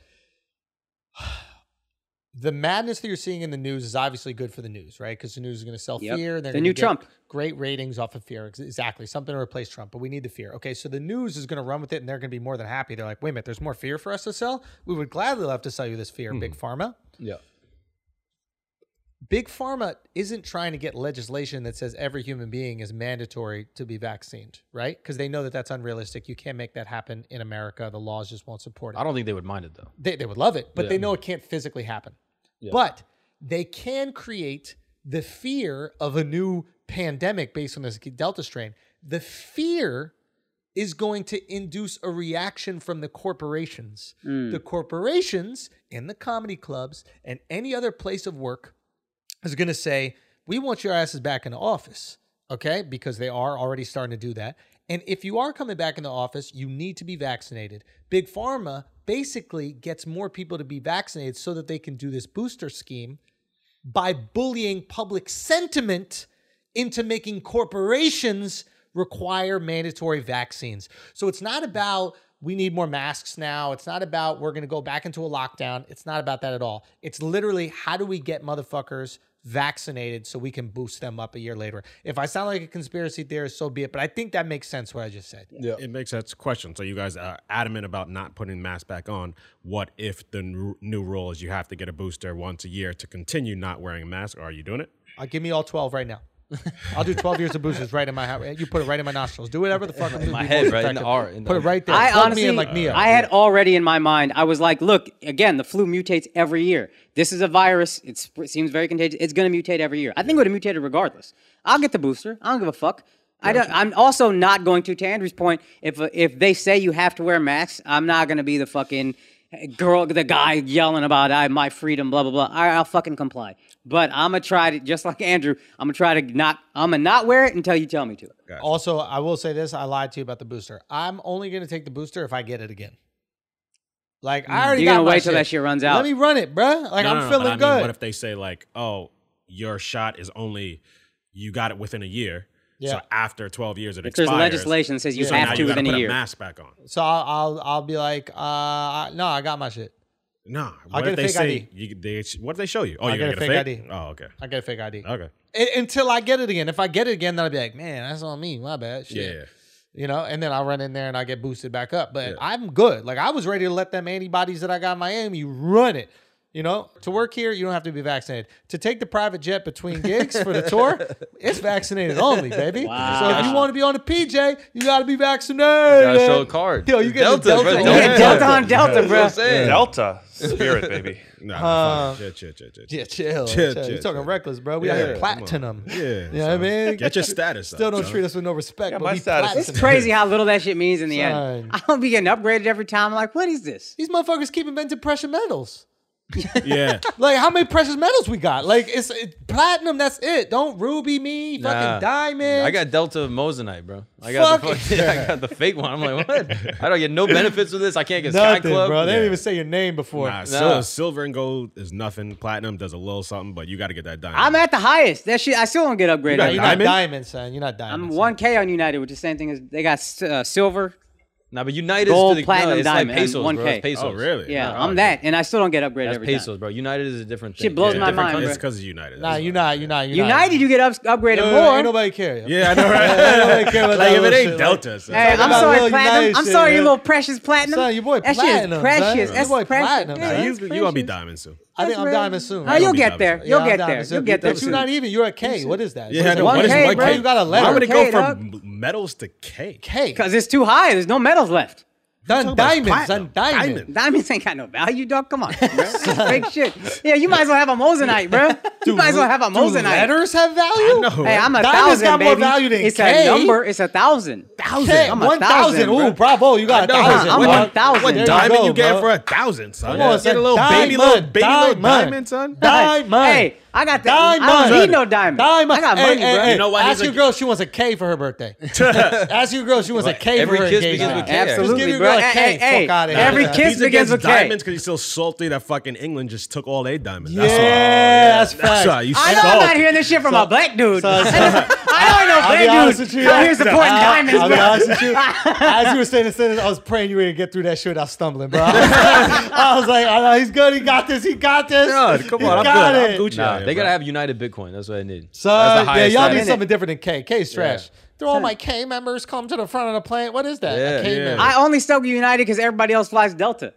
S1: The madness that you're seeing in the news is obviously good for the news, right? Because the news is going to sell
S2: Yep.
S1: fear. They're
S2: The
S1: gonna
S2: new
S1: get
S2: Trump.
S1: Great ratings off of fear. Ex- Exactly. Something to replace Trump, but we need the fear. Okay. So the news is going to run with it and they're going to be more than happy. They're like, wait a minute, there's more fear for us to sell? We would gladly love to sell you this fear, Big
S2: Hmm.
S1: Pharma.
S3: yeah.
S1: Big Pharma isn't trying to get legislation that says every human being is mandatory to be vaccinated, right? Because they know that that's unrealistic. You can't make that happen in America. The laws just won't support it.
S3: I don't think they would mind it though.
S1: They, they would love it, but they know it can't physically happen. But they can create the fear of a new pandemic based on this Delta strain. The fear is going to induce a reaction from the corporations.
S3: Hmm.
S1: The corporations and the comedy clubs and any other place of work is going to say, We want your asses back in the office, okay? Because they are already starting to do that. And if you are coming back in the office, you need to be vaccinated. Big Pharma basically gets more people to be vaccinated so that they can do this booster scheme by bullying public sentiment into making corporations require mandatory vaccines. So it's not about we need more masks now. It's not about we're going to go back into a lockdown. It's not about that at all. It's literally how do we get motherfuckers vaccinated so we can boost them up a year later. If I sound like a conspiracy theorist, so be it. But I think that makes sense what I just said.
S4: It makes sense. Question. So you guys are adamant about not putting masks back on. What if the n- new rule is you have to get a booster once a year to continue not wearing a mask? Are you doing it?
S1: I'll Uh, give me all 12 right now. I'll do 12 years of boosters right in my house. You put it right in my nostrils. Do whatever the fuck. In
S3: my head, right in the R- in the-
S1: Put it right there.
S2: I
S1: Plug
S2: honestly,
S1: me in like Neo.
S2: I had already in my mind. I was like, look, again, the flu mutates every year. This is a virus. It's, it seems very contagious. It's going to mutate every year. I think it would have mutated regardless. I'll get the booster. I don't give a fuck. I don't, I'm also not going to. To Andrew's point, if if they say you have to wear masks, I'm not going to be the fucking girl, the guy yelling about I my freedom, blah blah blah. I, I'll fucking comply. But I'm gonna try to just like Andrew. I'm gonna try to not. I'm gonna not wear it until you tell me to.
S1: Also, I will say this: I lied to you about the booster. I'm only going to take the booster if I get it again. Like I already
S2: Mm, You're
S1: got
S2: gonna
S1: my
S2: wait till that shit runs out.
S1: Let me run it, bruh. Like
S4: No,
S1: I'm
S4: no, no, but
S1: feeling
S4: I mean,
S1: good.
S4: what if they say like, oh, your shot is only you got it within a year.
S1: Yeah.
S4: So after 12 years, it expires.
S2: There's legislation that says you
S4: so now
S2: have to
S4: you gotta
S2: within a
S4: put
S2: year.
S4: mask back on.
S1: So I'll I'll, I'll be like, uh, I- no, I got my shit.
S4: Nah. What
S1: get a
S4: if they
S1: fake
S4: say
S1: ID.
S4: you, they, what do they show you? Oh, you
S1: get
S4: gotta
S1: a
S4: get a
S1: fake
S4: fake,
S1: ID.
S4: Oh, okay.
S1: I get a fake ID
S4: Okay.
S1: I- until I get it again. If I get it again, then I'll be like, man, that's on me. My bad. Shit.
S4: Yeah. yeah.
S1: you know, and then I'll run in there and I get boosted back up. But I'm good. Like I was ready to let them antibodies that I got in Miami run it. You know, to work here, you don't have to be vaccinated. To take the private jet between gigs for the tour, it's vaccinated only, baby. So if you want to be on the PJ, you got to be vaccinated.
S3: Gotta show a card.
S1: Yo, you get
S3: Delta,
S1: the Delta.
S3: bro,
S1: one.
S3: Delta.
S2: Yeah, Delta on Delta, bro.
S5: Delta spirit, baby.
S4: Nah, nah, fine. Shit, shit, shit, shit.
S1: Yeah, chill.
S4: Chill,
S1: chill. You're
S4: chill,
S1: talking
S4: chill.
S1: reckless, bro. We out
S4: Yeah,
S1: here
S4: come on.
S1: platinum.
S4: Yeah,
S1: You know what I
S4: son.
S1: mean?
S4: Get your status up.
S1: Still don't
S4: son.
S1: treat us with no respect.
S5: Yeah,
S1: but
S5: my
S1: we
S5: status is-
S1: platinum.
S2: It's crazy how little that shit means in the
S1: Son.
S2: end. I don't be getting upgraded every time. I'm like, what is this?
S1: These motherfuckers keep inventing precious metals.
S4: Yeah.
S1: Like how many precious metals we got? Like it's it, platinum. That's it. Don't ruby me.
S3: Nah.
S1: Fucking diamond.
S3: I got Delta Mosinite, bro. I got the
S1: Fuck
S3: fuck, I got the fake one. I'm like, what? I don't get no benefits with this. I can't get
S1: nothing,
S3: Sky Club.
S1: bro. They didn't
S4: Yeah.
S1: even say your name before.
S4: Nah,
S3: Nah.
S4: sil- silver and gold is nothing. Platinum does a little something, but you got to get that diamond.
S2: I'm at the highest. That shit, I still don't get upgraded.
S1: Nah, you're
S4: diamond?
S1: not diamond, son. You're not diamond.
S2: I'm
S1: son.
S2: 1K on United, which is the same thing as they got uh, silver.
S3: Nah, but United
S2: Gold,
S3: is to the,
S2: platinum,
S3: no, it's
S2: diamond,
S3: like pesos,
S2: and
S3: bro. It's
S2: 1K.
S3: pesos.
S4: oh, really?
S2: Yeah,
S4: Oh,
S2: I'm that, and I still don't get upgraded
S3: That's
S2: every time.
S3: pesos, bro. United is a different
S2: Shit
S3: thing.
S2: blows
S3: It's a
S2: my
S3: different
S2: mind, bro.
S4: It's
S3: country.
S4: because of United.
S1: Nah,
S4: that's
S1: you're
S4: why.
S1: not. You're not. You're
S2: United, you get up, upgraded
S1: Not.
S2: more.
S1: Ain't nobody care. yo.
S4: Yeah, I know, right?
S1: Ain't nobody care about
S4: like,
S1: that
S4: if it
S1: little
S4: ain't
S1: shit, like-
S4: Delta, son.
S2: Hey,
S1: Talking
S2: I'm
S1: about
S2: sorry,
S1: little
S2: platinum.
S1: United
S2: I'm
S1: shit,
S2: sorry,
S1: man.
S2: you little precious platinum.
S1: Son, your boy
S2: that shit
S1: platinum,
S2: is
S1: son.
S2: precious.
S1: Your
S2: That's
S1: boy
S2: precious.
S1: platinum,
S2: Yeah,
S1: son.
S4: Nah,
S2: that's
S4: you, you gonna be
S2: precious.
S4: diamond soon.
S1: I think I'm
S2: That's
S1: diamond
S2: precious.
S1: soon.
S2: Oh,
S1: I
S2: you'll
S1: think-
S2: get there.
S4: Yeah,
S1: Yeah,
S2: You'll
S1: I'm
S2: get there.
S1: diamond soon.
S2: You'll get there.
S1: But you're not even. You're a K. What is that?
S4: Yeah, I
S1: What is
S4: know.
S1: that?
S2: 1K,
S4: What is one
S2: bro.
S1: Why
S4: K?
S1: you got a
S4: Why would
S1: letter?
S4: it go
S2: K,
S4: from m- metals to K?
S1: K.
S2: Because it's too high. There's no medals left.
S1: Done
S4: about
S1: diamonds.
S4: platinum.
S1: Done diamonds.
S4: Diamond.
S2: Diamonds ain't got no value, dog. Come on. bro. That's fake shit. Yeah, you might as well have a Mosinite, bro. You might as well have a
S1: Do
S2: Mosinite.
S1: letters have value?
S4: know,
S2: Hey, I'm
S1: Diamonds
S2: a thousand,
S1: got more
S2: baby.
S1: value than
S2: it's
S1: K.
S2: a number. It's a thousand. Thousand.
S1: Hey,
S2: I'm a
S1: one thousand.
S2: bro.
S1: Ooh, bravo! You got a
S4: I know.
S1: thousand.
S2: I'm
S1: bro.
S2: one thousand.
S1: What
S2: There you
S4: Diamond, you
S1: go,
S4: get it for
S1: bro.
S4: a thousand, son.
S1: Come on,
S4: Get
S1: son.
S4: a little baby, little
S1: Diamond,
S4: baby, little
S1: diamond.
S4: diamond, son.
S1: Diamond.
S2: Hey, I got that.
S1: diamond.
S2: I don't need no diamond.
S1: Diamond.
S2: I got
S1: Hey,
S2: money,
S1: hey,
S2: bro.
S1: hey,
S4: You know what?
S1: Ask
S4: He's
S1: your
S4: a-
S1: girl. if She wants a K for her birthday. Ask your girl. if She wants a K
S3: Every
S1: for her
S3: kiss
S1: engagement.
S3: begins with K.
S1: Just give
S2: Absolutely,
S1: your
S2: bro.
S1: girl a
S2: Hey,
S1: K.
S2: hey, hey,
S1: Fuck out of
S2: every
S1: here.
S2: kiss
S4: He's
S2: begins
S4: against
S2: with K.
S4: diamonds because he's so salty that fucking England just took all their diamonds.
S1: Yeah,
S4: That's all.
S1: that's
S4: That's why
S1: fact.
S4: you
S2: I know I'm
S4: salty.
S2: not hearing this shit from a black dude.
S1: so- so- I'll
S2: I
S1: be
S2: don't know black
S1: honest
S2: dudes
S1: with you.
S2: out here supporting
S1: I'll-
S2: diamonds,
S1: I'll
S2: bro.
S1: be honest with you. As you were saying the sentence, I was praying you were gonna get through that shit without stumbling, bro. I was like, I was like, I know he's good. He got this. He got this.
S4: God, come
S1: He
S4: on, I'm
S1: got
S4: good. I'm
S1: it.
S4: Gucci.
S3: Nah,
S4: Yeah,
S3: they
S4: bro.
S3: gotta have United Bitcoin. That's what I need.
S1: So
S3: That's
S1: yeah,
S3: the highest
S1: y'all
S3: level.
S1: need something different than K. K's trash.
S3: Yeah.
S1: Do all my K members come to the front of the plane? What is that?
S3: Yeah.
S1: a K
S4: Yeah.
S1: member.
S2: I only stuck with United because everybody else flies Delta.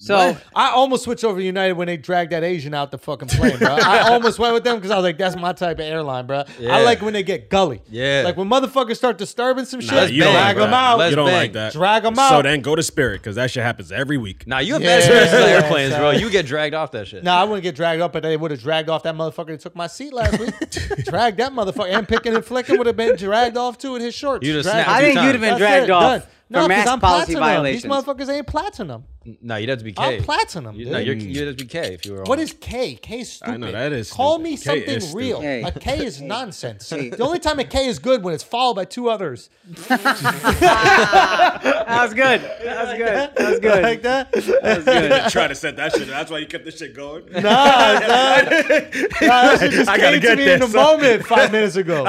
S2: So
S1: I almost switched over to United when they dragged that Asian out the fucking plane, bro. I almost went with them because I was like, that's my type of airline, bro.
S3: Yeah.
S1: I like when they get gully.
S3: Yeah.
S1: Like when motherfuckers start disturbing some
S4: Nah,
S1: shit,
S4: you don't
S1: drag
S4: like
S1: them
S4: that.
S1: out.
S3: Let's
S4: You don't
S3: bang.
S4: like that.
S1: Drag 'em
S4: So
S1: out.
S4: then go to Spirit because that shit happens every week.
S3: Nah, you have
S1: Yeah.
S3: bad experience with
S1: Yeah,
S3: airplanes, bro.
S1: son.
S3: You get dragged off that shit.
S1: No, I wouldn't get dragged off, but they would have dragged off that motherfucker that took my seat last week. dragged that motherfucker. And picking and flicking would have been dragged off too in his shorts.
S3: You'd have
S1: Dragged.
S3: snapped
S2: I think
S3: times.
S2: you'd have been
S1: That's
S2: dragged
S1: it.
S2: off
S1: Done. No, 'cause
S2: for mass
S1: I'm
S2: policy
S1: platinum.
S2: violations.
S1: These motherfuckers ain't platinum.
S3: No, you'd have to be K.
S1: I'm platinum,
S3: You,
S1: dude.
S3: no, you're, you'd have to be K if you were.
S1: What
S3: on.
S1: is K? K is stupid.
S4: I know, that is
S1: Call
S4: stupid.
S1: me
S4: K
S1: something
S4: is
S1: real.
S2: stupid.
S1: A K is nonsense. The only time a K is good when it's followed by two others.
S2: that was good. That was good. That was good.
S1: Like that?
S2: That was good.
S4: Try to set that shit. That's why you kept this shit going.
S1: Nah, son. Nah, that shit just
S4: I
S1: came
S4: gotta
S1: to
S4: get
S1: me in
S4: there,
S1: the
S4: son.
S1: moment five minutes ago.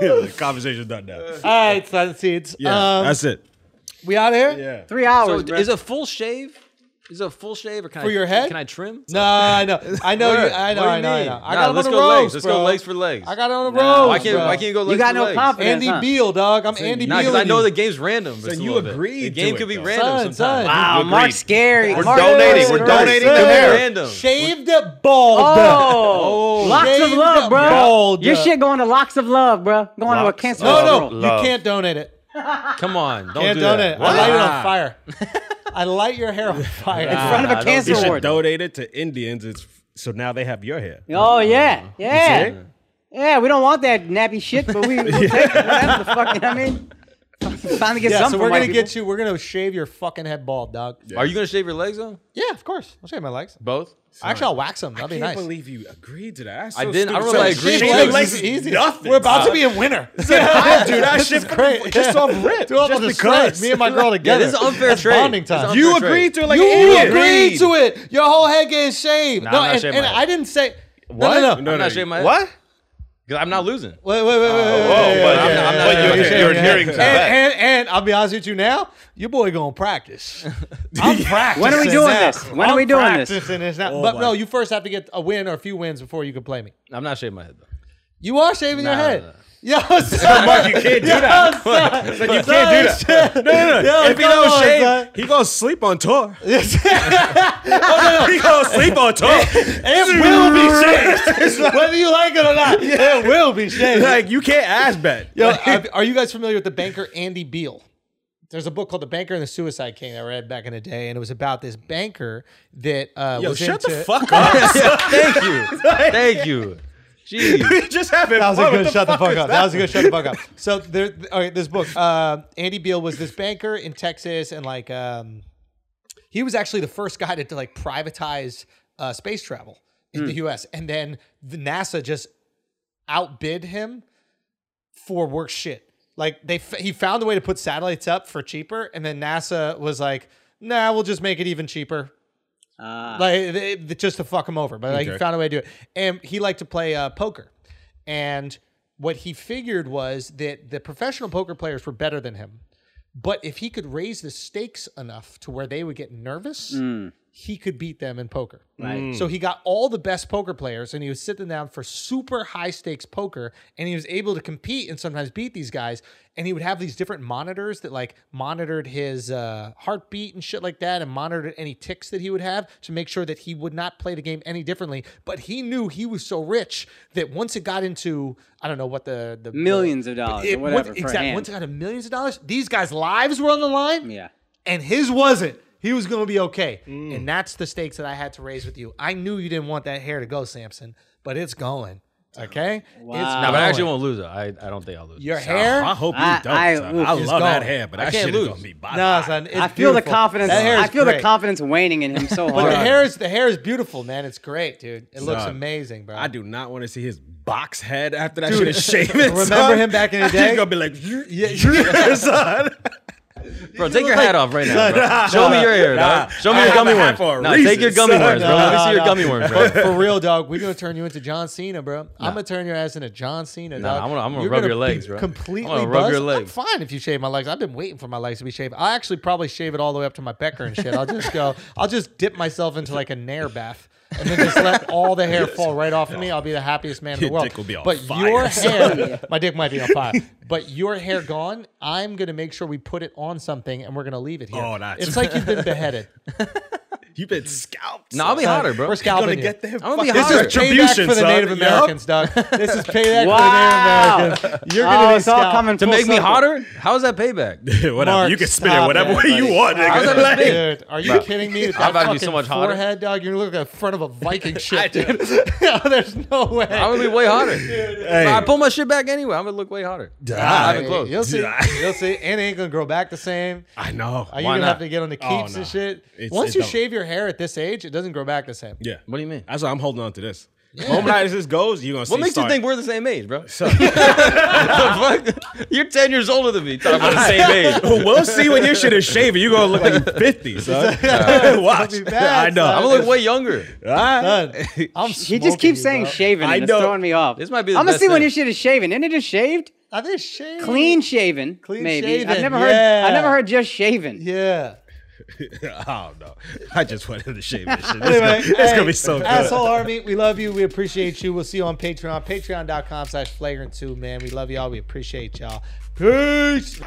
S4: the conversation's done now.
S1: All right, son, seeds.
S4: Yeah,
S1: Uh, Um,
S4: that's it.
S1: we out here?
S4: Yeah.
S2: Three hours,
S3: So,
S2: bro.
S3: is a full shave? Is it a full shave or can
S1: For
S3: I,
S1: your head?
S3: Can I trim?
S1: No, I know. I know. You, I know.
S3: Word. What do
S1: I
S3: you
S1: know. I
S3: mean?
S1: know. I
S3: Nah,
S1: got him
S3: let's
S1: on the
S3: go
S1: roads,
S3: legs. Let's go
S1: bro.
S3: legs for legs.
S1: I got it on the roads.
S3: Why can't
S1: bro.
S3: Why can't you go legs?
S2: you got
S3: for
S2: no
S3: legs?
S2: confidence.
S1: Andy
S2: huh?
S1: Beal, dog. I'm Andy
S3: Nah,
S1: Beal.
S3: because I
S1: in
S3: know
S1: you.
S3: the game's random. It's
S4: Son,
S3: a
S4: you
S3: little bit.
S4: agreed
S3: The
S4: to
S3: game
S4: it,
S3: could be
S4: though.
S1: Son,
S3: random sometimes.
S1: son.
S2: Wow,
S5: Agreed.
S2: Mark's scary.
S5: We're
S2: Mark-
S5: donating. We're
S1: Right,
S5: donating
S1: right.
S5: to there.
S3: Random.
S1: Shaved it bald.
S2: Oh, locks of
S1: Shaved
S2: love, bro.
S1: bald.
S2: Your shit going to locks of love, bro. Going to a
S5: Locks
S2: cancer.
S5: of
S1: No, no,
S5: Love.
S1: you
S5: Love.
S1: can't donate it.
S3: Come on, don't
S1: Can't
S3: do
S1: donate it.
S3: that.
S1: I
S3: Why?
S1: light it on
S4: Nah.
S1: fire. I light your hair on fire.
S2: In front of
S3: Nah,
S2: a
S3: don't
S2: cancer
S4: You
S3: do that.
S4: should
S2: ward.
S4: donate it to Indians. It's, so now they have your hair.
S2: Oh yeah,
S4: You
S2: yeah,
S4: see?
S2: yeah. We don't want that nappy shit, but we we'll take it. Whatever the fuck, you know what I mean. Finally get
S1: Yeah,
S2: some
S1: so
S2: from
S1: we're
S2: white
S1: gonna get
S2: people.
S1: you. We're gonna shave your fucking head bald, dog. Yeah,
S3: Are you gonna shave your legs though?
S1: of course. I'll shave my legs.
S3: Both?
S1: Actually, I'll wax them. That'd be
S4: can't
S1: nice.
S4: believe you agreed to that. That's
S3: I
S4: so
S3: didn't- I
S4: stupid.
S3: don't really
S4: So
S3: agree.
S4: shaving
S3: Legs
S4: legs
S1: is
S4: is
S1: easy.
S4: Nothing.
S1: We're about to be in winter.
S4: dude. That
S1: This
S4: shit
S1: is great.
S4: Just off rip.
S1: Do it
S4: just
S1: off the
S4: because.
S1: sweat. Me and my girl
S3: Yeah,
S1: together.
S3: this is unfair
S1: That's
S3: trade.
S1: bonding
S3: This is
S1: time.
S3: unfair
S4: You
S3: trade.
S4: agreed to it like
S1: you
S4: an idiot.
S1: agreed to it. Your whole head getting shaved.
S3: Nah,
S1: no,
S3: I'm not
S1: and,
S3: shaving
S1: and
S3: my head.
S1: I didn't say.
S3: What?
S1: No, no,
S3: I'm
S1: no.
S3: not
S4: no,
S3: shaving my head.
S5: What?
S3: 'Cause I'm not losing.
S1: Wait, wait, wait, wait, wait, wait,
S5: Whoa,
S1: wait,
S5: but,
S1: wait, wait,
S3: I'm not- I'm
S1: wait, wait,
S3: not shaving
S1: wait,
S3: my
S1: wait,
S3: head.
S1: wait,
S5: You're
S1: wait.
S5: adhering to
S1: and,
S5: that.
S1: and, and I'll be honest with you now, your boy gonna practice. I'm practicing.
S2: When are we doing
S1: now.
S2: this? When are
S1: I'm
S2: we doing this?
S1: practicing this? now.
S4: Oh
S1: but
S4: my-
S1: no, you first have to get a win or a few wins before you can play me.
S3: I'm not shaving my head though.
S1: You are shaving your
S3: Nah,
S1: head.
S3: nah, nah.
S1: Yo, son.
S4: Mark, you can't do that.
S1: Yo, son.
S4: Like, you can't do that. No, no, no.
S1: Yo,
S4: if he
S1: come
S4: don't
S1: on,
S4: shave,
S1: son.
S4: he gonna sleep on tour.
S1: Oh, no,
S4: He gonna sleep on tour.
S1: no. It will be shaved. Whether you like it or not, it will be shaved.
S4: Like you can't ass bet.
S1: Yo, have- are you guys familiar with the banker Andy Beal? There's a book called The Banker and the Suicide King I read back in the day, and it was about this banker that uh,
S4: Yo,
S1: was
S4: shut
S1: into,
S4: the fuck up.
S3: Thank you. Thank you. Jeez.
S4: We just having
S1: That was a
S4: fun.
S1: good
S4: What
S1: shut the fuck
S4: is
S1: up. That was a good shut the fuck up. So there, th- all right, this book, uh, Andy Beal was this banker in Texas, and like, um, he was actually the first guy to, to like privatize uh, space travel in the U.S. And then the NASA just outbid him for worse shit. Like they, f- he found a way to put satellites up for cheaper, and then NASA was like, "Nah, we'll just make it even cheaper." like they, they- just to fuck him over, but like he
S4: Okay.
S1: found a way to do it. And he liked to play uh, poker, and what he figured was that the professional poker players were better than him, but if he could raise the stakes enough to where they would get nervous, he could beat them in poker. Right. So he got all the best poker players, and he was sitting down for super high stakes poker, and he was able to compete and sometimes beat these guys. And he would have these different monitors that like monitored his uh, heartbeat and shit like that, and monitored any ticks that he would have to make sure that he would not play the game any differently. But he knew he was so rich that once it got into I don't know what the, the
S2: Millions of dollars or
S1: it- once-
S2: Uh, whatever for a
S1: exactly
S2: hand.
S1: once it got to millions of dollars, these guys' lives were on the line
S2: yeah.
S1: and his wasn't. He was going to be okay. And that's the stakes that I had to raise with you. I knew you didn't want that hair to go, Samson, but it's going. Okay? Wow. It's
S3: No, but I
S1: going.
S3: actually won't lose though. I, I don't think I'll lose.
S1: Your
S4: I
S1: hair?
S4: hope you
S2: I-
S4: don't. son.
S2: I-
S4: I,
S2: oof,
S4: love
S2: it's
S4: Oh, that
S1: gone.
S4: hair, but
S3: I
S4: that
S3: can't
S4: shit is
S3: lose.
S4: gonna be bye.
S1: No, son. It's
S2: I feel the
S1: beautiful.
S2: confidence.
S1: That hair is
S2: I feel the
S1: great.
S2: confidence waning in him so
S1: But
S2: hard.
S1: the hair is the hair is beautiful, man. It's great, dude. It looks
S4: Son.
S1: amazing, bro.
S4: I do not want to see his box head after that
S1: Dude,
S4: shit is shaven.
S1: remember
S4: son.
S1: him back in the
S4: He's
S1: day?
S4: gonna be like, "You-
S1: Yeah,
S4: you- son."
S3: Bro, take your hat off right now. Bro. Show me your hair,
S4: Nah,
S3: dog. Show
S4: I
S3: me your
S4: have
S3: gummy
S4: a hat
S3: worms.
S4: for a
S3: No,
S4: reason,
S3: take your gummy
S4: son.
S3: worms, bro.
S1: No,
S3: Let me see
S1: no,
S3: your
S1: no.
S3: gummy worms,
S1: But
S3: bro.
S1: for real, dog, we're gonna turn you into John Cena, bro. I'm gonna turn your ass into John Cena,
S3: Nah,
S1: dog.
S3: I'm gonna- I'm gonna
S1: You're
S3: rub your
S1: be
S3: legs, bro. I'm gonna
S1: Completely
S3: rub
S1: buzzed.
S3: your
S1: I'm
S3: legs.
S1: fine if you shave my legs. I've been waiting for my legs to be shaved. I'll actually probably shave it all the way up to my pecker and shit. I'll just go. I'll just dip myself into like a nair bath. and then just let all the hair fall right off of me. I'll be the happiest man in
S4: Your
S1: the world.
S4: dick will be on
S1: but
S4: fire,
S1: your
S4: son.
S1: hair, my dick might be on fire. But your hair gone, I'm gonna make sure we put it on something, and we're gonna leave it here.
S4: Oh, that's-
S1: it's like you've been beheaded.
S4: You've been scalped.
S3: No, I'll be
S4: son.
S3: hotter, bro.
S1: We're
S4: You're
S1: scalping
S4: gonna
S1: you.
S4: get there.
S3: I'm gonna be
S4: fucking-
S3: hotter.
S1: This is payback
S4: Retribution,
S1: for the
S4: son.
S1: Native
S4: Yup.
S1: Americans, dog. This is payback
S2: Wow.
S1: for the Native Americans. You're gonna
S2: Oh,
S1: be
S2: it's all
S1: scalped.
S2: coming
S3: To
S2: full
S3: make me
S2: circle.
S3: hotter? How is that payback?
S4: whatever.
S1: Mark,
S4: you can spin
S1: stop
S4: it whatever
S1: it,
S4: way you
S1: buddy.
S4: want,
S1: Stop
S4: nigga.
S3: How's that
S1: it,
S4: Like,
S3: big?
S1: Dude, are you kidding me? With
S3: I'm about to be
S1: fucking
S3: so much hotter.
S1: forehead, dog. You're gonna look like the front of a Viking ship, dude. no, there's no way.
S3: I'm gonna be way hotter. Bro, I pull my shit back anyway. I'm gonna look way hotter. I haven't
S1: Hey,
S3: closed.
S1: You'll see.
S4: Dude, I-
S1: You'll see. And it ain't gonna grow back the same.
S4: I know.
S1: Are you
S3: Why
S1: gonna
S3: not?
S1: have to get on the
S4: Oh,
S1: keeps
S4: nah.
S1: and shit?
S4: It's-
S1: Once
S4: it
S1: you
S4: don't-
S1: shave your hair at this age, it doesn't grow back the same.
S4: Yeah.
S3: What do you mean?
S4: That's why I'm holding on to this. Moment as this goes, you're gonna see.
S3: What makes you
S4: start-
S3: think we're the same age, bro? The fuck? You're 10 years older than me. Talking about the same age.
S4: we'll see when your shit is shaving. You're gonna look like you're 50, son. Watch.
S1: Don't be bad,
S4: I know.
S1: son.
S3: I'm gonna look way younger.
S4: Alright.
S1: Son, I'm
S2: He just keeps saying
S1: shave.
S2: shaven.
S4: I
S2: And it's
S4: know.
S2: throwing me off.
S3: This might be the
S2: I'm gonna
S3: best
S2: see when
S3: thing.
S2: your shit is shaven. Isn't it just shaved?
S1: Are they shaving?
S2: Clean shaven.
S1: Clean
S2: maybe. I've
S1: shaven,
S2: never heard. I
S1: yeah.
S2: never heard just shaven.
S1: Yeah.
S4: I don't know. I just want him to shave his shit. It's,
S1: Anyway,
S4: gonna, it's
S1: hey,
S4: gonna be so good.
S1: Asshole Army, we love you. We appreciate you. We'll see you on Patreon. Patreon.com slash flagrant two, man. We love y'all. We appreciate y'all. Peace.